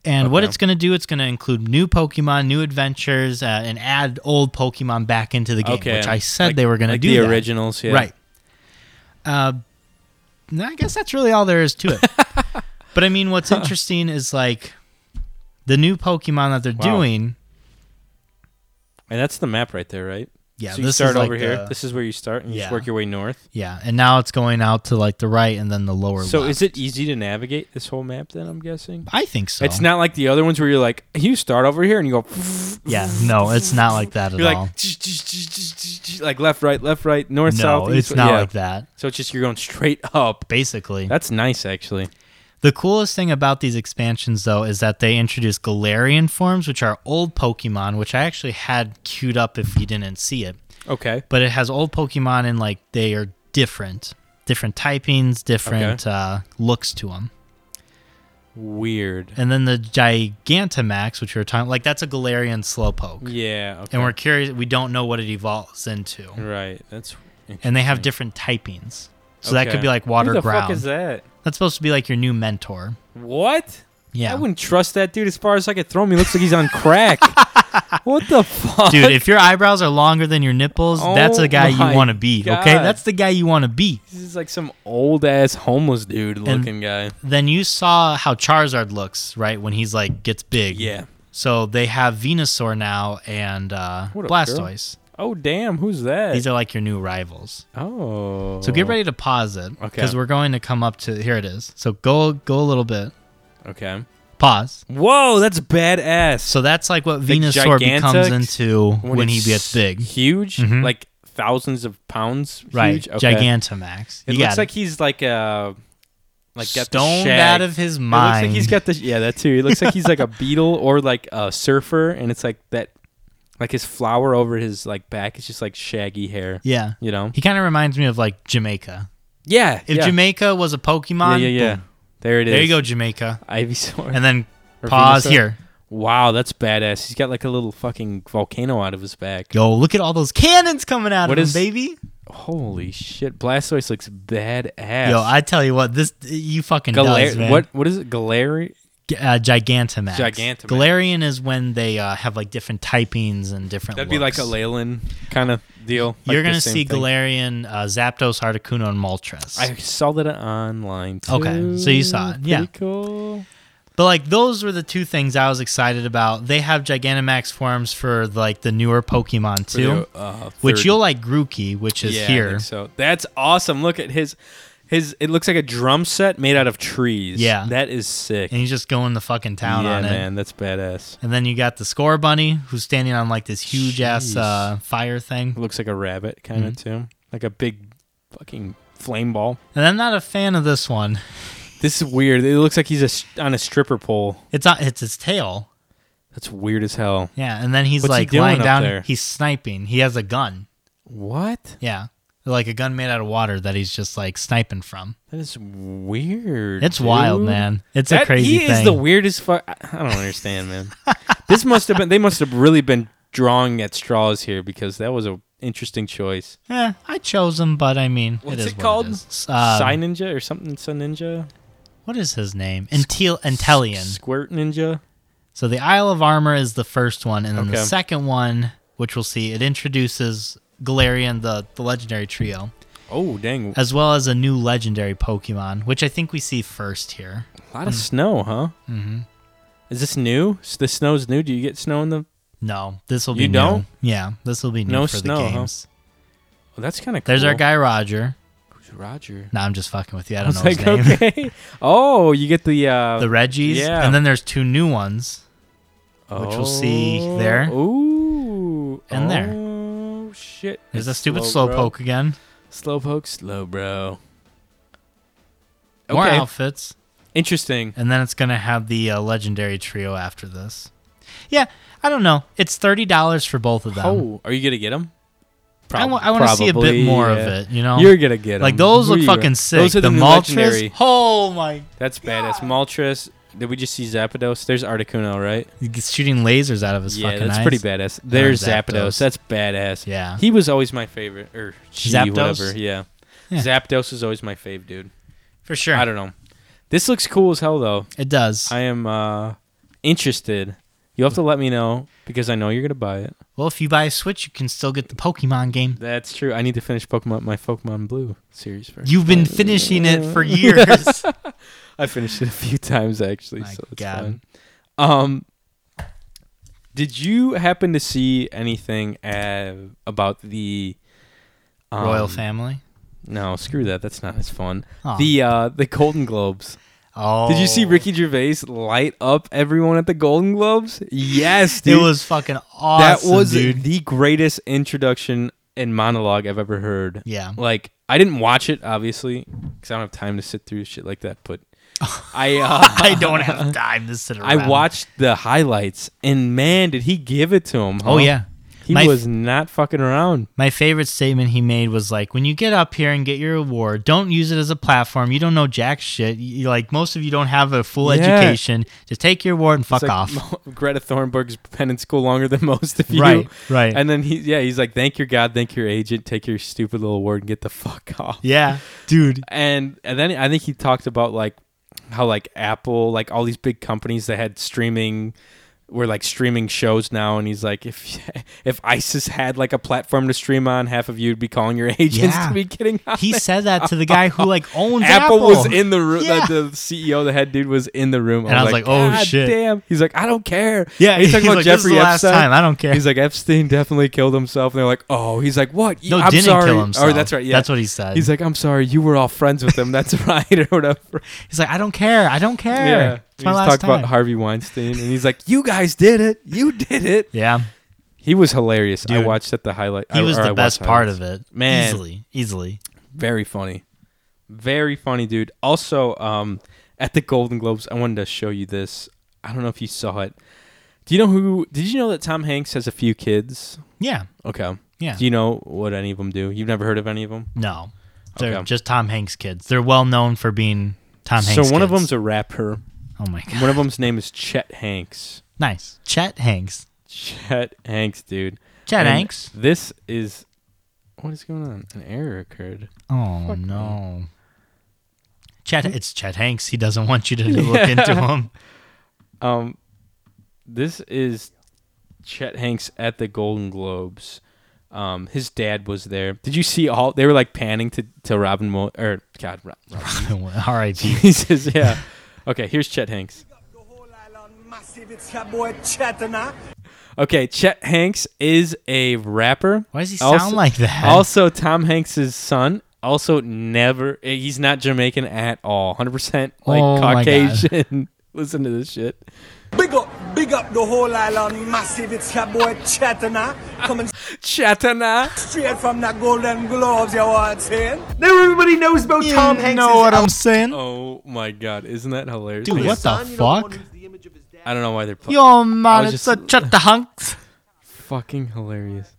[SPEAKER 2] And what
[SPEAKER 1] Okay.
[SPEAKER 2] it's going to do, it's going to include new Pokemon, new adventures, uh, and add old Pokemon back into the game,
[SPEAKER 1] okay.
[SPEAKER 2] which I said
[SPEAKER 1] Like-
[SPEAKER 2] they were going
[SPEAKER 1] like
[SPEAKER 2] to do.
[SPEAKER 1] the
[SPEAKER 2] that.
[SPEAKER 1] originals. Yeah.
[SPEAKER 2] right? Uh, no, I guess that's really all there is to it. but I mean, what's interesting is like the new Pokemon that they're
[SPEAKER 1] Wow.
[SPEAKER 2] doing.
[SPEAKER 1] And that's the map right there, right?
[SPEAKER 2] Yeah,
[SPEAKER 1] So you
[SPEAKER 2] this is
[SPEAKER 1] start
[SPEAKER 2] like
[SPEAKER 1] over here.
[SPEAKER 2] the-
[SPEAKER 1] This is where you start, and you just
[SPEAKER 2] Yeah.
[SPEAKER 1] work your way north.
[SPEAKER 2] Yeah, and now it's going out to like the right and then the lower.
[SPEAKER 1] So
[SPEAKER 2] left.
[SPEAKER 1] is it easy to navigate this whole map? Then I'm guessing.
[SPEAKER 2] I think so.
[SPEAKER 1] It's not like the other ones where you're like, you start over here and you go,
[SPEAKER 2] Yeah, no, it's not like that at
[SPEAKER 1] you're
[SPEAKER 2] all.
[SPEAKER 1] like, like left, right, left, right, north,
[SPEAKER 2] No,
[SPEAKER 1] south.
[SPEAKER 2] it's
[SPEAKER 1] east,
[SPEAKER 2] not
[SPEAKER 1] yeah.
[SPEAKER 2] like that.
[SPEAKER 1] So it's just you're going straight up.
[SPEAKER 2] Basically,
[SPEAKER 1] That's nice, actually.
[SPEAKER 2] the coolest thing about these expansions, though, is that they introduce Galarian forms, which are old Pokemon, which I actually had queued up if you didn't see it.
[SPEAKER 1] Okay.
[SPEAKER 2] But it has old Pokemon, and like they are different, different typings, different uh, looks to them.
[SPEAKER 1] Weird.
[SPEAKER 2] And then the Gigantamax, which we were talking, like that's a Galarian Slowpoke,
[SPEAKER 1] Yeah. Okay.
[SPEAKER 2] and we're curious. We don't know what it evolves into,
[SPEAKER 1] right. That's
[SPEAKER 2] and they have different typings. So that could
[SPEAKER 1] Hmm. okay.
[SPEAKER 2] be like water
[SPEAKER 1] Who the
[SPEAKER 2] ground.
[SPEAKER 1] fuck is that?
[SPEAKER 2] That's supposed to be like your new mentor.
[SPEAKER 1] What?
[SPEAKER 2] Yeah.
[SPEAKER 1] I wouldn't trust that dude as far as I could throw him. He looks like he's on crack. what the fuck?
[SPEAKER 2] Dude, if your eyebrows are longer than your nipples, that's
[SPEAKER 1] Oh
[SPEAKER 2] a guy you
[SPEAKER 1] my
[SPEAKER 2] want to be. Okay?
[SPEAKER 1] God.
[SPEAKER 2] That's the guy you want to be.
[SPEAKER 1] this is like some old ass homeless dude
[SPEAKER 2] And-
[SPEAKER 1] looking guy.
[SPEAKER 2] Then you saw how Charizard looks, right? When he's like gets big.
[SPEAKER 1] Yeah.
[SPEAKER 2] So they have Venusaur now and uh,
[SPEAKER 1] What a
[SPEAKER 2] Blastoise.
[SPEAKER 1] Oh damn, who's that?
[SPEAKER 2] These are like your new rivals.
[SPEAKER 1] oh.
[SPEAKER 2] So get ready to pause it
[SPEAKER 1] Okay.
[SPEAKER 2] because we're going to come up to here it is. So go go a little bit.
[SPEAKER 1] Okay.
[SPEAKER 2] Pause.
[SPEAKER 1] Whoa, that's badass.
[SPEAKER 2] So that's like what
[SPEAKER 1] Like
[SPEAKER 2] Venusaur becomes
[SPEAKER 1] gigantic
[SPEAKER 2] into when, he
[SPEAKER 1] it's
[SPEAKER 2] gets big.
[SPEAKER 1] huge,
[SPEAKER 2] Mhm.
[SPEAKER 1] like thousands of pounds,
[SPEAKER 2] Right.
[SPEAKER 1] Huge? Okay.
[SPEAKER 2] Gigantamax.
[SPEAKER 1] It
[SPEAKER 2] you
[SPEAKER 1] looks
[SPEAKER 2] got
[SPEAKER 1] like he's like a uh, Like got the
[SPEAKER 2] stoned
[SPEAKER 1] shag.
[SPEAKER 2] out of his
[SPEAKER 1] It looks
[SPEAKER 2] mind.
[SPEAKER 1] like he's got the yeah that too. He looks like he's like a beetle or like a surfer, and it's like that, like his flower over his like back. It's just like shaggy hair.
[SPEAKER 2] yeah.
[SPEAKER 1] You know.
[SPEAKER 2] He kind of reminds me of like Jamaica.
[SPEAKER 1] Yeah.
[SPEAKER 2] If
[SPEAKER 1] yeah.
[SPEAKER 2] Jamaica was a Pokemon,
[SPEAKER 1] Yeah, yeah, yeah.
[SPEAKER 2] boom.
[SPEAKER 1] There it is.
[SPEAKER 2] there you go, Jamaica.
[SPEAKER 1] Ivysaur.
[SPEAKER 2] And then
[SPEAKER 1] Or
[SPEAKER 2] pause
[SPEAKER 1] Venusaur.
[SPEAKER 2] here.
[SPEAKER 1] Wow, that's badass. He's got like a little fucking volcano out of his back.
[SPEAKER 2] Yo, look at all those cannons coming out
[SPEAKER 1] What
[SPEAKER 2] of
[SPEAKER 1] is-
[SPEAKER 2] him, baby.
[SPEAKER 1] Holy shit, Blastoise looks badass.
[SPEAKER 2] Yo, I tell you what, this you fucking
[SPEAKER 1] Galar-
[SPEAKER 2] does, man.
[SPEAKER 1] what what is it? Galari?
[SPEAKER 2] G- Uh, Gigantamax.
[SPEAKER 1] Gigantamax.
[SPEAKER 2] Galarian is when they uh, have like different typings and different.
[SPEAKER 1] That'd be like a
[SPEAKER 2] looks.
[SPEAKER 1] Leyland kind of deal. like
[SPEAKER 2] You're
[SPEAKER 1] the
[SPEAKER 2] gonna
[SPEAKER 1] same
[SPEAKER 2] see
[SPEAKER 1] thing.
[SPEAKER 2] Galarian, uh, Zapdos, Articuno, and Moltres.
[SPEAKER 1] I saw that online. Too.
[SPEAKER 2] Okay, so you saw it, yeah.
[SPEAKER 1] Pretty cool.
[SPEAKER 2] But like those were the two things I was excited about. They have Gigantamax forms for like the newer Pokemon too,
[SPEAKER 1] Uh,
[SPEAKER 2] which
[SPEAKER 1] third-
[SPEAKER 2] you'll like Grookey, which is
[SPEAKER 1] yeah, I
[SPEAKER 2] here.
[SPEAKER 1] think so that's awesome. Look at his his. It looks like a drum set made out of trees.
[SPEAKER 2] Yeah.
[SPEAKER 1] that is sick.
[SPEAKER 2] And he's just going the fucking town
[SPEAKER 1] yeah,
[SPEAKER 2] on it.
[SPEAKER 1] man, that's badass.
[SPEAKER 2] And then you got the score bunny who's standing on like this huge ass
[SPEAKER 1] Jeez.
[SPEAKER 2] uh, fire thing.
[SPEAKER 1] Looks like a rabbit kind of
[SPEAKER 2] Mm-hmm.
[SPEAKER 1] too, like a big fucking flame ball.
[SPEAKER 2] And I'm not a fan of this one.
[SPEAKER 1] This is weird. It looks like he's a, s- on a stripper pole.
[SPEAKER 2] It's on, it's his tail.
[SPEAKER 1] That's weird as hell.
[SPEAKER 2] Yeah, and then he's
[SPEAKER 1] What's he
[SPEAKER 2] like
[SPEAKER 1] doing
[SPEAKER 2] lying
[SPEAKER 1] up
[SPEAKER 2] down.
[SPEAKER 1] there?
[SPEAKER 2] He's sniping. He has a gun.
[SPEAKER 1] What?
[SPEAKER 2] Yeah, like a gun made out of water that he's just like sniping from.
[SPEAKER 1] That is weird.
[SPEAKER 2] It's wild,
[SPEAKER 1] dude.
[SPEAKER 2] man. It's a
[SPEAKER 1] That-
[SPEAKER 2] crazy
[SPEAKER 1] he
[SPEAKER 2] thing.
[SPEAKER 1] is the weirdest fuck. I I don't understand, man. this must have been. They must have really been drawing at straws here because that was a interesting choice.
[SPEAKER 2] Eh, I chose him, but I mean,
[SPEAKER 1] What's
[SPEAKER 2] it, is
[SPEAKER 1] it
[SPEAKER 2] what
[SPEAKER 1] called?
[SPEAKER 2] It is. Uh,
[SPEAKER 1] Psy Ninja or something? Sun Ninja?
[SPEAKER 2] what is his name? Intel Intellion.
[SPEAKER 1] Squirt Ninja?
[SPEAKER 2] So the Isle of Armor is the first one, and then the
[SPEAKER 1] Okay.
[SPEAKER 2] second one, which we'll see, it introduces Galarian, the the legendary trio,
[SPEAKER 1] Oh, dang.
[SPEAKER 2] as well as a new legendary Pokemon, which I think we see first here.
[SPEAKER 1] A lot of snow, huh? Mm-hmm. Is this new? S- The snow's new? Do you get snow in the.
[SPEAKER 2] No, this will be
[SPEAKER 1] You
[SPEAKER 2] new.
[SPEAKER 1] don't?
[SPEAKER 2] Yeah, this will be new
[SPEAKER 1] No
[SPEAKER 2] for
[SPEAKER 1] snow,
[SPEAKER 2] the
[SPEAKER 1] huh?
[SPEAKER 2] games.
[SPEAKER 1] Oh, that's kind of cool.
[SPEAKER 2] There's our guy Roger.
[SPEAKER 1] Who's Roger.
[SPEAKER 2] No, I'm just fucking with you. I
[SPEAKER 1] I
[SPEAKER 2] don't
[SPEAKER 1] was
[SPEAKER 2] know
[SPEAKER 1] like,
[SPEAKER 2] his name.
[SPEAKER 1] okay. Oh, you get the. Uh,
[SPEAKER 2] The Reggies,
[SPEAKER 1] Yeah.
[SPEAKER 2] and then there's two new ones.
[SPEAKER 1] oh,
[SPEAKER 2] which we'll see there.
[SPEAKER 1] Ooh.
[SPEAKER 2] And there.
[SPEAKER 1] Oh, shit.
[SPEAKER 2] There's a
[SPEAKER 1] It's
[SPEAKER 2] stupid
[SPEAKER 1] slow, bro.
[SPEAKER 2] Slowpoke again.
[SPEAKER 1] Slowpoke, slow bro.
[SPEAKER 2] More
[SPEAKER 1] Okay.
[SPEAKER 2] outfits.
[SPEAKER 1] Interesting.
[SPEAKER 2] and then it's gonna have the uh, legendary trio after this. Yeah, I don't know. It's thirty dollars for both of them.
[SPEAKER 1] Oh, are you gonna get them?
[SPEAKER 2] Um, I want to see a bit more of it. You know,
[SPEAKER 1] You're gonna get them.
[SPEAKER 2] like those look fucking sick.
[SPEAKER 1] Those are the,
[SPEAKER 2] the
[SPEAKER 1] new
[SPEAKER 2] Moltres.
[SPEAKER 1] legendary.
[SPEAKER 2] Oh my!
[SPEAKER 1] That's badass. Moltres. Did we just see Zapdos? There's Articuno, right?
[SPEAKER 2] He's shooting lasers out of his
[SPEAKER 1] yeah,
[SPEAKER 2] fucking
[SPEAKER 1] that's
[SPEAKER 2] eyes.
[SPEAKER 1] pretty badass. There's Zapdos.
[SPEAKER 2] Zapdos.
[SPEAKER 1] That's badass.
[SPEAKER 2] Yeah.
[SPEAKER 1] He was always my favorite. Or she,
[SPEAKER 2] Zapdos?
[SPEAKER 1] whatever. Yeah.
[SPEAKER 2] Yeah.
[SPEAKER 1] Zapdos is always my fave, dude.
[SPEAKER 2] for sure.
[SPEAKER 1] I don't know. This looks cool as hell, though.
[SPEAKER 2] It does.
[SPEAKER 1] I am uh, interested. You'll have to let me know because I know you're gonna buy it.
[SPEAKER 2] well, if you buy a Switch, you can still get the Pokemon game.
[SPEAKER 1] That's true. I need to finish Pokemon my Pokemon Blue series first.
[SPEAKER 2] You've been finishing it for years.
[SPEAKER 1] I finished it a few times actually,
[SPEAKER 2] My
[SPEAKER 1] so it's
[SPEAKER 2] God.
[SPEAKER 1] fun. Um, did you happen to see anything uh, about the um,
[SPEAKER 2] Royal family.
[SPEAKER 1] No, screw that. That's not as fun.
[SPEAKER 2] Aw.
[SPEAKER 1] The uh, the Golden Globes.
[SPEAKER 2] Oh,
[SPEAKER 1] Did you see Ricky Gervais light up everyone at the Golden Globes? Yes, dude.
[SPEAKER 2] It was fucking
[SPEAKER 1] that
[SPEAKER 2] awesome,
[SPEAKER 1] was
[SPEAKER 2] dude.
[SPEAKER 1] the greatest introduction and monologue I've ever heard.
[SPEAKER 2] Yeah.
[SPEAKER 1] Like I didn't watch it obviously because I don't have time to sit through shit like that. But I uh,
[SPEAKER 2] I don't have time to sit around.
[SPEAKER 1] I watched the highlights and man, did he give it to him?
[SPEAKER 2] Oh
[SPEAKER 1] huh?
[SPEAKER 2] yeah.
[SPEAKER 1] he
[SPEAKER 2] My-
[SPEAKER 1] was not fucking around.
[SPEAKER 2] My favorite statement he made was like, "When you get up here and get your award, don't use it as a platform. You don't know jack shit. You, like most of you don't have a full
[SPEAKER 1] Yeah.
[SPEAKER 2] education. Just take your award and fuck
[SPEAKER 1] It's like
[SPEAKER 2] off."
[SPEAKER 1] Mo- Greta Thornburg's been in school longer than most of you.
[SPEAKER 2] Right, right.
[SPEAKER 1] And then he, yeah, he's like, "Thank your God, thank your agent, take your stupid little word and get the fuck off."
[SPEAKER 2] yeah, dude.
[SPEAKER 1] and and then I think he talked about like how like Apple, like all these big companies that had streaming were like streaming shows now and he's like if if ISIS had like a platform to stream on half of you'd be calling your agents
[SPEAKER 2] Yeah.
[SPEAKER 1] to be getting on
[SPEAKER 2] He
[SPEAKER 1] there.
[SPEAKER 2] said that to the guy who like owns
[SPEAKER 1] Apple,
[SPEAKER 2] Apple.
[SPEAKER 1] was in the room
[SPEAKER 2] Yeah.
[SPEAKER 1] the, the CEO the head dude was in the room
[SPEAKER 2] And I was like, oh,
[SPEAKER 1] "God
[SPEAKER 2] shit."
[SPEAKER 1] damn he's like I don't care
[SPEAKER 2] Yeah,
[SPEAKER 1] he's talking
[SPEAKER 2] he's
[SPEAKER 1] about
[SPEAKER 2] like, "This is
[SPEAKER 1] Jeffrey
[SPEAKER 2] the last
[SPEAKER 1] Epstein
[SPEAKER 2] time. I don't care.
[SPEAKER 1] he's like Epstein definitely killed himself and they're like oh he's like what
[SPEAKER 2] No,
[SPEAKER 1] I'm
[SPEAKER 2] didn't
[SPEAKER 1] sorry
[SPEAKER 2] kill himself.
[SPEAKER 1] or that's right yeah
[SPEAKER 2] That's what he said.
[SPEAKER 1] he's like I'm sorry you were all friends with him that's right or whatever
[SPEAKER 2] He's like, "I don't care. I don't care. It's
[SPEAKER 1] he
[SPEAKER 2] my
[SPEAKER 1] was
[SPEAKER 2] last
[SPEAKER 1] talking
[SPEAKER 2] time."
[SPEAKER 1] about Harvey Weinstein, and he's like, "You guys did it. You did it."
[SPEAKER 2] yeah,
[SPEAKER 1] He was hilarious. I
[SPEAKER 2] Dude.
[SPEAKER 1] watched at the highlight.
[SPEAKER 2] he was the best part of it.
[SPEAKER 1] Man.
[SPEAKER 2] easily, easily.
[SPEAKER 1] Very funny. Very funny, dude. Also, um, at the Golden Globes, I wanted to show you this. I don't know if you saw it. Do you know who? Did you know that Tom Hanks has a few kids?
[SPEAKER 2] Yeah.
[SPEAKER 1] Okay.
[SPEAKER 2] Yeah.
[SPEAKER 1] Do you know what any of them do? You've never heard of any of them?
[SPEAKER 2] No. They're
[SPEAKER 1] Okay.
[SPEAKER 2] just Tom Hanks kids. They're well known for being Tom
[SPEAKER 1] so
[SPEAKER 2] Hanks
[SPEAKER 1] one of
[SPEAKER 2] kids.
[SPEAKER 1] them's a rapper.
[SPEAKER 2] Oh my god.
[SPEAKER 1] One of them's name is Chet Hanks.
[SPEAKER 2] Nice. Chet Hanks.
[SPEAKER 1] Chet Hanks, dude.
[SPEAKER 2] Chet
[SPEAKER 1] And
[SPEAKER 2] Hanks.
[SPEAKER 1] This is what is going on? An error occurred.
[SPEAKER 2] Oh no. Chet it's Chet Hanks. He doesn't want you to look into him.
[SPEAKER 1] Um, this is Chet Hanks at the Golden Globes. Um, his dad was there. Did you see all? They were like panning to to Robin Mo or God, Rob,
[SPEAKER 2] R.I.P.
[SPEAKER 1] he says, yeah. Okay, here's Chet Hanks.
[SPEAKER 8] Massive, it's your boy Chetana.
[SPEAKER 1] Okay, Chet Hanks is a rapper.
[SPEAKER 2] Why does he sound like that?
[SPEAKER 1] Also, Tom Hanks' son. Also, never. eh, He's not Jamaican at all. 100% like
[SPEAKER 2] Oh my God.
[SPEAKER 1] Caucasian. Listen to this shit.
[SPEAKER 8] Big up, big up the whole island. Massive, it's your boy Chetana. Coming
[SPEAKER 1] Chetana.
[SPEAKER 8] straight from the Golden Globes, you know what I'm saying?
[SPEAKER 2] Mm, Tom Hanks. know what I'm saying?
[SPEAKER 1] Oh my god, isn't that hilarious? I
[SPEAKER 2] Dude, what
[SPEAKER 1] just-
[SPEAKER 2] the fuck?
[SPEAKER 1] I don't know why they're playing.
[SPEAKER 2] Yo, man,
[SPEAKER 1] was
[SPEAKER 2] it's
[SPEAKER 1] just-
[SPEAKER 2] a Chet the Hanks.
[SPEAKER 1] Fucking hilarious.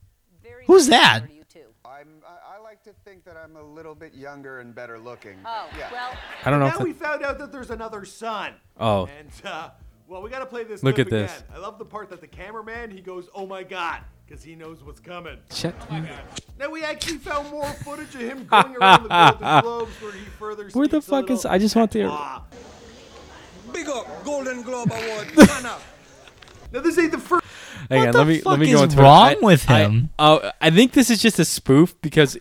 [SPEAKER 2] Who's that?
[SPEAKER 9] I'm, I, I like to think that I'm a little bit younger and better looking.
[SPEAKER 10] Oh,
[SPEAKER 9] yeah.
[SPEAKER 10] well,
[SPEAKER 1] I don't know. If
[SPEAKER 11] Now we
[SPEAKER 1] that,
[SPEAKER 11] found out that there's another son.
[SPEAKER 1] oh,
[SPEAKER 11] And, uh, well, we got to play this.
[SPEAKER 1] Look
[SPEAKER 11] clip
[SPEAKER 1] at this.
[SPEAKER 11] again. I love the part that the cameraman, he goes, oh my God, because he knows what's coming.
[SPEAKER 1] Chet.
[SPEAKER 11] Now, we actually found more footage of him going around the Golden Globes where he further
[SPEAKER 1] Where the
[SPEAKER 11] speaks a
[SPEAKER 1] fuck is?
[SPEAKER 11] little
[SPEAKER 1] I just want the.
[SPEAKER 11] patois.
[SPEAKER 8] Big up Golden Globe Award, Ghana.
[SPEAKER 11] Now, this ain't the first.
[SPEAKER 1] Hang
[SPEAKER 2] What
[SPEAKER 1] on,
[SPEAKER 2] the
[SPEAKER 1] let me
[SPEAKER 2] fuck
[SPEAKER 1] let me
[SPEAKER 2] is
[SPEAKER 1] go into it.
[SPEAKER 2] wrong
[SPEAKER 1] I-
[SPEAKER 2] with
[SPEAKER 1] I-
[SPEAKER 2] him?
[SPEAKER 1] Oh, I think this is just a spoof because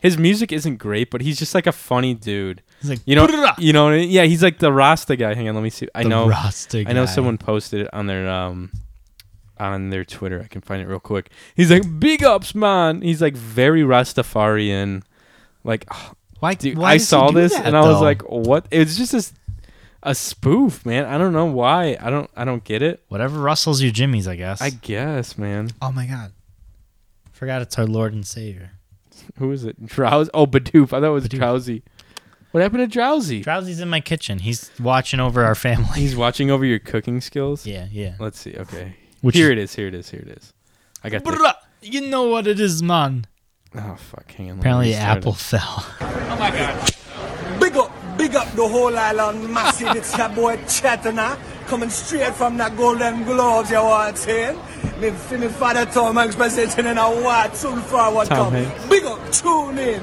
[SPEAKER 1] his music isn't great, but he's just like a funny dude.
[SPEAKER 2] He's like,
[SPEAKER 1] you know,
[SPEAKER 2] "Brrrah."
[SPEAKER 1] you know, what I mean? yeah, he's like the Rasta guy. Hang on, let me see. I
[SPEAKER 2] The
[SPEAKER 1] know,
[SPEAKER 2] Rasta
[SPEAKER 1] I know
[SPEAKER 2] guy.
[SPEAKER 1] someone posted it on their um on their Twitter. I can find it real quick. He's like big ups, man. He's like very Rastafarian. Like ah,
[SPEAKER 2] Why,
[SPEAKER 1] dude,
[SPEAKER 2] why
[SPEAKER 1] I
[SPEAKER 2] does he
[SPEAKER 1] saw
[SPEAKER 2] do
[SPEAKER 1] this
[SPEAKER 2] that,
[SPEAKER 1] and I was
[SPEAKER 2] though?
[SPEAKER 1] like, what? It's just a, s- a spoof, man. I don't know why. I don't. I don't get it.
[SPEAKER 2] whatever rustles your jimmies, I guess.
[SPEAKER 1] I guess, man.
[SPEAKER 2] oh my god, forgot it's our Lord and Savior.
[SPEAKER 1] Who is it? Drowsy. Oh, Badoof. I thought it was
[SPEAKER 2] Badoof.
[SPEAKER 1] Drowsy. What happened to Drowsy?
[SPEAKER 2] Drowsy's in my kitchen. He's watching over our family.
[SPEAKER 1] He's watching over your cooking skills.
[SPEAKER 2] yeah, yeah.
[SPEAKER 1] Let's see. Okay.
[SPEAKER 2] Which
[SPEAKER 1] here
[SPEAKER 2] is-
[SPEAKER 1] it is. Here it is. Here it is. I got. The,
[SPEAKER 2] Bruh, you know what it is, man.
[SPEAKER 1] oh fuck! Hang on. let me
[SPEAKER 2] Apparently,
[SPEAKER 1] restart
[SPEAKER 2] Apple
[SPEAKER 1] it.
[SPEAKER 2] fell.
[SPEAKER 8] Big up, big up the whole island. Massive, it's your boy Chetana. Coming straight from the Golden Globes, you know what I'm saying? Me, me father Tom Hanks presenting in a watch soon forward
[SPEAKER 1] Tom
[SPEAKER 8] come.
[SPEAKER 1] Hanks.
[SPEAKER 8] Big up, tune in.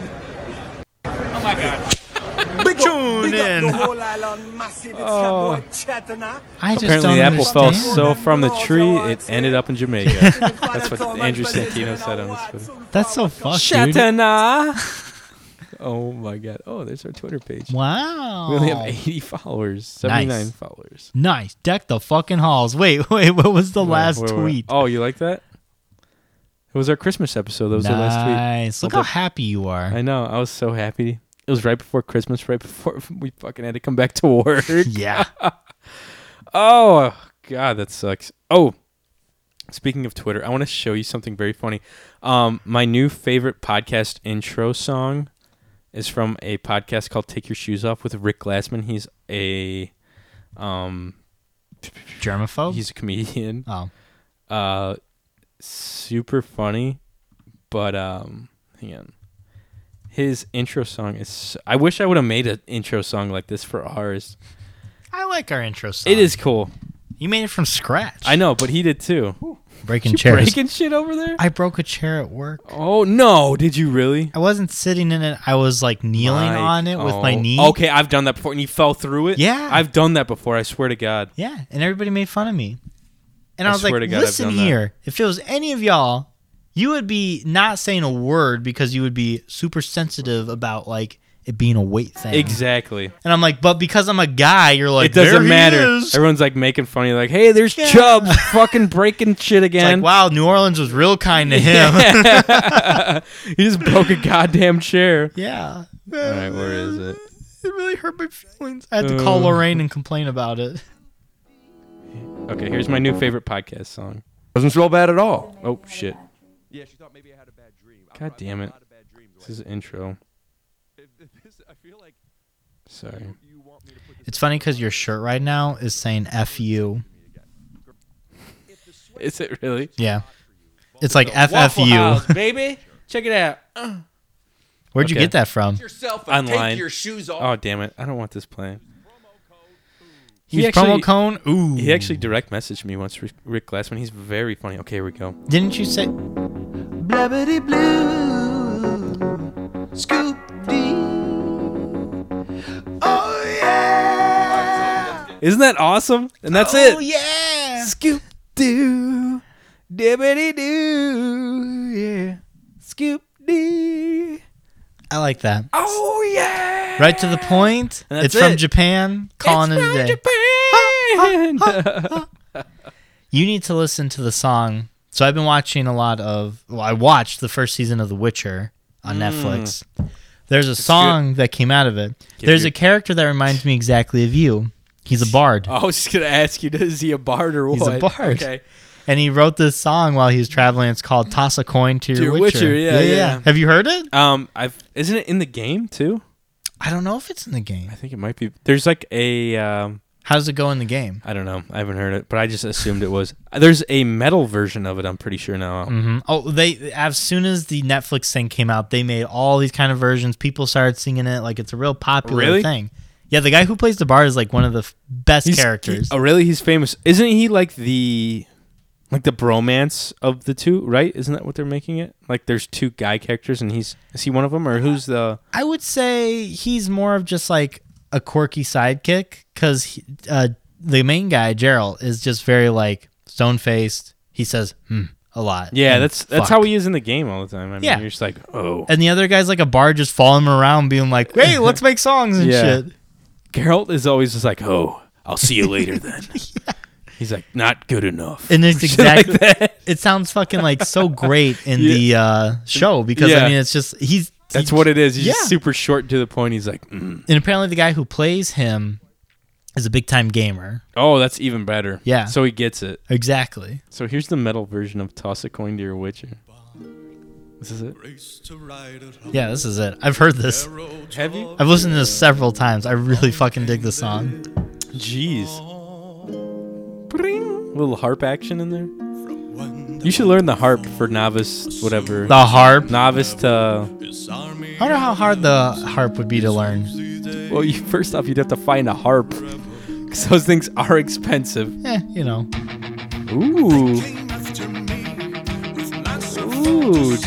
[SPEAKER 8] Oh my God. Big tune up, big
[SPEAKER 2] in.
[SPEAKER 8] up the whole island. Massive, it's
[SPEAKER 1] Oh.
[SPEAKER 8] your boy Chetana.
[SPEAKER 2] I just
[SPEAKER 1] Apparently,
[SPEAKER 2] don't
[SPEAKER 1] the apple fell
[SPEAKER 2] understand.
[SPEAKER 1] so from the tree it ended up in Jamaica. That's what Andrew Santino
[SPEAKER 8] Santino
[SPEAKER 1] said on his Twitter.
[SPEAKER 2] That's so fucked, Oh, dude.
[SPEAKER 1] Shatana. oh my god! Oh, there's our Twitter page.
[SPEAKER 2] Wow.
[SPEAKER 1] We only have 80 followers, 79 followers.
[SPEAKER 2] Nice. Deck the fucking halls. Wait, wait. What was the last
[SPEAKER 1] Where- where- where-
[SPEAKER 2] tweet?
[SPEAKER 1] Oh, you like that? It was our Christmas episode. That was our last tweet.
[SPEAKER 2] nice. Look
[SPEAKER 1] Well,
[SPEAKER 2] how happy you are.
[SPEAKER 1] I know. I was so happy. It was right before Christmas, right before we fucking had to come back to work.
[SPEAKER 2] yeah.
[SPEAKER 1] oh, God, that sucks. Oh, speaking of Twitter, I want to show you something very funny. Um, my new favorite podcast intro song is from a podcast called Take Your Shoes Off with Rick Glassman. He's a um
[SPEAKER 2] Germaphobe.
[SPEAKER 1] he's a comedian.
[SPEAKER 2] oh,
[SPEAKER 1] Uh super funny, but um hang on. His intro song is so- I wish I would have made an intro song like this for ours.
[SPEAKER 2] I like our intro song.
[SPEAKER 1] It is cool.
[SPEAKER 2] You made it from scratch.
[SPEAKER 1] I know, but he did too.
[SPEAKER 2] breaking
[SPEAKER 1] You
[SPEAKER 2] chairs.
[SPEAKER 1] breaking shit over there?
[SPEAKER 2] I broke a chair at work.
[SPEAKER 1] oh no, did you really?
[SPEAKER 2] I wasn't sitting in it. I was like kneeling
[SPEAKER 1] Mike,
[SPEAKER 2] on it with my
[SPEAKER 1] oh.
[SPEAKER 2] knee.
[SPEAKER 1] Okay, I've done that before and you fell through it?
[SPEAKER 2] Yeah.
[SPEAKER 1] I've done that before, I swear to God.
[SPEAKER 2] Yeah, and everybody made fun of me. And
[SPEAKER 1] I
[SPEAKER 2] I, was like,
[SPEAKER 1] swear to God, I've
[SPEAKER 2] listen
[SPEAKER 1] done that."
[SPEAKER 2] here. If it was any of y'all, you would be not saying a word because you would be super sensitive about like it being a weight thing.
[SPEAKER 1] Exactly.
[SPEAKER 2] And I'm like, but because I'm a guy, you're like,
[SPEAKER 1] it doesn't
[SPEAKER 2] "There he
[SPEAKER 1] matter.
[SPEAKER 2] is."
[SPEAKER 1] Everyone's like making fun of you, like, hey, there's Chubbs fucking breaking shit
[SPEAKER 2] It's
[SPEAKER 1] again.
[SPEAKER 2] like, wow, New Orleans was real kind to him.
[SPEAKER 1] He just broke a goddamn chair.
[SPEAKER 2] yeah.
[SPEAKER 1] All right, where is it?
[SPEAKER 2] It really hurt my feelings. I had to call
[SPEAKER 1] Uh.
[SPEAKER 2] Lorraine and complain about it.
[SPEAKER 1] Okay, here's my new favorite podcast song.
[SPEAKER 11] Doesn't feel bad at all.
[SPEAKER 1] Oh shit!
[SPEAKER 11] Yeah, she thought maybe I had a bad dream.
[SPEAKER 1] God damn it! This is the intro. Sorry.
[SPEAKER 2] It's funny because your shirt right now is saying "f you."
[SPEAKER 1] Is it really?
[SPEAKER 2] Yeah, it's like
[SPEAKER 10] Waffle House,
[SPEAKER 2] "ffu."
[SPEAKER 10] baby. Check it out. Uh,
[SPEAKER 2] Where'd you
[SPEAKER 1] Okay.
[SPEAKER 2] get that from?
[SPEAKER 10] yourself a
[SPEAKER 1] Online.
[SPEAKER 10] Take your shoes off.
[SPEAKER 1] Oh damn it! I don't want this playing.
[SPEAKER 2] Use promo cone. Ooh.
[SPEAKER 1] He actually direct messaged me once, Rick- Rick Glassman. He's very funny. Okay, here we go.
[SPEAKER 2] didn't you say?
[SPEAKER 8] Blabbity blue. Scoop D. Oh yeah.
[SPEAKER 1] Isn't that awesome? And that's
[SPEAKER 2] Oh
[SPEAKER 1] it.
[SPEAKER 2] yeah.
[SPEAKER 1] Scoop doo, dibbity doo, yeah. Scoop dee.
[SPEAKER 2] I like that.
[SPEAKER 1] Oh yeah.
[SPEAKER 2] Right to the point.
[SPEAKER 1] And that's
[SPEAKER 2] It's from
[SPEAKER 1] it.
[SPEAKER 2] Japan. Calling it a day.
[SPEAKER 1] Japan.
[SPEAKER 2] You need to listen to the song. So I've been watching a lot of. Well, I watched the first season of The Witcher on
[SPEAKER 1] Mm.
[SPEAKER 2] Netflix. There's a song that came out of it. There's
[SPEAKER 1] your-
[SPEAKER 2] a character that reminds me exactly of you. He's a bard,
[SPEAKER 1] I was just gonna ask you, is he a bard or what?
[SPEAKER 2] He's a bard.
[SPEAKER 1] Okay.
[SPEAKER 2] and he wrote this song while he was traveling. It's called "Toss a Coin to Your,
[SPEAKER 1] your
[SPEAKER 2] Witcher."
[SPEAKER 1] Witcher, yeah, yeah, yeah.
[SPEAKER 2] Have you heard it?
[SPEAKER 1] Um, I've isn't it in the game too?
[SPEAKER 2] I don't know if it's in the game.
[SPEAKER 1] I think it might be. There's like a um,
[SPEAKER 2] How does it go in the game?
[SPEAKER 1] I don't know. I haven't heard it, but I just assumed it was. There's a metal version of it. I'm pretty sure now.
[SPEAKER 2] hmm Oh, they as soon as the Netflix thing came out, they made all these kind of versions. People started singing it like it's a real popular
[SPEAKER 1] Really?
[SPEAKER 2] thing. Yeah, the guy who plays the bard is like one of the f- best
[SPEAKER 1] He's-
[SPEAKER 2] characters.
[SPEAKER 1] he- oh, really? He's famous. Isn't he like the like the bromance of the two? Right? Isn't that what they're making it? Like, there's two guy characters, and he's is he one of them, or who's the?
[SPEAKER 2] I would say he's more of just like a quirky sidekick because uh, the main guy Gerald is just very like stone faced. He says hmm a lot.
[SPEAKER 1] Yeah,
[SPEAKER 2] and
[SPEAKER 1] that's that's
[SPEAKER 2] fuck.
[SPEAKER 1] how he is in the game all the time. I mean,
[SPEAKER 2] Yeah.
[SPEAKER 1] you're just like, oh,
[SPEAKER 2] And the other guy's like a bard, just following him around, being like, "Hey, let's make songs and
[SPEAKER 1] Yeah.
[SPEAKER 2] shit."
[SPEAKER 1] Geralt is always just like, oh, I'll see you later then. He's like, not good enough.
[SPEAKER 2] And it's
[SPEAKER 1] Shit like
[SPEAKER 2] exactly
[SPEAKER 1] that.
[SPEAKER 2] it sounds fucking like so great in the uh, show because
[SPEAKER 1] Yeah.
[SPEAKER 2] I mean it's just he's
[SPEAKER 1] That's what it is. He's
[SPEAKER 2] Yeah.
[SPEAKER 1] just super short and to the point. He's like, mm.
[SPEAKER 2] and apparently the guy who plays him is a big time gamer.
[SPEAKER 1] oh, that's even better.
[SPEAKER 2] Yeah.
[SPEAKER 1] So he gets it.
[SPEAKER 2] Exactly.
[SPEAKER 1] So here's the metal version of Toss a Coin to Your Witcher. This is it.
[SPEAKER 2] Yeah, this is it. I've heard this.
[SPEAKER 1] Have you?
[SPEAKER 2] I've listened to this several times. I really fucking dig this song.
[SPEAKER 1] Jeez. Bring. Little harp action in there. You should learn the harp for novice, whatever.
[SPEAKER 2] The harp.
[SPEAKER 1] Novice to.
[SPEAKER 2] I wonder how hard the harp would be to learn.
[SPEAKER 1] Well, you, first off, you'd have to find a harp. Because those things are expensive.
[SPEAKER 2] Eh, you know.
[SPEAKER 1] Ooh. Ooh.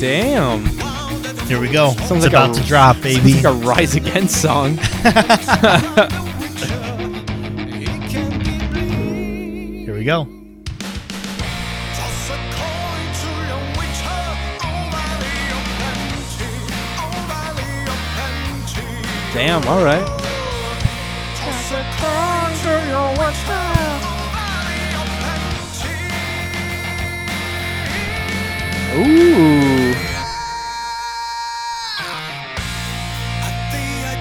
[SPEAKER 1] Damn.
[SPEAKER 2] Here we go.
[SPEAKER 1] Sounds
[SPEAKER 2] it's
[SPEAKER 1] like
[SPEAKER 2] about
[SPEAKER 1] a-
[SPEAKER 2] to drop, baby.
[SPEAKER 1] It's like a Rise Against song.
[SPEAKER 2] Here we go.
[SPEAKER 1] Damn, all right. Ooh.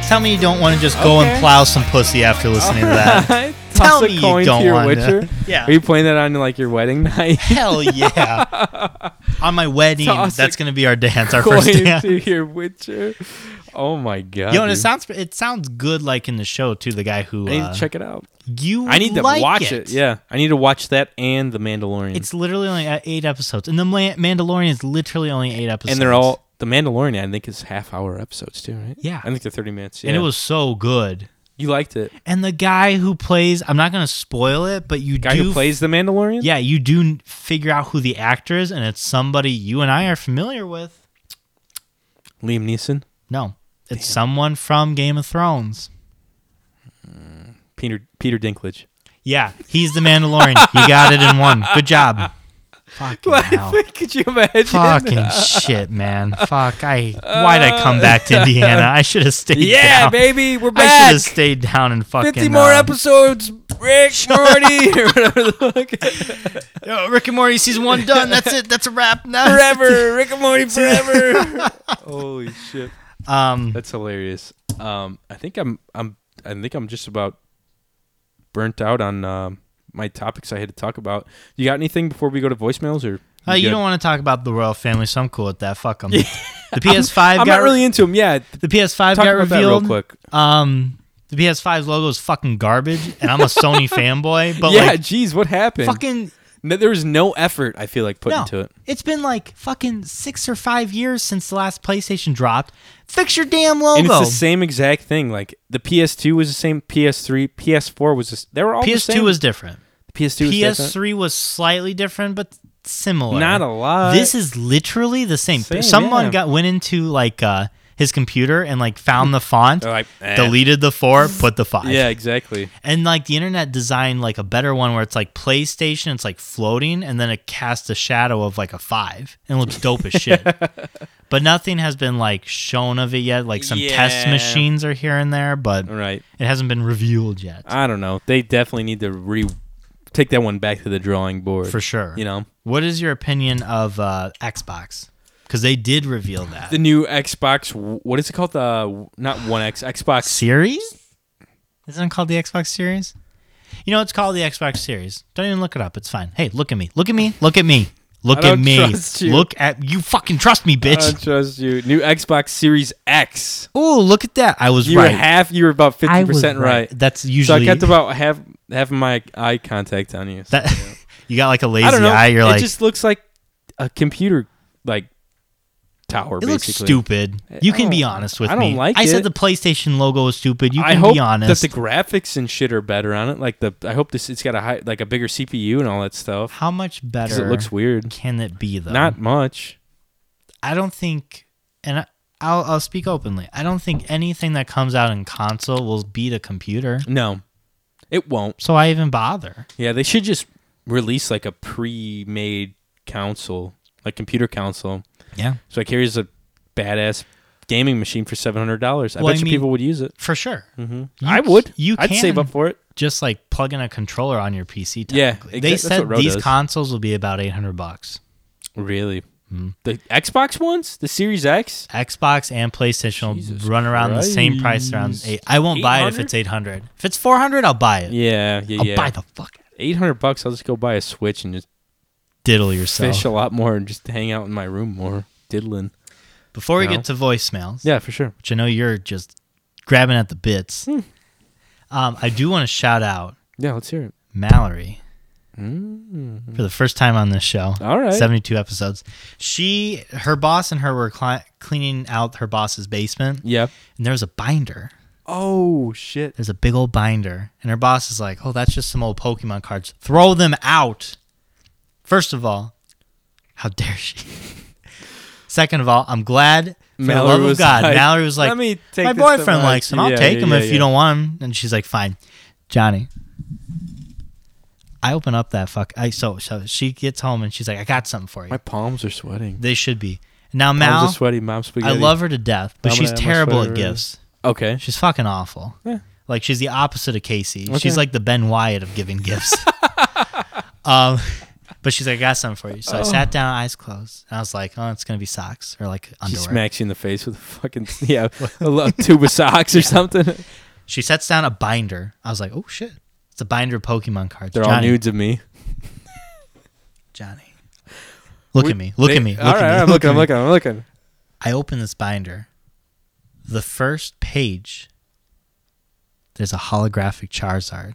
[SPEAKER 2] Tell me you don't want to just go
[SPEAKER 1] Okay.
[SPEAKER 2] and plow some pussy after listening to that.
[SPEAKER 1] Toss
[SPEAKER 2] Tell me
[SPEAKER 1] a
[SPEAKER 2] you
[SPEAKER 1] coin
[SPEAKER 2] don't
[SPEAKER 1] to your
[SPEAKER 2] wanna-
[SPEAKER 1] witcher.
[SPEAKER 2] Yeah.
[SPEAKER 1] Are you playing that on like your wedding night?
[SPEAKER 2] Hell yeah. On my wedding,
[SPEAKER 1] Toss a
[SPEAKER 2] that's going to be our dance, our
[SPEAKER 1] coin
[SPEAKER 2] first dance.
[SPEAKER 1] to your witcher. Oh my god.
[SPEAKER 2] Yo, and it
[SPEAKER 1] dude.
[SPEAKER 2] sounds it sounds good like in the show too. The guy who
[SPEAKER 1] I need
[SPEAKER 2] uh,
[SPEAKER 1] to check it out.
[SPEAKER 2] you
[SPEAKER 1] I need to
[SPEAKER 2] like
[SPEAKER 1] watch it. Yeah, I need to watch that and The Mandalorian.
[SPEAKER 2] it's literally only uh, eight episodes, and the Ma- Mandalorian is literally only eight episodes,
[SPEAKER 1] and they're all The Mandalorian. I think is half hour episodes too, right?
[SPEAKER 2] Yeah.
[SPEAKER 1] I think they're thirty minutes. Yeah.
[SPEAKER 2] and it was so good.
[SPEAKER 1] you liked it.
[SPEAKER 2] And the guy who plays I'm not gonna spoil it, but you
[SPEAKER 1] Guy
[SPEAKER 2] do
[SPEAKER 1] who plays The Mandalorian.
[SPEAKER 2] yeah you do n- figure out who the actor is, and it's somebody you and I are familiar with.
[SPEAKER 1] Liam Neeson,
[SPEAKER 2] No, it's someone from Game of Thrones.
[SPEAKER 1] Peter Peter Dinklage.
[SPEAKER 2] Yeah, he's the Mandalorian. you got it in one. Good job. Fucking hell.
[SPEAKER 1] Could you imagine?
[SPEAKER 2] Fucking shit, man. Fuck. I why'd I come back to Indiana? I should have stayed.
[SPEAKER 1] Yeah,
[SPEAKER 2] down.
[SPEAKER 1] baby, we're
[SPEAKER 2] I should
[SPEAKER 1] back.
[SPEAKER 2] have stayed down and fucking.
[SPEAKER 1] Fifty more
[SPEAKER 2] uh,
[SPEAKER 1] episodes. Rick Morty or whatever the fuck.
[SPEAKER 2] Yo, Rick and Morty season one done. That's it. That's a wrap. Now.
[SPEAKER 1] Forever, Rick and Morty forever. Holy shit.
[SPEAKER 2] Um,
[SPEAKER 1] That's hilarious. Um, I think I'm I'm I think I'm just about uh, burnt out on um, my topics I had to talk about. You got anything before we go to voicemails or
[SPEAKER 2] Uh, you
[SPEAKER 1] good.
[SPEAKER 2] don't want to talk about the royal family, so I'm cool with that. Fuck them. The PS5
[SPEAKER 1] I'm, I'm
[SPEAKER 2] got
[SPEAKER 1] not really into him. Yeah,
[SPEAKER 2] the PS5
[SPEAKER 1] Talk
[SPEAKER 2] got
[SPEAKER 1] about that
[SPEAKER 2] revealed.
[SPEAKER 1] real quick.
[SPEAKER 2] Um, the PS5's logo is fucking garbage, and I'm a Sony fanboy. But
[SPEAKER 1] yeah,
[SPEAKER 2] like,
[SPEAKER 1] geez, what happened?
[SPEAKER 2] Fucking.
[SPEAKER 1] No, there was no effort. I feel like put
[SPEAKER 2] No.
[SPEAKER 1] into it.
[SPEAKER 2] It's been like fucking six or five years since the last PlayStation dropped. Fix your damn logo.
[SPEAKER 1] And it's the same exact thing. Like the PS2 was the same. PS3, PS4 was. This, they were all. the
[SPEAKER 2] PS2
[SPEAKER 1] same.
[SPEAKER 2] was different.
[SPEAKER 1] The PS2 was different.
[SPEAKER 2] PS3 was slightly different, but similar.
[SPEAKER 1] Not a lot.
[SPEAKER 2] This is literally the same.
[SPEAKER 1] Same,
[SPEAKER 2] Someone
[SPEAKER 1] yeah.
[SPEAKER 2] got went into like uh, his computer and like found the font,
[SPEAKER 1] They're like, eh.
[SPEAKER 2] deleted the four, put the five.
[SPEAKER 1] Yeah, exactly.
[SPEAKER 2] And like the internet designed like a better one where it's like PlayStation, it's like floating, and then it casts a shadow of like a five and it looks dope as shit. But nothing has been like shown of it yet. Like some test
[SPEAKER 1] Yeah.
[SPEAKER 2] machines are here and there, but
[SPEAKER 1] right.
[SPEAKER 2] it hasn't been revealed yet.
[SPEAKER 1] I don't know. They definitely need to re take that one back to the drawing board
[SPEAKER 2] For sure.
[SPEAKER 1] You know,
[SPEAKER 2] What is your opinion of uh, Xbox? Because they did reveal that.
[SPEAKER 1] the new Xbox. What is it called? The not One X Xbox
[SPEAKER 2] Series. Isn't it called the Xbox Series? You know, it's called the Xbox Series. Don't even look it up. It's fine. Hey, look at me. Look at me. Look at me.
[SPEAKER 1] I
[SPEAKER 2] Look at
[SPEAKER 1] don't
[SPEAKER 2] me.
[SPEAKER 1] trust you.
[SPEAKER 2] Look at you. Fucking trust me,
[SPEAKER 1] I
[SPEAKER 2] bitch.
[SPEAKER 1] don't trust you. New Xbox Series X.
[SPEAKER 2] Oh, look at that. I was
[SPEAKER 1] Uh, You
[SPEAKER 2] right.
[SPEAKER 1] were half. You were about
[SPEAKER 2] I
[SPEAKER 1] fifty
[SPEAKER 2] was
[SPEAKER 1] percent
[SPEAKER 2] right.
[SPEAKER 1] right.
[SPEAKER 2] That's
[SPEAKER 1] So I
[SPEAKER 2] usually-
[SPEAKER 1] kept about half half my eye contact on you.
[SPEAKER 2] That-
[SPEAKER 1] So,
[SPEAKER 2] you got like a lazy
[SPEAKER 1] I don't know.
[SPEAKER 2] eye. You're
[SPEAKER 1] it
[SPEAKER 2] like,
[SPEAKER 1] just looks like a computer like tower.
[SPEAKER 2] it looks
[SPEAKER 1] basically.
[SPEAKER 2] stupid.
[SPEAKER 1] I-
[SPEAKER 2] You
[SPEAKER 1] I
[SPEAKER 2] can be
[SPEAKER 1] don't-
[SPEAKER 2] honest with
[SPEAKER 1] I
[SPEAKER 2] me.
[SPEAKER 1] don't like
[SPEAKER 2] I
[SPEAKER 1] it.
[SPEAKER 2] said the PlayStation logo is stupid. You can
[SPEAKER 1] I hope
[SPEAKER 2] be honest.
[SPEAKER 1] that the graphics and shit are better on it. Like the, I hope this it's got a high, like a bigger CPU and all that stuff.
[SPEAKER 2] How much
[SPEAKER 1] Because
[SPEAKER 2] better
[SPEAKER 1] it looks weird.
[SPEAKER 2] can it be though?
[SPEAKER 1] Not much.
[SPEAKER 2] I don't think, and I, I'll, I'll speak openly. I don't think anything that comes out in console will beat a computer.
[SPEAKER 1] No, it won't.
[SPEAKER 2] So I even bother.
[SPEAKER 1] Yeah, they should just release like a pre-made console, like computer console.
[SPEAKER 2] Yeah.
[SPEAKER 1] So like here's a badass gaming machine for seven hundred dollars. I
[SPEAKER 2] Well,
[SPEAKER 1] bet
[SPEAKER 2] I
[SPEAKER 1] you
[SPEAKER 2] mean,
[SPEAKER 1] people would use it.
[SPEAKER 2] for sure.
[SPEAKER 1] hmm
[SPEAKER 2] You
[SPEAKER 1] I
[SPEAKER 2] c-
[SPEAKER 1] would.
[SPEAKER 2] You
[SPEAKER 1] I'd
[SPEAKER 2] can
[SPEAKER 1] save up for it.
[SPEAKER 2] Just like plug in a controller on your PC.
[SPEAKER 1] Yeah,
[SPEAKER 2] Technically.
[SPEAKER 1] exac-
[SPEAKER 2] they
[SPEAKER 1] that's
[SPEAKER 2] said
[SPEAKER 1] what Ro
[SPEAKER 2] these
[SPEAKER 1] does.
[SPEAKER 2] consoles will be about eight hundred bucks.
[SPEAKER 1] Really. The Xbox ones, the Series X.
[SPEAKER 2] Xbox and PlayStation will run around the same price around
[SPEAKER 1] Christ.
[SPEAKER 2] eight. I won't buy it if it's eight hundred. If it's four hundred, I'll buy it.
[SPEAKER 1] Yeah, yeah,
[SPEAKER 2] I'll
[SPEAKER 1] yeah.
[SPEAKER 2] buy the fuck
[SPEAKER 1] Eight hundred bucks. I'll just go buy a Switch and just
[SPEAKER 2] diddle yourself.
[SPEAKER 1] fish a lot more and just hang out in my room more, diddling.
[SPEAKER 2] Before we
[SPEAKER 1] No.
[SPEAKER 2] get to voicemails,
[SPEAKER 1] Yeah, for sure.
[SPEAKER 2] which I know you're just grabbing at the bits,
[SPEAKER 1] Hmm.
[SPEAKER 2] um, I do want to shout out
[SPEAKER 1] Yeah, let's hear it.
[SPEAKER 2] Mallory for the first time on this show.
[SPEAKER 1] Mm. All right.
[SPEAKER 2] 72 episodes. She, her boss and her were cli- cleaning out her boss's basement.
[SPEAKER 1] Yeah.
[SPEAKER 2] And there was a binder.
[SPEAKER 1] Oh shit.
[SPEAKER 2] There's a big old binder. And her boss is like, oh, that's just some old Pokemon cards. Throw them out. First of all, how dare she? Second of all, I'm glad. For
[SPEAKER 1] Mallory
[SPEAKER 2] the love of
[SPEAKER 1] was
[SPEAKER 2] God,
[SPEAKER 1] like,
[SPEAKER 2] Mallory was like,
[SPEAKER 1] "Let me take
[SPEAKER 2] my
[SPEAKER 1] this to
[SPEAKER 2] boyfriend
[SPEAKER 1] my-
[SPEAKER 2] likes him. I'll
[SPEAKER 1] Yeah,
[SPEAKER 2] take
[SPEAKER 1] yeah,
[SPEAKER 2] him
[SPEAKER 1] yeah,
[SPEAKER 2] if
[SPEAKER 1] yeah.
[SPEAKER 2] you don't want him. And she's like, fine. Johnny, I open up that fuck. I so so she gets home and she's like, I got something for you.
[SPEAKER 1] My palms are sweating.
[SPEAKER 2] They should be now,
[SPEAKER 1] Palms
[SPEAKER 2] Mal.
[SPEAKER 1] are sweaty, mom
[SPEAKER 2] I
[SPEAKER 1] spaghetti.
[SPEAKER 2] love her to death, but
[SPEAKER 1] I'm
[SPEAKER 2] she's
[SPEAKER 1] gonna- I'm
[SPEAKER 2] terrible at
[SPEAKER 1] sweating.
[SPEAKER 2] gifts.
[SPEAKER 1] Okay.
[SPEAKER 2] She's fucking awful.
[SPEAKER 1] Yeah.
[SPEAKER 2] Like she's the opposite of Casey.
[SPEAKER 1] Okay.
[SPEAKER 2] She's like the Ben Wyatt of giving gifts. um, but she's like, I got something for you.
[SPEAKER 1] Oh.
[SPEAKER 2] So I sat down, eyes closed, and I was like, oh, it's gonna be socks or like
[SPEAKER 1] She
[SPEAKER 2] underwear.
[SPEAKER 1] smacks you in the face with a fucking yeah, a lo- tube of socks or something.
[SPEAKER 2] She sets down a binder. I was like, oh shit, it's a binder of Pokemon cards.
[SPEAKER 1] They're all
[SPEAKER 2] Johnny,
[SPEAKER 1] nudes of me.
[SPEAKER 2] Johnny, look
[SPEAKER 1] We-
[SPEAKER 2] at me. Look
[SPEAKER 1] they-
[SPEAKER 2] at me. Look
[SPEAKER 1] all
[SPEAKER 2] at
[SPEAKER 1] right,
[SPEAKER 2] me.
[SPEAKER 1] I'm
[SPEAKER 2] look
[SPEAKER 1] looking.
[SPEAKER 2] at
[SPEAKER 1] I'm
[SPEAKER 2] me.
[SPEAKER 1] looking. I'm looking.
[SPEAKER 2] I open this binder. The first page, there's a holographic Charizard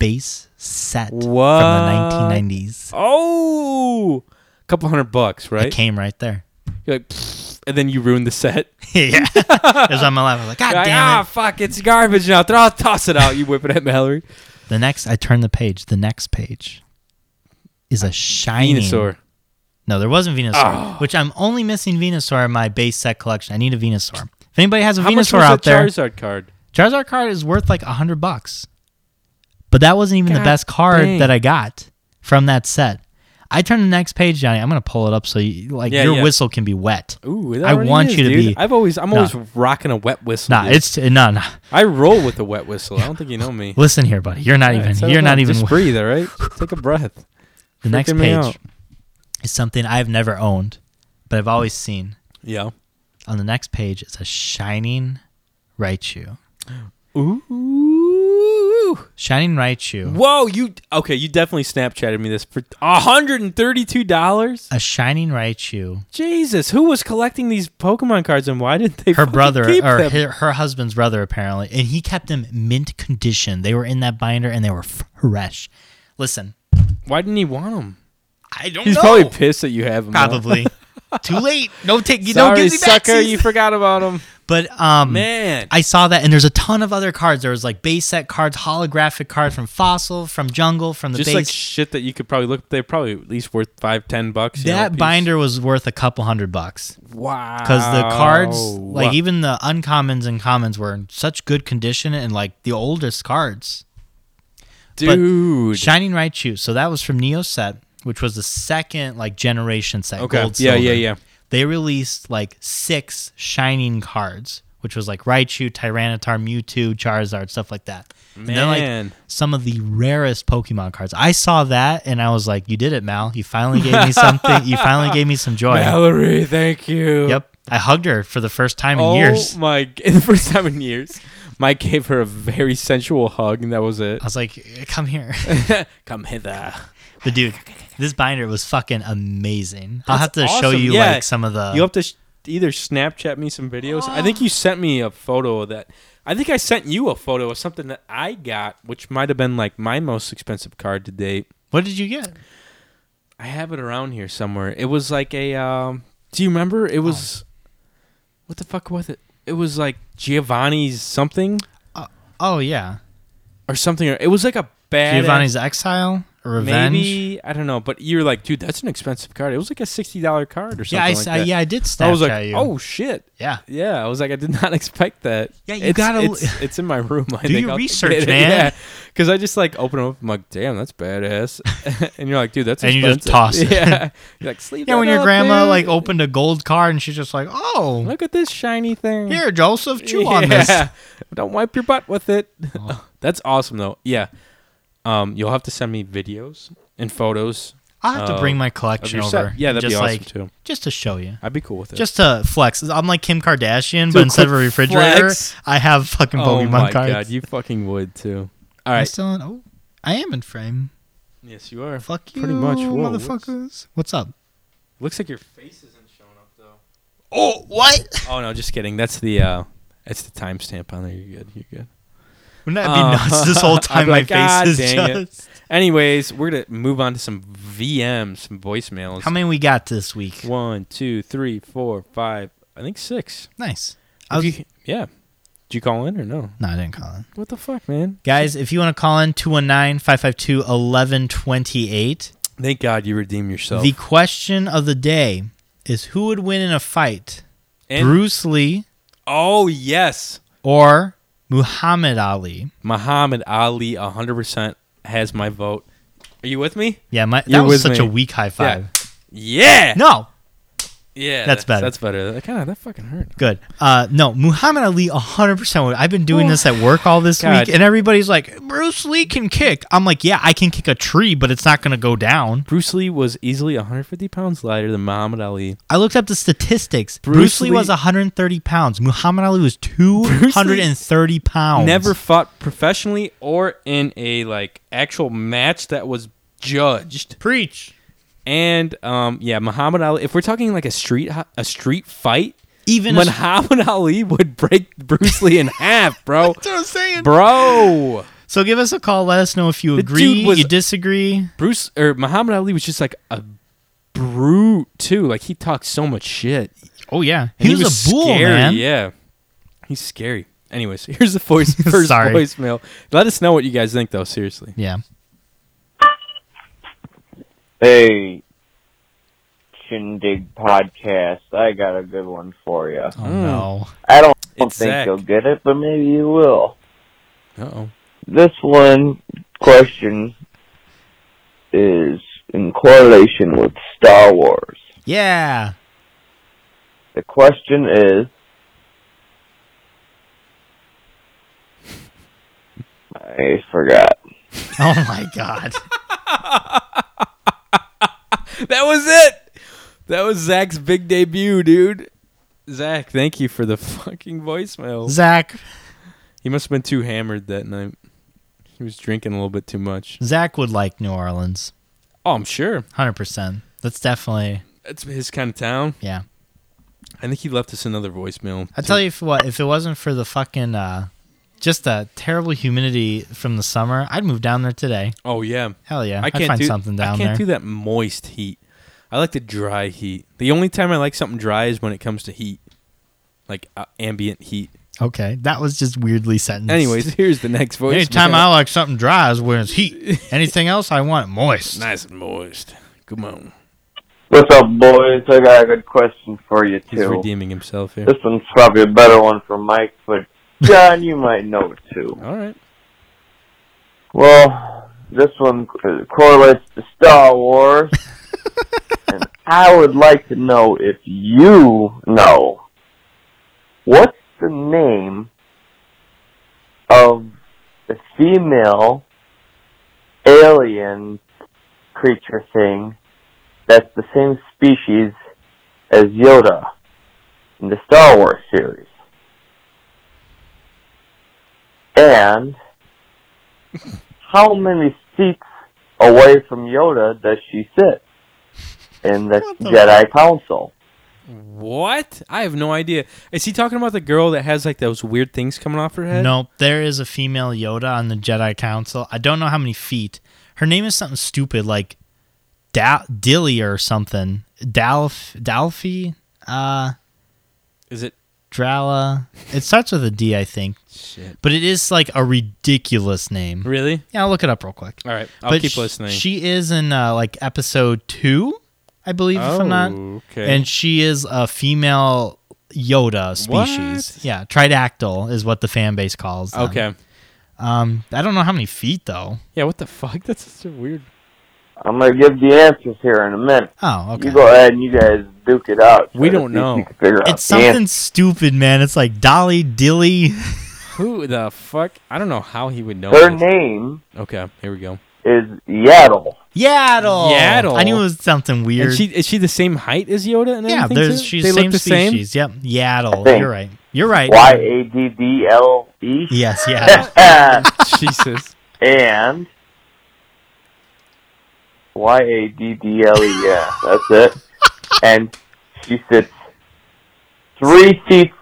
[SPEAKER 2] base set from the
[SPEAKER 1] What?
[SPEAKER 2] 1990s.
[SPEAKER 1] Oh, a couple hundred bucks,
[SPEAKER 2] It
[SPEAKER 1] right?
[SPEAKER 2] came right there.
[SPEAKER 1] You're like, "Pfft," and then you ruined the set.
[SPEAKER 2] yeah. it was on my lap. I was like, God
[SPEAKER 1] You're like,
[SPEAKER 2] damn
[SPEAKER 1] ah,
[SPEAKER 2] it.
[SPEAKER 1] fuck, it's garbage now. Throw, toss it out. You whip it at Mallory.
[SPEAKER 2] The next, I turned the page. The next page is a shiny.
[SPEAKER 1] Venusaur. Ah.
[SPEAKER 2] No, there wasn't Venusaur, which I'm only missing Venusaur in my base set collection. I need a Venusaur. If anybody has a
[SPEAKER 1] How much
[SPEAKER 2] Venusaur
[SPEAKER 1] was that
[SPEAKER 2] out there,
[SPEAKER 1] Charizard card?
[SPEAKER 2] Charizard card is worth like a hundred bucks. But that wasn't even
[SPEAKER 1] God
[SPEAKER 2] the best card
[SPEAKER 1] dang.
[SPEAKER 2] that I got from that set. I turned the next page, Johnny. I'm gonna pull it up so you, like
[SPEAKER 1] Yeah,
[SPEAKER 2] your
[SPEAKER 1] yeah.
[SPEAKER 2] whistle can be wet.
[SPEAKER 1] Ooh, it
[SPEAKER 2] I
[SPEAKER 1] already
[SPEAKER 2] want
[SPEAKER 1] is,
[SPEAKER 2] you to
[SPEAKER 1] dude.
[SPEAKER 2] be.
[SPEAKER 1] I've always, I'm
[SPEAKER 2] Nah.
[SPEAKER 1] always rocking a wet whistle.
[SPEAKER 2] Nah,
[SPEAKER 1] dude.
[SPEAKER 2] it's no, no.
[SPEAKER 1] I roll with a wet whistle. I don't think you know me.
[SPEAKER 2] Listen here, buddy. You're not
[SPEAKER 1] All right,
[SPEAKER 2] even.
[SPEAKER 1] settle
[SPEAKER 2] You're not
[SPEAKER 1] down.
[SPEAKER 2] even.
[SPEAKER 1] Just breathe, all right? Just Take a breath.
[SPEAKER 2] The next
[SPEAKER 1] Freaking me out.
[SPEAKER 2] page is something I've never owned, but I've always seen.
[SPEAKER 1] Yeah.
[SPEAKER 2] On the next page, it's a shining Raichu.
[SPEAKER 1] Ooh. Woo!
[SPEAKER 2] Shining Raichu.
[SPEAKER 1] Whoa, you okay? You definitely Snapchatted me this for hundred and thirty-two dollars.
[SPEAKER 2] A Shining Raichu.
[SPEAKER 1] Jesus, who was collecting these Pokemon cards and why didn't they?
[SPEAKER 2] Her
[SPEAKER 1] fucking
[SPEAKER 2] brother,
[SPEAKER 1] keep
[SPEAKER 2] or
[SPEAKER 1] them?
[SPEAKER 2] her, her husband's brother, apparently, and he kept them mint condition. They were in that binder and they were fresh. Listen,
[SPEAKER 1] why didn't he want them?
[SPEAKER 2] I don't
[SPEAKER 1] He's
[SPEAKER 2] know.
[SPEAKER 1] probably pissed that you have them.
[SPEAKER 2] Probably. Too late. No take. You
[SPEAKER 1] Sorry,
[SPEAKER 2] don't give me back.
[SPEAKER 1] sucker.
[SPEAKER 2] season.
[SPEAKER 1] You forgot about them.
[SPEAKER 2] But um,
[SPEAKER 1] Man.
[SPEAKER 2] I saw that, and there's a ton of other cards. There was like base set cards, holographic cards from Fossil, from Jungle, from the
[SPEAKER 1] Just
[SPEAKER 2] base.
[SPEAKER 1] like shit that you could probably look. They're probably at least worth five, ten bucks. you know, a
[SPEAKER 2] that
[SPEAKER 1] piece.
[SPEAKER 2] binder was worth a couple hundred bucks.
[SPEAKER 1] Wow.
[SPEAKER 2] Because the cards, like
[SPEAKER 1] Oh, Wow.
[SPEAKER 2] even the uncommons and commons, were in such good condition, and like the oldest cards. But
[SPEAKER 1] Dude.
[SPEAKER 2] Shining Raichu. So that was from Neo Set, which was the second like generation set.
[SPEAKER 1] Okay.
[SPEAKER 2] Gold,
[SPEAKER 1] Yeah, yeah,
[SPEAKER 2] silver.
[SPEAKER 1] yeah.
[SPEAKER 2] They released like six shining cards, which was like Raichu, Tyranitar, Mewtwo, Charizard, stuff like that. And they're,
[SPEAKER 1] Man.
[SPEAKER 2] like some of the rarest Pokemon cards. I saw that and I was like, "You did it, Mal! You finally gave me something. you finally gave me some joy."
[SPEAKER 1] Mallory, thank you.
[SPEAKER 2] Yep. I hugged her for the first time in
[SPEAKER 1] oh
[SPEAKER 2] years.
[SPEAKER 1] my! The first time in years, Mike gave her a very sensual hug, and that was it.
[SPEAKER 2] I was like, "Come here."
[SPEAKER 1] Come hither.
[SPEAKER 2] But dude, this binder was fucking amazing. I'll have
[SPEAKER 1] That's
[SPEAKER 2] to show
[SPEAKER 1] awesome.
[SPEAKER 2] you
[SPEAKER 1] Yeah.
[SPEAKER 2] like some of the.
[SPEAKER 1] You have to sh- either Snapchat me some videos. I think you sent me a photo of that. I think I sent you a photo of something that I got, which might have been like my most expensive card to date.
[SPEAKER 2] What did you get?
[SPEAKER 1] I have it around here somewhere. It was like a. Um, do you remember?
[SPEAKER 2] Oh.
[SPEAKER 1] It was. What the fuck was it? It was like Giovanni's something
[SPEAKER 2] oh yeah,
[SPEAKER 1] or something. It was like a bad.
[SPEAKER 2] Giovanni's Exile, Revenge.
[SPEAKER 1] Maybe I don't know, but you were like, dude, that's an expensive card. It was like a sixty dollar card or something.
[SPEAKER 2] Yeah, I
[SPEAKER 1] like
[SPEAKER 2] s- I-
[SPEAKER 1] that.
[SPEAKER 2] yeah, I did
[SPEAKER 1] I was
[SPEAKER 2] Snapchat
[SPEAKER 1] like,
[SPEAKER 2] you.
[SPEAKER 1] oh shit.
[SPEAKER 2] Yeah.
[SPEAKER 1] yeah. I was like, I did not expect that.
[SPEAKER 2] Yeah, you
[SPEAKER 1] It's-
[SPEAKER 2] gotta-
[SPEAKER 1] It's, it's in my room. I
[SPEAKER 2] Do
[SPEAKER 1] think
[SPEAKER 2] your
[SPEAKER 1] I'll
[SPEAKER 2] research,
[SPEAKER 1] get it.
[SPEAKER 2] man.
[SPEAKER 1] Yeah, because I just like open 'em up. I'm like, damn, that's badass. and you're like, dude, that's
[SPEAKER 2] and you just
[SPEAKER 1] expensive."
[SPEAKER 2] toss it.
[SPEAKER 1] Yeah, you're like sleep.
[SPEAKER 2] yeah, when your grandma like opened a gold card and she's just like, "Oh,
[SPEAKER 1] look at this shiny thing.
[SPEAKER 2] here, Joseph, chew on this." Oh.
[SPEAKER 1] Yeah. Don't wipe your butt with it. That's awesome though. Yeah. Um, you'll have to send me videos and photos.
[SPEAKER 2] I'll have
[SPEAKER 1] uh,
[SPEAKER 2] to bring my
[SPEAKER 1] of
[SPEAKER 2] collection
[SPEAKER 1] your
[SPEAKER 2] over.
[SPEAKER 1] set. Yeah, that'd
[SPEAKER 2] just
[SPEAKER 1] be awesome
[SPEAKER 2] like,
[SPEAKER 1] too.
[SPEAKER 2] Just to show you.
[SPEAKER 1] I'd be cool with it.
[SPEAKER 2] Just to flex. I'm like Kim Kardashian,
[SPEAKER 1] Do
[SPEAKER 2] but
[SPEAKER 1] a
[SPEAKER 2] instead of a
[SPEAKER 1] quick
[SPEAKER 2] refrigerator,
[SPEAKER 1] flex.
[SPEAKER 2] I have fucking
[SPEAKER 1] oh
[SPEAKER 2] Pokemon
[SPEAKER 1] my
[SPEAKER 2] cards.
[SPEAKER 1] god, you fucking would too. All
[SPEAKER 2] I'm
[SPEAKER 1] right.
[SPEAKER 2] still in. Oh, I am in frame.
[SPEAKER 1] yes, you are.
[SPEAKER 2] Fuck you,
[SPEAKER 1] Pretty much. Whoa, what's-
[SPEAKER 2] motherfuckers. What's up?
[SPEAKER 1] Looks like your face isn't showing up though.
[SPEAKER 2] Oh, what?
[SPEAKER 1] Oh no, just kidding. That's the uh that's the timestamp on there. You're good. You're good.
[SPEAKER 2] Wouldn't that be nuts? This whole
[SPEAKER 1] Uh, I'd be
[SPEAKER 2] time my
[SPEAKER 1] like, "God
[SPEAKER 2] face is
[SPEAKER 1] dang it."
[SPEAKER 2] just.
[SPEAKER 1] Anyways, we're gonna move on to some VMs, some voicemails.
[SPEAKER 2] How many we got this week?
[SPEAKER 1] One, two, three, four, five. I think six.
[SPEAKER 2] Nice.
[SPEAKER 1] If
[SPEAKER 2] I was,
[SPEAKER 1] you- yeah. Did you call in or no?
[SPEAKER 2] no, I didn't call in.
[SPEAKER 1] What the fuck, man?
[SPEAKER 2] Guys, if you want to call in 219 552 1128,
[SPEAKER 1] Thank God you redeem yourself.
[SPEAKER 2] the question of the day is who would win in a fight?
[SPEAKER 1] And-
[SPEAKER 2] Bruce Lee
[SPEAKER 1] oh yes,
[SPEAKER 2] or Muhammad Ali?
[SPEAKER 1] Muhammad Ali, hundred percent has my vote. Are you with me?
[SPEAKER 2] Yeah, my,
[SPEAKER 1] You're
[SPEAKER 2] that was
[SPEAKER 1] with
[SPEAKER 2] such
[SPEAKER 1] me.
[SPEAKER 2] a weak high five.
[SPEAKER 1] Yeah.
[SPEAKER 2] No,
[SPEAKER 1] Yeah.
[SPEAKER 2] That's better.
[SPEAKER 1] That's better. That kind of that fucking hurt.
[SPEAKER 2] good. Uh, no, Muhammad Ali, 100%. would- I've been doing this at work all this
[SPEAKER 1] God.
[SPEAKER 2] week, and everybody's like, Bruce Lee can kick. I'm like, yeah, I can kick a tree, but it's not going to go down.
[SPEAKER 1] Bruce Lee was easily 150 pounds lighter than Muhammad Ali.
[SPEAKER 2] I looked up the statistics.
[SPEAKER 1] Bruce
[SPEAKER 2] Bruce, Lee, was
[SPEAKER 1] Lee-
[SPEAKER 2] 130 pounds. Muhammad Ali was 230 pounds.
[SPEAKER 1] Never fought professionally or in a like actual match that was judged.
[SPEAKER 2] preach.
[SPEAKER 1] And um, yeah, Muhammad Ali. If we're talking like a street ho- a street fight,
[SPEAKER 2] Even a-
[SPEAKER 1] Muhammad Ali would break Bruce Lee in half, bro.
[SPEAKER 2] That's what I'm saying.
[SPEAKER 1] bro,
[SPEAKER 2] So give us a call. Let us know if you
[SPEAKER 1] The
[SPEAKER 2] agree,
[SPEAKER 1] dude was-
[SPEAKER 2] you disagree.
[SPEAKER 1] Bruce or Muhammad Ali was just like a brute too. Like he talked so much shit.
[SPEAKER 2] Oh yeah,
[SPEAKER 1] And
[SPEAKER 2] he, was, a bull
[SPEAKER 1] scary,
[SPEAKER 2] man.
[SPEAKER 1] Yeah, he's scary. Anyways, here's the voice, first
[SPEAKER 2] Sorry.
[SPEAKER 1] voicemail. Let us know what you guys think, though. Seriously.
[SPEAKER 2] Yeah.
[SPEAKER 12] Hey, Shindig podcast, I got a good one for you.
[SPEAKER 2] Oh no.
[SPEAKER 12] I don't, don't
[SPEAKER 1] It's
[SPEAKER 12] think
[SPEAKER 1] Zach.
[SPEAKER 12] you'll get it, but maybe you will.
[SPEAKER 1] Uh oh.
[SPEAKER 12] This one question is in correlation with Star Wars.
[SPEAKER 2] Yeah.
[SPEAKER 12] The question is I forgot.
[SPEAKER 2] Oh my god.
[SPEAKER 1] That was it. That was Zach's big debut, dude. Zach, thank you for the fucking voicemail.
[SPEAKER 2] Zach,
[SPEAKER 1] He must have been too hammered that night. He was drinking a little bit too much.
[SPEAKER 2] Zach would like New Orleans.
[SPEAKER 1] Oh, I'm sure.
[SPEAKER 2] Hundred percent. That's definitely.
[SPEAKER 1] That's his kind of town.
[SPEAKER 2] Yeah.
[SPEAKER 1] I think he left us another voicemail.
[SPEAKER 2] I tell you for what, if it wasn't for the fucking, uh, just the terrible humidity from the summer, I'd move down there today.
[SPEAKER 1] Oh yeah.
[SPEAKER 2] Hell yeah.
[SPEAKER 1] I
[SPEAKER 2] I'd
[SPEAKER 1] can't
[SPEAKER 2] find
[SPEAKER 1] do,
[SPEAKER 2] something down
[SPEAKER 1] I can't
[SPEAKER 2] there.
[SPEAKER 1] do that moist heat. I like the dry heat. The only time I like something dry is when it comes to heat, like uh, ambient heat.
[SPEAKER 2] Okay, that was just weirdly sentenced.
[SPEAKER 1] Anyways, here's the next voicemail.
[SPEAKER 2] Anytime I like something dry is when it's heat. Anything else I want moist.
[SPEAKER 1] Nice and moist. Come on.
[SPEAKER 12] What's up, boys? I got a good question for you, too.
[SPEAKER 1] He's redeeming himself here.
[SPEAKER 12] This one's probably a better one for Mike, but John, you might know it, too.
[SPEAKER 1] All right.
[SPEAKER 12] Well, this one c- correlates to Star Wars. and I would like to know if you know what's the name of the female alien creature thing that's the same species as Yoda in the Star Wars series. And how many seats away from Yoda does she sit in the,
[SPEAKER 1] the
[SPEAKER 12] Jedi Council?
[SPEAKER 1] What? I have no idea. Is he talking about the girl that has like those weird things coming off her head?
[SPEAKER 2] Nope, there is a female Yoda on the Jedi Council. I don't know how many feet. Her name is something stupid like da- Dilly or something. Dalf Dalfi? Uh
[SPEAKER 1] Is it
[SPEAKER 2] Drala? It starts with a D, I think.
[SPEAKER 1] Shit.
[SPEAKER 2] But it is like a ridiculous name.
[SPEAKER 1] really?
[SPEAKER 2] Yeah, I'll look it up real quick.
[SPEAKER 1] All right, I'll
[SPEAKER 2] But
[SPEAKER 1] keep
[SPEAKER 2] sh-
[SPEAKER 1] listening.
[SPEAKER 2] She is in uh, like episode two, I believe, if I'm not.
[SPEAKER 1] Oh, okay.
[SPEAKER 2] And she is a female Yoda species. Yeah, tridactyl is what the fan base calls. them.
[SPEAKER 1] Okay.
[SPEAKER 2] Um, I don't know how many feet though.
[SPEAKER 1] Yeah. What the fuck? That's such a weird.
[SPEAKER 12] I'm going to give the answers here in a minute.
[SPEAKER 2] Oh,
[SPEAKER 12] You go ahead and you guys duke it out.
[SPEAKER 1] We
[SPEAKER 12] Try to
[SPEAKER 1] don't
[SPEAKER 12] see if
[SPEAKER 1] know.
[SPEAKER 12] You can figure out
[SPEAKER 2] It's
[SPEAKER 12] the answer.
[SPEAKER 2] something stupid, man. It's like Dolly Dilly.
[SPEAKER 1] Who the fuck? I don't know how he would know.
[SPEAKER 12] Her
[SPEAKER 1] this.
[SPEAKER 12] name
[SPEAKER 1] Okay. Here we go.
[SPEAKER 12] is Yaddle.
[SPEAKER 2] Yaddle.
[SPEAKER 1] Yaddle.
[SPEAKER 2] I knew it was something weird.
[SPEAKER 1] And she is she the same height as Yoda? And
[SPEAKER 2] yeah,
[SPEAKER 1] everything,
[SPEAKER 2] there's
[SPEAKER 1] too?
[SPEAKER 2] she's
[SPEAKER 1] They look
[SPEAKER 2] same
[SPEAKER 1] the same?
[SPEAKER 2] species. Yep. Yaddle.
[SPEAKER 12] think.
[SPEAKER 2] You're right. You're right.
[SPEAKER 12] Y A D D L E.
[SPEAKER 2] Yes,
[SPEAKER 1] Jesus.
[SPEAKER 12] And Y A D D L E. Yeah, that's it. And she sits three seats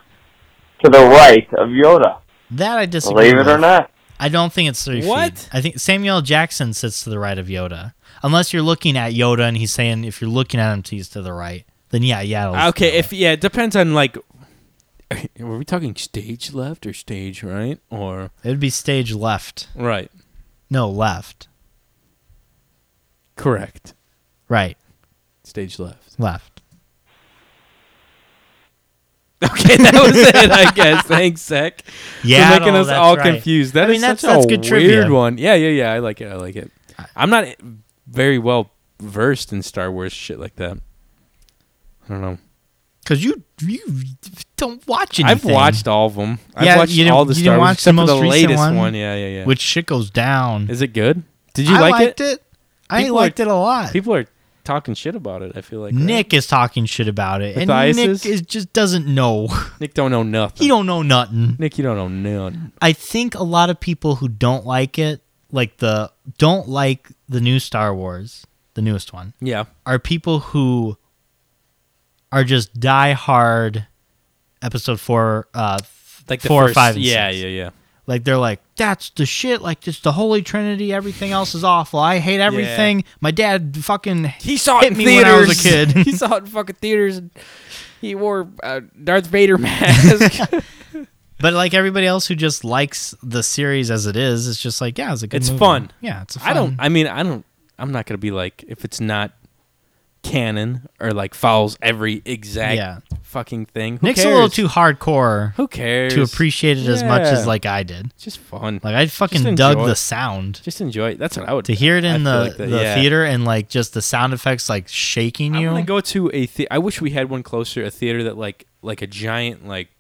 [SPEAKER 12] to the right of Yoda.
[SPEAKER 2] That I disagree.
[SPEAKER 12] Believe it or
[SPEAKER 2] with.
[SPEAKER 12] not.
[SPEAKER 2] I don't think it's three
[SPEAKER 1] What?
[SPEAKER 2] feet. I think Samuel L. Jackson sits to the right of Yoda, unless you're looking at Yoda and he's saying if you're looking at him, he's to the right. Then yeah, yeah.
[SPEAKER 1] Okay. If yeah, it depends on like. Were we talking stage left or stage right or
[SPEAKER 2] It would be stage left.
[SPEAKER 1] right?
[SPEAKER 2] No, left.
[SPEAKER 1] Correct.
[SPEAKER 2] Right.
[SPEAKER 1] Stage left.
[SPEAKER 2] Left.
[SPEAKER 1] Okay, that was it. I guess. Thanks, Zach. for
[SPEAKER 2] Yaddle,
[SPEAKER 1] making us
[SPEAKER 2] that's
[SPEAKER 1] all
[SPEAKER 2] right.
[SPEAKER 1] confused. That
[SPEAKER 2] I mean,
[SPEAKER 1] is
[SPEAKER 2] that's-
[SPEAKER 1] such
[SPEAKER 2] that's
[SPEAKER 1] a
[SPEAKER 2] good
[SPEAKER 1] weird
[SPEAKER 2] trivia.
[SPEAKER 1] one. Yeah, yeah, yeah. I like it. I like it. I'm not very well versed in Star Wars shit like that. I don't know.
[SPEAKER 2] Because you you don't watch anything.
[SPEAKER 1] I've watched all of them. I've
[SPEAKER 2] Yeah,
[SPEAKER 1] watched
[SPEAKER 2] you didn't-
[SPEAKER 1] all the
[SPEAKER 2] you
[SPEAKER 1] Star
[SPEAKER 2] didn't
[SPEAKER 1] Wars
[SPEAKER 2] watch
[SPEAKER 1] except
[SPEAKER 2] the
[SPEAKER 1] for the
[SPEAKER 2] most recent
[SPEAKER 1] latest
[SPEAKER 2] one,
[SPEAKER 1] one. Yeah, yeah, yeah.
[SPEAKER 2] Which shit goes down.
[SPEAKER 1] is it good? Did you
[SPEAKER 2] I
[SPEAKER 1] like
[SPEAKER 2] liked
[SPEAKER 1] it?
[SPEAKER 2] it? I
[SPEAKER 1] People
[SPEAKER 2] liked
[SPEAKER 1] are-
[SPEAKER 2] it a lot.
[SPEAKER 1] People are talking shit about it. I feel like right?
[SPEAKER 2] Nick is talking shit about it, and
[SPEAKER 1] Matthias?
[SPEAKER 2] Nick is, just doesn't know.
[SPEAKER 1] Nick don't know nothing.
[SPEAKER 2] he don't know nothing.
[SPEAKER 1] Nick, you don't know nothing.
[SPEAKER 2] I think a lot of people who don't like it, like the don't like the new Star Wars, the newest one,
[SPEAKER 1] Yeah.
[SPEAKER 2] are people who are just diehard episode four, uh, f-
[SPEAKER 1] Like the
[SPEAKER 2] four
[SPEAKER 1] first,
[SPEAKER 2] or five, and
[SPEAKER 1] Yeah,
[SPEAKER 2] six.
[SPEAKER 1] yeah, yeah.
[SPEAKER 2] Like they're like, that's the shit. Like it's the Holy Trinity. Everything else is awful. I hate everything. My dad fucking
[SPEAKER 1] He saw
[SPEAKER 2] hit
[SPEAKER 1] it in
[SPEAKER 2] me
[SPEAKER 1] theaters.
[SPEAKER 2] when I was a kid.
[SPEAKER 1] he saw it in fucking theaters. And he wore a Darth Vader mask.
[SPEAKER 2] but like everybody else who just likes the series as it is, it's just like, yeah, it's a good.
[SPEAKER 1] it's
[SPEAKER 2] movie.
[SPEAKER 1] fun.
[SPEAKER 2] Yeah, it's. A fun
[SPEAKER 1] I don't. I mean, I don't. I'm not gonna be like if it's not canon or like follows every exact
[SPEAKER 2] Yeah.
[SPEAKER 1] fucking thing. Who
[SPEAKER 2] Nick's
[SPEAKER 1] cares?
[SPEAKER 2] a little too hardcore.
[SPEAKER 1] Who cares?
[SPEAKER 2] To appreciate it as much
[SPEAKER 1] Yeah.
[SPEAKER 2] as like I did.
[SPEAKER 1] It's just fun.
[SPEAKER 2] Like I fucking
[SPEAKER 1] Just
[SPEAKER 2] dug
[SPEAKER 1] enjoy
[SPEAKER 2] the
[SPEAKER 1] it.
[SPEAKER 2] sound.
[SPEAKER 1] Just enjoy it. That's what I would
[SPEAKER 2] To hear it
[SPEAKER 1] I
[SPEAKER 2] in
[SPEAKER 1] feel
[SPEAKER 2] the,
[SPEAKER 1] like that-
[SPEAKER 2] the
[SPEAKER 1] yeah.
[SPEAKER 2] theater and like just the sound effects like shaking
[SPEAKER 1] I
[SPEAKER 2] you.
[SPEAKER 1] want to go to a. The- I wish we had one closer. A theater that like like a giant like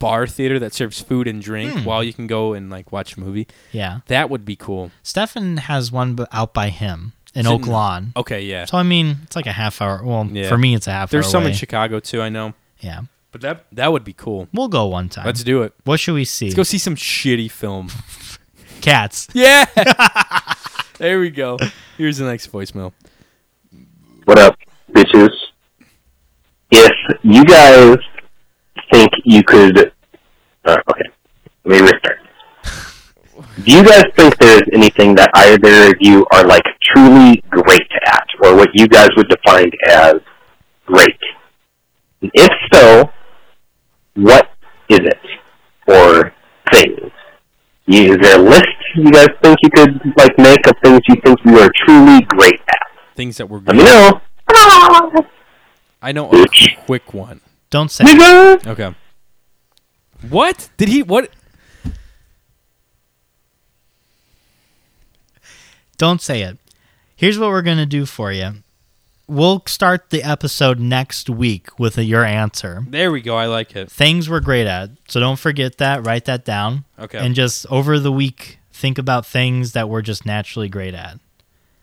[SPEAKER 1] bar theater that serves food and drink
[SPEAKER 2] Hmm.
[SPEAKER 1] while you can go and like watch a movie.
[SPEAKER 2] Yeah.
[SPEAKER 1] That would be cool.
[SPEAKER 2] Stefan has one b- out by him in
[SPEAKER 1] Is it
[SPEAKER 2] Oak Lawn.
[SPEAKER 1] Okay, yeah.
[SPEAKER 2] So I mean, it's like a half hour. Well,
[SPEAKER 1] Yeah.
[SPEAKER 2] for me, it's a half
[SPEAKER 1] There's
[SPEAKER 2] hour.
[SPEAKER 1] some in
[SPEAKER 2] away.
[SPEAKER 1] Chicago too. I know.
[SPEAKER 2] Yeah.
[SPEAKER 1] But that that would be cool.
[SPEAKER 2] We'll go one time.
[SPEAKER 1] Let's do it.
[SPEAKER 2] What should we see?
[SPEAKER 1] Let's go see some shitty film.
[SPEAKER 2] Cats.
[SPEAKER 1] Yeah. there we go. Here's the next voicemail.
[SPEAKER 12] What up, bitches? If you guys think you could, uh, okay, let me restart. Do you guys think there's anything that either of you are like truly great at, or what you guys would define as great? And If so, what is it or things? You- Is there a list you guys think you could like make of things you think you are truly great at?
[SPEAKER 1] Things that were
[SPEAKER 12] Let me know.
[SPEAKER 1] I know a quick one.
[SPEAKER 2] Don't say.
[SPEAKER 12] it.
[SPEAKER 1] Okay. What did he? What?
[SPEAKER 2] Don't say it. Here's what we're going to do for you. We'll start the episode next week with a, your answer.
[SPEAKER 1] There we go. I like it.
[SPEAKER 2] Things we're great at. So don't forget that. Write that down.
[SPEAKER 1] Okay.
[SPEAKER 2] And just over the week, think about things that we're just naturally great at.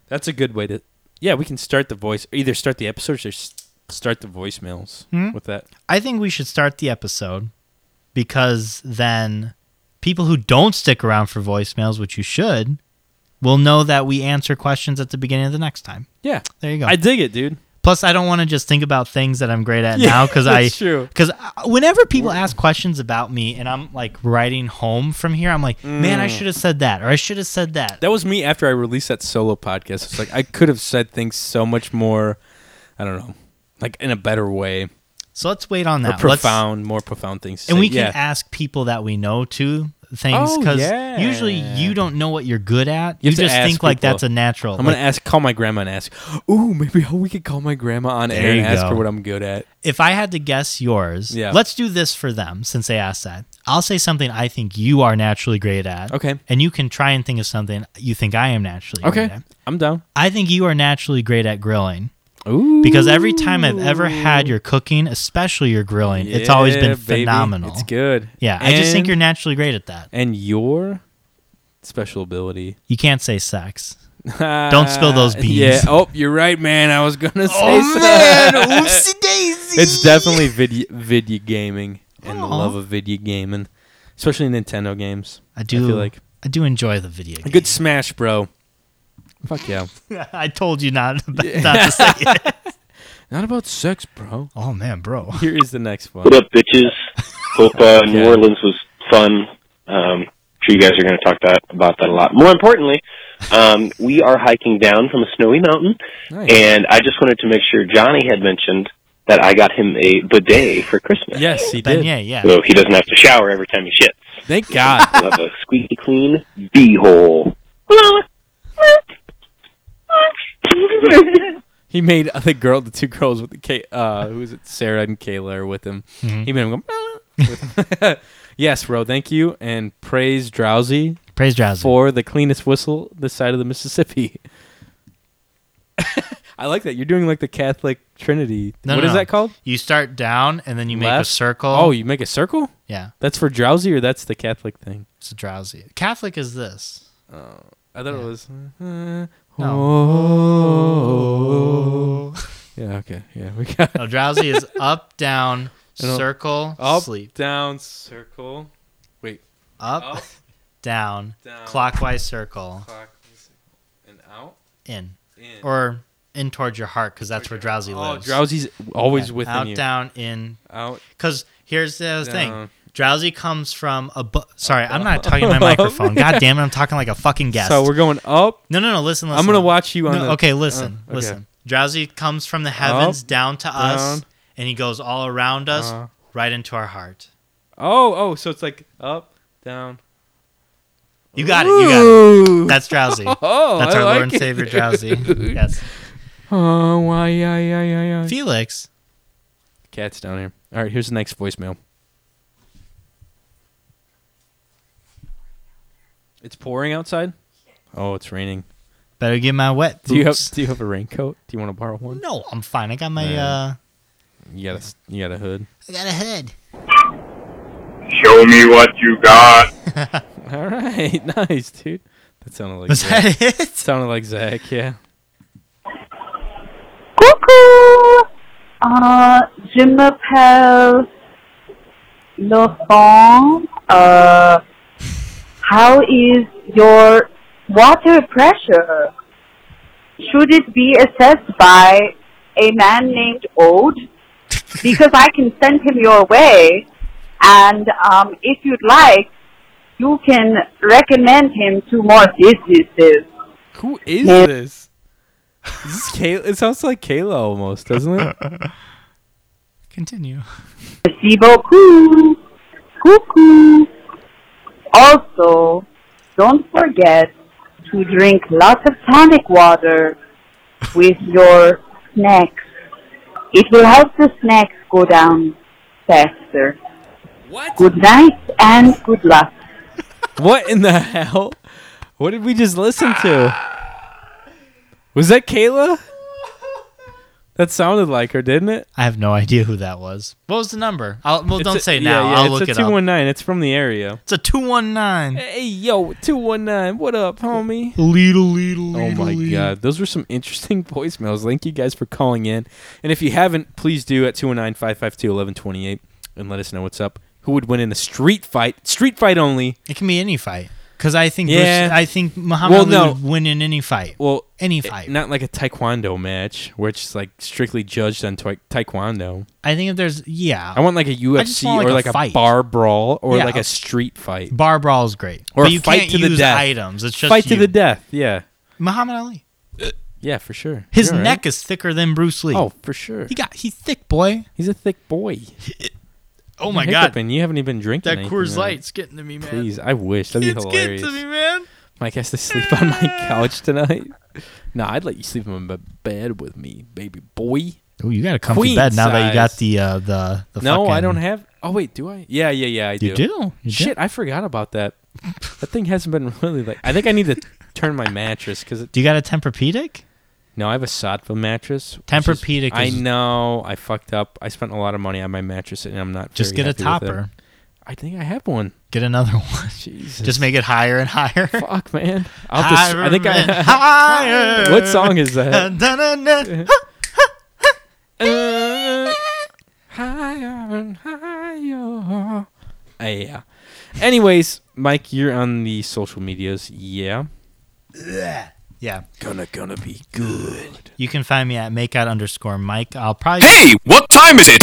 [SPEAKER 1] That's a good way to. Yeah, we can start the voice. Either start the episodes or s- start the voicemails
[SPEAKER 2] Mhm.
[SPEAKER 1] with that.
[SPEAKER 2] I think we should start the episode because then people who don't stick around for voicemails, which you should, will know that we answer questions at the beginning of the next time.
[SPEAKER 1] Yeah.
[SPEAKER 2] There you go.
[SPEAKER 1] I dig it, dude.
[SPEAKER 2] Plus, I don't want to just think about things that I'm great at
[SPEAKER 1] Yeah,
[SPEAKER 2] now because I
[SPEAKER 1] that's true.
[SPEAKER 2] because whenever people ask questions about me and I'm like riding home from here, I'm like, man, I
[SPEAKER 1] Mm.
[SPEAKER 2] should have said that or I should have said that.
[SPEAKER 1] That was me after I released that solo podcast. It's like I could have said things so much more. I don't know, like in a better way.
[SPEAKER 2] So let's wait on
[SPEAKER 1] Or
[SPEAKER 2] that. Let's-
[SPEAKER 1] profound, more profound things. to
[SPEAKER 2] and
[SPEAKER 1] say.
[SPEAKER 2] we can
[SPEAKER 1] yeah.
[SPEAKER 2] ask people that we know too things
[SPEAKER 1] Oh,
[SPEAKER 2] because
[SPEAKER 1] yeah.
[SPEAKER 2] usually you don't know what you're good at.
[SPEAKER 1] You
[SPEAKER 2] You,
[SPEAKER 1] have to
[SPEAKER 2] just
[SPEAKER 1] ask
[SPEAKER 2] think like
[SPEAKER 1] people.
[SPEAKER 2] that's a natural.
[SPEAKER 1] I'm gonna ask, call my grandma and ask. Ooh, maybe we could call my grandma on
[SPEAKER 2] There
[SPEAKER 1] air and
[SPEAKER 2] you
[SPEAKER 1] ask her
[SPEAKER 2] go.
[SPEAKER 1] what I'm good at.
[SPEAKER 2] if I had to guess yours,
[SPEAKER 1] Yeah.
[SPEAKER 2] let's do this for them since they asked that. I'll say something I think you are naturally great at.
[SPEAKER 1] Okay.
[SPEAKER 2] And you can try and think of something you think I am naturally
[SPEAKER 1] Okay,
[SPEAKER 2] great at.
[SPEAKER 1] I'm down.
[SPEAKER 2] I think you are naturally great at grilling.
[SPEAKER 1] Ooh.
[SPEAKER 2] Because every time I've ever had your cooking, especially your grilling, it's always
[SPEAKER 1] Yeah,
[SPEAKER 2] been
[SPEAKER 1] baby.
[SPEAKER 2] phenomenal.
[SPEAKER 1] It's good.
[SPEAKER 2] Yeah. I just
[SPEAKER 1] And-
[SPEAKER 2] think you're naturally great at that.
[SPEAKER 1] And your special ability.
[SPEAKER 2] You can't say sex. Don't spill those
[SPEAKER 1] Ah,
[SPEAKER 2] beans. Oh,
[SPEAKER 1] Yeah. Oh, you're right, man. I was gonna say. so-
[SPEAKER 2] daisy.
[SPEAKER 1] It's definitely video video gaming and the love of video gaming, especially Nintendo games.
[SPEAKER 2] I do
[SPEAKER 1] I feel like
[SPEAKER 2] I do enjoy the video
[SPEAKER 1] a good Smash, bro. Fuck yeah.
[SPEAKER 2] I told you not, not to say it.
[SPEAKER 1] Not about sex, bro.
[SPEAKER 2] Oh man, bro.
[SPEAKER 1] Here is the next one.
[SPEAKER 13] What up, bitches? Hope uh, New Orleans was fun. Um, sure, you guys are going to talk that, about that a lot. More importantly, um, we are hiking down from a snowy mountain,
[SPEAKER 1] Nice.
[SPEAKER 13] and I just wanted to make sure Johnny had mentioned that I got him a bidet for Christmas.
[SPEAKER 1] Yes, he did.
[SPEAKER 2] Beignet, yeah.
[SPEAKER 13] So he doesn't have to shower every time he shits.
[SPEAKER 1] Thank God.
[SPEAKER 13] He'll have a squeaky clean beehole.
[SPEAKER 1] He made the girl, the two girls with the K, uh, who was it? Sarah and Kayla are with him.
[SPEAKER 2] Mhm.
[SPEAKER 1] He made him go. with- yes, bro. Thank you, and praise Drowsy.
[SPEAKER 2] Praise Drowsy.
[SPEAKER 1] for the cleanest whistle this side of the Mississippi. I like that you're doing like the Catholic Trinity. What is
[SPEAKER 2] No, no, no.
[SPEAKER 1] that called?
[SPEAKER 2] You start down and then you make
[SPEAKER 1] Left?
[SPEAKER 2] a circle.
[SPEAKER 1] Oh, you make a circle.
[SPEAKER 2] Yeah.
[SPEAKER 1] that's for Drowsy, or that's the Catholic thing.
[SPEAKER 2] It's a drowsy. Catholic is this.
[SPEAKER 1] Oh, I thought it was. uh-huh.
[SPEAKER 2] No.
[SPEAKER 1] Oh. Yeah. Okay. Yeah. We got.
[SPEAKER 2] no, drowsy is up, down,
[SPEAKER 1] I don't-
[SPEAKER 2] circle,
[SPEAKER 1] Up,
[SPEAKER 2] sleep.
[SPEAKER 1] down, circle. Wait.
[SPEAKER 2] Up,
[SPEAKER 1] Up,
[SPEAKER 2] down,
[SPEAKER 1] down,
[SPEAKER 2] clockwise circle,
[SPEAKER 1] clockwise, and out.
[SPEAKER 2] in.
[SPEAKER 1] In.
[SPEAKER 2] Or in towards your heart because that's where drowsy
[SPEAKER 1] Oh,
[SPEAKER 2] lives.
[SPEAKER 1] drowsy's always within
[SPEAKER 2] Out,
[SPEAKER 1] you.
[SPEAKER 2] down, in.
[SPEAKER 1] Out.
[SPEAKER 2] Because here's the other
[SPEAKER 1] Down.
[SPEAKER 2] thing. Drowsy comes from above. Sorry, I'm not talking to my microphone. God damn it, I'm talking like a fucking guest.
[SPEAKER 1] So we're going up.
[SPEAKER 2] No, no, no. Listen,
[SPEAKER 1] I'm
[SPEAKER 2] listen.
[SPEAKER 1] gonna watch you on
[SPEAKER 2] No,
[SPEAKER 1] the-
[SPEAKER 2] okay, listen,
[SPEAKER 1] Uh, okay.
[SPEAKER 2] listen. Drowsy comes from the heavens
[SPEAKER 1] Up,
[SPEAKER 2] down to us,
[SPEAKER 1] down.
[SPEAKER 2] and he goes all around us,
[SPEAKER 1] Uh.
[SPEAKER 2] right into our heart.
[SPEAKER 1] Oh, oh, so it's like up, down.
[SPEAKER 2] You got it. You got
[SPEAKER 1] Ooh.
[SPEAKER 2] it. That's Drowsy.
[SPEAKER 1] Oh,
[SPEAKER 2] That's
[SPEAKER 1] I
[SPEAKER 2] our
[SPEAKER 1] like
[SPEAKER 2] Lord and
[SPEAKER 1] it,
[SPEAKER 2] Savior, Drowsy.
[SPEAKER 1] dude.
[SPEAKER 2] Yes.
[SPEAKER 1] Oh, why, yeah, yeah, yeah, yeah.
[SPEAKER 2] Felix.
[SPEAKER 1] Cat's down here. All right, here's the next voicemail. It's pouring outside. Oh, it's raining.
[SPEAKER 2] Better get my wet
[SPEAKER 1] Do you have
[SPEAKER 2] boots.
[SPEAKER 1] Do you have a raincoat? Do you want to borrow one?
[SPEAKER 2] No, I'm fine. I got my.
[SPEAKER 1] Yeah.
[SPEAKER 2] uh
[SPEAKER 1] You got a s- You got a hood.
[SPEAKER 2] I got a hood.
[SPEAKER 14] Show me what you got.
[SPEAKER 1] All right, nice, dude. That sounded like
[SPEAKER 2] Was
[SPEAKER 1] Zach.
[SPEAKER 2] that it?
[SPEAKER 1] Sounded like Zach. Yeah.
[SPEAKER 15] Euh, je m'appelle Laurent. Euh, how is your water pressure? Should it be assessed by a man named Ode? Because I can send him your way, and um, if you'd like, you can recommend him to more businesses.
[SPEAKER 1] Who is this? Is this Kay- it sounds like Kayla almost, doesn't it?
[SPEAKER 2] Continue.
[SPEAKER 15] Placebo coo, cuckoo. Also, don't forget to drink lots of tonic water with your snacks. It will help the snacks go down faster.
[SPEAKER 1] What?
[SPEAKER 15] Good night and good luck.
[SPEAKER 1] What in the hell? What did we just listen to? Was that Kayla? That sounded like her, didn't it?
[SPEAKER 2] I have no idea who that was. What was the number? I'll, well,
[SPEAKER 1] It's
[SPEAKER 2] don't
[SPEAKER 1] a-
[SPEAKER 2] say
[SPEAKER 1] yeah,
[SPEAKER 2] now.
[SPEAKER 1] yeah,
[SPEAKER 2] I'll
[SPEAKER 1] it's
[SPEAKER 2] look
[SPEAKER 1] a
[SPEAKER 2] it
[SPEAKER 1] Two
[SPEAKER 2] up.
[SPEAKER 1] one nine. It's from the area.
[SPEAKER 2] It's a two one nine.
[SPEAKER 1] Hey yo, two one nine. What up, homie?
[SPEAKER 2] Little little.
[SPEAKER 1] Oh my god, those were some interesting voicemails. Thank you guys for calling in. And if you haven't, please do at 209-552-1128 and let us know what's up. Who would win in a street fight? Street fight only.
[SPEAKER 2] It can be any fight. Because I think
[SPEAKER 1] Yeah.
[SPEAKER 2] Bruce, I think Muhammad
[SPEAKER 1] Well,
[SPEAKER 2] Ali
[SPEAKER 1] no.
[SPEAKER 2] would win in any fight.
[SPEAKER 1] Well,
[SPEAKER 2] any
[SPEAKER 1] eh,
[SPEAKER 2] fight.
[SPEAKER 1] Not like a taekwondo match where it's like strictly judged on tae- taekwondo.
[SPEAKER 2] I think if there's yeah,
[SPEAKER 1] I want like a
[SPEAKER 2] I just
[SPEAKER 1] UFC
[SPEAKER 2] want,
[SPEAKER 1] or like a,
[SPEAKER 2] fight.
[SPEAKER 1] bar brawl or
[SPEAKER 2] Yeah.
[SPEAKER 1] like a street fight.
[SPEAKER 2] Bar brawl is great.
[SPEAKER 1] Or
[SPEAKER 2] But
[SPEAKER 1] a
[SPEAKER 2] you
[SPEAKER 1] fight
[SPEAKER 2] can't
[SPEAKER 1] to the
[SPEAKER 2] use
[SPEAKER 1] death.
[SPEAKER 2] items. It's just
[SPEAKER 1] fight to
[SPEAKER 2] you.
[SPEAKER 1] the death. Yeah.
[SPEAKER 2] Muhammad Ali.
[SPEAKER 1] Yeah, for sure.
[SPEAKER 2] His
[SPEAKER 1] You're right.
[SPEAKER 2] neck is thicker than Bruce Lee.
[SPEAKER 1] Oh, for sure.
[SPEAKER 2] He got he's thick boy.
[SPEAKER 1] He's a thick boy.
[SPEAKER 2] Oh
[SPEAKER 1] You're
[SPEAKER 2] my god.
[SPEAKER 1] hiccuping. You haven't even drinking
[SPEAKER 2] That
[SPEAKER 1] anything
[SPEAKER 2] Coors
[SPEAKER 1] right?
[SPEAKER 2] Light's getting to me, man.
[SPEAKER 1] Please, I wish that'd be
[SPEAKER 2] It's
[SPEAKER 1] hilarious.
[SPEAKER 2] getting to me, man.
[SPEAKER 1] Mike has to sleep on my couch tonight. nah, I'd let you sleep in my bed with me, baby boy.
[SPEAKER 2] Oh, you got a comfy
[SPEAKER 1] Queen
[SPEAKER 2] bed now that you got
[SPEAKER 1] size.
[SPEAKER 2] the uh, the the.
[SPEAKER 1] no, I
[SPEAKER 2] fucking-
[SPEAKER 1] don't have. Oh wait, do I? Yeah, yeah, yeah. I do.
[SPEAKER 2] You do? You do?
[SPEAKER 1] Shit, I forgot about that. that thing hasn't been really like. I think I need to turn my mattress because
[SPEAKER 2] Do you got a Tempur-Pedic?
[SPEAKER 1] No, I have a Sattva mattress. which
[SPEAKER 2] Tempur-Pedic
[SPEAKER 1] is- I
[SPEAKER 2] is-
[SPEAKER 1] know. I fucked up. I spent a lot of money on my mattress, and I'm not.
[SPEAKER 2] Just
[SPEAKER 1] very
[SPEAKER 2] get a
[SPEAKER 1] happy with it.
[SPEAKER 2] topper.
[SPEAKER 1] I think I have one.
[SPEAKER 2] Get another one.
[SPEAKER 1] Jesus.
[SPEAKER 2] Just make it higher and higher.
[SPEAKER 1] Fuck, man. I'll have to s- I think I-
[SPEAKER 2] higher.
[SPEAKER 1] What song is that?
[SPEAKER 2] that?
[SPEAKER 1] Uh, higher and higher. Uh, yeah. Anyways, Mike, you're on the social medias. Yeah.
[SPEAKER 2] yeah.
[SPEAKER 1] Gonna gonna be good.
[SPEAKER 2] You can find me at makeout underscore Mike. I'll probably.
[SPEAKER 16] Hey, what time is it?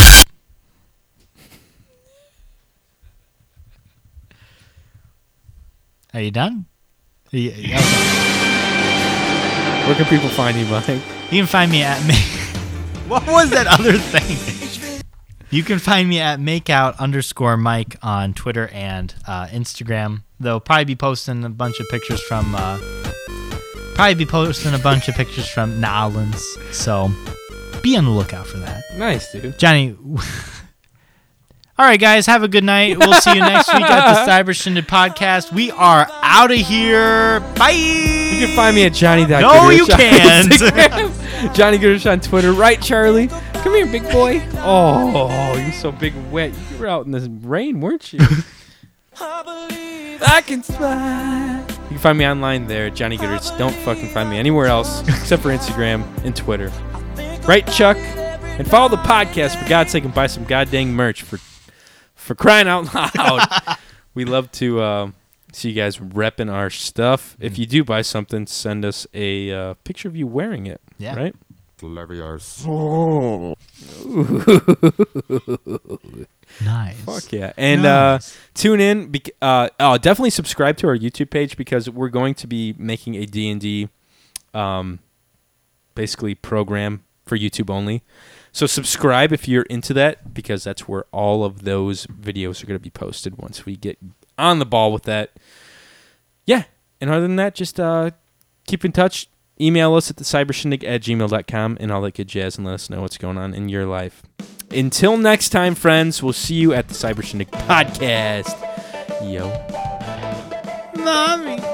[SPEAKER 2] Are you done? Are you- yeah, okay.
[SPEAKER 1] Where can people find you, Mike?
[SPEAKER 2] You can find me at make. what was that other thing? You can find me at makeout underscore Mike on Twitter and uh, Instagram. They'll probably be posting a bunch of pictures from. Uh, probably be posting a bunch of pictures from Nolans. So be on the lookout for that.
[SPEAKER 1] Nice, dude.
[SPEAKER 2] Johnny. All right, guys. Have a good night. We'll see you next week at the Cyber Shindig podcast. We are out of here. Bye. You
[SPEAKER 1] can find me at Johnny.
[SPEAKER 2] No, you can't.
[SPEAKER 1] Johnny Goodrich on Twitter, right, Charlie? Come here, big boy. Oh, you're so big and wet. You were out in the rain, weren't you? I can fly. You can find me online there, Johnny Goodrich. Don't fucking find me anywhere else except for Instagram and Twitter. Right, Chuck? And follow the podcast for God's sake and buy some goddamn merch for for crying out loud. we love to uh, see you guys repping our stuff. If you do buy something, send us a uh, picture of you wearing it.
[SPEAKER 2] Yeah.
[SPEAKER 1] Right?
[SPEAKER 17] Deliver your soul.
[SPEAKER 2] Nice.
[SPEAKER 1] Fuck yeah. And
[SPEAKER 2] Nice.
[SPEAKER 1] uh, tune in. Bec- uh, oh, definitely subscribe to our YouTube page because we're going to be making a D&D um, basically program for YouTube only. So subscribe if you're into that because that's where all of those videos are going to be posted once we get on the ball with that. Yeah. And other than that, just uh, keep in touch. Email us at the cybershindig at gmail.com and all that good jazz and let us know what's going on in your life. Until next time, friends, we'll see you at the Cyber Shindig podcast. Yo.
[SPEAKER 2] Mommy.